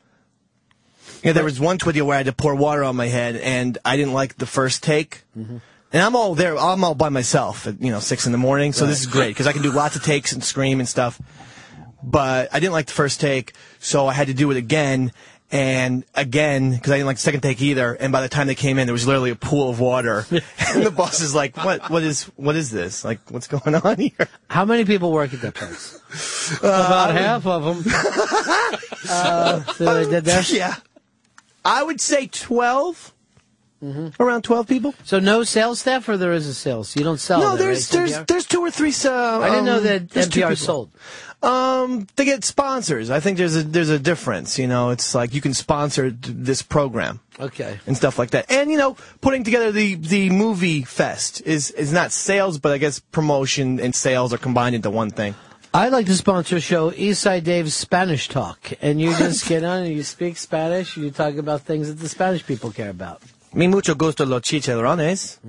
Speaker 16: Yeah, there was one video where I had to pour water on my head, and I didn't like the first take.
Speaker 6: Mm-hmm.
Speaker 16: And I'm all there. I'm all by myself at you know six in the morning, so this is great because I can do lots of takes and scream and stuff. But I didn't like the first take, so I had to do it again and again because I didn't like the second take either. And by the time they came in, there was literally a pool of
Speaker 6: [laughs]
Speaker 16: water, and the boss is like, "What? What is? What is this? Like, what's going on here?" Um,
Speaker 6: How many people work at that place? About
Speaker 16: [laughs]
Speaker 6: half of them. uh, see what I did there?
Speaker 16: [laughs]
Speaker 6: [laughs]
Speaker 16: Yeah. I would say 12. Around 12 people.
Speaker 6: Mm-hmm. So no sales staff, or there is a sales? You don't sell.
Speaker 16: No,
Speaker 6: there,
Speaker 16: there's
Speaker 6: right,
Speaker 16: there's
Speaker 6: NPR?
Speaker 16: there's two or three. Uh,
Speaker 6: I didn't know
Speaker 16: um,
Speaker 6: that
Speaker 16: there's two
Speaker 6: NPR
Speaker 16: people.
Speaker 6: sold.
Speaker 16: Um, they get sponsors. I think there's a there's a difference. You know, it's like you can sponsor t- this program
Speaker 6: Okay.
Speaker 16: and stuff like that. And you know, putting together the the movie fest is is not sales, but I guess promotion and sales are combined into one thing.
Speaker 6: I'd like to sponsor a show, Eastside Dave's Spanish Talk, and you
Speaker 16: [laughs]
Speaker 6: just get on and you speak Spanish, and you talk about things that the Spanish people care about.
Speaker 16: Me mucho gusto los chicharrones.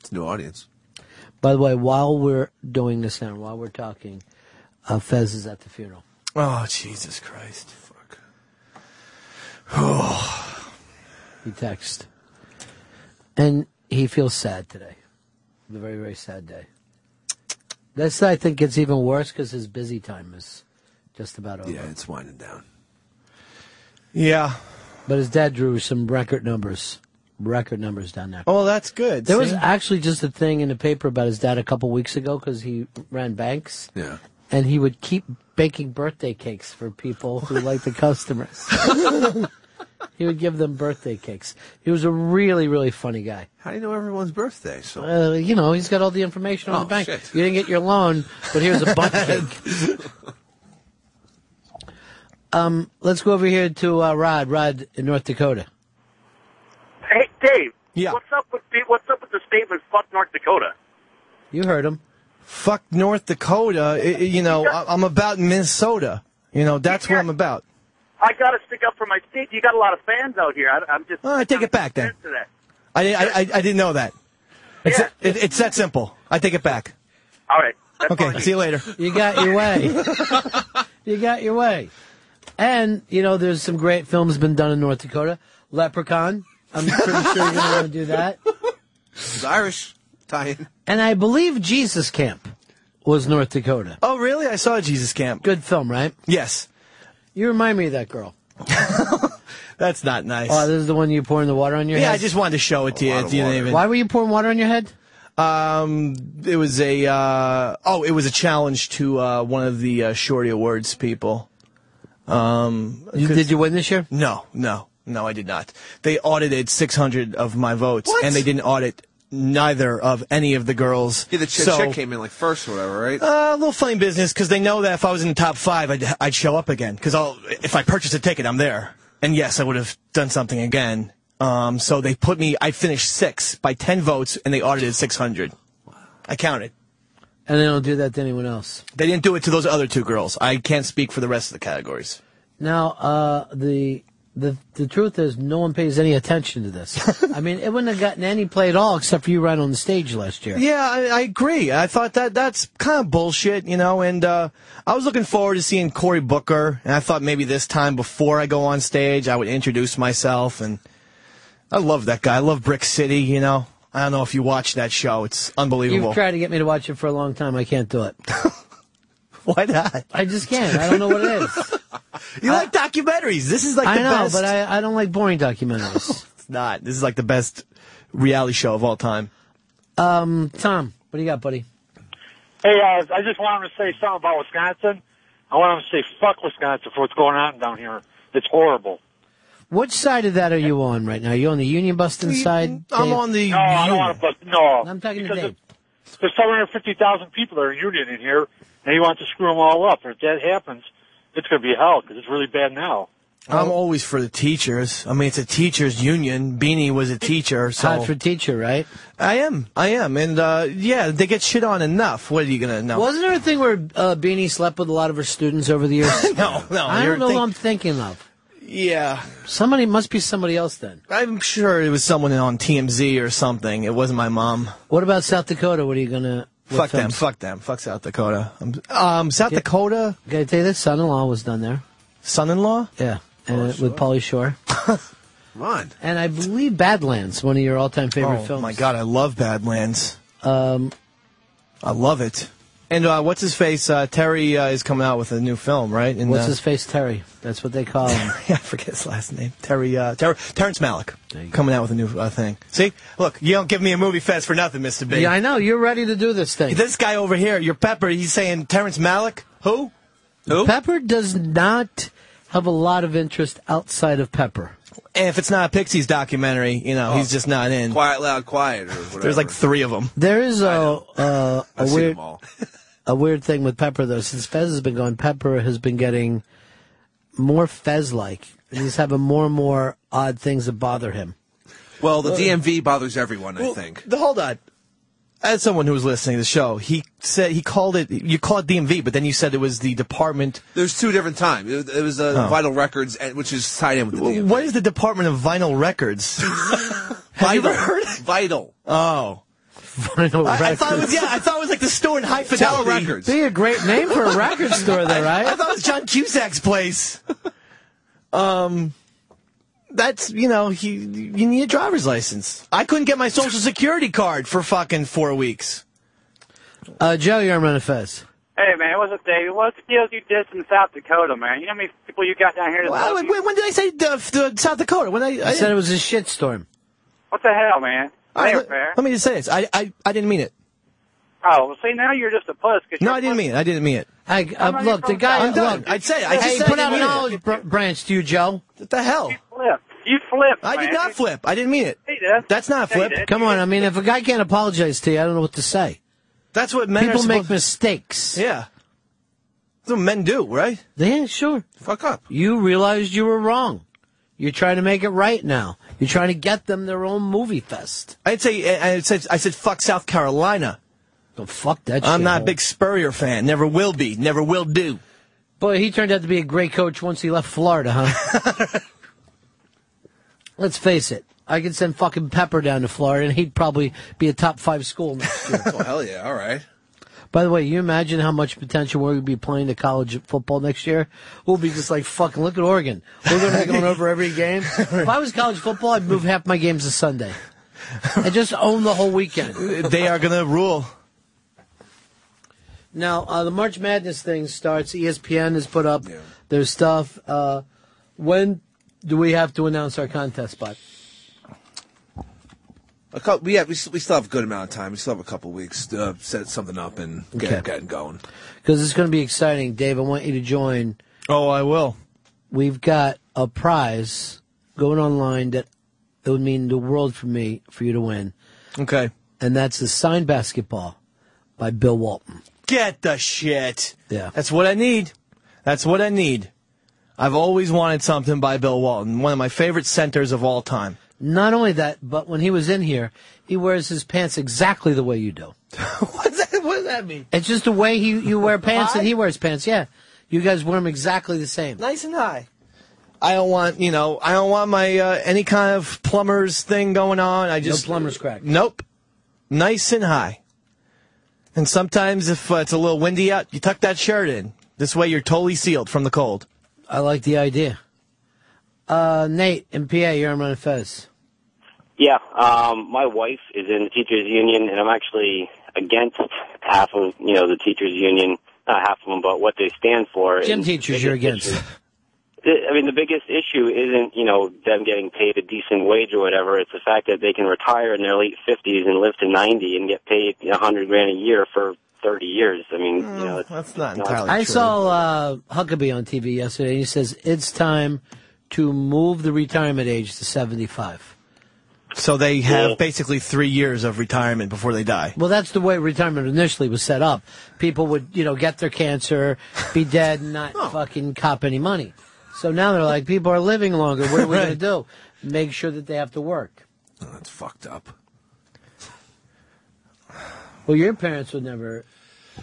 Speaker 8: It's a new audience.
Speaker 6: By the way, while we're doing this now, while we're talking, uh, Fez is at the funeral.
Speaker 16: Oh Jesus Christ! Fuck.
Speaker 6: [sighs] He texted, and he feels sad today. It's a very very sad day. This I think gets even worse because his busy time is just about over.
Speaker 8: Yeah, it's winding down.
Speaker 16: Yeah.
Speaker 6: But his dad drew some record numbers, record numbers down there.
Speaker 16: Oh, that's good.
Speaker 6: There was
Speaker 16: See?
Speaker 6: actually just a thing in the paper about his dad a couple weeks ago because he ran banks.
Speaker 8: Yeah.
Speaker 6: And he would keep baking birthday cakes for
Speaker 16: [laughs]
Speaker 6: people who like the customers. [laughs] he would give them birthday cakes. He was a really, really funny guy.
Speaker 8: How do you know everyone's birthday? So
Speaker 6: Uh, you know, he's got all the information
Speaker 8: Oh,
Speaker 6: on the bank.
Speaker 8: shit.
Speaker 6: You didn't get your loan, but here's
Speaker 8: [laughs]
Speaker 6: a butt cake. Um, let's go over here to uh, Rod. Rod in North Dakota.
Speaker 20: Hey, Dave.
Speaker 16: Yeah.
Speaker 20: What's up with the, what's up with the statement "fuck North Dakota"?
Speaker 6: You heard him.
Speaker 16: Fuck North Dakota. I- I- you know, I, I'm about Minnesota. You know, that's what I'm about.
Speaker 20: I got to stick up for my state. You got a lot of fans out here. I, I'm just.
Speaker 16: All right, take it back then.
Speaker 20: To that.
Speaker 16: I, I, I, I didn't know that. It's, it, it's that simple. I take it back.
Speaker 20: All right.
Speaker 16: okay, see you later.
Speaker 6: You got
Speaker 8: [laughs]
Speaker 6: your way. you got your way. And, you know, there's some great films been done in North Dakota. Leprechaun. I'm pretty sure you're going to want to do that.
Speaker 8: it's Irish tie-in.
Speaker 6: And I believe Jesus Camp was North Dakota.
Speaker 16: Oh, really? I saw Jesus Camp.
Speaker 6: Good film, right?
Speaker 16: Yes.
Speaker 6: You remind me of that girl.
Speaker 16: [laughs] That's not nice.
Speaker 6: Oh, this is the one you pouring the water on your
Speaker 16: yeah,
Speaker 6: head?
Speaker 16: I just wanted to show it to you. You didn't even.
Speaker 6: Why were you pouring water on your head?
Speaker 16: Um, it was a uh, oh, it was a challenge to uh, one of the uh, Shorty Awards people. Um, did
Speaker 6: you win this year?
Speaker 16: No, no, no, I did not. They audited 600 of my votes, and they didn't audit neither of any of the girls.
Speaker 8: Yeah, the chick,
Speaker 16: so,
Speaker 8: chick came in like first or whatever, right?
Speaker 16: Uh, a little funny business because they know that if I was in the top five, I'd I'd show up again because I'll if I purchase a ticket, I'm there. And yes, I would have done something again. Um, so they put me. I finished six by ten votes, and they audited six hundred. I counted.
Speaker 6: And they don't do that to anyone else.
Speaker 16: They didn't do it to those other two girls. I can't speak for the rest of the categories.
Speaker 6: Now, uh, the the the truth is, no one pays any attention to this.
Speaker 16: [laughs]
Speaker 6: I mean, it wouldn't have gotten any play at all except for you right on the stage last year.
Speaker 16: Yeah, I, I agree. I thought that that's kind of bullshit, you know. And uh, I was looking forward to seeing Cory Booker, and I thought maybe this time before I go on stage, I would introduce myself. And I love that guy. I love Brick City, you know. I don't know if you watch that show; it's unbelievable.
Speaker 6: You've tried to get me to watch it for a long time. I can't do it.
Speaker 16: [laughs] Why not?
Speaker 6: I just can't. I don't know what it is.
Speaker 16: you like documentaries. This is like
Speaker 6: I
Speaker 16: the
Speaker 6: know,
Speaker 16: best.
Speaker 6: but I, uh, I don't like
Speaker 16: [laughs]
Speaker 6: boring documentaries.
Speaker 16: it's not. This is like the best reality show of all time.
Speaker 6: um, Tom, what do you got, buddy?
Speaker 3: Hey, uh, I just wanted to say something about Wisconsin. I wanted to say fuck Wisconsin for what's going on down here. It's horrible.
Speaker 6: Which side of that are you on right now? Are you on the union busting side? Dave?
Speaker 3: No, I don't want to bust. No,
Speaker 6: I'm talking
Speaker 3: because
Speaker 6: to Dave.
Speaker 3: of- There's 750,000 people that are union in here, and he wants to screw them all up. And if that happens, it's going to be hell because it's really bad now.
Speaker 6: Oh.
Speaker 16: I'm always for the teachers. I mean, it's a teachers union. Beanie was a teacher, so
Speaker 6: Hot for teacher, right?
Speaker 16: I am, I am, and uh, yeah, they get shit on enough. What are you gonna know?
Speaker 6: Wasn't there a thing where uh, Beanie slept with a lot of her students over the
Speaker 16: [laughs]
Speaker 6: years?
Speaker 16: no, no.
Speaker 6: I
Speaker 16: you're
Speaker 6: don't know
Speaker 16: think-
Speaker 6: what I'm thinking of.
Speaker 16: Yeah,
Speaker 6: somebody must be somebody else then.
Speaker 16: I'm sure it was someone on TMZ or something. It wasn't my mom.
Speaker 6: What about South Dakota? What are you gonna? what
Speaker 16: Fuck them.
Speaker 6: films?
Speaker 16: Fuck them. Fuck South Dakota. I'm, um, South Dakota.
Speaker 6: Gotta tell you, this son-in-law was done there.
Speaker 16: Son-in-law? Oh,
Speaker 6: Yeah, uh, with Pauly Shore.
Speaker 16: Run.
Speaker 6: And I believe Badlands, one of your all-time favorite
Speaker 16: oh,
Speaker 6: films.
Speaker 16: my god, I love Badlands.
Speaker 6: Um,
Speaker 16: I love it. And uh, what's his face? Uh, Terry uh, is coming out with a new film, right? And,
Speaker 6: What's
Speaker 16: uh,
Speaker 6: his face, Terry? That's what they call him.
Speaker 16: [laughs] I forget his last name. Terry, uh, Ter- Terrence Malick coming out with a new uh, thing. See, look, you don't give me a movie fest for nothing, Mister B.
Speaker 6: Yeah, I know. You're ready to do this thing.
Speaker 16: This guy over here, your Pepper, he's saying Terrence Malick. Who? Who?
Speaker 6: Pepper does not have a lot of interest outside of Pepper.
Speaker 16: And if it's not a Pixies documentary, you know, he's just not in.
Speaker 8: Oh. Quiet, loud, quiet, or whatever.
Speaker 16: There's like three of them.
Speaker 6: There is a
Speaker 16: [laughs]
Speaker 6: uh, a
Speaker 8: I've seen
Speaker 6: weird
Speaker 8: them all.
Speaker 6: [laughs] a weird thing with Pepper though. Since Fez has been gone, Pepper has been getting more Fez like, and he's having more and more odd things that bother him.
Speaker 8: Well, the DMV bothers everyone, I
Speaker 16: Well,
Speaker 8: think.
Speaker 16: The, hold on. As someone who was listening to the show, he said he called it. You called it DMV, but then you said it was the Department.
Speaker 8: There's two different times. It, it was uh,
Speaker 16: Oh.
Speaker 8: Vital Records, and, which is tied in with the DMV.
Speaker 16: What is the Department of Vinyl Records?
Speaker 8: Vital. Vital.
Speaker 16: Oh.
Speaker 6: [laughs] Vinyl
Speaker 16: I, I thought it was yeah. I thought it was like the store in High
Speaker 8: Tower
Speaker 16: Fidelity.
Speaker 8: Records.
Speaker 6: Be a great name for
Speaker 16: [laughs]
Speaker 6: a record store, though, right?
Speaker 16: I, I thought it was John Cusack's place. Um, that's you know he you need a driver's license. I couldn't get my social security card for fucking four weeks.
Speaker 6: Uh, Joe, you're on Run of Fez.
Speaker 17: Hey man, what's up, David? What skills you did in South Dakota, man? You know how many people you got down here? That
Speaker 16: Well,
Speaker 17: love
Speaker 16: when,
Speaker 17: you?
Speaker 16: when did I say the, the South Dakota? When I, I
Speaker 6: I said it was a shitstorm.
Speaker 17: What the hell, man?
Speaker 16: All
Speaker 17: They
Speaker 16: right,
Speaker 17: were
Speaker 16: let,
Speaker 17: fair.
Speaker 16: let me just say this. I, I I didn't mean it.
Speaker 17: Oh, well, see now you're just a puss. 'cause
Speaker 16: No,
Speaker 17: you're
Speaker 16: I didn't mean it. I didn't mean it.
Speaker 6: I,
Speaker 17: I'm
Speaker 6: uh,
Speaker 17: on
Speaker 6: look,
Speaker 17: your
Speaker 6: the guy.
Speaker 16: I'm done.
Speaker 6: Look,
Speaker 16: I'd say it. I just
Speaker 6: hey,
Speaker 16: said
Speaker 6: put
Speaker 16: I
Speaker 6: out an
Speaker 16: didn't mean
Speaker 6: olive br- branch to you, Joe.
Speaker 16: What the hell?
Speaker 17: flip. You flip.
Speaker 16: I did
Speaker 17: man.
Speaker 16: not flip. I didn't mean it. That's not a flip.
Speaker 6: Come on, I mean, if a guy can't apologize to you, I don't know what to say.
Speaker 16: That's what men are
Speaker 6: People make
Speaker 16: supposed-
Speaker 6: mistakes.
Speaker 16: Yeah. That's what men do, right?
Speaker 6: Yeah, sure.
Speaker 8: Fuck up.
Speaker 6: You realized you were wrong. You're trying to make it right now. You're trying to get them their own movie fest.
Speaker 16: I'd say I said I said fuck South Carolina.
Speaker 6: Don't fuck that.
Speaker 16: I'm not a
Speaker 6: shithole.
Speaker 16: big Spurrier fan. Never will be. Never will do.
Speaker 6: Boy, he turned out to be a great coach once he left Florida, huh? Let's face it. I could send fucking Pepper down to Florida, and he'd probably be a top five school next year.
Speaker 8: oh, hell yeah. All right.
Speaker 6: By the way, you imagine how much potential we'll be playing to college football next year? We'll be just like, fucking, look at Oregon. We're going to be going over every game. If I was college football, I'd move half my games to Sunday. I just own the whole weekend.
Speaker 16: They are gonna rule.
Speaker 6: Now, uh, the March Madness thing starts. E ESPN has put up their stuff. Uh, when do we have to announce our contest spot?
Speaker 8: A couple, we, have, we, s- we still have a good amount of time. We still have a couple weeks to uh, set something up and get,
Speaker 6: Okay.
Speaker 8: get going.
Speaker 6: Because it's going to be exciting. Dave, I want you to join.
Speaker 16: Oh, I will.
Speaker 6: We've got a prize going online that it would mean the world for me for you to win.
Speaker 16: Okay.
Speaker 6: And that's the signed basketball by Bill Walton.
Speaker 16: Get the shit.
Speaker 6: Yeah.
Speaker 16: That's what I need. That's what I need. I've always wanted something by Bill Walton, one of my favorite centers of all time.
Speaker 6: Not only that, but when he was in here, he wears his pants exactly the way you do.
Speaker 16: what does that mean?
Speaker 6: It's just the way he, you wear pants and
Speaker 16: High?
Speaker 6: he wears pants. Yeah. You guys wear them exactly the same.
Speaker 16: Nice and high. I don't want, you know, I don't want my uh, any kind of plumber's thing going on. I just
Speaker 6: plumber's crack.
Speaker 16: Nope. Nice and high. And sometimes if uh, it's a little windy out, you tuck that shirt in. This way you're totally sealed from the cold.
Speaker 6: I like the idea. Uh, Nate and PA, you're on Run Fez.
Speaker 9: Yeah, um, my wife is in the teachers union, and I'm actually against half of you know the teachers union, not half of them, but what they stand for.
Speaker 6: Gym
Speaker 9: And
Speaker 6: teachers, you're against.
Speaker 9: the- I mean, the biggest issue isn't you know them getting paid a decent wage or whatever. It's the fact that they can retire in their late 50s and live to 90 and get paid a hundred grand a year for 30 years. I mean, you know, it's,
Speaker 16: that's not
Speaker 6: I saw uh, Huckabee on TV yesterday, and he says it's time to move the retirement age to 75.
Speaker 16: So they have basically three years of retirement before they die.
Speaker 6: Well, that's the way retirement initially was set up. People would, you know, get their cancer, be dead, and not fucking cop any money. So now they're like, people are living longer. What are we going to do? Make sure that they have to work.
Speaker 16: Oh,
Speaker 8: that's fucked up.
Speaker 6: Well, your parents would never.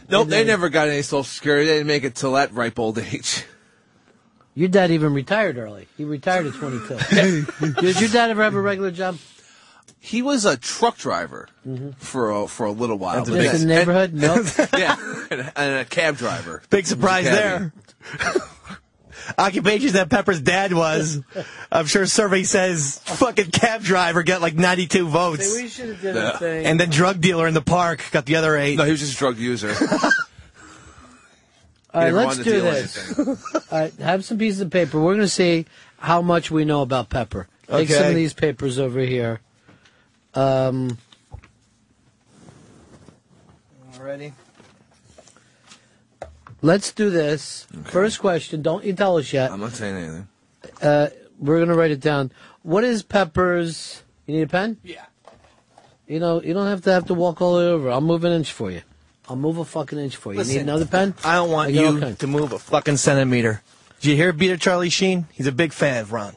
Speaker 8: Nope, they never got any Social Security. They didn't make it till that ripe old age. [laughs]
Speaker 6: Your dad even retired early. He retired at
Speaker 8: [laughs]
Speaker 6: 22. Did your dad ever have a regular job?
Speaker 8: He was a truck driver for a, for a little while.
Speaker 6: That's a
Speaker 8: but
Speaker 6: big- Just in the neighborhood?
Speaker 8: and- [laughs]
Speaker 6: Nope.
Speaker 8: yeah, and, and a cab driver.
Speaker 16: Big surprise
Speaker 8: Cabby.
Speaker 16: there. [laughs] Occupations that Pepper's dad was, I'm sure survey says fucking cab driver got like 92 votes.
Speaker 6: See, we should've did a
Speaker 8: Yeah. thing.
Speaker 16: And then drug dealer in the park got the other eight.
Speaker 8: No, he was just a drug
Speaker 16: [laughs]
Speaker 8: user.
Speaker 6: All right,
Speaker 8: never
Speaker 6: let's
Speaker 8: wanted to
Speaker 6: do
Speaker 8: deal with
Speaker 6: this. [laughs] All right, have some pieces of paper. We're going to see how much we know about Pepper. Take some
Speaker 16: Okay.
Speaker 6: of these papers over here. Um,
Speaker 16: Already.
Speaker 6: let's do this. First question. Don't you tell us yet.
Speaker 8: I'm not saying anything.
Speaker 6: Uh, we're going to write it down. What is Pepper's? You need a pen?
Speaker 8: Yeah.
Speaker 6: You know, you don't have to have to walk all the way over. I'll move an inch for you. I'll move a fucking inch for you. you
Speaker 16: Listen,
Speaker 6: need another pen?
Speaker 16: I don't want
Speaker 6: I got all
Speaker 16: you
Speaker 6: kinds.
Speaker 16: to move a fucking centimeter. Did you hear Beater Charlie Sheen? He's a big fan of Ron.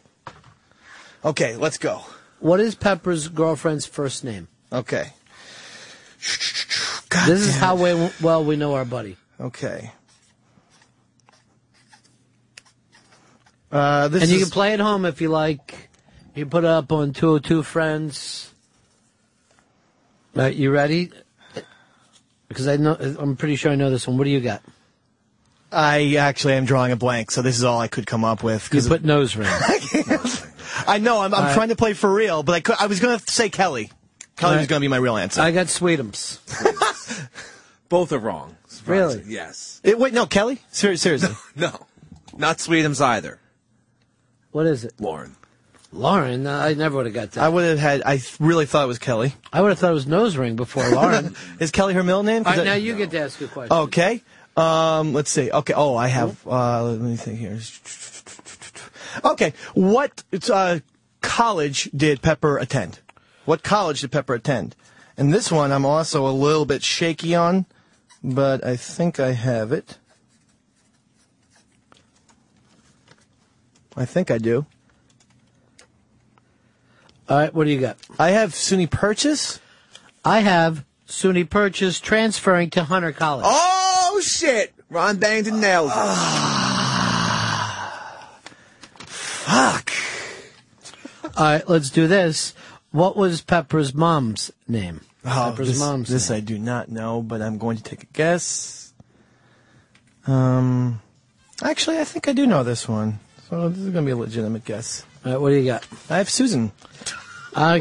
Speaker 16: Okay, let's go.
Speaker 6: What is Pepper's girlfriend's first name?
Speaker 16: Okay.
Speaker 6: this is how we, well we know our buddy.
Speaker 16: Okay. Uh, this
Speaker 6: and you
Speaker 16: is-
Speaker 6: can play at home if you like. You put it up on 202 Friends. All right, you ready? Because I know, I'm pretty sure I know this one. What do you got?
Speaker 16: I actually am drawing a blank, so this is all I could come up with.
Speaker 6: You put
Speaker 16: [laughs]
Speaker 6: nose ring.
Speaker 16: I know I'm, I'm
Speaker 6: Uh,
Speaker 16: trying to play for real, but I could, I was gonna say Kelly. Kelly was gonna be my real answer.
Speaker 6: I got Sweetums.
Speaker 16: [laughs]
Speaker 8: Both are wrong.
Speaker 16: Really?
Speaker 8: Yes.
Speaker 16: It, wait, no, Kelly. Ser-
Speaker 6: [laughs]
Speaker 16: seriously,
Speaker 8: No. Not Sweetums either.
Speaker 6: What is it?
Speaker 8: Lauren.
Speaker 6: Lauren? Uh, I never would have got that.
Speaker 16: I would have had. I th- really thought it was Kelly.
Speaker 6: I would have thought it was nose ring before Lauren.
Speaker 16: [laughs] is Kelly her middle name?
Speaker 6: All
Speaker 16: 'Cause
Speaker 6: right,
Speaker 16: I-
Speaker 6: now you get to ask a question.
Speaker 16: Okay. Um, let's see. Okay. Oh, I have. Uh, let me think here. Okay. What uh, college did Pepper attend? What college did Pepper attend? And this one I'm also a little bit shaky on, but I think I have it. I think I do.
Speaker 6: All right, what do you got?
Speaker 16: I have SUNY Purchase.
Speaker 6: I have SUNY Purchase transferring to Hunter College.
Speaker 8: Oh shit! Ron banged and nailed it.
Speaker 16: Fuck. Oh.
Speaker 6: All right, let's do this. What was Pepper's mom's name?
Speaker 16: Oh,
Speaker 6: Pepper's
Speaker 16: this,
Speaker 6: mom's
Speaker 16: this I do not know, but I'm going to take a guess. Um, actually, I think I do know this one. So this is going to be a legitimate guess.
Speaker 6: All right, what do you got?
Speaker 16: I have Susan.
Speaker 6: I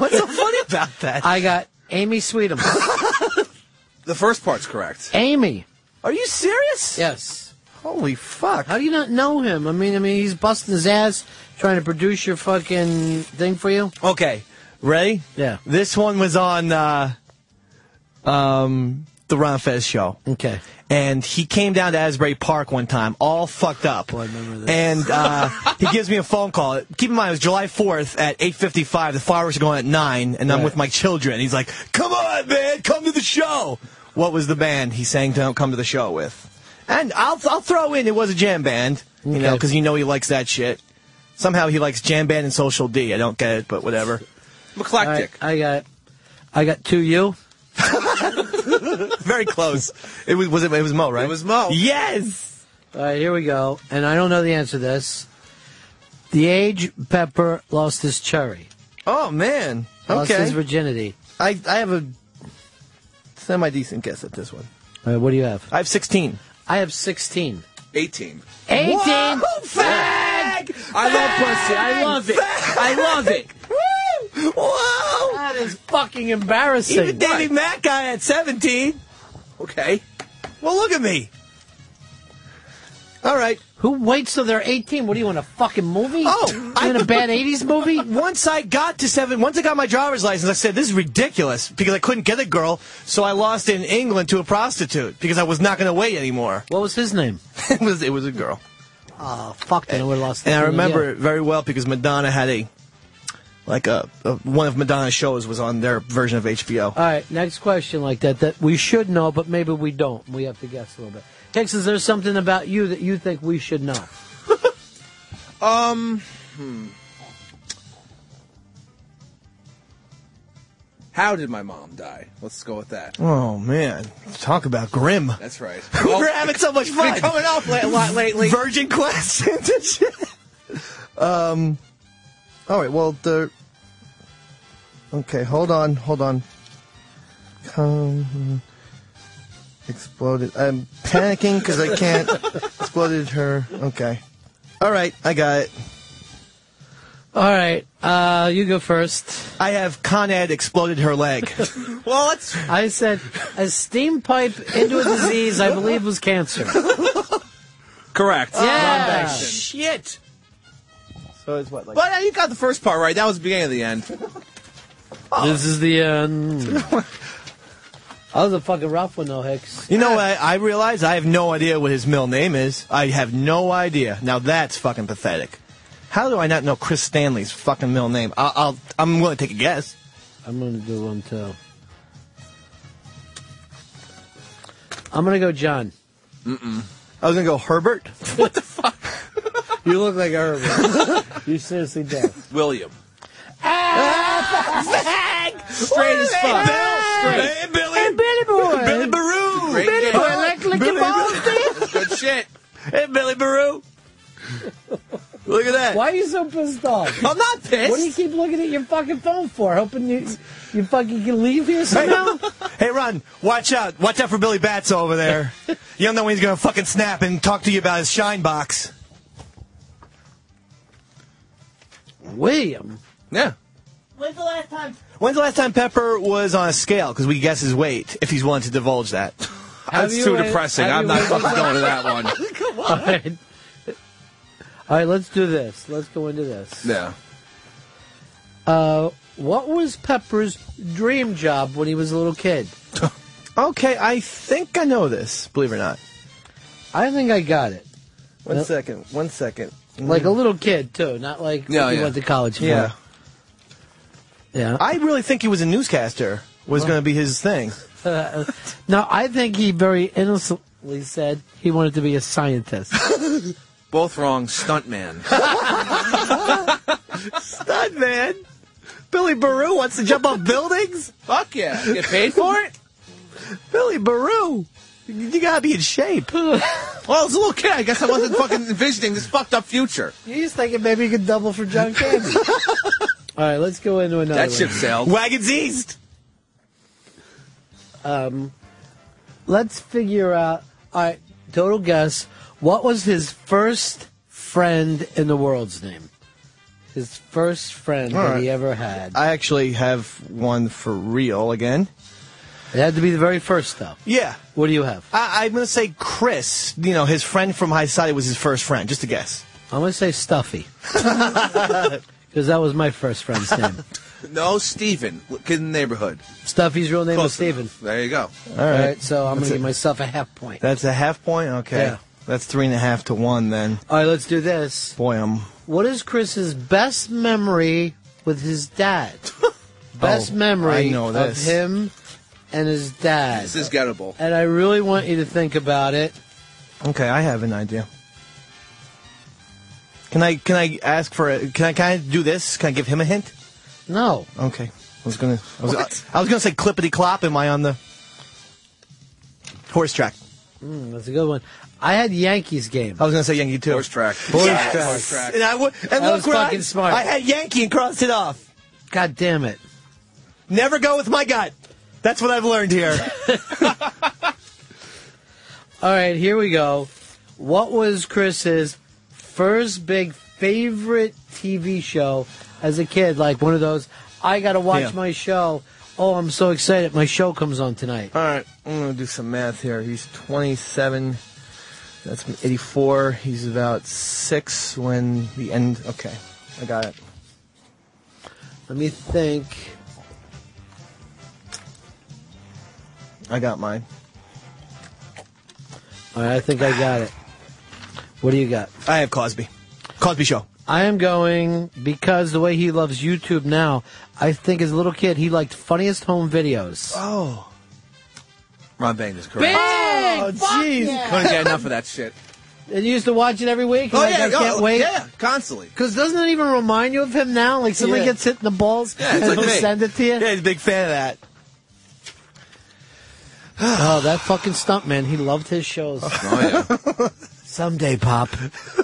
Speaker 16: [laughs] What's so funny about that?
Speaker 6: I got Amy Sweetums.
Speaker 8: The first part's correct.
Speaker 6: Amy.
Speaker 16: Are you serious?
Speaker 6: Yes.
Speaker 16: Holy fuck!
Speaker 6: How do you not know him? I mean, I mean, he's busting his ass trying to produce your fucking thing for you.
Speaker 16: Okay, ready?
Speaker 6: Yeah.
Speaker 16: This one was on uh, um, the Ron Fez show.
Speaker 6: Okay.
Speaker 16: And he came down to Asbury Park one time, all fucked
Speaker 6: Oh,
Speaker 16: up. I remember this. And uh, he gives me a phone call. Keep in mind, it was July 4th at 8.55. The fireworks are going at 9, and I'm
Speaker 6: Right.
Speaker 16: with my children. He's like, come on, man, come to the show. What was the band he sang Don't Come to the Show with? And I'll, I'll throw in it was a jam band, you know,
Speaker 6: Okay.
Speaker 16: because you know he likes that shit. Somehow he likes jam band and social D. I don't get it, but whatever.
Speaker 6: All right, I got. I got two you. [laughs]
Speaker 16: Very close. It was was it, it was Mo, right? It
Speaker 8: was Mo.
Speaker 16: Yes.
Speaker 6: All right, here we go. And I don't know the answer to this. The age Pepper lost his cherry,
Speaker 16: Oh man.
Speaker 6: lost
Speaker 16: Okay.
Speaker 6: his virginity.
Speaker 16: I I have a semi decent guess at this one.
Speaker 6: All right, what do you have?
Speaker 16: I have sixteen.
Speaker 6: I have sixteen.
Speaker 8: 18.
Speaker 6: 18.
Speaker 16: Whoa, fag!
Speaker 8: I love pussy.
Speaker 6: I love it. I love it.
Speaker 16: Woo! [laughs] Whoa!
Speaker 6: That is fucking embarrassing.
Speaker 16: Even Davy Mack guy at seventeen.
Speaker 8: Okay.
Speaker 16: Well, look at me. All right.
Speaker 6: Who waits till they're 18? What do you want, a fucking movie?
Speaker 16: Oh,
Speaker 6: You in a bad 80s movie?
Speaker 16: [laughs] Once I got to seven, once I got my driver's license, I said this is ridiculous because I couldn't get a girl, so I lost in England to a prostitute because I was not going to wait anymore.
Speaker 6: What was his name?
Speaker 16: [laughs] it was it was a girl.
Speaker 6: Oh, fuck, then I would have lost
Speaker 16: And I
Speaker 6: that one
Speaker 16: remember
Speaker 6: again.
Speaker 16: it very well because Madonna had a like a, a one of Madonna's shows was on their version of HBO.
Speaker 6: All right, next question like that that we should know, but maybe
Speaker 16: [laughs]
Speaker 6: we don't. We have to guess a little bit. Hicks, is there something about you that you think we should know?
Speaker 8: Um, hmm. How did my mom die? Let's go with that.
Speaker 16: Oh man, talk about grim.
Speaker 8: That's [laughs] right.
Speaker 16: We're having so much fun.
Speaker 8: Been coming up a lot lately.
Speaker 16: Virgin questions and shit. Um. All right. Well, the. Okay, hold on, hold on. Come. Exploded. I'm panicking because I can't. Exploded her. Okay. All right, I got it.
Speaker 6: All right, uh, you go first.
Speaker 16: I have Con Ed exploded her
Speaker 6: [laughs]
Speaker 16: leg.
Speaker 8: well, it's.
Speaker 6: I said a steam pipe into a disease I believe was cancer.
Speaker 8: Correct.
Speaker 16: Oh,
Speaker 6: Yeah.
Speaker 8: Ron Baxton.
Speaker 16: Shit. So it's what like.
Speaker 8: But uh, you got the first part right. That was the beginning of the end.
Speaker 6: Oh. This is the
Speaker 8: [laughs]
Speaker 6: end. that was a fucking rough one, though, Hicks.
Speaker 16: You know what? I realize I have no idea what his middle name is. I have no idea. Now that's fucking pathetic. How do I not know Chris Stanley's fucking middle name? I'll, I'll I'm willing to take a guess.
Speaker 6: I'm gonna do one too. I'm gonna go John.
Speaker 16: Mm-mm. I was gonna go
Speaker 6: [laughs]
Speaker 16: Herbert. what the
Speaker 6: fuck? you look like Herbert. [laughs] you seriously do.
Speaker 8: William.
Speaker 6: Straight as fuck.
Speaker 8: Hey, Billy. Hey, Billy
Speaker 6: boy.
Speaker 8: Billy Baroo.
Speaker 6: Billy Boy, lick, lick your balls,
Speaker 8: Good shit.
Speaker 16: Hey, Billy Baroo. Look at that.
Speaker 6: Why are you so pissed off?
Speaker 8: I'm not pissed.
Speaker 6: What do you keep looking at your fucking phone for? Hoping you you fucking can leave
Speaker 16: [laughs]
Speaker 6: here somehow?
Speaker 16: [laughs] Hey, Ron, watch out. Watch out for Billy Bats over
Speaker 6: [laughs]
Speaker 16: there. you don't know when he's going to fucking snap and talk to you about his shine box.
Speaker 6: William?
Speaker 16: Yeah.
Speaker 24: When's the last time?
Speaker 16: When's the last time Pepper was on a scale? Because we guess his weight, if he's willing to divulge that.
Speaker 8: That's too depressing. I'm [laughs] not fucking going to that one.
Speaker 6: Come on. All right. All right, let's do this. Let's go into this.
Speaker 8: Yeah.
Speaker 6: Uh, what was Pepper's dream job when he was a little kid?
Speaker 16: [laughs] okay, I think I know this, believe it or not.
Speaker 6: I think I got it.
Speaker 16: One
Speaker 6: Yep.
Speaker 16: second. One second.
Speaker 6: Like a little kid, too, not like
Speaker 16: Yeah,
Speaker 6: he
Speaker 16: yeah.
Speaker 6: went to college for.
Speaker 16: Yeah.
Speaker 6: Yeah.
Speaker 16: I really think he was a newscaster, was going to be his thing.
Speaker 6: Uh, [laughs] no, I think he very innocently said he wanted to be
Speaker 16: [laughs]
Speaker 6: a scientist.
Speaker 8: Both wrong. Stuntman.
Speaker 16: Stud man. Billy Baru wants to jump off buildings?
Speaker 8: Fuck yeah. Get paid for it?
Speaker 16: Billy Baru. You gotta be in
Speaker 6: [laughs]
Speaker 16: shape.
Speaker 8: Well, as a little kid, I guess I wasn't fucking envisioning this fucked up future.
Speaker 6: You're just thinking maybe you could double for [laughs] John Candy. All right, let's go into another
Speaker 8: That
Speaker 6: one.
Speaker 8: ship sailed.
Speaker 16: Wagons East.
Speaker 6: Um, let's figure out. All right, total guess. What was his first friend in the world's name? His first friend
Speaker 16: All
Speaker 6: that
Speaker 16: right.
Speaker 6: he ever had.
Speaker 16: I actually have one for real again.
Speaker 6: It had to be the very first, though.
Speaker 16: Yeah.
Speaker 6: What do you have?
Speaker 16: I, I'm gonna say Chris. You know, his friend from High Side was his first friend. Just a guess.
Speaker 6: I'm going to say Stuffy. Because that was my first friend's
Speaker 16: [laughs]
Speaker 6: name.
Speaker 8: No, Steven. Kid in the neighborhood.
Speaker 6: Stuffy's real name
Speaker 8: Close
Speaker 6: was Steven.
Speaker 8: enough. There you go.
Speaker 16: All right.
Speaker 6: so I'm going
Speaker 16: That's
Speaker 6: to
Speaker 16: it.
Speaker 6: give myself a half point.
Speaker 16: That's a half point. Okay.
Speaker 6: Yeah.
Speaker 16: That's three and a half to one. Then,
Speaker 6: All right, let's do this.
Speaker 16: boy, I'm.
Speaker 6: What is Chris's best memory with his
Speaker 16: [laughs]
Speaker 6: dad? best
Speaker 16: Oh,
Speaker 6: memory
Speaker 16: I know
Speaker 6: of
Speaker 16: this.
Speaker 6: him and his dad.
Speaker 8: This is gettable.
Speaker 6: and I really want you to think about it.
Speaker 16: Okay, I have an idea. Can I? Can I ask for a? Can I? Can I do this? Can I give him a hint?
Speaker 6: No.
Speaker 16: Okay. I was gonna. I was,
Speaker 8: What?
Speaker 16: I, was gonna say clippity clop. Am I on the horse track?
Speaker 6: Mm, that's a good one. I had Yankees game.
Speaker 16: I was gonna say Yankee too.
Speaker 8: Horse track.
Speaker 6: Horse
Speaker 16: Yes!
Speaker 6: track.
Speaker 8: Horse track.
Speaker 16: And I would. And
Speaker 6: That
Speaker 16: look
Speaker 6: was
Speaker 16: where I-
Speaker 6: fucking smart.
Speaker 16: I had Yankee and crossed it off.
Speaker 6: God damn it.
Speaker 16: Never go with my gut. That's what I've learned here.
Speaker 6: [laughs] All right, here we go. What was Chris's first big favorite TV show as a kid? Like one of those, I got to watch
Speaker 16: Yeah.
Speaker 6: my show. Oh, I'm so excited. My show comes on tonight.
Speaker 16: All right, I'm gonna do some math here. He's 27. That's 84. He's about six when the end. Okay, I got it.
Speaker 6: Let me think.
Speaker 16: I got mine.
Speaker 6: All right, I think I got it. What do you got?
Speaker 16: I have Cosby. Cosby Show.
Speaker 6: I am going because the way he loves YouTube now, I think as a little kid he liked funniest home videos.
Speaker 16: Oh.
Speaker 8: Ron Bain is correct.
Speaker 16: Oh, jeez.
Speaker 8: [laughs] Couldn't get enough of that shit.
Speaker 6: And you used to watch it every week?
Speaker 8: Oh,
Speaker 6: You're like,
Speaker 8: yeah,
Speaker 6: I can't
Speaker 8: oh,
Speaker 6: wait.
Speaker 8: yeah, constantly.
Speaker 6: Because doesn't it even remind you of him now? Like somebody
Speaker 8: Yeah.
Speaker 6: gets hit in the balls
Speaker 8: Yeah, it's
Speaker 6: and
Speaker 8: like
Speaker 6: he'll
Speaker 8: me.
Speaker 6: send it to you?
Speaker 8: [sighs]
Speaker 6: Yeah,
Speaker 16: he's a big fan of that.
Speaker 6: oh, that fucking stunt man. He loved his shows.
Speaker 8: Oh,
Speaker 6: yeah. [laughs] Someday, Pop.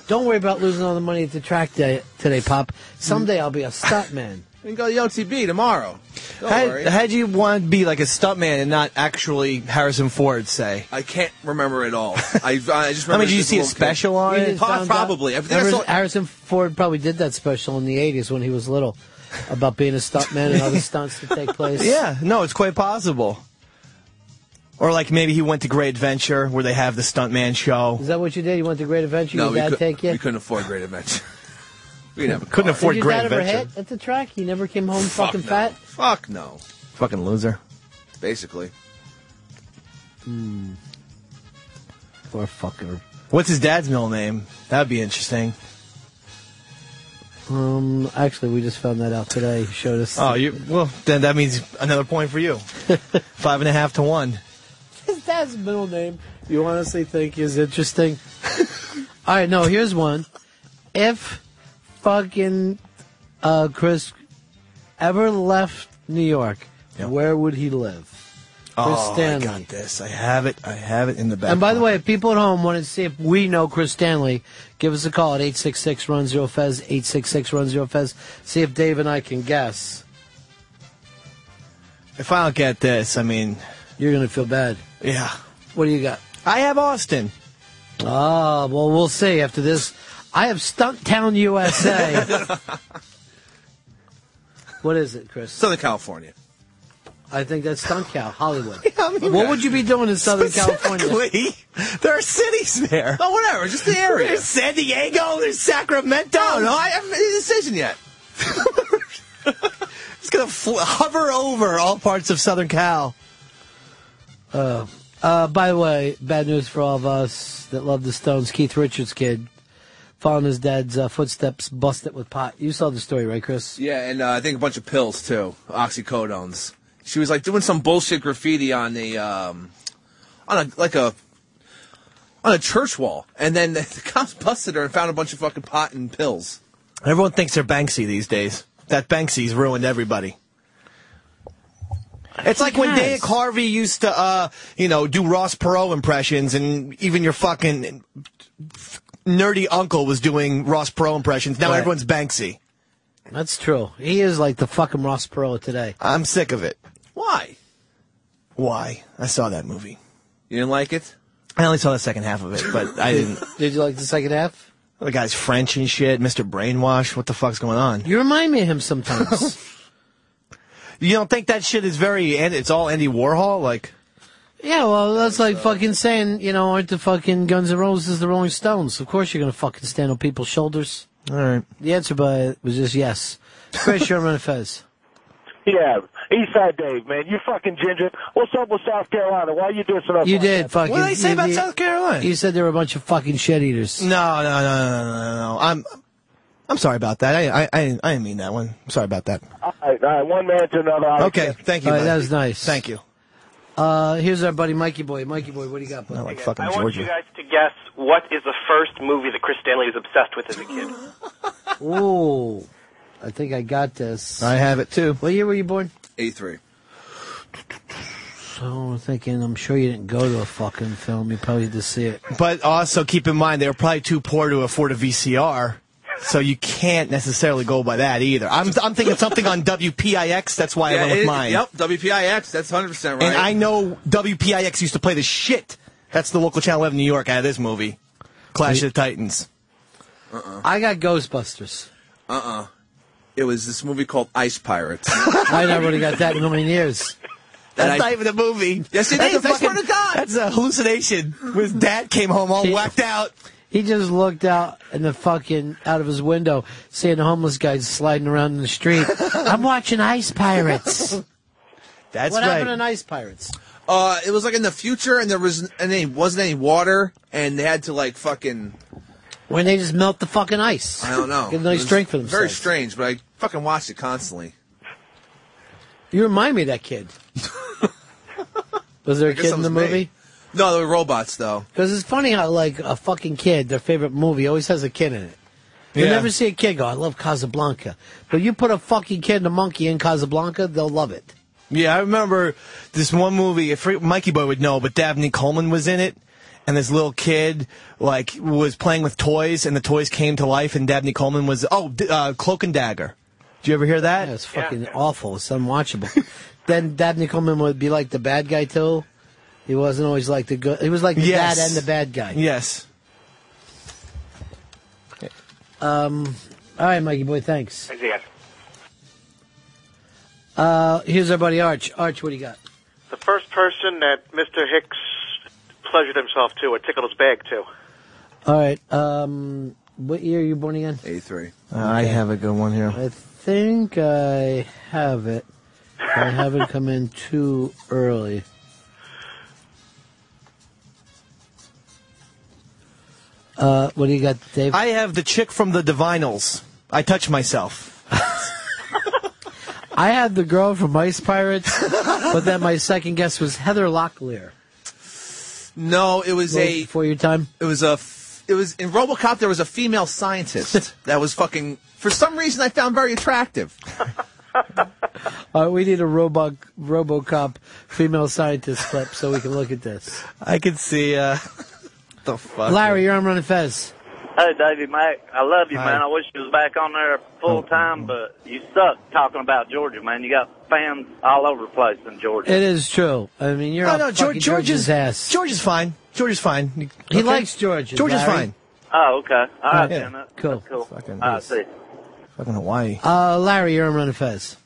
Speaker 6: Don't worry about losing all the money at the track day today, Pop. Someday I'll be a
Speaker 8: [laughs]
Speaker 6: stunt man.
Speaker 8: We can go to the OTB tomorrow. Don't
Speaker 16: how,
Speaker 8: worry.
Speaker 16: how'd you want to be like a stuntman and not actually Harrison Ford, say?
Speaker 8: I can't remember it all. I, [laughs] I just remember.
Speaker 16: I mean, did you
Speaker 8: this
Speaker 16: see a
Speaker 8: little kid.
Speaker 16: special on it?
Speaker 6: just found
Speaker 8: probably.
Speaker 6: out-
Speaker 8: I think I
Speaker 6: Harrison-
Speaker 8: saw-
Speaker 6: Harrison Ford probably did that special in the 80s when he was little about being a stuntman
Speaker 8: [laughs]
Speaker 6: and other stunts that take place.
Speaker 16: Yeah, no, it's quite possible. Or like maybe he went to Great Adventure where they have the stuntman show.
Speaker 6: Is that what you did? You went to Great Adventure?
Speaker 16: No,
Speaker 6: Your
Speaker 16: we
Speaker 6: dad
Speaker 16: cou-
Speaker 6: take you?
Speaker 16: we
Speaker 8: couldn't afford Great
Speaker 16: [laughs]
Speaker 8: Adventure. We didn't have a
Speaker 16: Couldn't
Speaker 8: car.
Speaker 16: afford
Speaker 6: Did your
Speaker 16: Great
Speaker 6: dad ever
Speaker 16: Adventure.
Speaker 6: hit at the track? He never came home
Speaker 8: Fuck
Speaker 6: fucking
Speaker 8: no.
Speaker 6: fat?
Speaker 8: Fuck no.
Speaker 16: Fucking loser.
Speaker 8: [laughs] Basically.
Speaker 6: Hmm. Poor fucker.
Speaker 16: What's his dad's middle name? That'd be interesting.
Speaker 6: Um, actually, we just found that out today. He showed us.
Speaker 16: Oh, you well then that means another point for you. [laughs] Five and a half to one.
Speaker 6: His dad's middle name. You honestly think is interesting? [laughs] All right, no. Here's one. If fucking uh, Chris ever left New York, where would he live? Chris
Speaker 16: oh,
Speaker 6: Stanley.
Speaker 16: I got this. I have it. I have it in the back.
Speaker 6: And by the way, if people at home want to see if we know Chris Stanley, give us a call at 866 Run Zero Fez, 866 Run Zero Fez. See if Dave and I can guess.
Speaker 16: If I don't get this, I mean,
Speaker 6: you're gonna feel bad.
Speaker 16: Yeah.
Speaker 6: What do you got?
Speaker 16: I have Austin.
Speaker 6: Ah, well, we'll see after this. I have Stunt Town USA.
Speaker 16: [laughs]
Speaker 6: what is it, Chris?
Speaker 8: Southern California.
Speaker 6: I think that's Stunt
Speaker 16: [laughs]
Speaker 6: Cal, Hollywood.
Speaker 8: mean-
Speaker 6: what would you be doing in Southern California?
Speaker 16: Specifically, there are cities there.
Speaker 8: Oh, whatever. Just the area.
Speaker 16: There's San Diego. There's Sacramento.
Speaker 8: No, no, I haven't made a decision yet.
Speaker 16: [laughs] It's gonna fl- hover over all parts of Southern Cal.
Speaker 6: Uh, uh, by the way, bad news for all of us that love the Stones. Keith Richards' kid following his dad's uh, footsteps, busted with pot. You saw the story, right, Chris?
Speaker 8: Yeah, and uh, I think a bunch of pills too, oxycodones. She was like doing some bullshit graffiti on the um, on a like a on a church wall, and then [laughs] the cops busted her and found a bunch of fucking pot and pills.
Speaker 16: Everyone thinks they're Banksy these days. That Banksy's ruined everybody. It's like when Dana Carvey used to, uh, you know, do Ross Perot impressions, and even your fucking nerdy uncle was doing Ross Perot impressions. Now
Speaker 6: Right.
Speaker 16: everyone's Banksy.
Speaker 6: That's true. He is like the fucking Ross Perot today.
Speaker 16: I'm sick of it.
Speaker 8: Why?
Speaker 16: Why? I saw that movie.
Speaker 8: You didn't like it?
Speaker 16: I only saw the second half of it, but I didn't.
Speaker 6: [laughs] Did you like the second half?
Speaker 16: The guy's French and shit. Mr. Brainwash. What the fuck's going on?
Speaker 6: You remind me of him sometimes.
Speaker 16: [laughs] you don't think that shit is very? And it's all Andy Warhol. Like
Speaker 6: Yeah, well, that's like fucking saying, you know, aren't the fucking Guns N' Roses the Rolling Stones? Of course you're going to fucking stand on people's shoulders.
Speaker 16: All right.
Speaker 6: The answer by it was just yes. Chris Sherman and [laughs] Fez.
Speaker 36: Yeah, Eastside Dave, man, you fucking ginger. What's up with South Carolina? Why you dissing us?
Speaker 6: You
Speaker 36: like
Speaker 6: did
Speaker 36: that?
Speaker 6: fucking. you- you-
Speaker 16: Carolina?
Speaker 6: You said they were a bunch of fucking shit eaters.
Speaker 16: no, no, no, no, no, no, no. I'm, I'm sorry about that. I, I, I, I didn't mean that one. I'm sorry about that.
Speaker 36: All right, all right, one man to another. I
Speaker 16: Okay,
Speaker 36: accept it.
Speaker 16: thank you.
Speaker 6: All right,
Speaker 16: buddy.
Speaker 6: that was nice.
Speaker 16: Thank you.
Speaker 6: Uh, here's our buddy Mikey Boy. Mikey Boy, what do you got, buddy?
Speaker 16: like fucking
Speaker 11: I want you
Speaker 16: Georgia.
Speaker 11: guys to guess what is the first movie that Chris Stanley was obsessed with as a kid.
Speaker 6: Ooh, I think I got this.
Speaker 16: I have it too.
Speaker 6: What year were you born?
Speaker 8: A three.
Speaker 6: So I'm thinking, I'm sure you didn't go to a fucking film. You probably did see it.
Speaker 16: But also keep in mind they were probably too poor to afford a VCR, so you can't necessarily go by that either. I'm, I'm thinking something on WPIX. That's why I went with
Speaker 8: it-
Speaker 16: mine.
Speaker 8: Yep, WPIX. That's hundred percent right.
Speaker 16: And I know WPIX used to play the shit. That's the local channel 11 in New York out of this movie, Clash of the Titans.
Speaker 8: Uh-uh.
Speaker 6: I got Ghostbusters.
Speaker 8: Uh-uh. It was this movie called Ice Pirates.
Speaker 6: [laughs] I never would have got that in a million years.
Speaker 16: That's
Speaker 8: I-
Speaker 16: not even a movie.
Speaker 8: Yes, it
Speaker 16: that's
Speaker 8: is.
Speaker 16: a
Speaker 8: I swear
Speaker 16: fucking-
Speaker 8: to God.
Speaker 16: That's
Speaker 6: [laughs]
Speaker 16: a hallucination. His dad came home all
Speaker 6: He-
Speaker 16: whacked out.
Speaker 6: He just looked out in the fucking out of his window, seeing a homeless guy sliding around in the [laughs] street. I'm watching Ice Pirates.
Speaker 16: That's
Speaker 6: what
Speaker 8: right.
Speaker 6: happened in Ice Pirates?
Speaker 8: Uh, it was like in the future, and there was and there wasn't any water, and they had to like fucking
Speaker 6: When they just melt the fucking ice.
Speaker 8: I don't know.
Speaker 6: Get a
Speaker 8: It
Speaker 6: nice
Speaker 8: was
Speaker 6: drink for
Speaker 8: Very
Speaker 6: themselves.
Speaker 8: strange, but I fucking watched it constantly.
Speaker 6: you remind me of that kid. Was there
Speaker 8: I
Speaker 6: a
Speaker 8: guess
Speaker 6: kid
Speaker 8: that
Speaker 6: in the
Speaker 8: was me.
Speaker 6: movie?
Speaker 8: No, they were robots though.
Speaker 6: Because it's funny how, like, a fucking kid, their favorite movie always has a kid in it. You
Speaker 8: Yeah.
Speaker 6: never see a kid go, I love Casablanca. But you put a fucking kid and a monkey in Casablanca, they'll love it.
Speaker 16: Yeah, I remember this one movie. If Mikey Boy would know, but Daphne Coleman was in it, and this little kid like was playing with toys, and the toys came to life, and Daphne Coleman was oh D- uh, Cloak and Dagger. Do you ever hear that?
Speaker 6: It's fucking awful. It's unwatchable. [laughs] then Dabney Coleman would be like the bad guy, too. He wasn't always like the good. He was like the
Speaker 16: Yes.
Speaker 6: dad and the bad guy.
Speaker 16: Yes.
Speaker 6: Um, all right, Mikey boy, thanks.
Speaker 13: Thanks, guys.
Speaker 6: Uh, here's our buddy Arch. Arch, what do you got?
Speaker 15: The first person that Mr. Hicks pleasured himself to or tickled his bag to.
Speaker 6: All right. Um, what year are you born again?
Speaker 8: 83.
Speaker 16: Uh, I have a good one here.
Speaker 6: I think I have it. I haven't come in too early. Uh, what do you got, Dave?
Speaker 16: I have the chick from the Divinals. I touch myself.
Speaker 6: I had the girl from Ice Pirates, but then my second guess was Heather Locklear.
Speaker 8: No, it was
Speaker 6: Right
Speaker 8: a
Speaker 6: before your time.
Speaker 8: It was a. f- It was in RoboCop. There was a female
Speaker 6: [laughs]
Speaker 8: scientist that was fucking. For some reason, I found very attractive.
Speaker 6: All right, Uh, we need a Robo RoboCop female scientist clip so we can look at this.
Speaker 16: I can see. uh [laughs] The fuck.
Speaker 6: Larry, you're on running Fez.
Speaker 11: Hey, Davey, Mac, I love you,
Speaker 6: Hi. Oh.
Speaker 11: man. I wish you was back on there full time, but you suck talking about Georgia, man. You got fans all over the place in Georgia.
Speaker 6: It is true. I mean, you're
Speaker 16: No,
Speaker 6: on
Speaker 16: no, Geor-
Speaker 6: fucking
Speaker 16: George
Speaker 6: George's
Speaker 16: is-
Speaker 6: ass.
Speaker 16: George is fine. George is fine.
Speaker 6: He likes George.
Speaker 16: George is
Speaker 6: Larry.
Speaker 16: fine.
Speaker 11: Oh, okay. All right,
Speaker 6: Yeah.
Speaker 11: then. That's
Speaker 6: Cool.
Speaker 11: cool.
Speaker 16: Fucking
Speaker 11: All right,
Speaker 16: nice.
Speaker 11: see.
Speaker 16: Fucking Hawaii.
Speaker 6: Uh, Larry, you're on running Fez.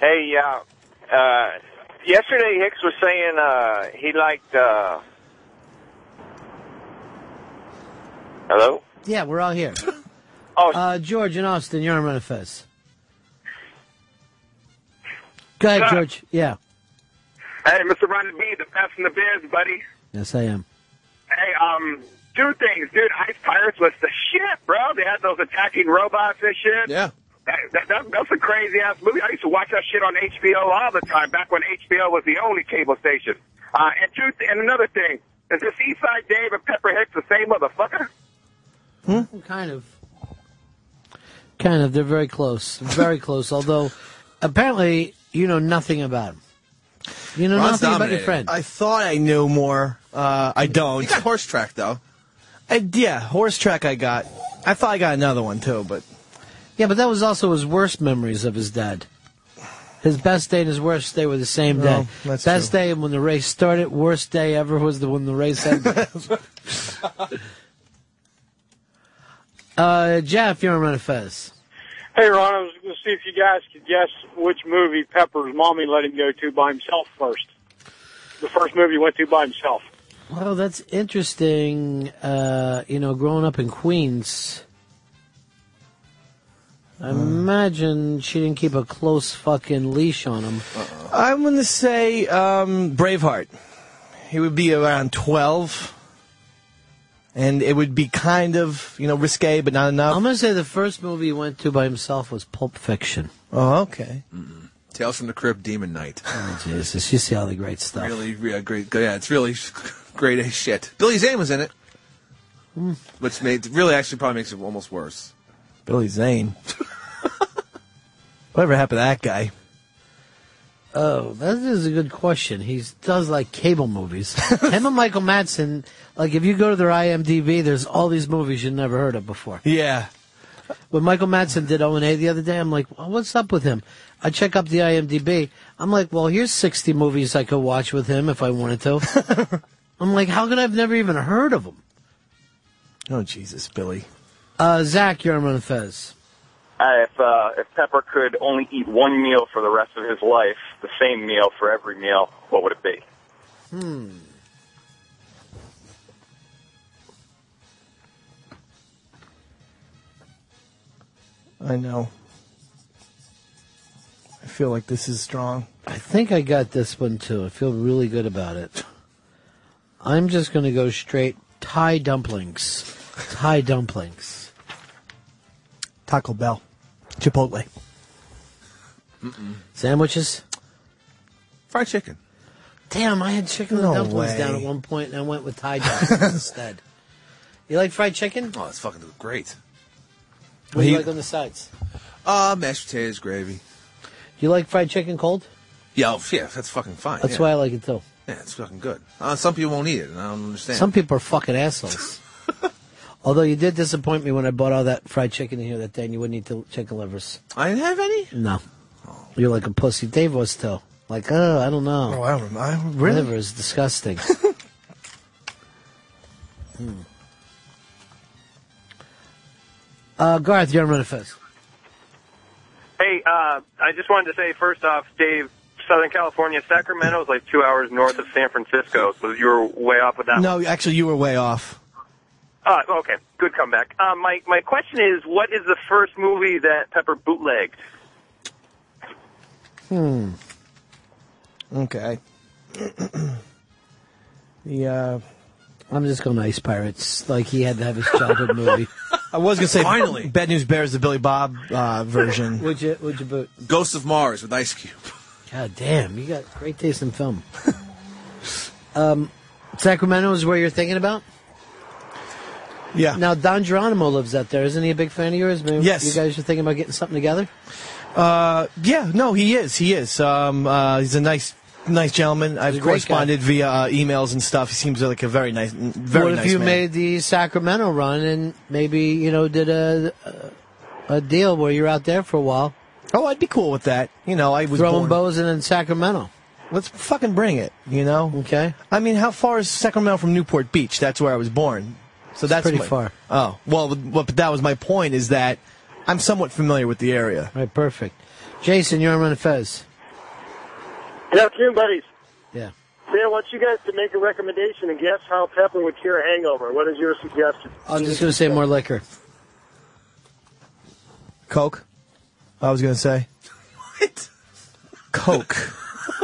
Speaker 1: Hey, yeah. Uh, yesterday Hicks was saying uh, he liked. Uh... Hello.
Speaker 6: Yeah, we're all
Speaker 16: [laughs]
Speaker 6: here.
Speaker 1: Oh,
Speaker 6: uh, George and Austin, you're on running Fez. Go ahead, George. Yeah.
Speaker 20: Hey, Mr. Ronnie B, the Pats and the Bears, buddy.
Speaker 6: Yes, I am.
Speaker 20: Hey, um, two things, dude. Ice Pirates was the shit, bro. They had those attacking robots and shit.
Speaker 8: Yeah.
Speaker 20: That, that, that, that's a crazy ass movie. I used to watch that shit on HBO all the time back when HBO was the only cable station. Uh, and two, and another thing, is this Eastside Dave and Pepper Hicks the same motherfucker?
Speaker 16: Hmm?
Speaker 6: Kind of. Kind of. They're very
Speaker 16: [laughs]
Speaker 6: close. Very close. Although, apparently, you know nothing about him. You know
Speaker 16: Ron's
Speaker 6: nothing about
Speaker 16: dominating.
Speaker 6: your friend.
Speaker 16: I thought I knew more. Uh, I don't. You got
Speaker 8: horse track though.
Speaker 16: I, yeah, horse track. I got. I thought I got another one too, but
Speaker 6: Yeah, but that was also his worst memories of his dad. His best day and his worst day were the same
Speaker 16: No,
Speaker 6: day.
Speaker 16: that's
Speaker 6: best day when the race started, worst day ever was the when the
Speaker 16: [laughs]
Speaker 6: race ended. uh, Jeff, you're on Run Fez.
Speaker 10: Hey, Ron, I was going to see if you guys could guess which movie Pepper's mommy let him go to by himself first. The first movie he went to by himself.
Speaker 6: Well, that's interesting. Uh, you know, growing up in Queens,
Speaker 16: Uh.
Speaker 6: I imagine she didn't keep a close fucking leash on him.
Speaker 16: I'm gonna say um, Braveheart. He would be around twelve, and it would be kind of you know risque, but not enough. I'm
Speaker 6: gonna say the first movie he went to by himself was Pulp Fiction.
Speaker 16: Oh, okay.
Speaker 8: Tales from the Crypt, Demon Knight.
Speaker 6: Jesus, you see all the great Oh, stuff.
Speaker 8: Really, yeah, great. Yeah, it's really great as shit. Billy Zane was in it,
Speaker 6: Hmm.
Speaker 8: which made really actually probably makes it almost worse.
Speaker 16: Billy Zane. [laughs] Whatever happened to that guy?
Speaker 6: Oh, that is a good question. He does like cable
Speaker 16: [laughs]
Speaker 6: movies. Him and Michael Madsen, like if you go to their IMDb, there's all these movies you never heard of before.
Speaker 16: Yeah.
Speaker 6: When Michael Madsen did O and A the other day, I'm like, well, what's up with him? I check up the IMDb. I'm like, well, here's 60 movies I could watch with him if I
Speaker 16: [laughs]
Speaker 6: wanted to. I'm like, how could I've never even heard of him?
Speaker 16: Oh Jesus, Billy.
Speaker 6: Uh, Zach, you're on Run Fez.
Speaker 10: Uh, if uh, if Pepper could only eat one meal for the rest of his life, the same meal for every meal, what would it be?
Speaker 6: Hmm.
Speaker 16: I know. I feel like this is strong.
Speaker 6: I think I got this one too. I feel really good about it. I'm just going to go straight Thai dumplings. Thai dumplings.
Speaker 16: Taco Bell, Chipotle.
Speaker 6: [laughs] Sandwiches?
Speaker 8: Fried chicken.
Speaker 6: Damn, I had chicken and
Speaker 16: No
Speaker 6: dumplings
Speaker 16: way.
Speaker 6: down at one point, and I went with
Speaker 16: [laughs]
Speaker 6: Thai dumplings instead. You like fried chicken?
Speaker 8: Oh, it's fucking great.
Speaker 6: What do you
Speaker 8: He-
Speaker 6: like on the sides?
Speaker 8: Uh, mashed potatoes, gravy.
Speaker 6: You like fried chicken cold?
Speaker 8: Yeah, oh, yeah, that's fucking fine.
Speaker 6: That's
Speaker 8: yeah.
Speaker 6: why I like it too.
Speaker 8: Yeah, it's fucking good. Uh, some people won't eat it, and I don't understand.
Speaker 6: Some people are fucking assholes. Although you did disappoint me when I bought all that fried chicken in here that day, and you wouldn't eat the chicken livers.
Speaker 8: I didn't have any.
Speaker 6: No, you're like a pussy. Dave was too. Like, oh, I don't know.
Speaker 7: Oh, I rem- I really-
Speaker 6: liver
Speaker 7: [laughs]
Speaker 6: is disgusting. Hmm. Uh, Garth, you're on Run Fest.
Speaker 12: Hey, uh, I just wanted to say first off, Dave, Southern California, Sacramento is like two hours north of San Francisco, so you were way off with that. one.
Speaker 16: No, actually, you were way off.
Speaker 12: Uh, okay, good comeback. Uh, my my question is, what is the first movie that Pepper bootlegged?
Speaker 16: Hmm. Okay. [clears throat] the uh,
Speaker 6: I'm just going to Ice Pirates. Like he had to have his childhood movie.
Speaker 16: [laughs] I was gonna say
Speaker 8: Finally.
Speaker 16: Bad News Bears, the Billy Bob uh, version.
Speaker 6: [laughs] Would you? Would you boot?
Speaker 8: Ghost of Mars with Ice Cube.
Speaker 6: God damn, you got great taste in film. [laughs] um, Sacramento is where you're thinking about.
Speaker 16: Yeah.
Speaker 6: Now Don Geronimo lives out there. Isn't he a big fan of yours? Maybe
Speaker 16: Yes.
Speaker 6: You guys are thinking about getting something together.
Speaker 16: Uh, yeah, no, he is. He is. Um, uh, he's a nice, nice gentleman. I've
Speaker 6: great
Speaker 16: corresponded via uh, emails and stuff. He seems like a very nice, very
Speaker 6: what
Speaker 16: nice
Speaker 6: if you
Speaker 16: man.
Speaker 6: made the Sacramento run and maybe you know did a a deal where you're out there for a while?
Speaker 16: Oh, I'd be cool with that. You know, I was
Speaker 6: throwing
Speaker 16: born-
Speaker 6: bows and in Sacramento.
Speaker 16: Let's fucking bring it. You know.
Speaker 6: Okay.
Speaker 16: I mean, how far is Sacramento from Newport Beach? That's where I was born. So that's
Speaker 6: pretty
Speaker 16: my-
Speaker 6: far.
Speaker 16: Oh well, but- but that was my point. Is that I'm somewhat familiar with the area.
Speaker 6: Right. Perfect. Jason, you're on Run and Fez.
Speaker 13: Good afternoon, buddies.
Speaker 6: Yeah.
Speaker 13: Say, I want you guys to make a recommendation and guess how pepper would cure a hangover. What is your suggestion?
Speaker 6: I'm just gonna say more liquor.
Speaker 16: Coke. I was gonna say. [laughs] What? Coke.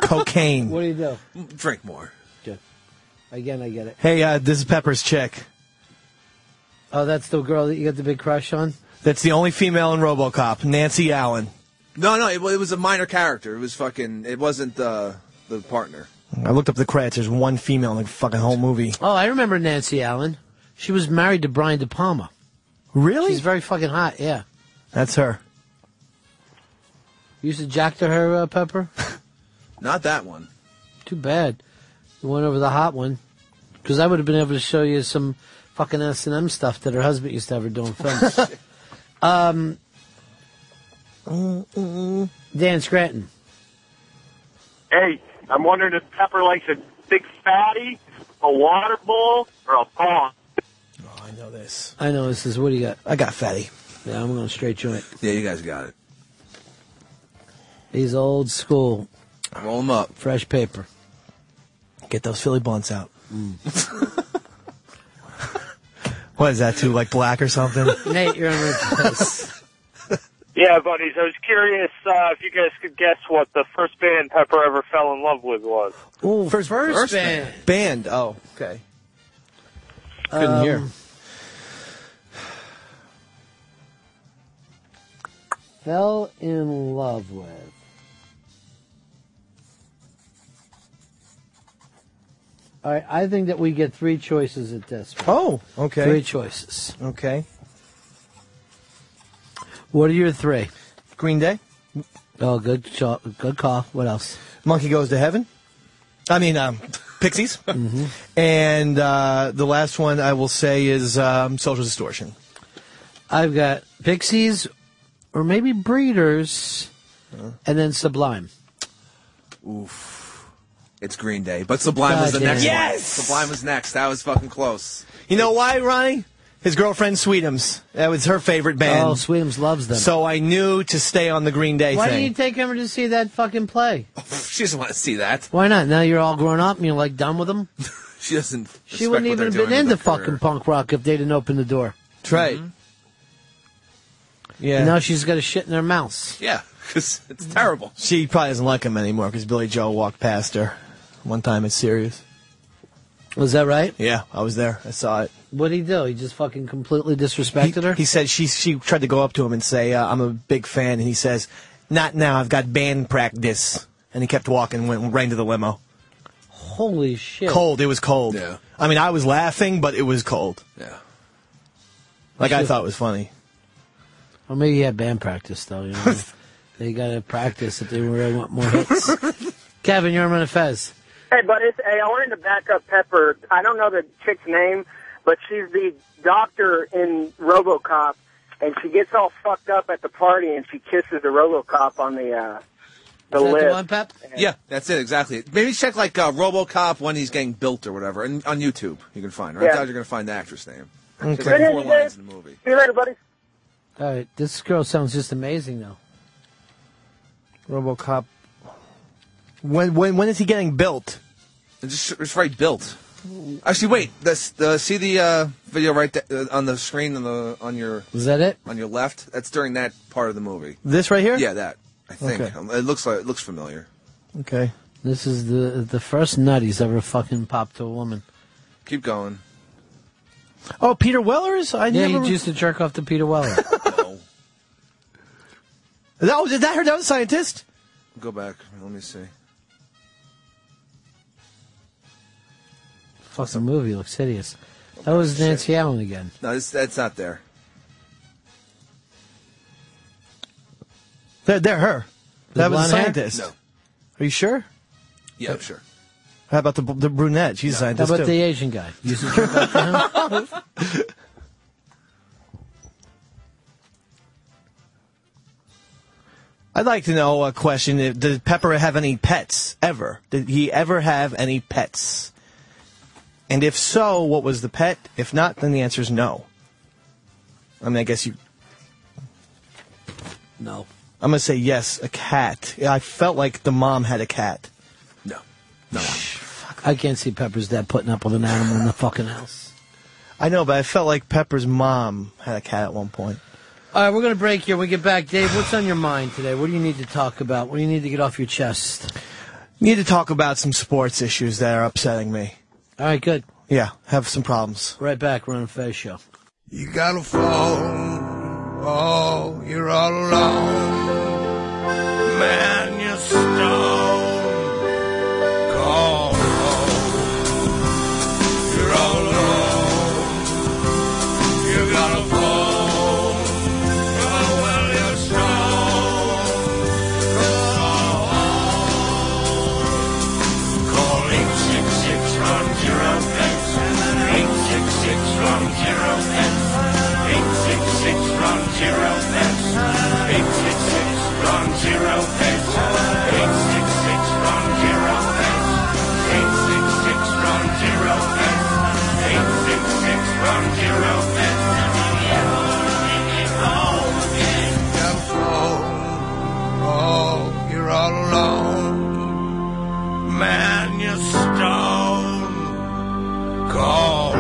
Speaker 16: Cocaine.
Speaker 6: What do you do?
Speaker 8: Drink more.
Speaker 6: Again, I get it.
Speaker 16: Hey, uh, this is Pepper's chick.
Speaker 6: Oh, that's the girl that you got the big crush on.
Speaker 16: That's the only female in RoboCop, Nancy Allen.
Speaker 8: No, no, it, wa- it was a minor character. It was fucking. It wasn't the the partner.
Speaker 16: I looked up the credits. There's one female in the fucking whole movie.
Speaker 6: Oh, I remember Nancy Allen. She was married to Brian De Palma.
Speaker 16: Really?
Speaker 6: She's very fucking hot. Yeah.
Speaker 16: That's her.
Speaker 6: You used to jack to her, uh, Pepper.
Speaker 8: Not that one.
Speaker 6: Too bad. You went over the hot one. Because I would have been able to show you some fucking S&M stuff that her husband used to have her doing films.
Speaker 16: [laughs]
Speaker 6: um, Dan Scranton.
Speaker 13: Hey, I'm wondering if Pepper likes a big fatty, a water bowl, or a bong.
Speaker 16: I know Oh, this.
Speaker 6: I know this is, what do you got?
Speaker 16: I got fatty.
Speaker 6: Yeah, I'm going straight joint.
Speaker 8: Yeah, you guys got it.
Speaker 6: He's old school.
Speaker 8: Roll him up.
Speaker 6: Fresh paper.
Speaker 16: Get those [laughs] Philly blunts out. What is that too? Like black or [laughs] something?
Speaker 6: Nate, you're on the
Speaker 13: Yeah, buddies. I was curious uh, if you guys could guess what the first band Pepper ever fell in love with was.
Speaker 16: Ooh,
Speaker 6: first,
Speaker 13: first
Speaker 16: band. Band. Oh, okay. Couldn't
Speaker 13: Um,
Speaker 16: hear.
Speaker 6: Fell in love with. All right, I think that we get three choices at this. One.
Speaker 16: Oh, okay.
Speaker 6: Three choices.
Speaker 16: Okay.
Speaker 6: What are your three?
Speaker 16: Green Day.
Speaker 6: Oh, good cho- good call. What else?
Speaker 16: Monkey Goes to Heaven. I mean, um, Pixies.
Speaker 6: [laughs] Mm-hmm.
Speaker 16: And uh, the last one I will say is um, Social Distortion.
Speaker 6: I've got Pixies, or maybe Breeders, and then Sublime.
Speaker 8: Oof. It's Green Day, but Sublime was the
Speaker 6: Goddamn.
Speaker 8: next
Speaker 16: Yes!
Speaker 8: one. Sublime was next. That was fucking close.
Speaker 16: You know why, Ronnie? His girlfriend Sweetums. That was her favorite band.
Speaker 6: Oh, Sweetums loves them.
Speaker 16: So I knew to stay on the Green Day
Speaker 6: Why
Speaker 16: thing.
Speaker 6: didn't you take him to see that fucking play?
Speaker 8: She doesn't want to see that.
Speaker 6: Why not? Now you're all grown up and you're like done with
Speaker 8: [laughs]
Speaker 6: them.
Speaker 8: She doesn't.
Speaker 6: She
Speaker 8: respect
Speaker 6: wouldn't
Speaker 8: what
Speaker 6: even
Speaker 8: they're doing
Speaker 6: have been
Speaker 8: with
Speaker 6: into
Speaker 8: their career.
Speaker 6: fucking punk rock if they didn't open the door.
Speaker 16: That's right. Yeah.
Speaker 6: And now she's got a shit in her mouth.
Speaker 8: Yeah, because [laughs] it's terrible.
Speaker 16: She probably doesn't like him anymore because Billy Joe walked past her one time at Sirius.
Speaker 6: Was that right?
Speaker 16: Yeah, I was there. I saw it.
Speaker 6: What'd he do? He just fucking completely disrespected her?
Speaker 16: He said she she tried to go up to him and say, uh, "I'm a big fan," and he says, "Not now. I've got band practice." And he kept walking, went right into the limo.
Speaker 6: Holy shit.
Speaker 16: Cold. It was cold. Yeah. I mean, I was laughing, but it was cold.
Speaker 8: Yeah.
Speaker 16: Like I
Speaker 6: Shit.
Speaker 16: thought it was funny.
Speaker 6: Or maybe he had band practice though. You know, they got to practice if they really want more hits. Kevin, you're on a fez.
Speaker 28: Hey, but it's, hey, I wanted to back up Pepper. I don't know the chick's name, but she's the doctor in RoboCop, and she gets all fucked up at the party and she kisses the RoboCop on the uh, the
Speaker 8: that the
Speaker 28: lip.
Speaker 8: one, Yeah, that's it exactly. Maybe check like uh, RoboCop when he's getting built or whatever, and on YouTube you can find. Right,
Speaker 28: Yeah.
Speaker 8: I doubt you're gonna find the actress name.
Speaker 6: Okay.
Speaker 8: There's like
Speaker 28: Good
Speaker 8: four
Speaker 28: night, you
Speaker 8: lines
Speaker 28: guys.
Speaker 8: in the movie.
Speaker 28: See you later, buddy.
Speaker 6: All right, this girl sounds just amazing though.
Speaker 16: RoboCop. When when when is he getting built?
Speaker 8: It's just it's right built. Actually, wait. That's the see the uh, video right th- uh, on the screen on the on your
Speaker 6: Is that it?
Speaker 8: on your left. That's during that part of the movie.
Speaker 16: This right here?
Speaker 8: Yeah, that. I think
Speaker 6: Okay.
Speaker 8: Um, it looks like it looks familiar.
Speaker 16: Okay.
Speaker 6: This is the the first nut he's ever fucking popped to a woman.
Speaker 8: Keep going.
Speaker 16: Oh, Peter Weller's. I
Speaker 6: yeah,
Speaker 16: never.
Speaker 6: he used to jerk off to
Speaker 16: [laughs]
Speaker 6: Peter Weller.
Speaker 16: That was, is that her? That was scientist.
Speaker 8: Go back. Let me see.
Speaker 6: fucking movie looks hideous. That was Nancy Allen again.
Speaker 8: No, this, that's not there.
Speaker 16: They're, they're her.
Speaker 6: The
Speaker 16: that was a
Speaker 6: blonde hair?
Speaker 16: scientist.
Speaker 8: No.
Speaker 16: Are you sure?
Speaker 8: Yeah, I'm sure. [laughs]
Speaker 16: How about the the brunette? She's a
Speaker 6: How
Speaker 16: scientist too.
Speaker 6: about the Asian guy?
Speaker 16: [laughs]
Speaker 6: Used to jerk off to him?
Speaker 16: That's I'd like to know a question. if- Did Pepper have any pets ever? Did he ever have any pets? And if so, what was the pet? If not, then the answer is no. I mean, I guess you.
Speaker 6: No.
Speaker 16: I'm going to say yes, a cat. Yeah, I felt like the mom had a cat.
Speaker 6: I can't see Pepper's dad putting up with an animal in the fucking house.
Speaker 16: I know, but I felt like Pepper's mom had a cat at one point.
Speaker 6: All right, we're going to break here. When we get back, Dave, what's on your mind today? What do you need to talk about? What do you need to get off your chest?
Speaker 16: Need to talk about some sports issues that are upsetting me.
Speaker 6: All right, good.
Speaker 16: Yeah, have some problems.
Speaker 6: Right back. We're on a Fez show.
Speaker 13: You gotta fall. Oh, you're all alone. Man, you're stone. Cold. You're all alone. You gotta fall. Oh, well, you're stone. Cold. Call 866 from zero fence. 866 from zero fence. 866 from zero fence. 866 from zero fence. 866 from zero fence. 866 from zero fence. 866 from zero fence. Oh, you're all alone. Man, you're stone cold.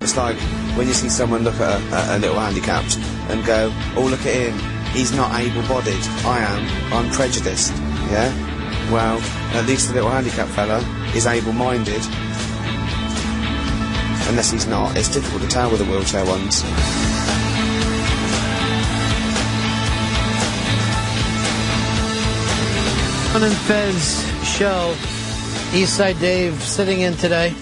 Speaker 4: It's like when you see someone look at a, a, a little handicapped and go, oh, look at him, he's not able bodied. I am, I'm prejudiced. Yeah? Well, at least the little handicapped fella is able minded. Unless he's not, it's difficult to tell with the wheelchair ones.
Speaker 6: On and Fez show, Eastside Dave sitting in today.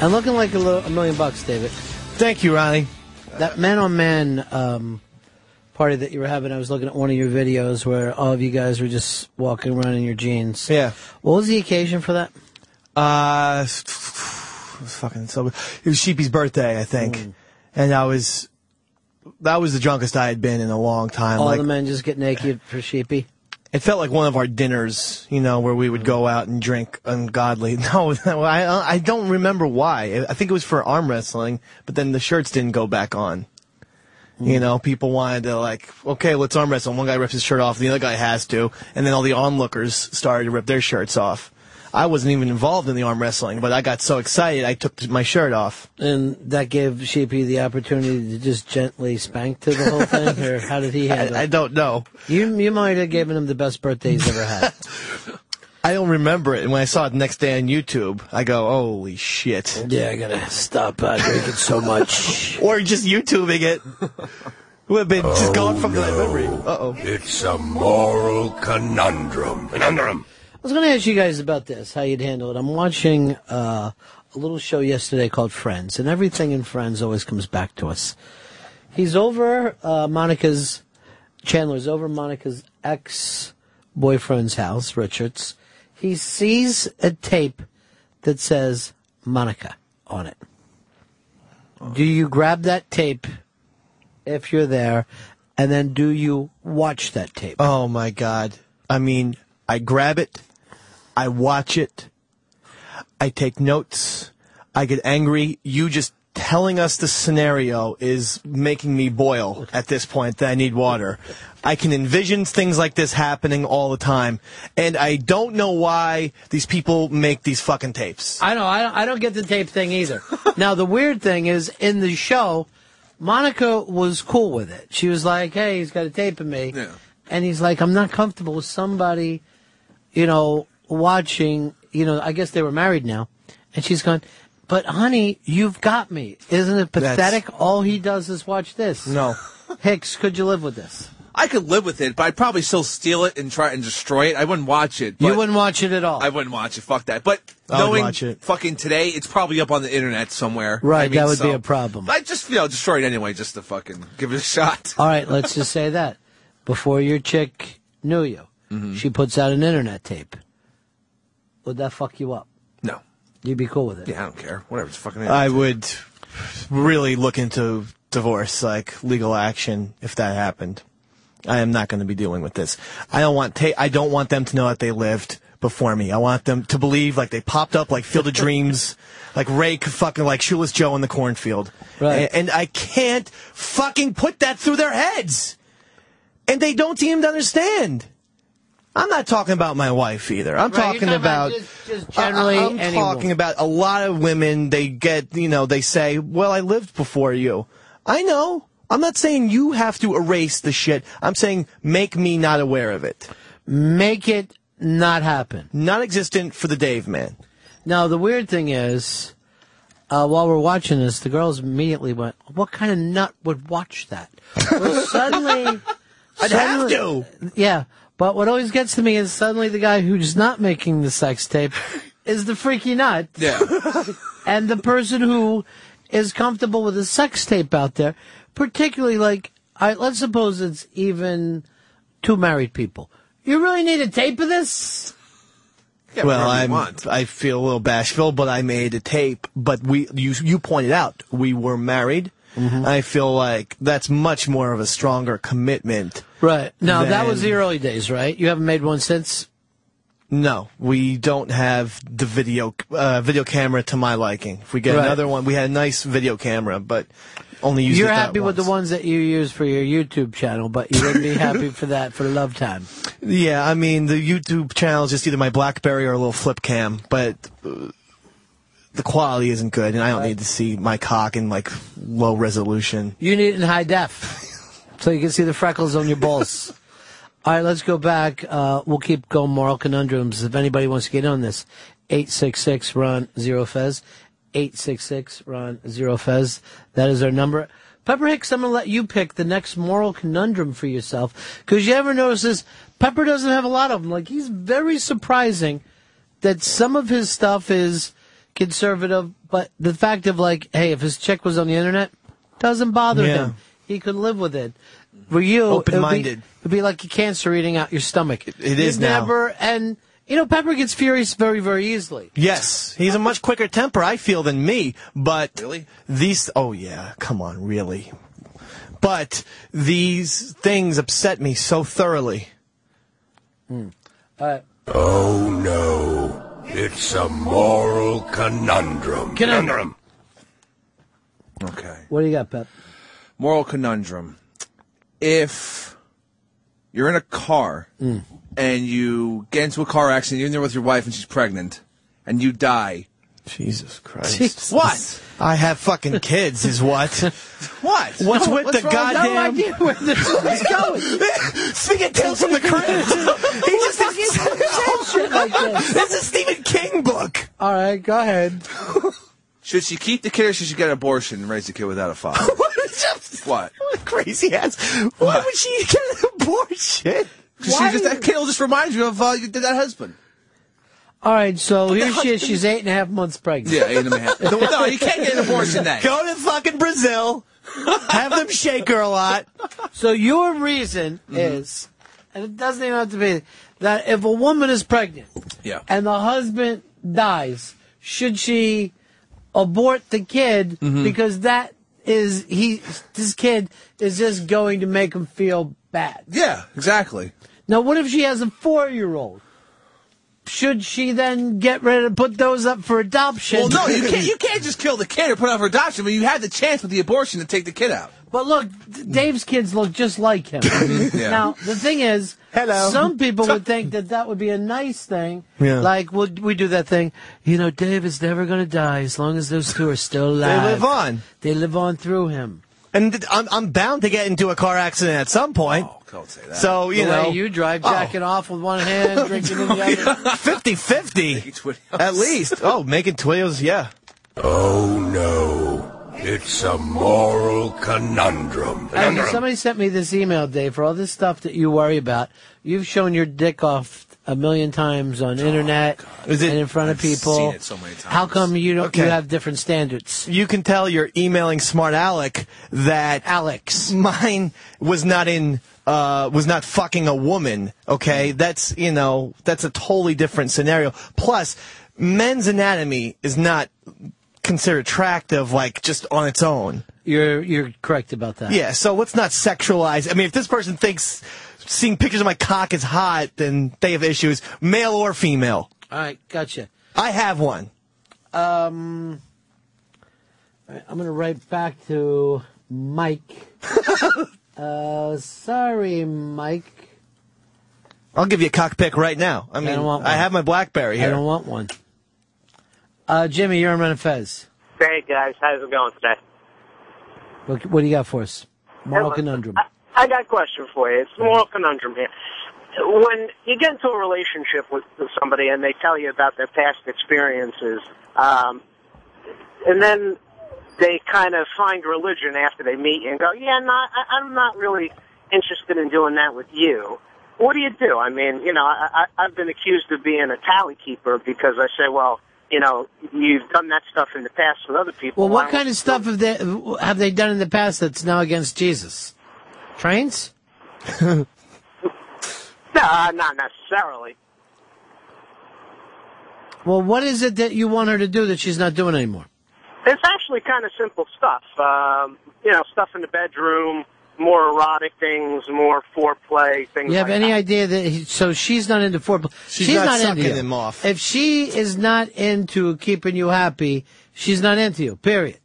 Speaker 6: And looking like a, lo- a million bucks, David.
Speaker 16: Thank you, Ronnie.
Speaker 6: That man on man um, party that you were having, I was looking at one of your videos where all of you guys were just walking around in your jeans.
Speaker 16: Yeah.
Speaker 6: What was the occasion for that?
Speaker 16: Uh, it was fucking so. It was Sheepy's birthday, I think,
Speaker 6: Mm.
Speaker 16: and I was. That was the drunkest I had been in a long time.
Speaker 6: all
Speaker 16: like
Speaker 6: the men just get naked for sheepy. Mm.
Speaker 16: it felt like one of our dinners, you know, where we would go out and drink ungodly. [laughs] No, no, I I don't remember why. I think it was for arm wrestling, but then the shirts didn't go back on.
Speaker 6: Hmm.
Speaker 16: You know, people wanted to like, okay, let's arm wrestle. One guy rips his shirt off, the other guy has to, and then all the onlookers started to rip their shirts off. I wasn't even involved in the arm wrestling, but I got so excited I took my shirt off.
Speaker 6: And that gave Sheepy the opportunity to just gently spank to the whole
Speaker 16: [laughs]
Speaker 6: thing, or how did he handle
Speaker 16: I, I
Speaker 6: it?
Speaker 16: don't know.
Speaker 6: You you might have given him the best birthday he's ever had.
Speaker 16: [laughs] I don't remember it. And when I saw it the next day on YouTube, I go, holy shit. [laughs]
Speaker 6: Yeah, I gotta stop uh, drinking so much.
Speaker 16: or just YouTubing it. Would have been just gone from that memory. Uh oh.
Speaker 14: It's a moral conundrum. Conundrum.
Speaker 6: I was going to ask you guys about this, how you'd handle it. I'm watching uh, a little show yesterday called Friends, and everything in Friends always comes back to us. He's over uh, Monica's, Chandler's over Monica's ex boyfriend's house, Richards. He sees a tape that says Monica on it. Do you grab that tape if you're there, and then do you watch that tape?
Speaker 16: Oh my god. I mean, I grab it, I watch it, I take notes, I get angry. You just telling us the scenario is making me boil at this point that I need water. I can envision things like this happening all the time, and I don't know why these people make these fucking tapes.
Speaker 6: I know. I don't, I don't get the tape
Speaker 8: [laughs]
Speaker 6: thing either. now the weird thing is in the show, Monica was cool with it. She was like, "Hey, he's got a tape of me," and he's like, "I'm not comfortable with somebody, you know, watching." You know, I guess they were married now, and she's gone. But honey, you've got me. Isn't it
Speaker 8: That's-
Speaker 6: pathetic? All he does is watch this.
Speaker 16: No.
Speaker 6: [laughs] Hicks, could you live with this?
Speaker 8: I could live with it, but I'd probably still steal it and try and destroy it. I wouldn't watch it.
Speaker 6: You wouldn't watch it at all.
Speaker 8: I wouldn't watch it. Fuck that. But
Speaker 16: I would
Speaker 8: knowing
Speaker 16: watch it.
Speaker 8: fucking today, it's probably up on the internet somewhere.
Speaker 6: Right,
Speaker 8: I mean,
Speaker 6: that would be
Speaker 8: so-
Speaker 6: a problem.
Speaker 8: I just you know destroy it anyway, just to fucking give it a [laughs] shot.
Speaker 6: All right, let's just say that. Before your chick knew you,
Speaker 16: Mm-hmm.
Speaker 6: she puts out an internet tape. Would that fuck you up?
Speaker 8: No.
Speaker 6: You'd be cool with it.
Speaker 8: Yeah, I don't care. Whatever. It's fucking.
Speaker 16: I would really look into divorce, like legal action, if that happened. I am not going to be dealing with this. I don't want ta- I don't want them to know that they lived before me. I want them to believe like they popped up like Field of Dreams, [laughs] like Rake, fucking like Shoeless Joe in the cornfield.
Speaker 6: Right.
Speaker 16: A- And, I can't fucking put that through their heads. And they don't seem to understand. I'm not talking about my wife either. I'm
Speaker 6: Right, you're
Speaker 16: talking
Speaker 6: talking about
Speaker 16: about,
Speaker 6: just- just generally
Speaker 16: I- I'm
Speaker 6: any
Speaker 16: talking about a lot of women. They get you know they say, "Well, I lived before you." I know. I'm not saying you have to erase the shit. I'm saying make me not aware of it.
Speaker 6: Make it not happen.
Speaker 16: Non-existent for the Dave man.
Speaker 6: Now, the weird thing is, uh, while we're watching this, the girls immediately went, What kind of nut would watch that?
Speaker 4: [laughs]
Speaker 6: Well, suddenly.
Speaker 16: I'd have
Speaker 6: suddenly- Yeah, but what always gets to me is suddenly the guy who's not making the sex tape is the freaky nut.
Speaker 8: Yeah.
Speaker 6: [laughs] and the person who is comfortable with a sex tape out there, particularly like, all right, let's suppose it's even two married people. You really need a tape of this?
Speaker 16: well, I'm I feel a little bashful, but I made a tape. But we you you pointed out we were married.
Speaker 6: Mm-hmm.
Speaker 16: I feel like that's much more of a stronger commitment.
Speaker 6: Right. No, that was
Speaker 16: Then-
Speaker 6: the early days, right? You haven't made one since?
Speaker 16: No, we don't have the video uh, video camera to my liking. If we get
Speaker 6: Right.
Speaker 16: another one, we had a nice video camera, but only used
Speaker 6: You're
Speaker 16: it that
Speaker 6: happy with the ones that you use for your YouTube channel, but you wouldn't be happy for that for love time.
Speaker 16: Yeah, I mean the YouTube channel is just either my BlackBerry or a little flip cam, but uh, the quality isn't good, and I don't need to see my cock in like low resolution.
Speaker 6: You need it in high def, so you can see the freckles on your balls. All right, let's go back. Uh, we'll keep going. Moral conundrums. If anybody wants to get in on this, eight six six Ron Zero Fez, eight six six Ron Zero Fez. That is our number. Pepper Hicks, I'm gonna let you pick the next moral conundrum for yourself because you ever notice this? Pepper doesn't have a lot of them. Like he's very surprising that some of his stuff is conservative, but the fact of like, hey, if his chick was on the internet, doesn't bother
Speaker 16: Yeah.
Speaker 6: him. He could live with it. For you, it would be-
Speaker 16: Open-minded.
Speaker 6: It'd be, like a cancer eating out your stomach. It
Speaker 16: it is now.
Speaker 6: Never, and you know, Pepper gets furious very, very easily.
Speaker 16: Yes, he's a much quicker temper, I feel, than me. But these, oh yeah, come on, really. But these things upset me so thoroughly. Hmm.
Speaker 6: Uh,
Speaker 14: Oh no. It's a moral conundrum. Conundrum.
Speaker 8: Okay.
Speaker 6: What do you got, Pep?
Speaker 8: Moral conundrum. If you're in a car
Speaker 6: Mm.
Speaker 8: and you get into a car accident, you're in there with your wife and she's pregnant, and you die.
Speaker 16: Jesus Christ.
Speaker 8: What?
Speaker 16: I have
Speaker 6: [laughs]
Speaker 16: fucking kids, is what.
Speaker 8: What?
Speaker 16: What's with the goddamn?
Speaker 6: No idea
Speaker 16: [laughs]
Speaker 6: where this is going.
Speaker 16: Speaking tales from the crypt. he just [laughs] This is Stephen
Speaker 8: [laughs]
Speaker 16: King book.
Speaker 6: All right, go ahead.
Speaker 7: [laughs]
Speaker 8: Should she keep the kid or should she get an abortion and raise the kid without a father? what?
Speaker 16: crazy ass. Why would she get an abortion?
Speaker 8: 'Cause she just- that
Speaker 16: kid just reminds you of uh, that husband.
Speaker 6: All right, so here she is.
Speaker 16: husband-
Speaker 6: She's eight and a half months pregnant.
Speaker 8: Yeah, eight and a half. No, you can't get an abortion
Speaker 6: [laughs]
Speaker 8: then.
Speaker 16: Go to fucking Brazil. Have them shake her a lot.
Speaker 6: So your reason
Speaker 8: Mm-hmm.
Speaker 6: is, and it doesn't even have to be that if a woman is pregnant,
Speaker 8: Yeah.
Speaker 6: and the husband dies, should she abort the kid
Speaker 8: Mhm.
Speaker 6: because that is he this kid is just going to make him feel bad.
Speaker 8: Yeah, exactly.
Speaker 6: Now what if she has a 4-year-old? Should she then get ready to put those up for adoption?
Speaker 8: Well, no,
Speaker 6: [laughs]
Speaker 8: you can't. You can't just kill the kid or put it out for adoption. But you had the chance with the abortion to take the kid out.
Speaker 6: But look, D- Dave's kids look just
Speaker 16: [laughs]
Speaker 6: like him.
Speaker 8: Yeah.
Speaker 6: Now, the thing is,
Speaker 8: Hello.
Speaker 6: some people would think that that would be a nice thing.
Speaker 8: Yeah.
Speaker 6: Like, we'll, we do that thing, you know, Dave is never going to die as long as those two are still
Speaker 16: They
Speaker 6: alive.
Speaker 16: live on.
Speaker 6: They live on through him.
Speaker 16: And th- I'm, I'm bound to get into a car accident at some point.
Speaker 6: Oh,
Speaker 8: don't say
Speaker 16: that. So, you
Speaker 6: the
Speaker 16: know.
Speaker 6: Way you drive
Speaker 16: Oh.
Speaker 6: jacking off with one
Speaker 16: [laughs]
Speaker 6: hand, drinking in the other.
Speaker 16: 50 50. At least. Oh, making Twilio's, yeah.
Speaker 14: Oh no. It's a moral conundrum.
Speaker 6: Actually,
Speaker 14: Conundrum.
Speaker 6: somebody sent me this email, Dave, for all this stuff that you worry about. You've shown your dick off a million times on
Speaker 16: Oh,
Speaker 6: internet and in front of people.
Speaker 16: seen it so many times.
Speaker 6: How come you don't you
Speaker 16: Okay.
Speaker 6: have different standards?
Speaker 16: You can tell you're emailing Smart Alec that
Speaker 6: Alex
Speaker 16: mine was not in uh was not fucking a woman. Okay, that's you know that's a totally different scenario. Plus, men's anatomy is not considered attractive like just on its own.
Speaker 6: You're you're correct about that.
Speaker 16: Yeah, so let's not sexualize. I mean, if this person thinks seeing pictures of my cock is hot, then they have issues, male or female.
Speaker 6: All right, gotcha.
Speaker 16: I have one.
Speaker 6: Um, all right, I'm gonna write back to [laughs] Mike. uh, sorry, Mike.
Speaker 16: I'll give you a cock pic right now. I mean, I,
Speaker 6: don't want one.
Speaker 16: have my BlackBerry here.
Speaker 6: I don't want one. Uh, Jimmy, you're in Menifez.
Speaker 28: Hey guys, how's it going today?
Speaker 6: What, what do you got for us? Moral
Speaker 28: Hello. Uh,
Speaker 6: conundrum. Mm-hmm.
Speaker 28: I got a question for you. It's a moral conundrum here. When you get into a relationship with with somebody and they tell you about their past experiences, um, and then they kind of find religion after they meet you and go, "Yeah, no, I, I'm not really interested in doing that with you." What do you do? I mean, you know, I, I, I've been accused of being a tally keeper because I say, "Well, you know, you've done that stuff in the past with other people."
Speaker 6: Well,
Speaker 28: Why
Speaker 6: what
Speaker 28: don't
Speaker 6: kind
Speaker 28: [laughs]
Speaker 6: of stuff have they have they done in the past that's now against Jesus? [laughs] Trains?
Speaker 28: No, not necessarily.
Speaker 6: Well, what is it that you want her to do that she's not doing anymore?
Speaker 28: It's actually kind of simple stuff. Um, you know, stuff in the bedroom, more erotic things, more foreplay, things
Speaker 6: You have
Speaker 28: like
Speaker 6: any
Speaker 28: that.
Speaker 6: idea that he, so she's not into foreplay?
Speaker 28: She's not
Speaker 6: into
Speaker 28: sucking
Speaker 6: you.
Speaker 28: him off.
Speaker 6: If she is not into keeping you happy, she's not into you. Period.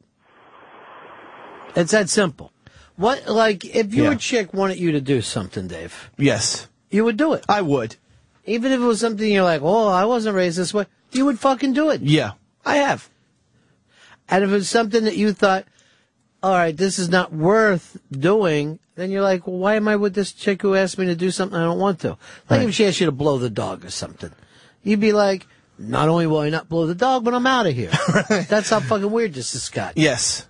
Speaker 6: It's that simple. What like if your chick wanted you to do something, Dave?
Speaker 16: Yes.
Speaker 6: You would do it.
Speaker 16: I would.
Speaker 6: Even if it was something you're like, oh, I wasn't raised this way, you would fucking do it.
Speaker 16: Yeah, I have.
Speaker 6: And if it's something that you thought, all right, this is not worth doing, then you're like, well, why am I with this chick who asked me to do something I don't want to? Like if she asked you to blow the dog or something, you'd be like, not only will I not blow the dog, but I'm out
Speaker 14: [laughs]
Speaker 6: of here. That's how fucking weird this has got.
Speaker 16: Yes.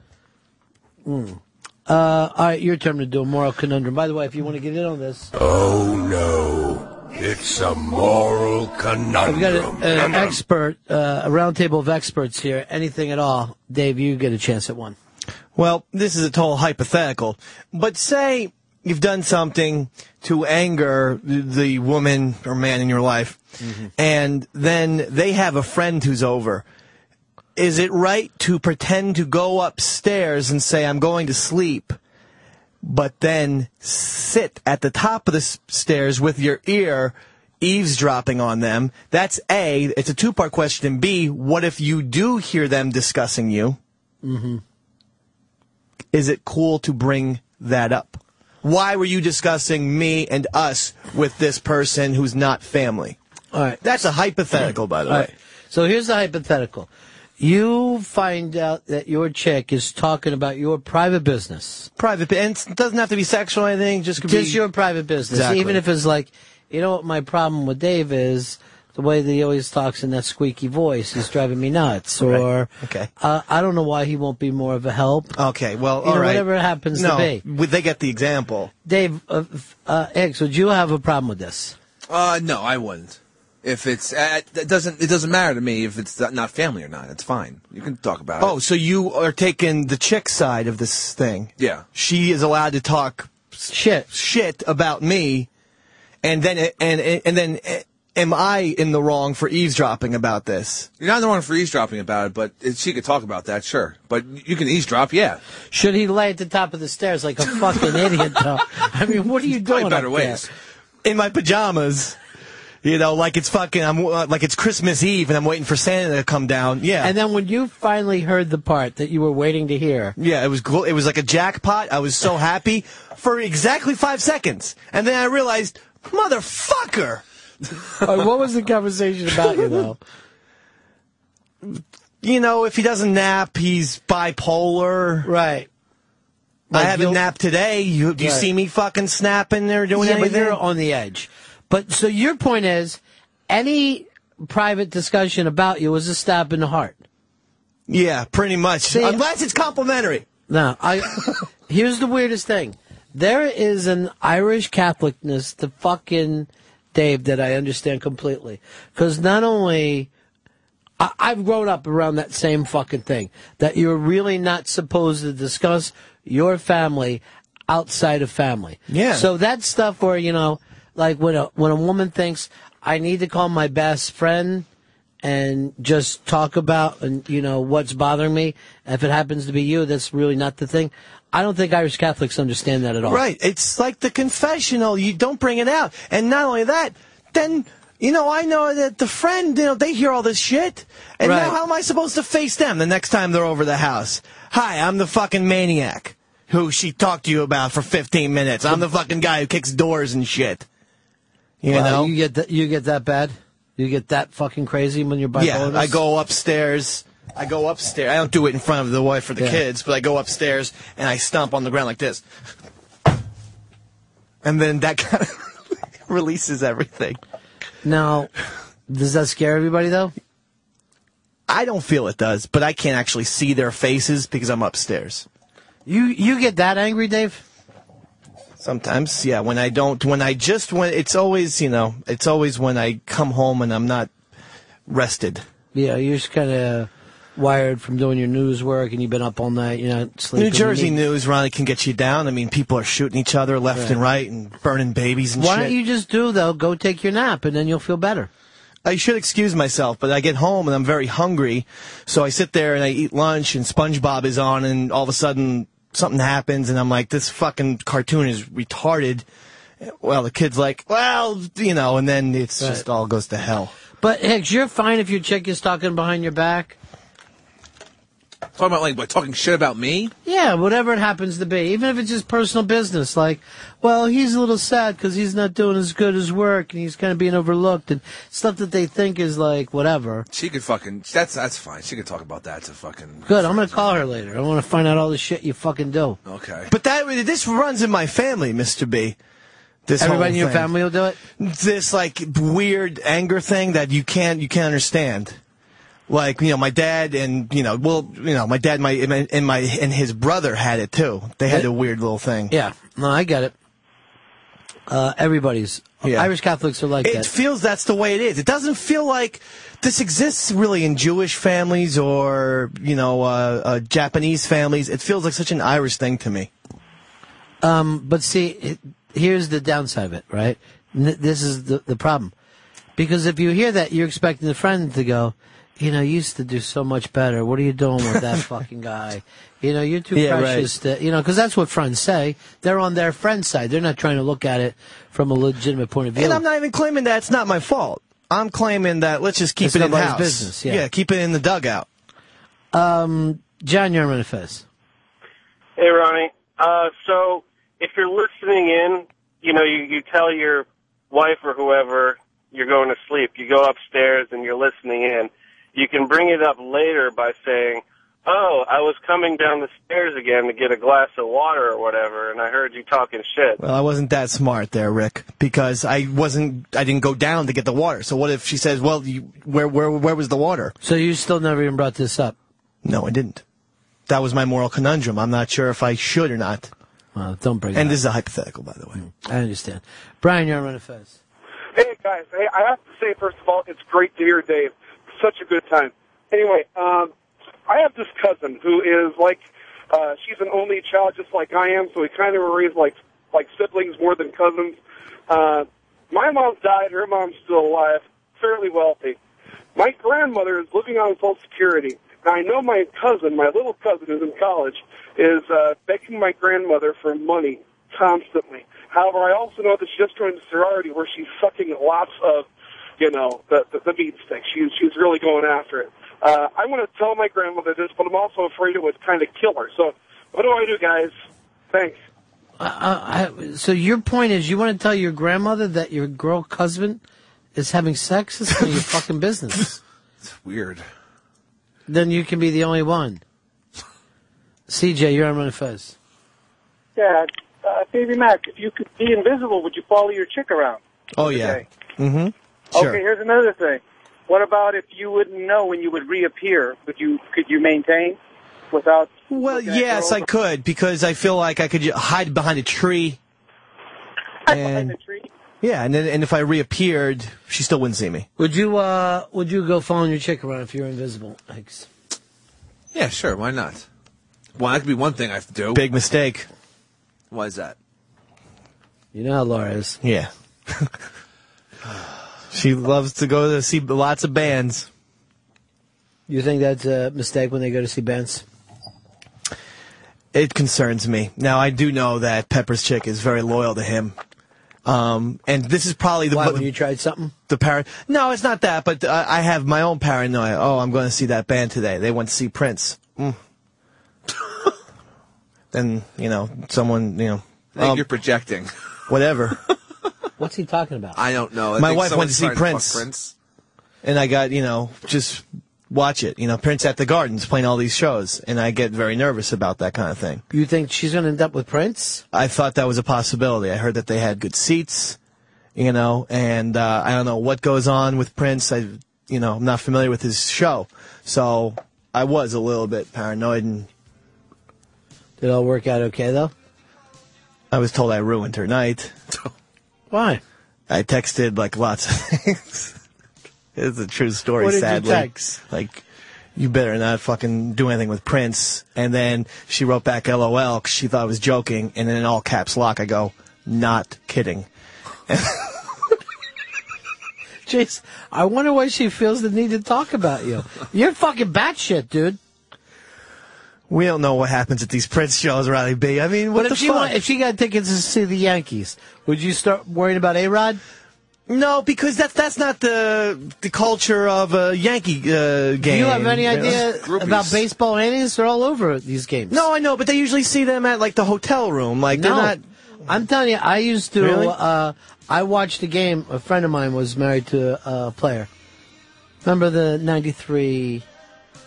Speaker 6: Mm. Uh, all right, your turn to do a moral conundrum. By the way, if you want to get in on this,
Speaker 14: Oh no. It's a moral
Speaker 6: I've got
Speaker 14: conundrum.
Speaker 6: a- an uh, expert, uh, a roundtable of experts here. Anything at all, Dave, you get a chance at one.
Speaker 16: Well, this is a total hypothetical, but say you've done something to anger the- the woman or man in your life,
Speaker 8: Mm-hmm.
Speaker 16: and then they have a friend who's over. Is it right to pretend to go upstairs and say, I'm going to sleep, but then sit at the top of the s- stairs with your ear eavesdropping on them? That's A. It's a two part question. And B, what if you do hear them discussing you?
Speaker 6: Mm-hmm.
Speaker 16: is it cool to bring that up? Why were you discussing me and us with this person who's not family?
Speaker 6: All right.
Speaker 16: That's a hypothetical, Oh, by the way.
Speaker 6: So here's the hypothetical. You find out that your chick is talking about your private business.
Speaker 16: Private, and it doesn't have to be sexual or anything. Just could
Speaker 6: Just
Speaker 16: be
Speaker 6: your private business.
Speaker 16: Exactly.
Speaker 6: Even if it's like, you know what my problem with Dave is the way that he always talks in that squeaky voice is driving me nuts. Or
Speaker 16: okay,
Speaker 6: uh, I don't know why he won't be more of a help.
Speaker 16: Okay, well,
Speaker 6: you
Speaker 16: all
Speaker 6: know,
Speaker 16: right.
Speaker 6: whatever it happens
Speaker 16: no,
Speaker 6: to be.
Speaker 16: would they get the example.
Speaker 6: Dave uh, uh, Hicks, would you have a problem with this?
Speaker 8: Uh, no, I wouldn't. If it's uh, it doesn't it doesn't matter to me if it's not family or not. It's fine. You can talk about it.
Speaker 16: Oh, so you are taking the chick side of this thing.
Speaker 8: Yeah.
Speaker 16: She is allowed to talk
Speaker 6: shit
Speaker 16: shit about me, and then and and, and then eh, am I in the wrong for eavesdropping about this?
Speaker 8: You're not the one for eavesdropping about it, but it, she could talk about that, sure. But you can eavesdrop, yeah.
Speaker 6: Should he lay at the top of the stairs like
Speaker 8: [laughs]
Speaker 6: a fucking idiot? Though I mean, what are you doing? up there?
Speaker 16: In my pajamas. You know, like it's fucking, I'm uh, like it's Christmas Eve, and I'm waiting for Santa to come down. Yeah,
Speaker 6: And then when you finally heard the part that you were waiting to hear,
Speaker 16: Yeah, it was gl- it was like a jackpot. I was so happy for exactly five seconds, and then I realized, motherfucker.
Speaker 6: [laughs] All right, what was the conversation about you though?
Speaker 16: You know, if he doesn't nap, he's bipolar.
Speaker 6: Right.
Speaker 16: I
Speaker 6: Like
Speaker 16: haven't
Speaker 6: you'll-
Speaker 16: napped today. You, do you
Speaker 6: Right.
Speaker 16: see me fucking snapping or doing
Speaker 6: yeah,
Speaker 16: anything?
Speaker 6: but you're on the edge. But so your point is, any private discussion about you is a stab in the heart.
Speaker 16: Yeah, pretty much. Unless it's complimentary.
Speaker 6: No, I. [laughs] here's the weirdest thing. There is an Irish Catholicness to fucking Dave that I understand completely. Because not only. I, I've grown up around that same fucking thing. That you're really not supposed to discuss your family outside of family.
Speaker 16: Yeah.
Speaker 6: So that stuff where, you know, like when a, when a woman thinks, I need to call my best friend and just talk about and you know what's bothering me. If it happens to be you, that's really not the thing. I don't think Irish Catholics understand that at all.
Speaker 16: Right. It's like the confessional. You don't bring it out. And not only that, then, you know, I know that the friend, you know, they hear all this shit. And
Speaker 6: Right.
Speaker 16: now how am I supposed to face them the next time they're over the house? Hi, I'm the fucking maniac who she talked to you about for 15 minutes. I'm the fucking guy who kicks doors and shit. You
Speaker 6: Wow,
Speaker 16: know?
Speaker 6: Uh, you get that you get that bad. You get that fucking crazy when you're bipolar.
Speaker 16: Yeah, I go upstairs. I go upstairs. I don't do it in front of the wife or the
Speaker 6: Yeah.
Speaker 16: kids, but I go upstairs and I stomp on the ground like this. [laughs] And then that [laughs] kind of releases everything.
Speaker 6: Now, does that scare everybody though?
Speaker 16: I don't feel it does, but I can't actually see their faces because I'm upstairs.
Speaker 6: You you get that angry, Dave?
Speaker 16: Sometimes, yeah, when I don't when I just when it's always, you know, it's always when I come home and I'm not rested.
Speaker 6: Yeah, you're just kind of wired from doing your news work, and you've been up all night. You're not sleeping.
Speaker 16: New Jersey
Speaker 6: You need-
Speaker 16: news, Ronnie, can get you down. I mean, people are shooting each other left
Speaker 6: Right.
Speaker 16: and right and burning babies and
Speaker 6: Why
Speaker 16: shit.
Speaker 6: don't you just do though? Go take your nap, and then you'll feel better.
Speaker 16: I should excuse myself, but I get home and I'm very hungry, so I sit there and I eat lunch and SpongeBob is on and all of a sudden something happens and I'm like, this fucking cartoon is retarded. Well, the kid's like, well, you know, and then it's
Speaker 6: Right.
Speaker 16: just all goes to hell.
Speaker 6: But Hicks, you're fine if your chick is talking behind your back.
Speaker 8: Talking about like by talking shit about me?
Speaker 6: Yeah, whatever it happens to be, even if it's just personal business, like, well, he's a little sad because he's not doing as good as work, and he's kind of being overlooked, and stuff that they think is like whatever.
Speaker 8: She could fucking that's that's fine. She could talk about that to fucking
Speaker 6: Good, I'm gonna call her later. I want to find out all the shit you fucking do.
Speaker 8: Okay.
Speaker 16: But that this runs in my family, Mr. B. This whole
Speaker 6: Everybody in your
Speaker 16: thing.
Speaker 6: family will do it.
Speaker 16: this like weird anger thing that you can't you can't understand. Like you know, my dad and you know, well, you know, my dad, and my and my and his brother had it too. They had a weird little thing.
Speaker 6: Yeah, no, I get it. Uh, everybody's Irish Catholics are like
Speaker 16: It
Speaker 6: that.
Speaker 16: feels that's the way it is. It doesn't feel like this exists really in Jewish families or you know uh, uh, Japanese families. It feels like such an Irish thing to me.
Speaker 6: Um, but see, it, here's the downside of it, right? N- this is the, the problem. Because if you hear that, you're expecting the friend to go, you know, you used to do so much better. What are you doing
Speaker 16: [laughs]
Speaker 6: with that fucking guy? You know, you're too
Speaker 16: Yeah,
Speaker 6: precious to, you know, because that's what friends say. They're on their friend's side. They're not trying to look at it from a legitimate point of view.
Speaker 16: And I'm not even claiming that it's not my fault. I'm claiming that let's just keep
Speaker 6: It's
Speaker 16: it in
Speaker 6: nobody's
Speaker 16: house.
Speaker 6: business, yeah.
Speaker 16: keep it in the dugout.
Speaker 6: um, John, you're on Fez.
Speaker 10: Hey, Ronnie. Uh, so if you're listening in, you know, you, you tell your wife or whoever you're going to sleep. You go upstairs and you're listening in. You can bring it up later by saying,
Speaker 25: oh, I was coming down the stairs again to get a glass of water or whatever, and I heard you talking shit.
Speaker 16: Well, I wasn't that smart there, Rick, because I wasn't. I didn't go down to get the water. So what if she says, "Well, you, where where where was the water?"
Speaker 6: So you still never even brought this up.
Speaker 16: No, I didn't. That was my moral conundrum. I'm not sure if I should or not.
Speaker 6: Well, don't bring.
Speaker 16: And
Speaker 6: it
Speaker 16: this is a hypothetical, by the way.
Speaker 6: I understand. Brian, you're on Run Fez.
Speaker 20: Hey guys, hey, I have to say first of all, it's great to hear Dave. Such a good time. Anyway, um, I have this cousin who is like, uh, she's an only child, just like I am. So we kind of were raised like like siblings more than cousins. Uh, my mom died. Her mom's still alive. Fairly wealthy. My grandmother is living on Social Security. Now I know my cousin, my little cousin who's in college, is uh, begging my grandmother for money constantly. However, I also know that she just joined sorority where she's sucking lots of, you know, the, the, the meat stick. She's, she's really going after it. Uh, I want to tell my grandmother this, but I'm also afraid it would kind of kill her. So what do I do, guys? Thanks.
Speaker 6: Uh, I, so your point is you want to tell your grandmother that your girl cousin is having sex? It's none of your
Speaker 8: [laughs]
Speaker 6: fucking business.
Speaker 8: It's weird.
Speaker 6: Then you can be the only one. CJ, you're on Run Fez.
Speaker 20: Yeah,
Speaker 26: uh, Baby Mac, if you could be invisible, would you follow your chick around?
Speaker 16: Oh yeah. Mm-hmm.
Speaker 26: Okay, here's another thing. What about if you wouldn't know when you would reappear? Would you could you maintain without?
Speaker 16: Well, Uh, yes, I could because I feel like I could ju- hide behind a tree. and, Yeah, and then and if I reappeared, she still wouldn't see me. [laughs]
Speaker 6: Would you uh would you go following your chick around if you're invisible? Thanks.
Speaker 8: Yeah, sure. Why not? Well, that could be one thing I have to do.
Speaker 16: Big mistake.
Speaker 8: Why is that?
Speaker 6: You know how Laura is.
Speaker 16: Yeah. she loves to go to see lots of bands.
Speaker 6: You think that's a mistake when they go to see bands?
Speaker 16: It concerns me. Now I do know that Pepper's chick is very loyal to him. Um, and this is probably the
Speaker 6: Why, when you tried something?
Speaker 16: The par- No, it's not that, but uh, I have my own paranoia. Oh, I'm going to see that band today. They went to see Prince. Mm. [laughs] then, you know, someone, you know,
Speaker 8: I think
Speaker 16: um,
Speaker 8: you're projecting.
Speaker 6: [laughs]
Speaker 16: whatever.
Speaker 6: What's he talking about?
Speaker 8: I don't know. I
Speaker 16: My
Speaker 8: think
Speaker 16: wife went
Speaker 8: someone's
Speaker 16: to see
Speaker 8: trying fuck
Speaker 16: Prince.
Speaker 8: Prince.
Speaker 16: and I got you know just watch it. You know, Prince at the Gardens playing all these shows, and I get very nervous about that kind of thing.
Speaker 6: You think she's going to end up with Prince?
Speaker 16: I thought that was a possibility. I heard that they had good seats, you know, and uh, I don't know what goes on with Prince. I you know I'm not familiar with his show, so I was a little bit paranoid, and
Speaker 6: did it all work out okay though?
Speaker 16: I was told I ruined her night.
Speaker 6: [laughs] Why?
Speaker 16: I texted like lots of [laughs] things. it's a true story.
Speaker 6: What did you
Speaker 16: sadly,
Speaker 6: text?
Speaker 16: like you better not fucking do anything with Prince. And then she wrote back LOL because she thought I was joking. And then in all caps lock, I go, not kidding. [laughs]
Speaker 6: Jeez, I wonder why she feels the need to talk about you. You're fucking batshit, dude.
Speaker 16: We don't know what happens at these Prince shows, Riley B. I mean, what
Speaker 6: But if
Speaker 16: the
Speaker 6: she
Speaker 16: fuck?
Speaker 6: wa- if she got tickets to see the Yankees, would you start worrying about A Rod?
Speaker 16: no, because that's that's not the the culture of a Yankee uh, game.
Speaker 6: Do you have any
Speaker 16: know?
Speaker 6: idea about baseball innings? They're all over these games.
Speaker 16: No, I know, but they usually see them at like the hotel room. Like they're
Speaker 6: No.
Speaker 16: not.
Speaker 6: I'm telling you, I used to.
Speaker 16: Really?
Speaker 6: Uh, I watched a game. A friend of mine was married to a player. Remember the '93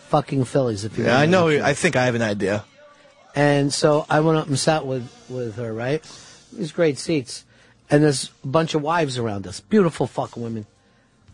Speaker 6: fucking Phillies? If you
Speaker 16: Yeah, I
Speaker 6: remember.
Speaker 16: know. I think I have an idea.
Speaker 6: And so I went up and sat with, with her, right? These great seats. And there's a bunch of wives around us. Beautiful fucking women.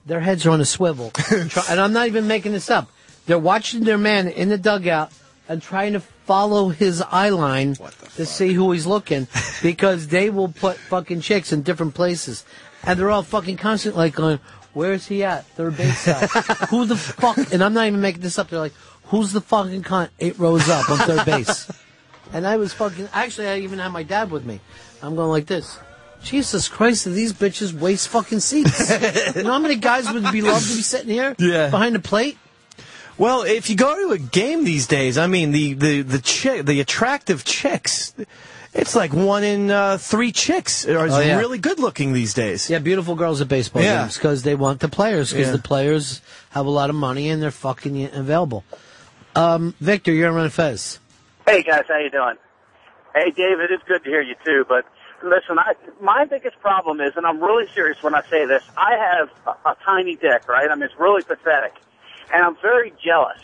Speaker 6: Their heads are on a swivel. Try- and I'm not even making this up. They're watching their man in the dugout and trying to follow his eye line to see who he's looking because they will put fucking chicks in different places. And they're all fucking constant like going, where's he at? Third base side. who the fuck? And I'm not even making this up. They're like, who's the fucking cunt eight rows up on third base? And I was fucking. Actually, I even had my dad with me. I'm going like this. Jesus Christ, do these bitches waste
Speaker 16: [laughs]
Speaker 6: fucking seats? you know how many guys would be loved to be sitting here
Speaker 16: Yeah.
Speaker 6: behind the plate?
Speaker 16: Well, if you go to a game these days, I mean the the the chick, the attractive chicks, it's like one in uh, three chicks are
Speaker 6: Oh, yeah.
Speaker 16: really good looking these days.
Speaker 6: Yeah, beautiful girls at baseball
Speaker 16: Yeah.
Speaker 6: games because they want the players because
Speaker 16: Yeah.
Speaker 6: the players have a lot of money and they're fucking available. Um, Victor, you're on Fez.
Speaker 4: Hey guys, how you doing? Hey David, it's good to hear you too. But listen, I, my biggest problem is, and I'm really serious when I say this. I have a, a tiny dick, right? I mean, it's really pathetic, and I'm very jealous.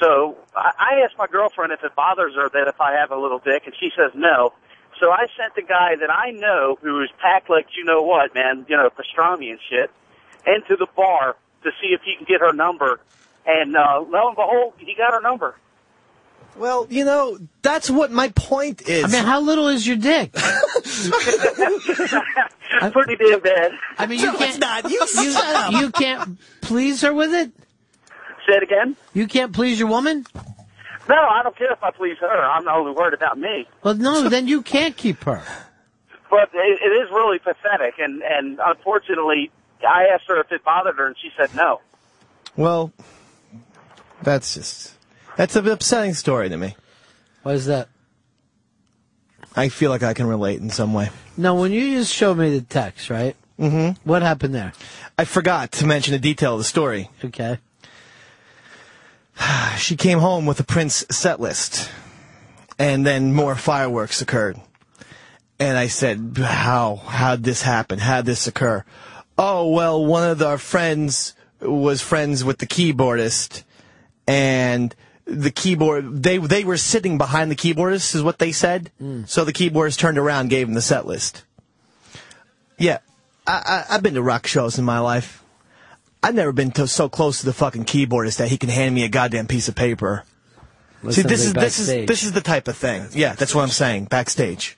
Speaker 11: So I, I asked my girlfriend if it bothers her that if I have a little dick, and she says no. So I sent the guy that I know who is packed like you know what, man, you know pastrami and shit, into the bar to see if he can get her number. And uh, lo and behold, he got her number.
Speaker 16: Well, you know, that's what my point is.
Speaker 6: I mean, how little is your dick?
Speaker 11: Pretty damn bad.
Speaker 6: I mean, you
Speaker 11: No,
Speaker 6: can't.
Speaker 11: it's not. You
Speaker 6: you,
Speaker 11: shut up.
Speaker 6: you can't please her with it.
Speaker 11: Say it again.
Speaker 6: You can't please your woman.
Speaker 11: No, I don't care if I please her. I'm not only worried about me.
Speaker 6: Well, no, then you can't keep her.
Speaker 11: But it, it is really pathetic, and and unfortunately, I asked her if it bothered her, and she said no.
Speaker 16: Well, that's just that's an upsetting story to me.
Speaker 6: Why is that?
Speaker 16: I feel like I can relate in some way.
Speaker 6: No, when you just showed me the text, right? Mm-hmm. What happened there?
Speaker 16: I forgot to mention a detail of the story.
Speaker 6: Okay.
Speaker 16: [sighs] She came home with a Prince set list, and then more fireworks occurred. And I said, "How? How'd this happen? How'd this occur?" Oh well, one of our friends was friends with the keyboardist, and the keyboard they they were sitting behind the keyboardist is what they said. So the keyboardist turned around, and gave him the set list. Yeah, I, I, I've been to rock shows in my life. I've never been to, so close to the fucking keyboardist that he can hand me a goddamn piece of paper.
Speaker 6: Unless
Speaker 16: See, this is
Speaker 6: something
Speaker 16: this is
Speaker 6: backstage.
Speaker 16: this is the type of thing. yeah, that's what I'm saying. Backstage.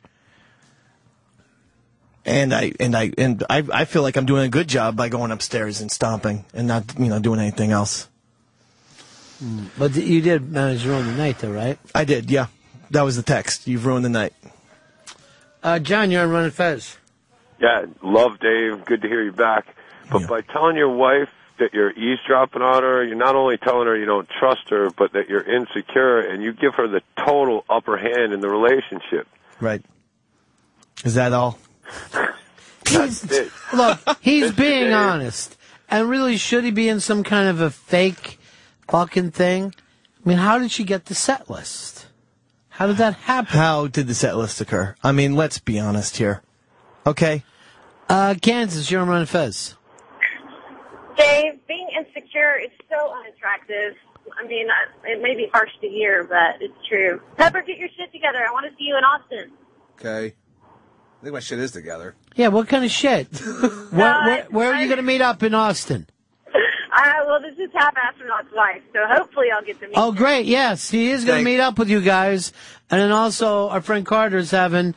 Speaker 16: And I and I and I I feel like I'm doing a good job by going upstairs and stomping and not you know doing anything else.
Speaker 6: Mm. But you did manage to ruin the night, though, right?
Speaker 16: I did, yeah. That was the text. You've ruined the night.
Speaker 6: Uh, John, you're on Run and Fez.
Speaker 1: Yeah, love Dave. Good to hear you back. But by telling your wife that you're eavesdropping on her, you're not only telling her you don't trust her, but that you're insecure, and you give her the total upper hand in the relationship.
Speaker 16: Right. Is that all?
Speaker 6: He's, look, he's being honest. And really, should he be in some kind of a fake fucking thing? I mean, how did she get the set list? How did that happen?
Speaker 16: How did the set list occur? I mean, let's be honest here. Okay.
Speaker 6: Uh, Kansas, you're on Run and Fez.
Speaker 28: Dave, being insecure is so unattractive. I mean, I- it may be harsh to hear, but it's true. Pepper, get your shit together. I want to see you in Austin.
Speaker 8: Okay. I think my shit is together.
Speaker 6: Yeah, what kind of shit? where, where, where are you going to meet up in Austin?
Speaker 28: Uh, well, this is half astronaut's wife, so hopefully I'll get to meet.
Speaker 6: Oh, great. Yes, he is going to
Speaker 28: Thank-
Speaker 6: meet up with you guys. And then also, our friend Carter is having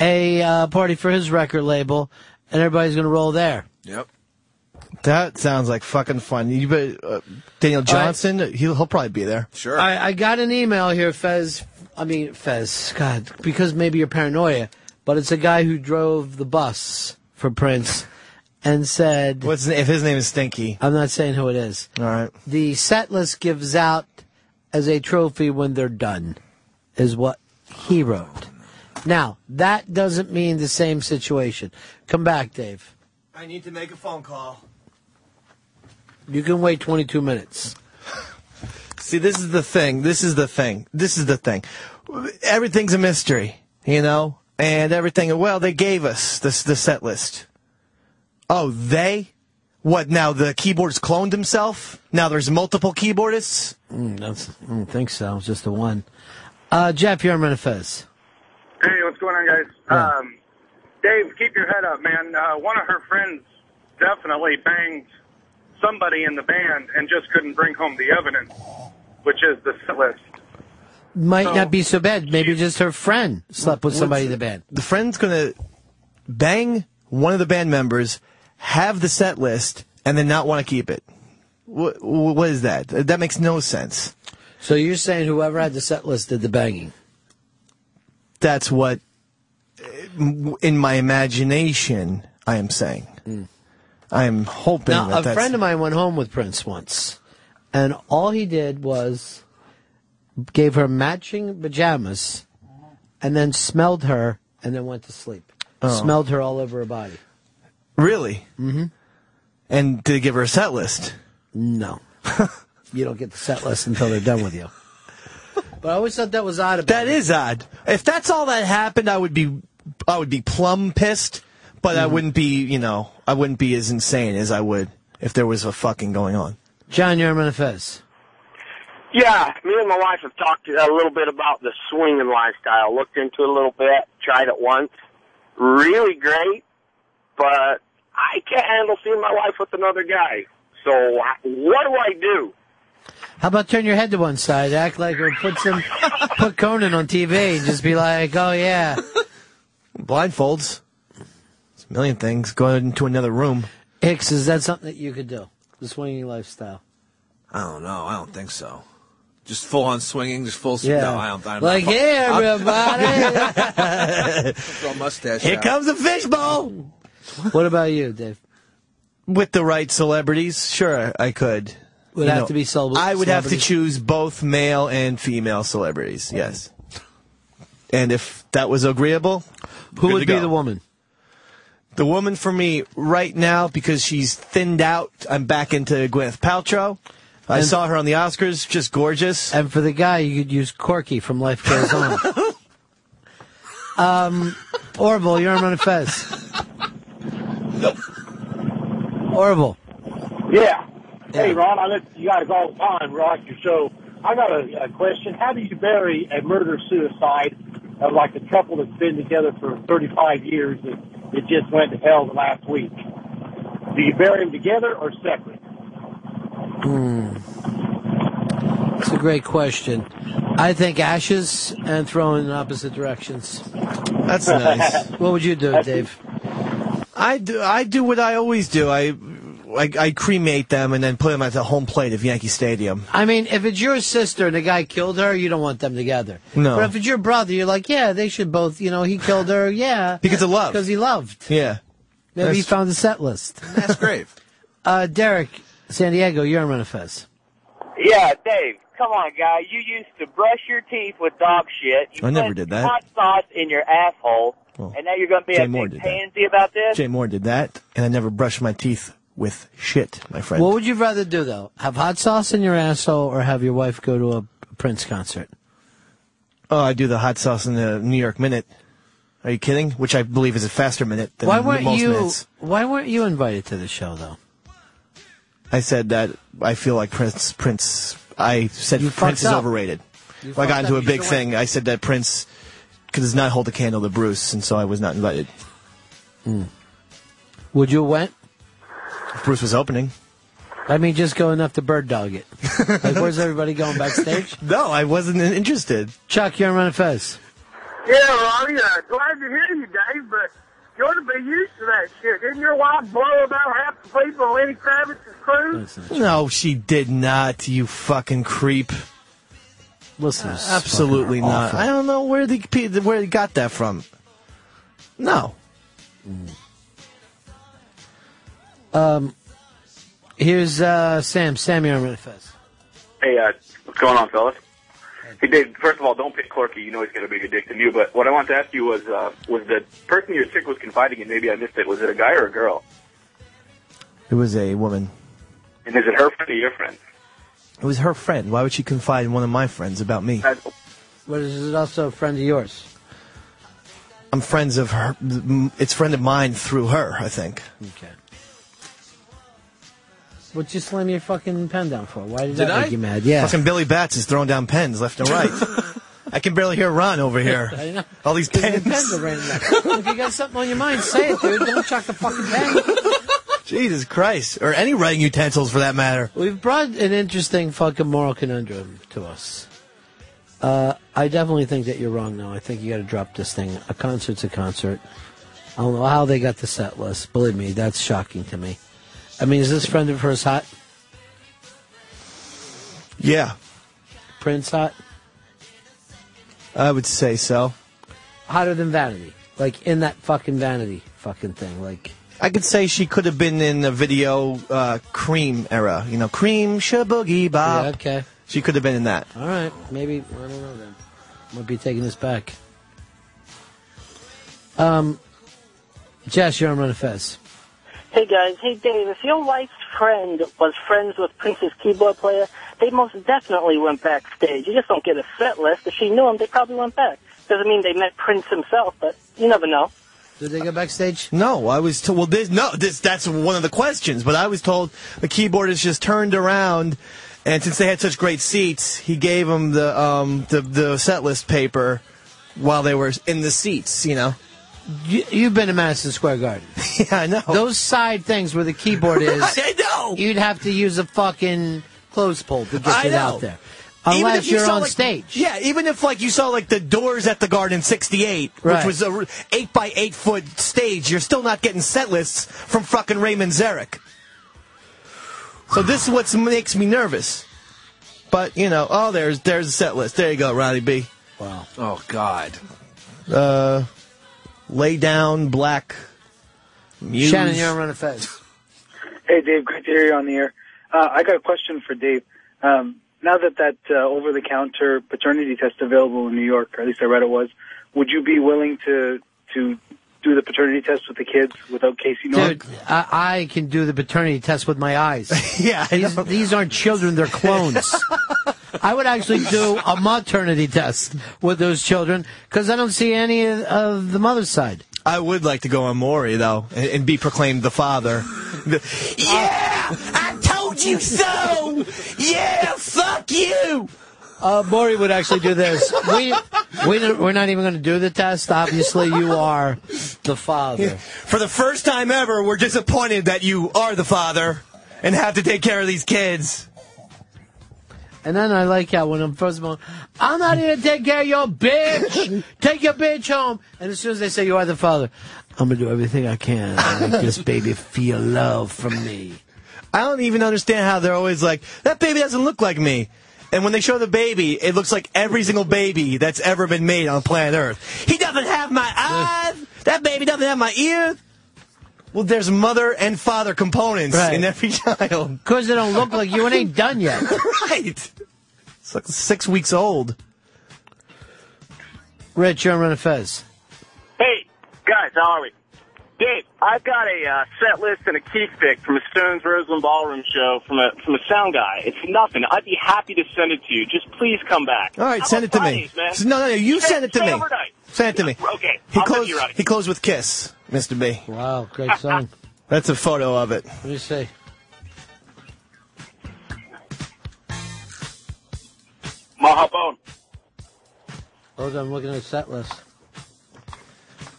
Speaker 6: a uh, party for his record label, and everybody's going to roll there.
Speaker 8: Yep.
Speaker 16: That sounds like fucking fun. You bet, uh, Daniel Johnson, he'll, he'll probably be there.
Speaker 8: Sure.
Speaker 6: I, I got an email here, Fez. I mean, Fez, God, because maybe you're paranoia, but it's a guy who drove the bus for Prince and said.
Speaker 16: What's If his name is Stinky.
Speaker 6: I'm not saying who it is.
Speaker 16: All right.
Speaker 6: The set list gives out as a trophy when they're done, is what he wrote. Now, that doesn't mean the same situation. Come back, Dave.
Speaker 16: I need to make a phone call.
Speaker 6: You can wait 22 minutes.
Speaker 16: See, this is the thing. This is the thing. This is the thing. Everything's a mystery, you know? And everything, well, they gave us this, the set list. Oh, they? What, now the keyboardist cloned himself? Now there's multiple keyboardists?
Speaker 6: Mm, that's, I don't think so. It's just the one. Uh, Jeff, you're on Run and Fez.
Speaker 20: Hey, what's going on, guys? Um, Dave, keep your head up, man. Uh, one of her friends definitely banged somebody in the band and just couldn't bring home the evidence, which is the set list.
Speaker 6: Might not be so bad. Maybe just her friend slept with somebody in the band.
Speaker 16: The friend's gonna bang one of the band members, have the set list, and then not want to keep it. What, what is that? That makes no sense.
Speaker 6: So you're saying whoever had the set list did the banging?
Speaker 16: That's what, uh, m- in my imagination, I am saying. I am hoping
Speaker 6: Hmm. Now,
Speaker 16: that
Speaker 6: a
Speaker 16: that's
Speaker 6: friend of mine went home with Prince once, and all he did was gave her matching pajamas, and then smelled her, and then went to sleep.
Speaker 16: Oh.
Speaker 6: Smelled her all over her body.
Speaker 16: really. Mm-hmm. And did it give her a set list?
Speaker 6: No. You don't get the set list until they're done with you. But I always thought that was odd. About
Speaker 16: that is odd. If that's all that happened, I would be, I would be plumb pissed. But
Speaker 6: Mm-hmm.
Speaker 16: I wouldn't be, you know, I wouldn't be as insane as I would if there was a fucking going on.
Speaker 6: John, you're on Fez.
Speaker 37: Yeah,
Speaker 38: me and my wife have talked a little bit about the swinging lifestyle. Looked into it a little bit, tried it once. Really great, but I can't handle seeing my wife with another guy. So I- what do I do?
Speaker 6: How about turn your head to one side, act like or put some put Conan on TV and just be like, oh yeah.
Speaker 16: Blindfolds. There's a million things. Go into another room.
Speaker 6: Hicks, is that something that you could do? The swinging lifestyle.
Speaker 8: I don't know. I don't think so. Just full on swinging, just full.
Speaker 6: Yeah.
Speaker 8: No, I don't. I'm
Speaker 6: Like,
Speaker 8: not,
Speaker 6: "Hey,
Speaker 8: I'm- [laughs]
Speaker 6: everybody."
Speaker 16: [laughs]
Speaker 8: Throw a mustache.
Speaker 16: Here
Speaker 8: out.
Speaker 16: comes the fishbowl.
Speaker 6: What about you, Dave?
Speaker 16: With the right celebrities, sure, I could.
Speaker 6: Would
Speaker 16: You
Speaker 6: have to be celeb-
Speaker 16: I would have to
Speaker 6: celebrities.
Speaker 16: choose both male and female celebrities. Yes. And if that was agreeable,
Speaker 6: Who would be the woman?
Speaker 16: The woman for me right now, because she's thinned out. I'm back into Gwyneth Paltrow. I
Speaker 6: And-
Speaker 16: saw her on the Oscars, just gorgeous.
Speaker 6: And for the guy, you could use Corky from Life Goes On.
Speaker 16: [laughs]
Speaker 6: um, Orville, you're on a fez. Orville.
Speaker 11: Yeah. Hey, Ron, I listen to you guys all the time. We like your show. I got a, a question. How do you bury a murder suicide of like a couple that's been together for 35 years that it just went to hell the last week? Do you bury them together or separate?
Speaker 6: Hmm. It's a great question. I think ashes and thrown in opposite directions.
Speaker 16: That's [laughs] nice.
Speaker 6: what would you do, Dave?
Speaker 16: I do. I do what I always do. I, I, I cremate them and then put them at the home plate of Yankee Stadium.
Speaker 6: I mean, if it's your sister and the guy killed her, you don't want them together.
Speaker 16: No.
Speaker 6: But if it's your brother, you're like, yeah, they should both, you know, he killed her, yeah.
Speaker 16: Because of love.
Speaker 6: Because he loved.
Speaker 16: Yeah.
Speaker 6: Maybe he
Speaker 16: That's-
Speaker 6: found a set list. That's grave. uh, Derek, San Diego, you're on Renifest.
Speaker 39: Yeah, Dave, come on, guy. You used to brush your teeth with dog shit. You
Speaker 16: I never
Speaker 39: put
Speaker 16: did that.
Speaker 39: Hot sauce in your asshole,
Speaker 16: Well,
Speaker 39: and now you're going to be
Speaker 16: Jay
Speaker 39: a
Speaker 16: Moore
Speaker 39: big
Speaker 16: did that.
Speaker 39: pansy about this.
Speaker 16: Jay Moore did that, and I never brushed my teeth with shit, my friend.
Speaker 6: What would you rather do, though? Have hot sauce in your asshole or have your wife go to a Prince concert?
Speaker 16: Oh, I do the hot sauce in the New York minute. Are you kidding? Which I believe is a faster minute than
Speaker 6: Why weren't
Speaker 16: most
Speaker 6: you?
Speaker 16: minutes.
Speaker 6: Why weren't you invited to the show though?
Speaker 16: I said that I feel like Prince. Prince. I said
Speaker 6: You
Speaker 16: Prince
Speaker 6: fucked
Speaker 16: is
Speaker 6: up.
Speaker 16: overrated.
Speaker 6: You
Speaker 16: Well, I got
Speaker 6: fucked
Speaker 16: into
Speaker 6: up.
Speaker 16: a
Speaker 6: You
Speaker 16: big
Speaker 6: should've
Speaker 16: thing. I said that Prince could does not hold a candle to Bruce, and so I was not invited. Hmm.
Speaker 6: Would you have went?
Speaker 16: If Bruce was opening.
Speaker 6: I mean, just go enough to bird
Speaker 16: [laughs]
Speaker 6: dog it. like, where's everybody going backstage?
Speaker 16: No, I wasn't interested.
Speaker 6: Chuck, you're on Run Fez.
Speaker 11: Yeah, well, yeah. Glad to hear you, Dave, but you ought to be used to that shit. Didn't your wife blow about half the people on Lenny Kravitz's crew?
Speaker 16: No, she did not. You fucking creep.
Speaker 6: Listen,
Speaker 16: absolutely
Speaker 6: fucking
Speaker 16: not.
Speaker 6: awful.
Speaker 16: I don't know where the pe- where they got that from. No.
Speaker 6: Um, here's uh, Sam. Sam, you're on Run Fez.
Speaker 10: Hey, uh, what's going on, fellas? Hey, Dave. First of all, don't pick Corky. You know he's got a bigger dick than you. But what I wanted to ask you was, uh, was the person your chick was confiding in? Maybe I missed it. Was it a guy or a girl?
Speaker 16: It was a woman.
Speaker 10: And is it her friend or your friend?
Speaker 16: It was her friend. Why would she confide in one of my friends about me?
Speaker 6: What is it? Also, a friend of yours.
Speaker 16: I'm friends of her. It's friend of mine through her. I think.
Speaker 6: Okay. What'd you slam your fucking pen down for? Why did,
Speaker 16: Did
Speaker 6: that
Speaker 16: I?
Speaker 6: make you mad? Yeah.
Speaker 16: Fucking Billy Bats is throwing down pens left and
Speaker 6: [laughs]
Speaker 16: right. I can barely hear Ron over here.
Speaker 6: I know.
Speaker 16: [laughs] All these
Speaker 6: Your
Speaker 16: pens.
Speaker 6: pens are right in there. if you got something on your mind, say it, dude. Don't chuck the fucking pen.
Speaker 16: [laughs] Jesus Christ. Or any writing utensils for that matter.
Speaker 6: We've brought an interesting fucking moral conundrum to us. Uh, I definitely think that you're wrong, though. I think you got to drop this thing. A concert's a concert. I don't know how they got the set list. Believe me, that's shocking to me. I mean, is this friend of hers hot?
Speaker 16: Yeah.
Speaker 6: Prince hot?
Speaker 16: I would say so.
Speaker 6: Hotter than Vanity. Like, in that fucking Vanity fucking thing. Like,
Speaker 16: I could say she could have been in the video uh, Cream era. You know, Cream, Shaboogie Bob.
Speaker 6: Yeah, okay.
Speaker 16: She could have been in that.
Speaker 6: all right, maybe, I don't know then. Might be taking this back. Um, Jess, you're on Run of Fez.
Speaker 28: Hey guys, hey Dave, if your wife's friend was friends with Prince's keyboard player, they most definitely went backstage. You just don't get a set list. If she knew him, they probably went back. Doesn't mean they met Prince himself, but you never know.
Speaker 6: Did they go backstage?
Speaker 16: No, I was told. Well, this no, this that's one of the questions. But I was told the keyboardist just turned around And since they had such great seats, he gave them the um, the, the set list paper while they were in the seats. You know.
Speaker 6: You, you've been to Madison Square Garden.
Speaker 16: [laughs] yeah, I know.
Speaker 6: Those side things where
Speaker 16: [laughs]
Speaker 6: the keyboard is.
Speaker 16: I know.
Speaker 6: You'd have to use a fucking clothes pole to get
Speaker 16: I
Speaker 6: it
Speaker 16: know.
Speaker 6: out there.
Speaker 16: Even
Speaker 6: Unless
Speaker 16: if you
Speaker 6: are
Speaker 16: saw,
Speaker 6: on
Speaker 16: like-
Speaker 6: stage.
Speaker 16: Yeah, even if like you saw like the doors at the Garden 68,
Speaker 6: Right.
Speaker 16: which was a r- eight by eight foot stage, you're still not getting set lists from fucking Raymond Zarek. So this is what makes me nervous. But you know, oh, there's there's a set list. There you go, Ronnie B.
Speaker 6: Wow.
Speaker 8: Oh God.
Speaker 16: Uh, lay down, black. Muse.
Speaker 6: Shannon, you're on Run of Fez.
Speaker 7: Hey, Dave, great to hear you on the air. Uh, I got a question for Dave. Um, now that that uh, over-the-counter paternity test available in New York, or at least I read it was, would you be willing to to do the paternity test with the kids without Casey Norton?
Speaker 6: Dude, I, I can do the paternity test with my
Speaker 16: [laughs]
Speaker 6: eyes.
Speaker 16: yeah,
Speaker 6: these, these aren't children; they're clones. I would actually do a maternity test with those children because I don't see any of- of the mother's side.
Speaker 16: I would like to go on Maury though and, and be proclaimed the father. The- yeah, I told you so. Yeah, fuck you.
Speaker 6: Uh, Maury would actually do this. We, we don't, we're not even going to do the test. Obviously, you are the father.
Speaker 16: For the first time ever, we're disappointed that you are the father and have to take care of these kids.
Speaker 6: And then I like how when I'm first of all, I'm not here to take care of your bitch. take your bitch home. And as soon as they say you are the father, I'm gonna do everything I can to make this baby feel love from me.
Speaker 16: I don't even understand how they're always like, that baby doesn't look like me. And when they show the baby, it looks like every single baby that's ever been made on planet Earth. He doesn't have my eyes. That baby doesn't have my ears. Well, there's mother and father components
Speaker 6: Right.
Speaker 16: in every [laughs] child.
Speaker 6: Because they don't look like you and ain't
Speaker 16: [laughs]
Speaker 6: done yet.
Speaker 16: right. It's like six weeks old.
Speaker 6: Rich, you're on Run a Fez.
Speaker 10: Hey, guys, how are we? Dave, I've got a uh, set list and a key pick from a Stones Roseland Ballroom show from a from a sound guy. It's nothing. I'd be happy to send it to you. Just please come back.
Speaker 16: All right,
Speaker 10: How
Speaker 16: send it
Speaker 13: about
Speaker 16: to me.
Speaker 13: Fridays, man?
Speaker 16: S- No, no, no, you
Speaker 13: Stay-
Speaker 16: send it to
Speaker 13: stay
Speaker 16: me.
Speaker 13: overnight.
Speaker 16: Send it to me.
Speaker 13: Okay,
Speaker 16: He
Speaker 13: I'll send
Speaker 16: closed.
Speaker 13: you right.
Speaker 16: He closed with kiss, Mr. B.
Speaker 6: Wow, great song.
Speaker 16: That's a photo of it.
Speaker 6: What do you say?
Speaker 10: Maha Bone.
Speaker 6: Hold on, I'm looking at the set list.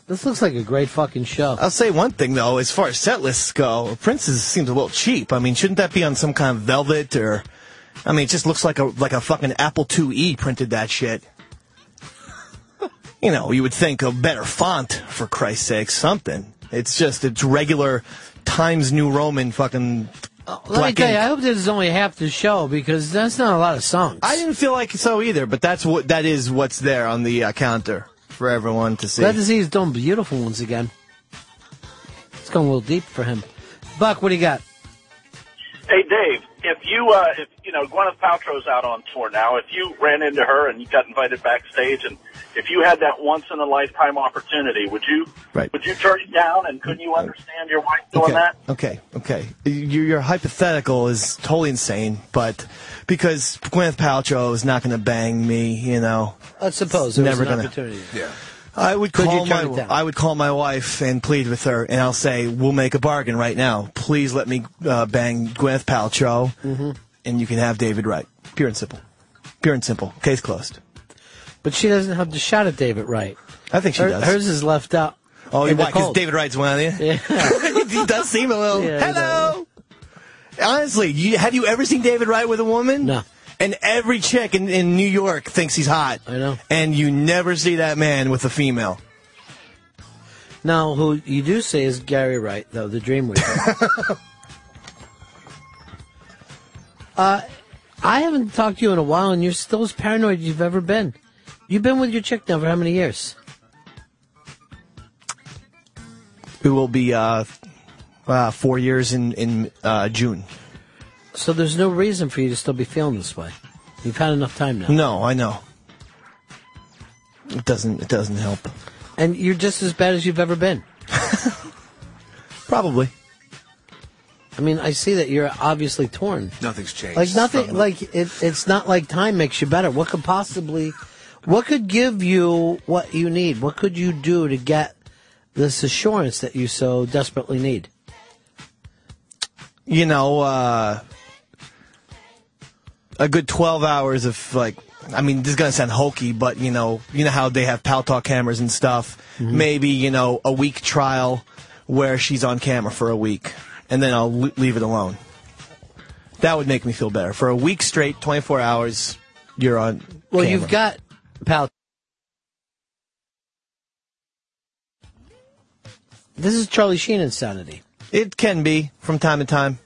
Speaker 6: This looks like a great fucking show.
Speaker 16: I'll say one thing though, as far as set lists go, Prince's seems a little cheap. I mean, shouldn't that be on some kind of velvet or? I mean, it just looks like a like a fucking Apple IIe printed that shit. You know, you would think a better font for Christ's sake, something. It's just it's regular Times New Roman fucking.
Speaker 6: Oh, Let me
Speaker 16: black
Speaker 6: tell you,
Speaker 16: ink.
Speaker 6: I hope this is only half the show because that's not a lot of songs.
Speaker 16: I didn't feel like so either, but that's what that is what's there on the uh, counter for everyone to see.
Speaker 6: Glad to see he's doing beautiful once again. It's going a little deep for him. Buck, what do you got?
Speaker 11: Hey Dave, if you uh, if you know Gwyneth Paltrow's out on tour now, if you ran into her and you got invited backstage, and if you had that once in a lifetime opportunity, would you
Speaker 16: Right.
Speaker 11: would you turn it down? And couldn't you understand your wife doing that?
Speaker 16: Okay, okay. Your, your hypothetical is totally insane, but because Gwyneth Paltrow is not going to bang me, you know.
Speaker 6: Let's suppose
Speaker 16: it's
Speaker 6: there
Speaker 16: never
Speaker 6: was an
Speaker 16: gonna-
Speaker 6: opportunity.
Speaker 8: Yeah.
Speaker 16: I would
Speaker 6: Could you
Speaker 16: call
Speaker 6: turn
Speaker 16: my
Speaker 6: it down?
Speaker 16: I would call my wife and plead with her, and I'll say, "We'll make a bargain right now. Please let me uh, bang Gwyneth Paltrow,
Speaker 6: Mm-hmm.
Speaker 16: and you can have David Wright. Pure and simple. Pure and simple. Case closed.
Speaker 6: But she doesn't have the shot at David Wright.
Speaker 16: I think she
Speaker 6: Her-
Speaker 16: does.
Speaker 6: Hers is left out.
Speaker 16: Oh,
Speaker 6: in
Speaker 16: you
Speaker 6: the
Speaker 16: why? Because
Speaker 6: cold.
Speaker 16: David Wright's one of you. [laughs] he does seem a little.
Speaker 6: [laughs] Yeah, he
Speaker 16: Hello. Honestly, you, have you ever seen David Wright with a woman? No. And every chick in, in New York thinks he's hot. I know. And you never see that man with a female.
Speaker 6: Now, who you do see is Gary Wright, though, the
Speaker 16: [laughs]
Speaker 6: dream weaver. uh, I haven't talked to you in a while, and you're still as paranoid as you've ever been. You've been with your chick now for how many years?
Speaker 16: It will be uh, uh, four years in in uh, June.
Speaker 6: So there's no reason for you to still be feeling this way. You've had enough time now.
Speaker 16: No, I know. It doesn't. It doesn't help.
Speaker 6: And you're just as bad as you've ever been.
Speaker 16: [laughs] Probably.
Speaker 6: I mean, I see that you're obviously torn.
Speaker 8: Nothing's changed.
Speaker 6: Like nothing.
Speaker 8: From-
Speaker 6: Like it, it's not like time makes you better. What could possibly, what could give you what you need? What could you do to get this assurance that you so desperately need?
Speaker 16: you know, uh, a good 12 hours of like I mean, this is gonna sound hokey, but you know, you know how they have pal talk cameras and stuff.
Speaker 6: Mm-hmm.
Speaker 16: Maybe you know a week trial where she's on camera for a week, and then I'll l- leave it alone. That would make me feel better. For a week straight, 24 hours, you're on.
Speaker 6: Well,
Speaker 16: camera.
Speaker 6: you've got pal. This is Charlie Sheen insanity.
Speaker 16: It can be from time to time.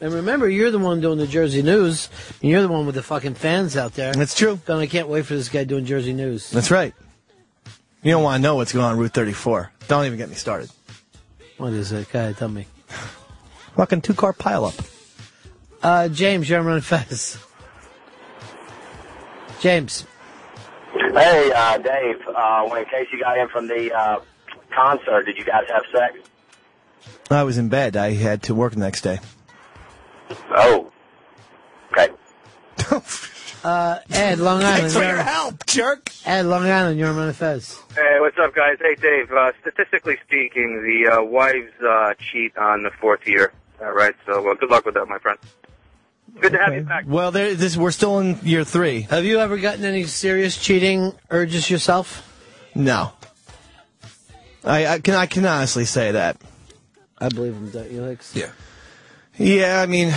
Speaker 6: And remember, you're the one doing the Jersey News, and you're the one with the fucking fans out there.
Speaker 16: That's true.
Speaker 6: And I can't wait for this guy doing Jersey News.
Speaker 16: That's right. You don't want to know what's going on on Route 34. Don't even get me started.
Speaker 6: What is it? Guy, tell me.
Speaker 16: Fucking two car pileup.
Speaker 6: Uh, James, you're on Run Fez.
Speaker 16: [laughs]
Speaker 6: James.
Speaker 5: Hey, uh, Dave, uh, when Casey got in from the uh, concert, did you guys have sex?
Speaker 16: I was in bed. I had to work the next day.
Speaker 5: Oh. Okay.
Speaker 6: Uh, Ed, Long Island.
Speaker 5: Thanks for
Speaker 6: you're
Speaker 5: your
Speaker 6: on-
Speaker 5: help, jerk.
Speaker 6: Ed, Long Island, you're on Run Fez.
Speaker 12: Hey, what's up, guys? Hey, Dave. Uh, statistically speaking, the uh, wives uh, cheat on the fourth year. All right, so uh, good luck with that, my friend. Good to have you back.
Speaker 16: Well, there, this, we're still in year three.
Speaker 6: Have you ever gotten any serious cheating urges yourself?
Speaker 16: No. I, I can I can honestly say that.
Speaker 6: I believe him, don't you, Hicks?
Speaker 16: Yeah. Yeah, I mean,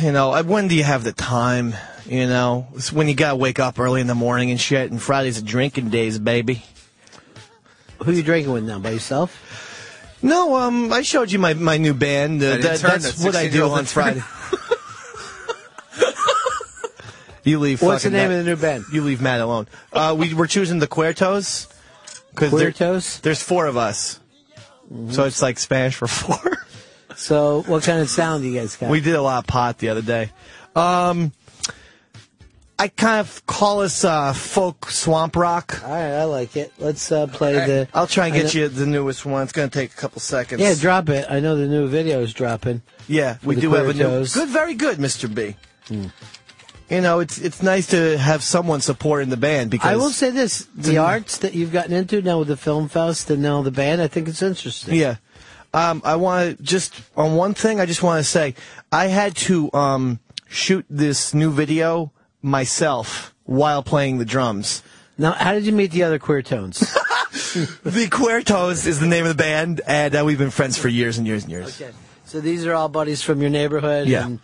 Speaker 16: you know, I- when do you have the time? You know, it's when you gotta wake up early in the morning and shit. And Fridays are drinking days, baby.
Speaker 6: Who you drinking with now? By yourself?
Speaker 16: No, um, I showed you my, my new band. Uh,
Speaker 6: That
Speaker 16: that,
Speaker 6: intern,
Speaker 16: that's
Speaker 6: that
Speaker 16: what I do
Speaker 6: 16-year-old
Speaker 16: on Friday. [laughs] you leave.
Speaker 6: What's the
Speaker 16: fucking
Speaker 6: name
Speaker 16: Matt-
Speaker 6: of the new band?
Speaker 16: You leave Matt alone. Uh, we we're choosing the Cuertos. 'cause there- There's four of us, so it's like Spanish for four.
Speaker 6: Mm-hmm. [laughs] So, what kind of sound do you guys got?
Speaker 16: We did a lot of pot the other day. Um, I kind of call us uh, folk swamp rock.
Speaker 6: All right, I like it. Let's uh, play the.
Speaker 16: I'll try and
Speaker 6: I
Speaker 16: get
Speaker 6: know-
Speaker 16: you the newest one. It's going to take a couple seconds.
Speaker 6: Yeah, drop it. I know the new video is dropping.
Speaker 16: Yeah, we
Speaker 6: The
Speaker 16: do have a new.
Speaker 6: Cuertos. Hmm.
Speaker 16: Good, very good, Mr. B. You know, it's it's nice to have someone supporting the band because Mm.
Speaker 6: I will say this: the arts that you've gotten into now with the film fest and now the band, I think it's interesting.
Speaker 16: Yeah. Um, I want to just on one thing. I just want to say I had to um, shoot this new video myself while playing the drums.
Speaker 6: Now, how did you meet the other Queer
Speaker 16: [laughs]
Speaker 6: Tones?
Speaker 16: the Cuertos is the name of the band, and uh, we've been friends for years and years and years.
Speaker 6: Okay. So these are all buddies from your neighborhood.
Speaker 16: Yeah.
Speaker 6: And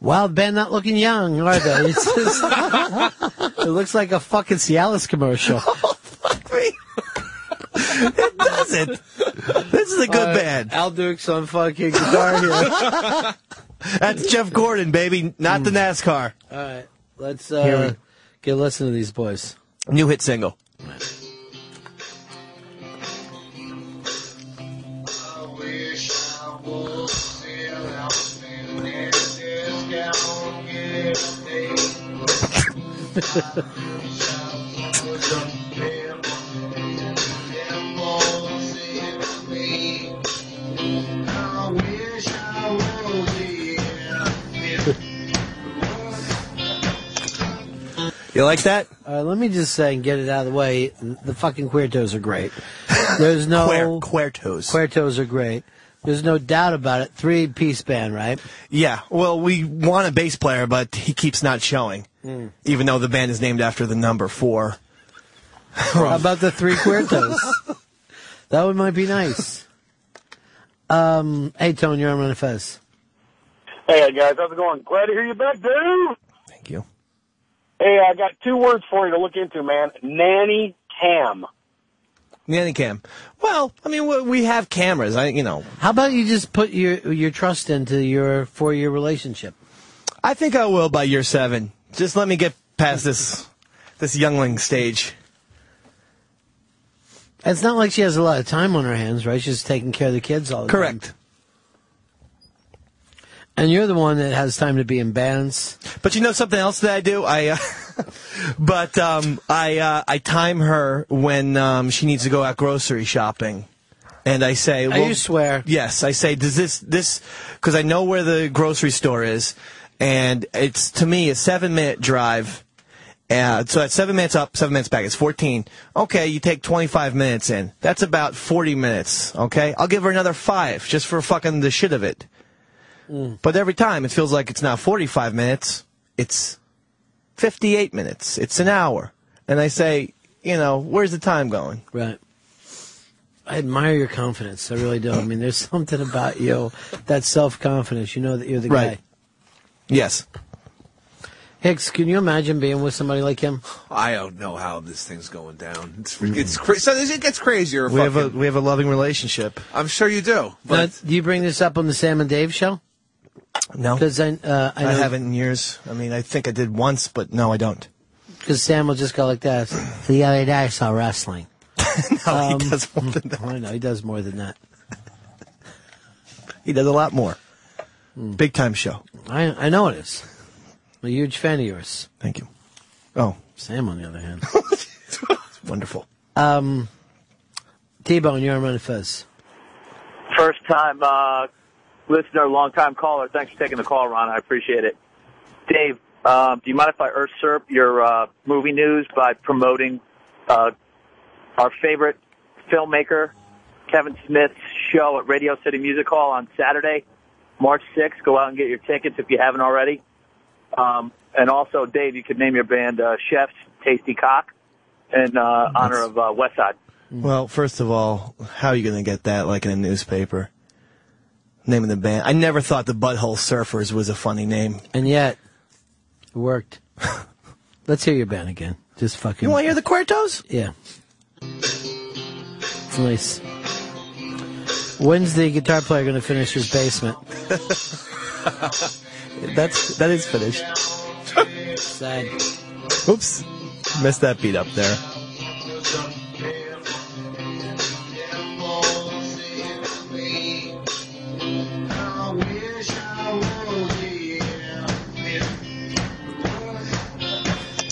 Speaker 6: Wild Ben not looking young, are they? It's just- [laughs] it looks like a fucking Cialis commercial.
Speaker 16: it doesn't. [laughs] This is a good
Speaker 6: Uh,
Speaker 16: band.
Speaker 6: Al Duke's on fucking guitar here.
Speaker 16: [laughs]
Speaker 6: Hmm.
Speaker 16: That's Jeff Gordon, baby, not the NASCAR.
Speaker 6: All right, let's
Speaker 16: Here
Speaker 6: uh,
Speaker 16: we-
Speaker 6: get a listen to these boys.
Speaker 16: New hit single. You like that?
Speaker 6: All right, let me just say and get it out of the way. The fucking Cuertos are great.
Speaker 16: [laughs]
Speaker 6: There's no
Speaker 16: Cuertos.
Speaker 6: Cuertos are great. There's no doubt about it. Three piece band, right?
Speaker 16: Yeah. Well, we want a bass player, but he keeps not showing,
Speaker 6: Mm.
Speaker 16: even though the band is named after the number four.
Speaker 6: How about the three
Speaker 16: [laughs]
Speaker 6: Cuertos? that one might be nice. Um, hey, Tone, you're on Run Fez.
Speaker 1: Hey guys, how's it going? Glad to hear you back, dude.
Speaker 16: Thank you.
Speaker 1: Hey, I got two words for you to look into, man. Nanny cam.
Speaker 16: Nanny cam. Well, I mean, we- we have cameras. I, you know,
Speaker 6: How about you just put your your trust into your four year relationship?
Speaker 16: I think I will by year seven. Just let me get past this this youngling stage.
Speaker 6: It's not like she has a lot of time on her hands, right? She's taking care of the kids all the time.
Speaker 16: Correct.
Speaker 6: And you're the one that has time to be in bands.
Speaker 16: But you know something else that I do? I, uh, [laughs] but um, I uh, I time her when um, she needs to go out grocery shopping, and I say,
Speaker 6: Oh,
Speaker 16: well,
Speaker 6: you swear.
Speaker 16: Yes, I say, does this this because I know where the grocery store is, and it's to me a seven minute drive. Uh, so that's seven minutes up, seven minutes back. It's 14. Okay, you take 25 minutes in. That's about 40 minutes. Okay, I'll give her another five just for fucking the shit of it. But every time it feels like it's not 45 minutes, it's 58 minutes, it's an hour. And I say, you know, where's the time going?
Speaker 6: Right. I admire your confidence. I really do. I mean, there's [laughs] something about you that self confidence. You know that you're the
Speaker 16: Right.
Speaker 6: guy.
Speaker 16: Yes.
Speaker 6: Hicks, can you imagine being with somebody like him?
Speaker 8: I don't know how this thing's going down. It's it's cra- so it gets crazier.
Speaker 16: Hmm. We have, a,
Speaker 8: fucking-
Speaker 16: we have a loving relationship.
Speaker 8: I'm sure you do.
Speaker 6: Now, do you bring this up on the Sam and Dave show?
Speaker 16: No.
Speaker 6: Because I, uh, I,
Speaker 16: I
Speaker 6: know-
Speaker 16: haven't in years. I mean, I think I did once, but no, I don't.
Speaker 6: Because Sam will just go like this. The other day I saw wrestling.
Speaker 16: [laughs]
Speaker 6: Um,
Speaker 16: no, he does more than that.
Speaker 6: [laughs] I know, he does more than that.
Speaker 16: [laughs] He does a lot more.
Speaker 6: Hmm.
Speaker 16: Big time show.
Speaker 6: I, I know it is. I'm a huge fan of yours.
Speaker 16: Thank you. Oh.
Speaker 6: Sam, on the other hand.
Speaker 16: [laughs] Wonderful.
Speaker 6: Um, T-Bone, you're on Run and Fez.
Speaker 11: First time uh, listener, long time caller. Thanks for taking the call, Ron. I appreciate it. Dave, um, do you mind if I usurp your uh, movie news by promoting uh, our favorite filmmaker, Kevin Smith's show at Radio City Music Hall on Saturday, March 6th? Go out and get your tickets if you haven't already. Um, and also, Dave, you could name your band uh, Chef's Tasty Cock in uh, honor of uh, Westside.
Speaker 16: Mm-hmm. Well, first of all, how are you going to get that like in a newspaper? Name of the band. I never thought the Butthole Surfers was a funny name.
Speaker 6: And yet, it worked. Let's hear your band again. Just fucking.
Speaker 16: You want to hear the Cuartos?
Speaker 6: Yeah. It's nice. When's the guitar player going to finish his basement?
Speaker 16: [laughs] That's that is finished.
Speaker 6: Sad.
Speaker 16: Oops, messed that beat up there.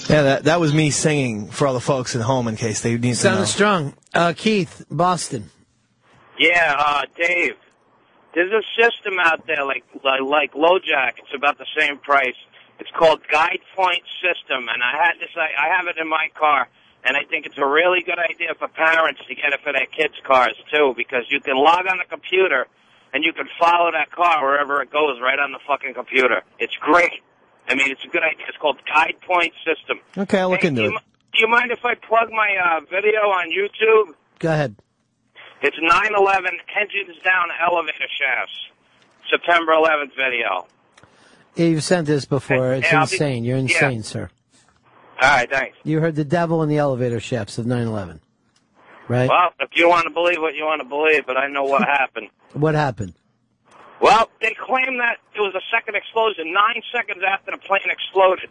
Speaker 16: Yeah, that that was me singing for all the folks at home in case they need to know.
Speaker 6: Sounded strong. Uh, Keith, Boston.
Speaker 28: Yeah, uh, Dave. There's a system out there like like, like LoJack. It's about the same price. It's called Guide Point System, and I had this. I, I have it in my car, and I think it's a really good idea for parents to get it for their kids' cars too, because you can log on the computer and you can follow that car wherever it goes right on the fucking computer. It's great. I mean, it's a good idea. It's called Guide Point System.
Speaker 16: Okay, I'll look into it.
Speaker 28: Do you mind if I plug my uh, video on YouTube?
Speaker 6: Go ahead.
Speaker 28: It's 9/11 engines down elevator shafts. September 11th video.
Speaker 6: Yeah, you've sent this before. It's
Speaker 28: Hey, I'll be-
Speaker 6: insane. You're
Speaker 28: yeah.
Speaker 6: insane, sir.
Speaker 28: All right, thanks.
Speaker 6: You heard the devil in the elevator shafts of 9 11. Right?
Speaker 28: Well, if you want to believe what you want to believe, but I
Speaker 6: [laughs]
Speaker 28: know what happened.
Speaker 6: What happened?
Speaker 28: Well, they claim that it was a second explosion nine seconds after the plane exploded,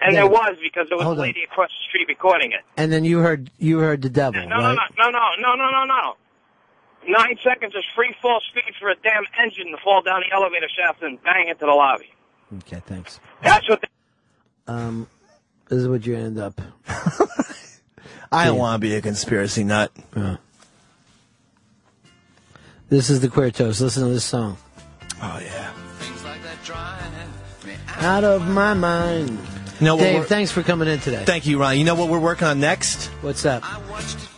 Speaker 28: and
Speaker 6: Yeah.
Speaker 28: there was because there was
Speaker 6: Hold
Speaker 28: a
Speaker 6: on.
Speaker 28: lady across the street recording it.
Speaker 6: And then you heard you heard the devil,
Speaker 28: No,
Speaker 6: right?
Speaker 28: no, no, no, no, no, no, no. Nine seconds is free fall speed for a damn engine to fall down the elevator shaft and bang into the lobby.
Speaker 6: Okay, thanks.
Speaker 28: That's what.
Speaker 6: Um, this is what you end up.
Speaker 16: [laughs] I don't want to be a conspiracy nut.
Speaker 6: This is the Cuertos. Listen to this song.
Speaker 16: Oh yeah.
Speaker 6: Out of my mind.
Speaker 16: You know what
Speaker 6: Dave,
Speaker 16: we're-
Speaker 6: thanks for coming in today.
Speaker 16: Thank you, Ryan. You know what we're working on next?
Speaker 6: What's up?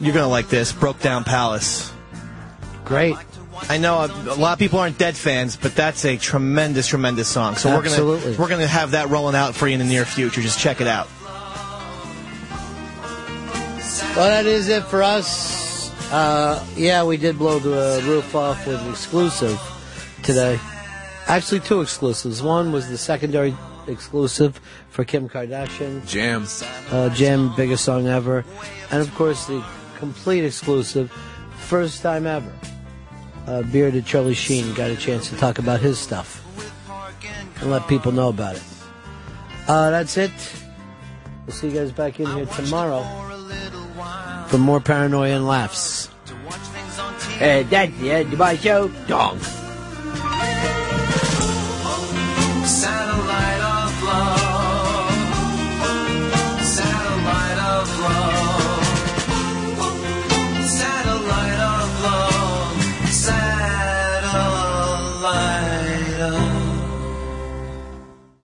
Speaker 16: You're gonna like this. Broke Down Palace.
Speaker 6: Great.
Speaker 16: I know a, a lot of people aren't Dead fans, but that's a tremendous, tremendous song. So we're
Speaker 6: Absolutely.
Speaker 16: gonna we're gonna have that rolling out for you in the near future. Just check it out.
Speaker 6: Well, that is it for us. Uh, yeah, we did blow the uh, roof off with an exclusive today. Actually, two exclusives. One was the secondary exclusive for Kim Kardashian.
Speaker 8: Jam.
Speaker 6: Uh, Jam, biggest song ever. And of course, the complete exclusive, first time ever. Uh, bearded Charlie Sheen got a chance to talk about his stuff and let people know about it. Uh, that's it. We'll see you guys back in here tomorrow for more paranoia and laughs.
Speaker 40: Uh, that's the end of my show. Dong.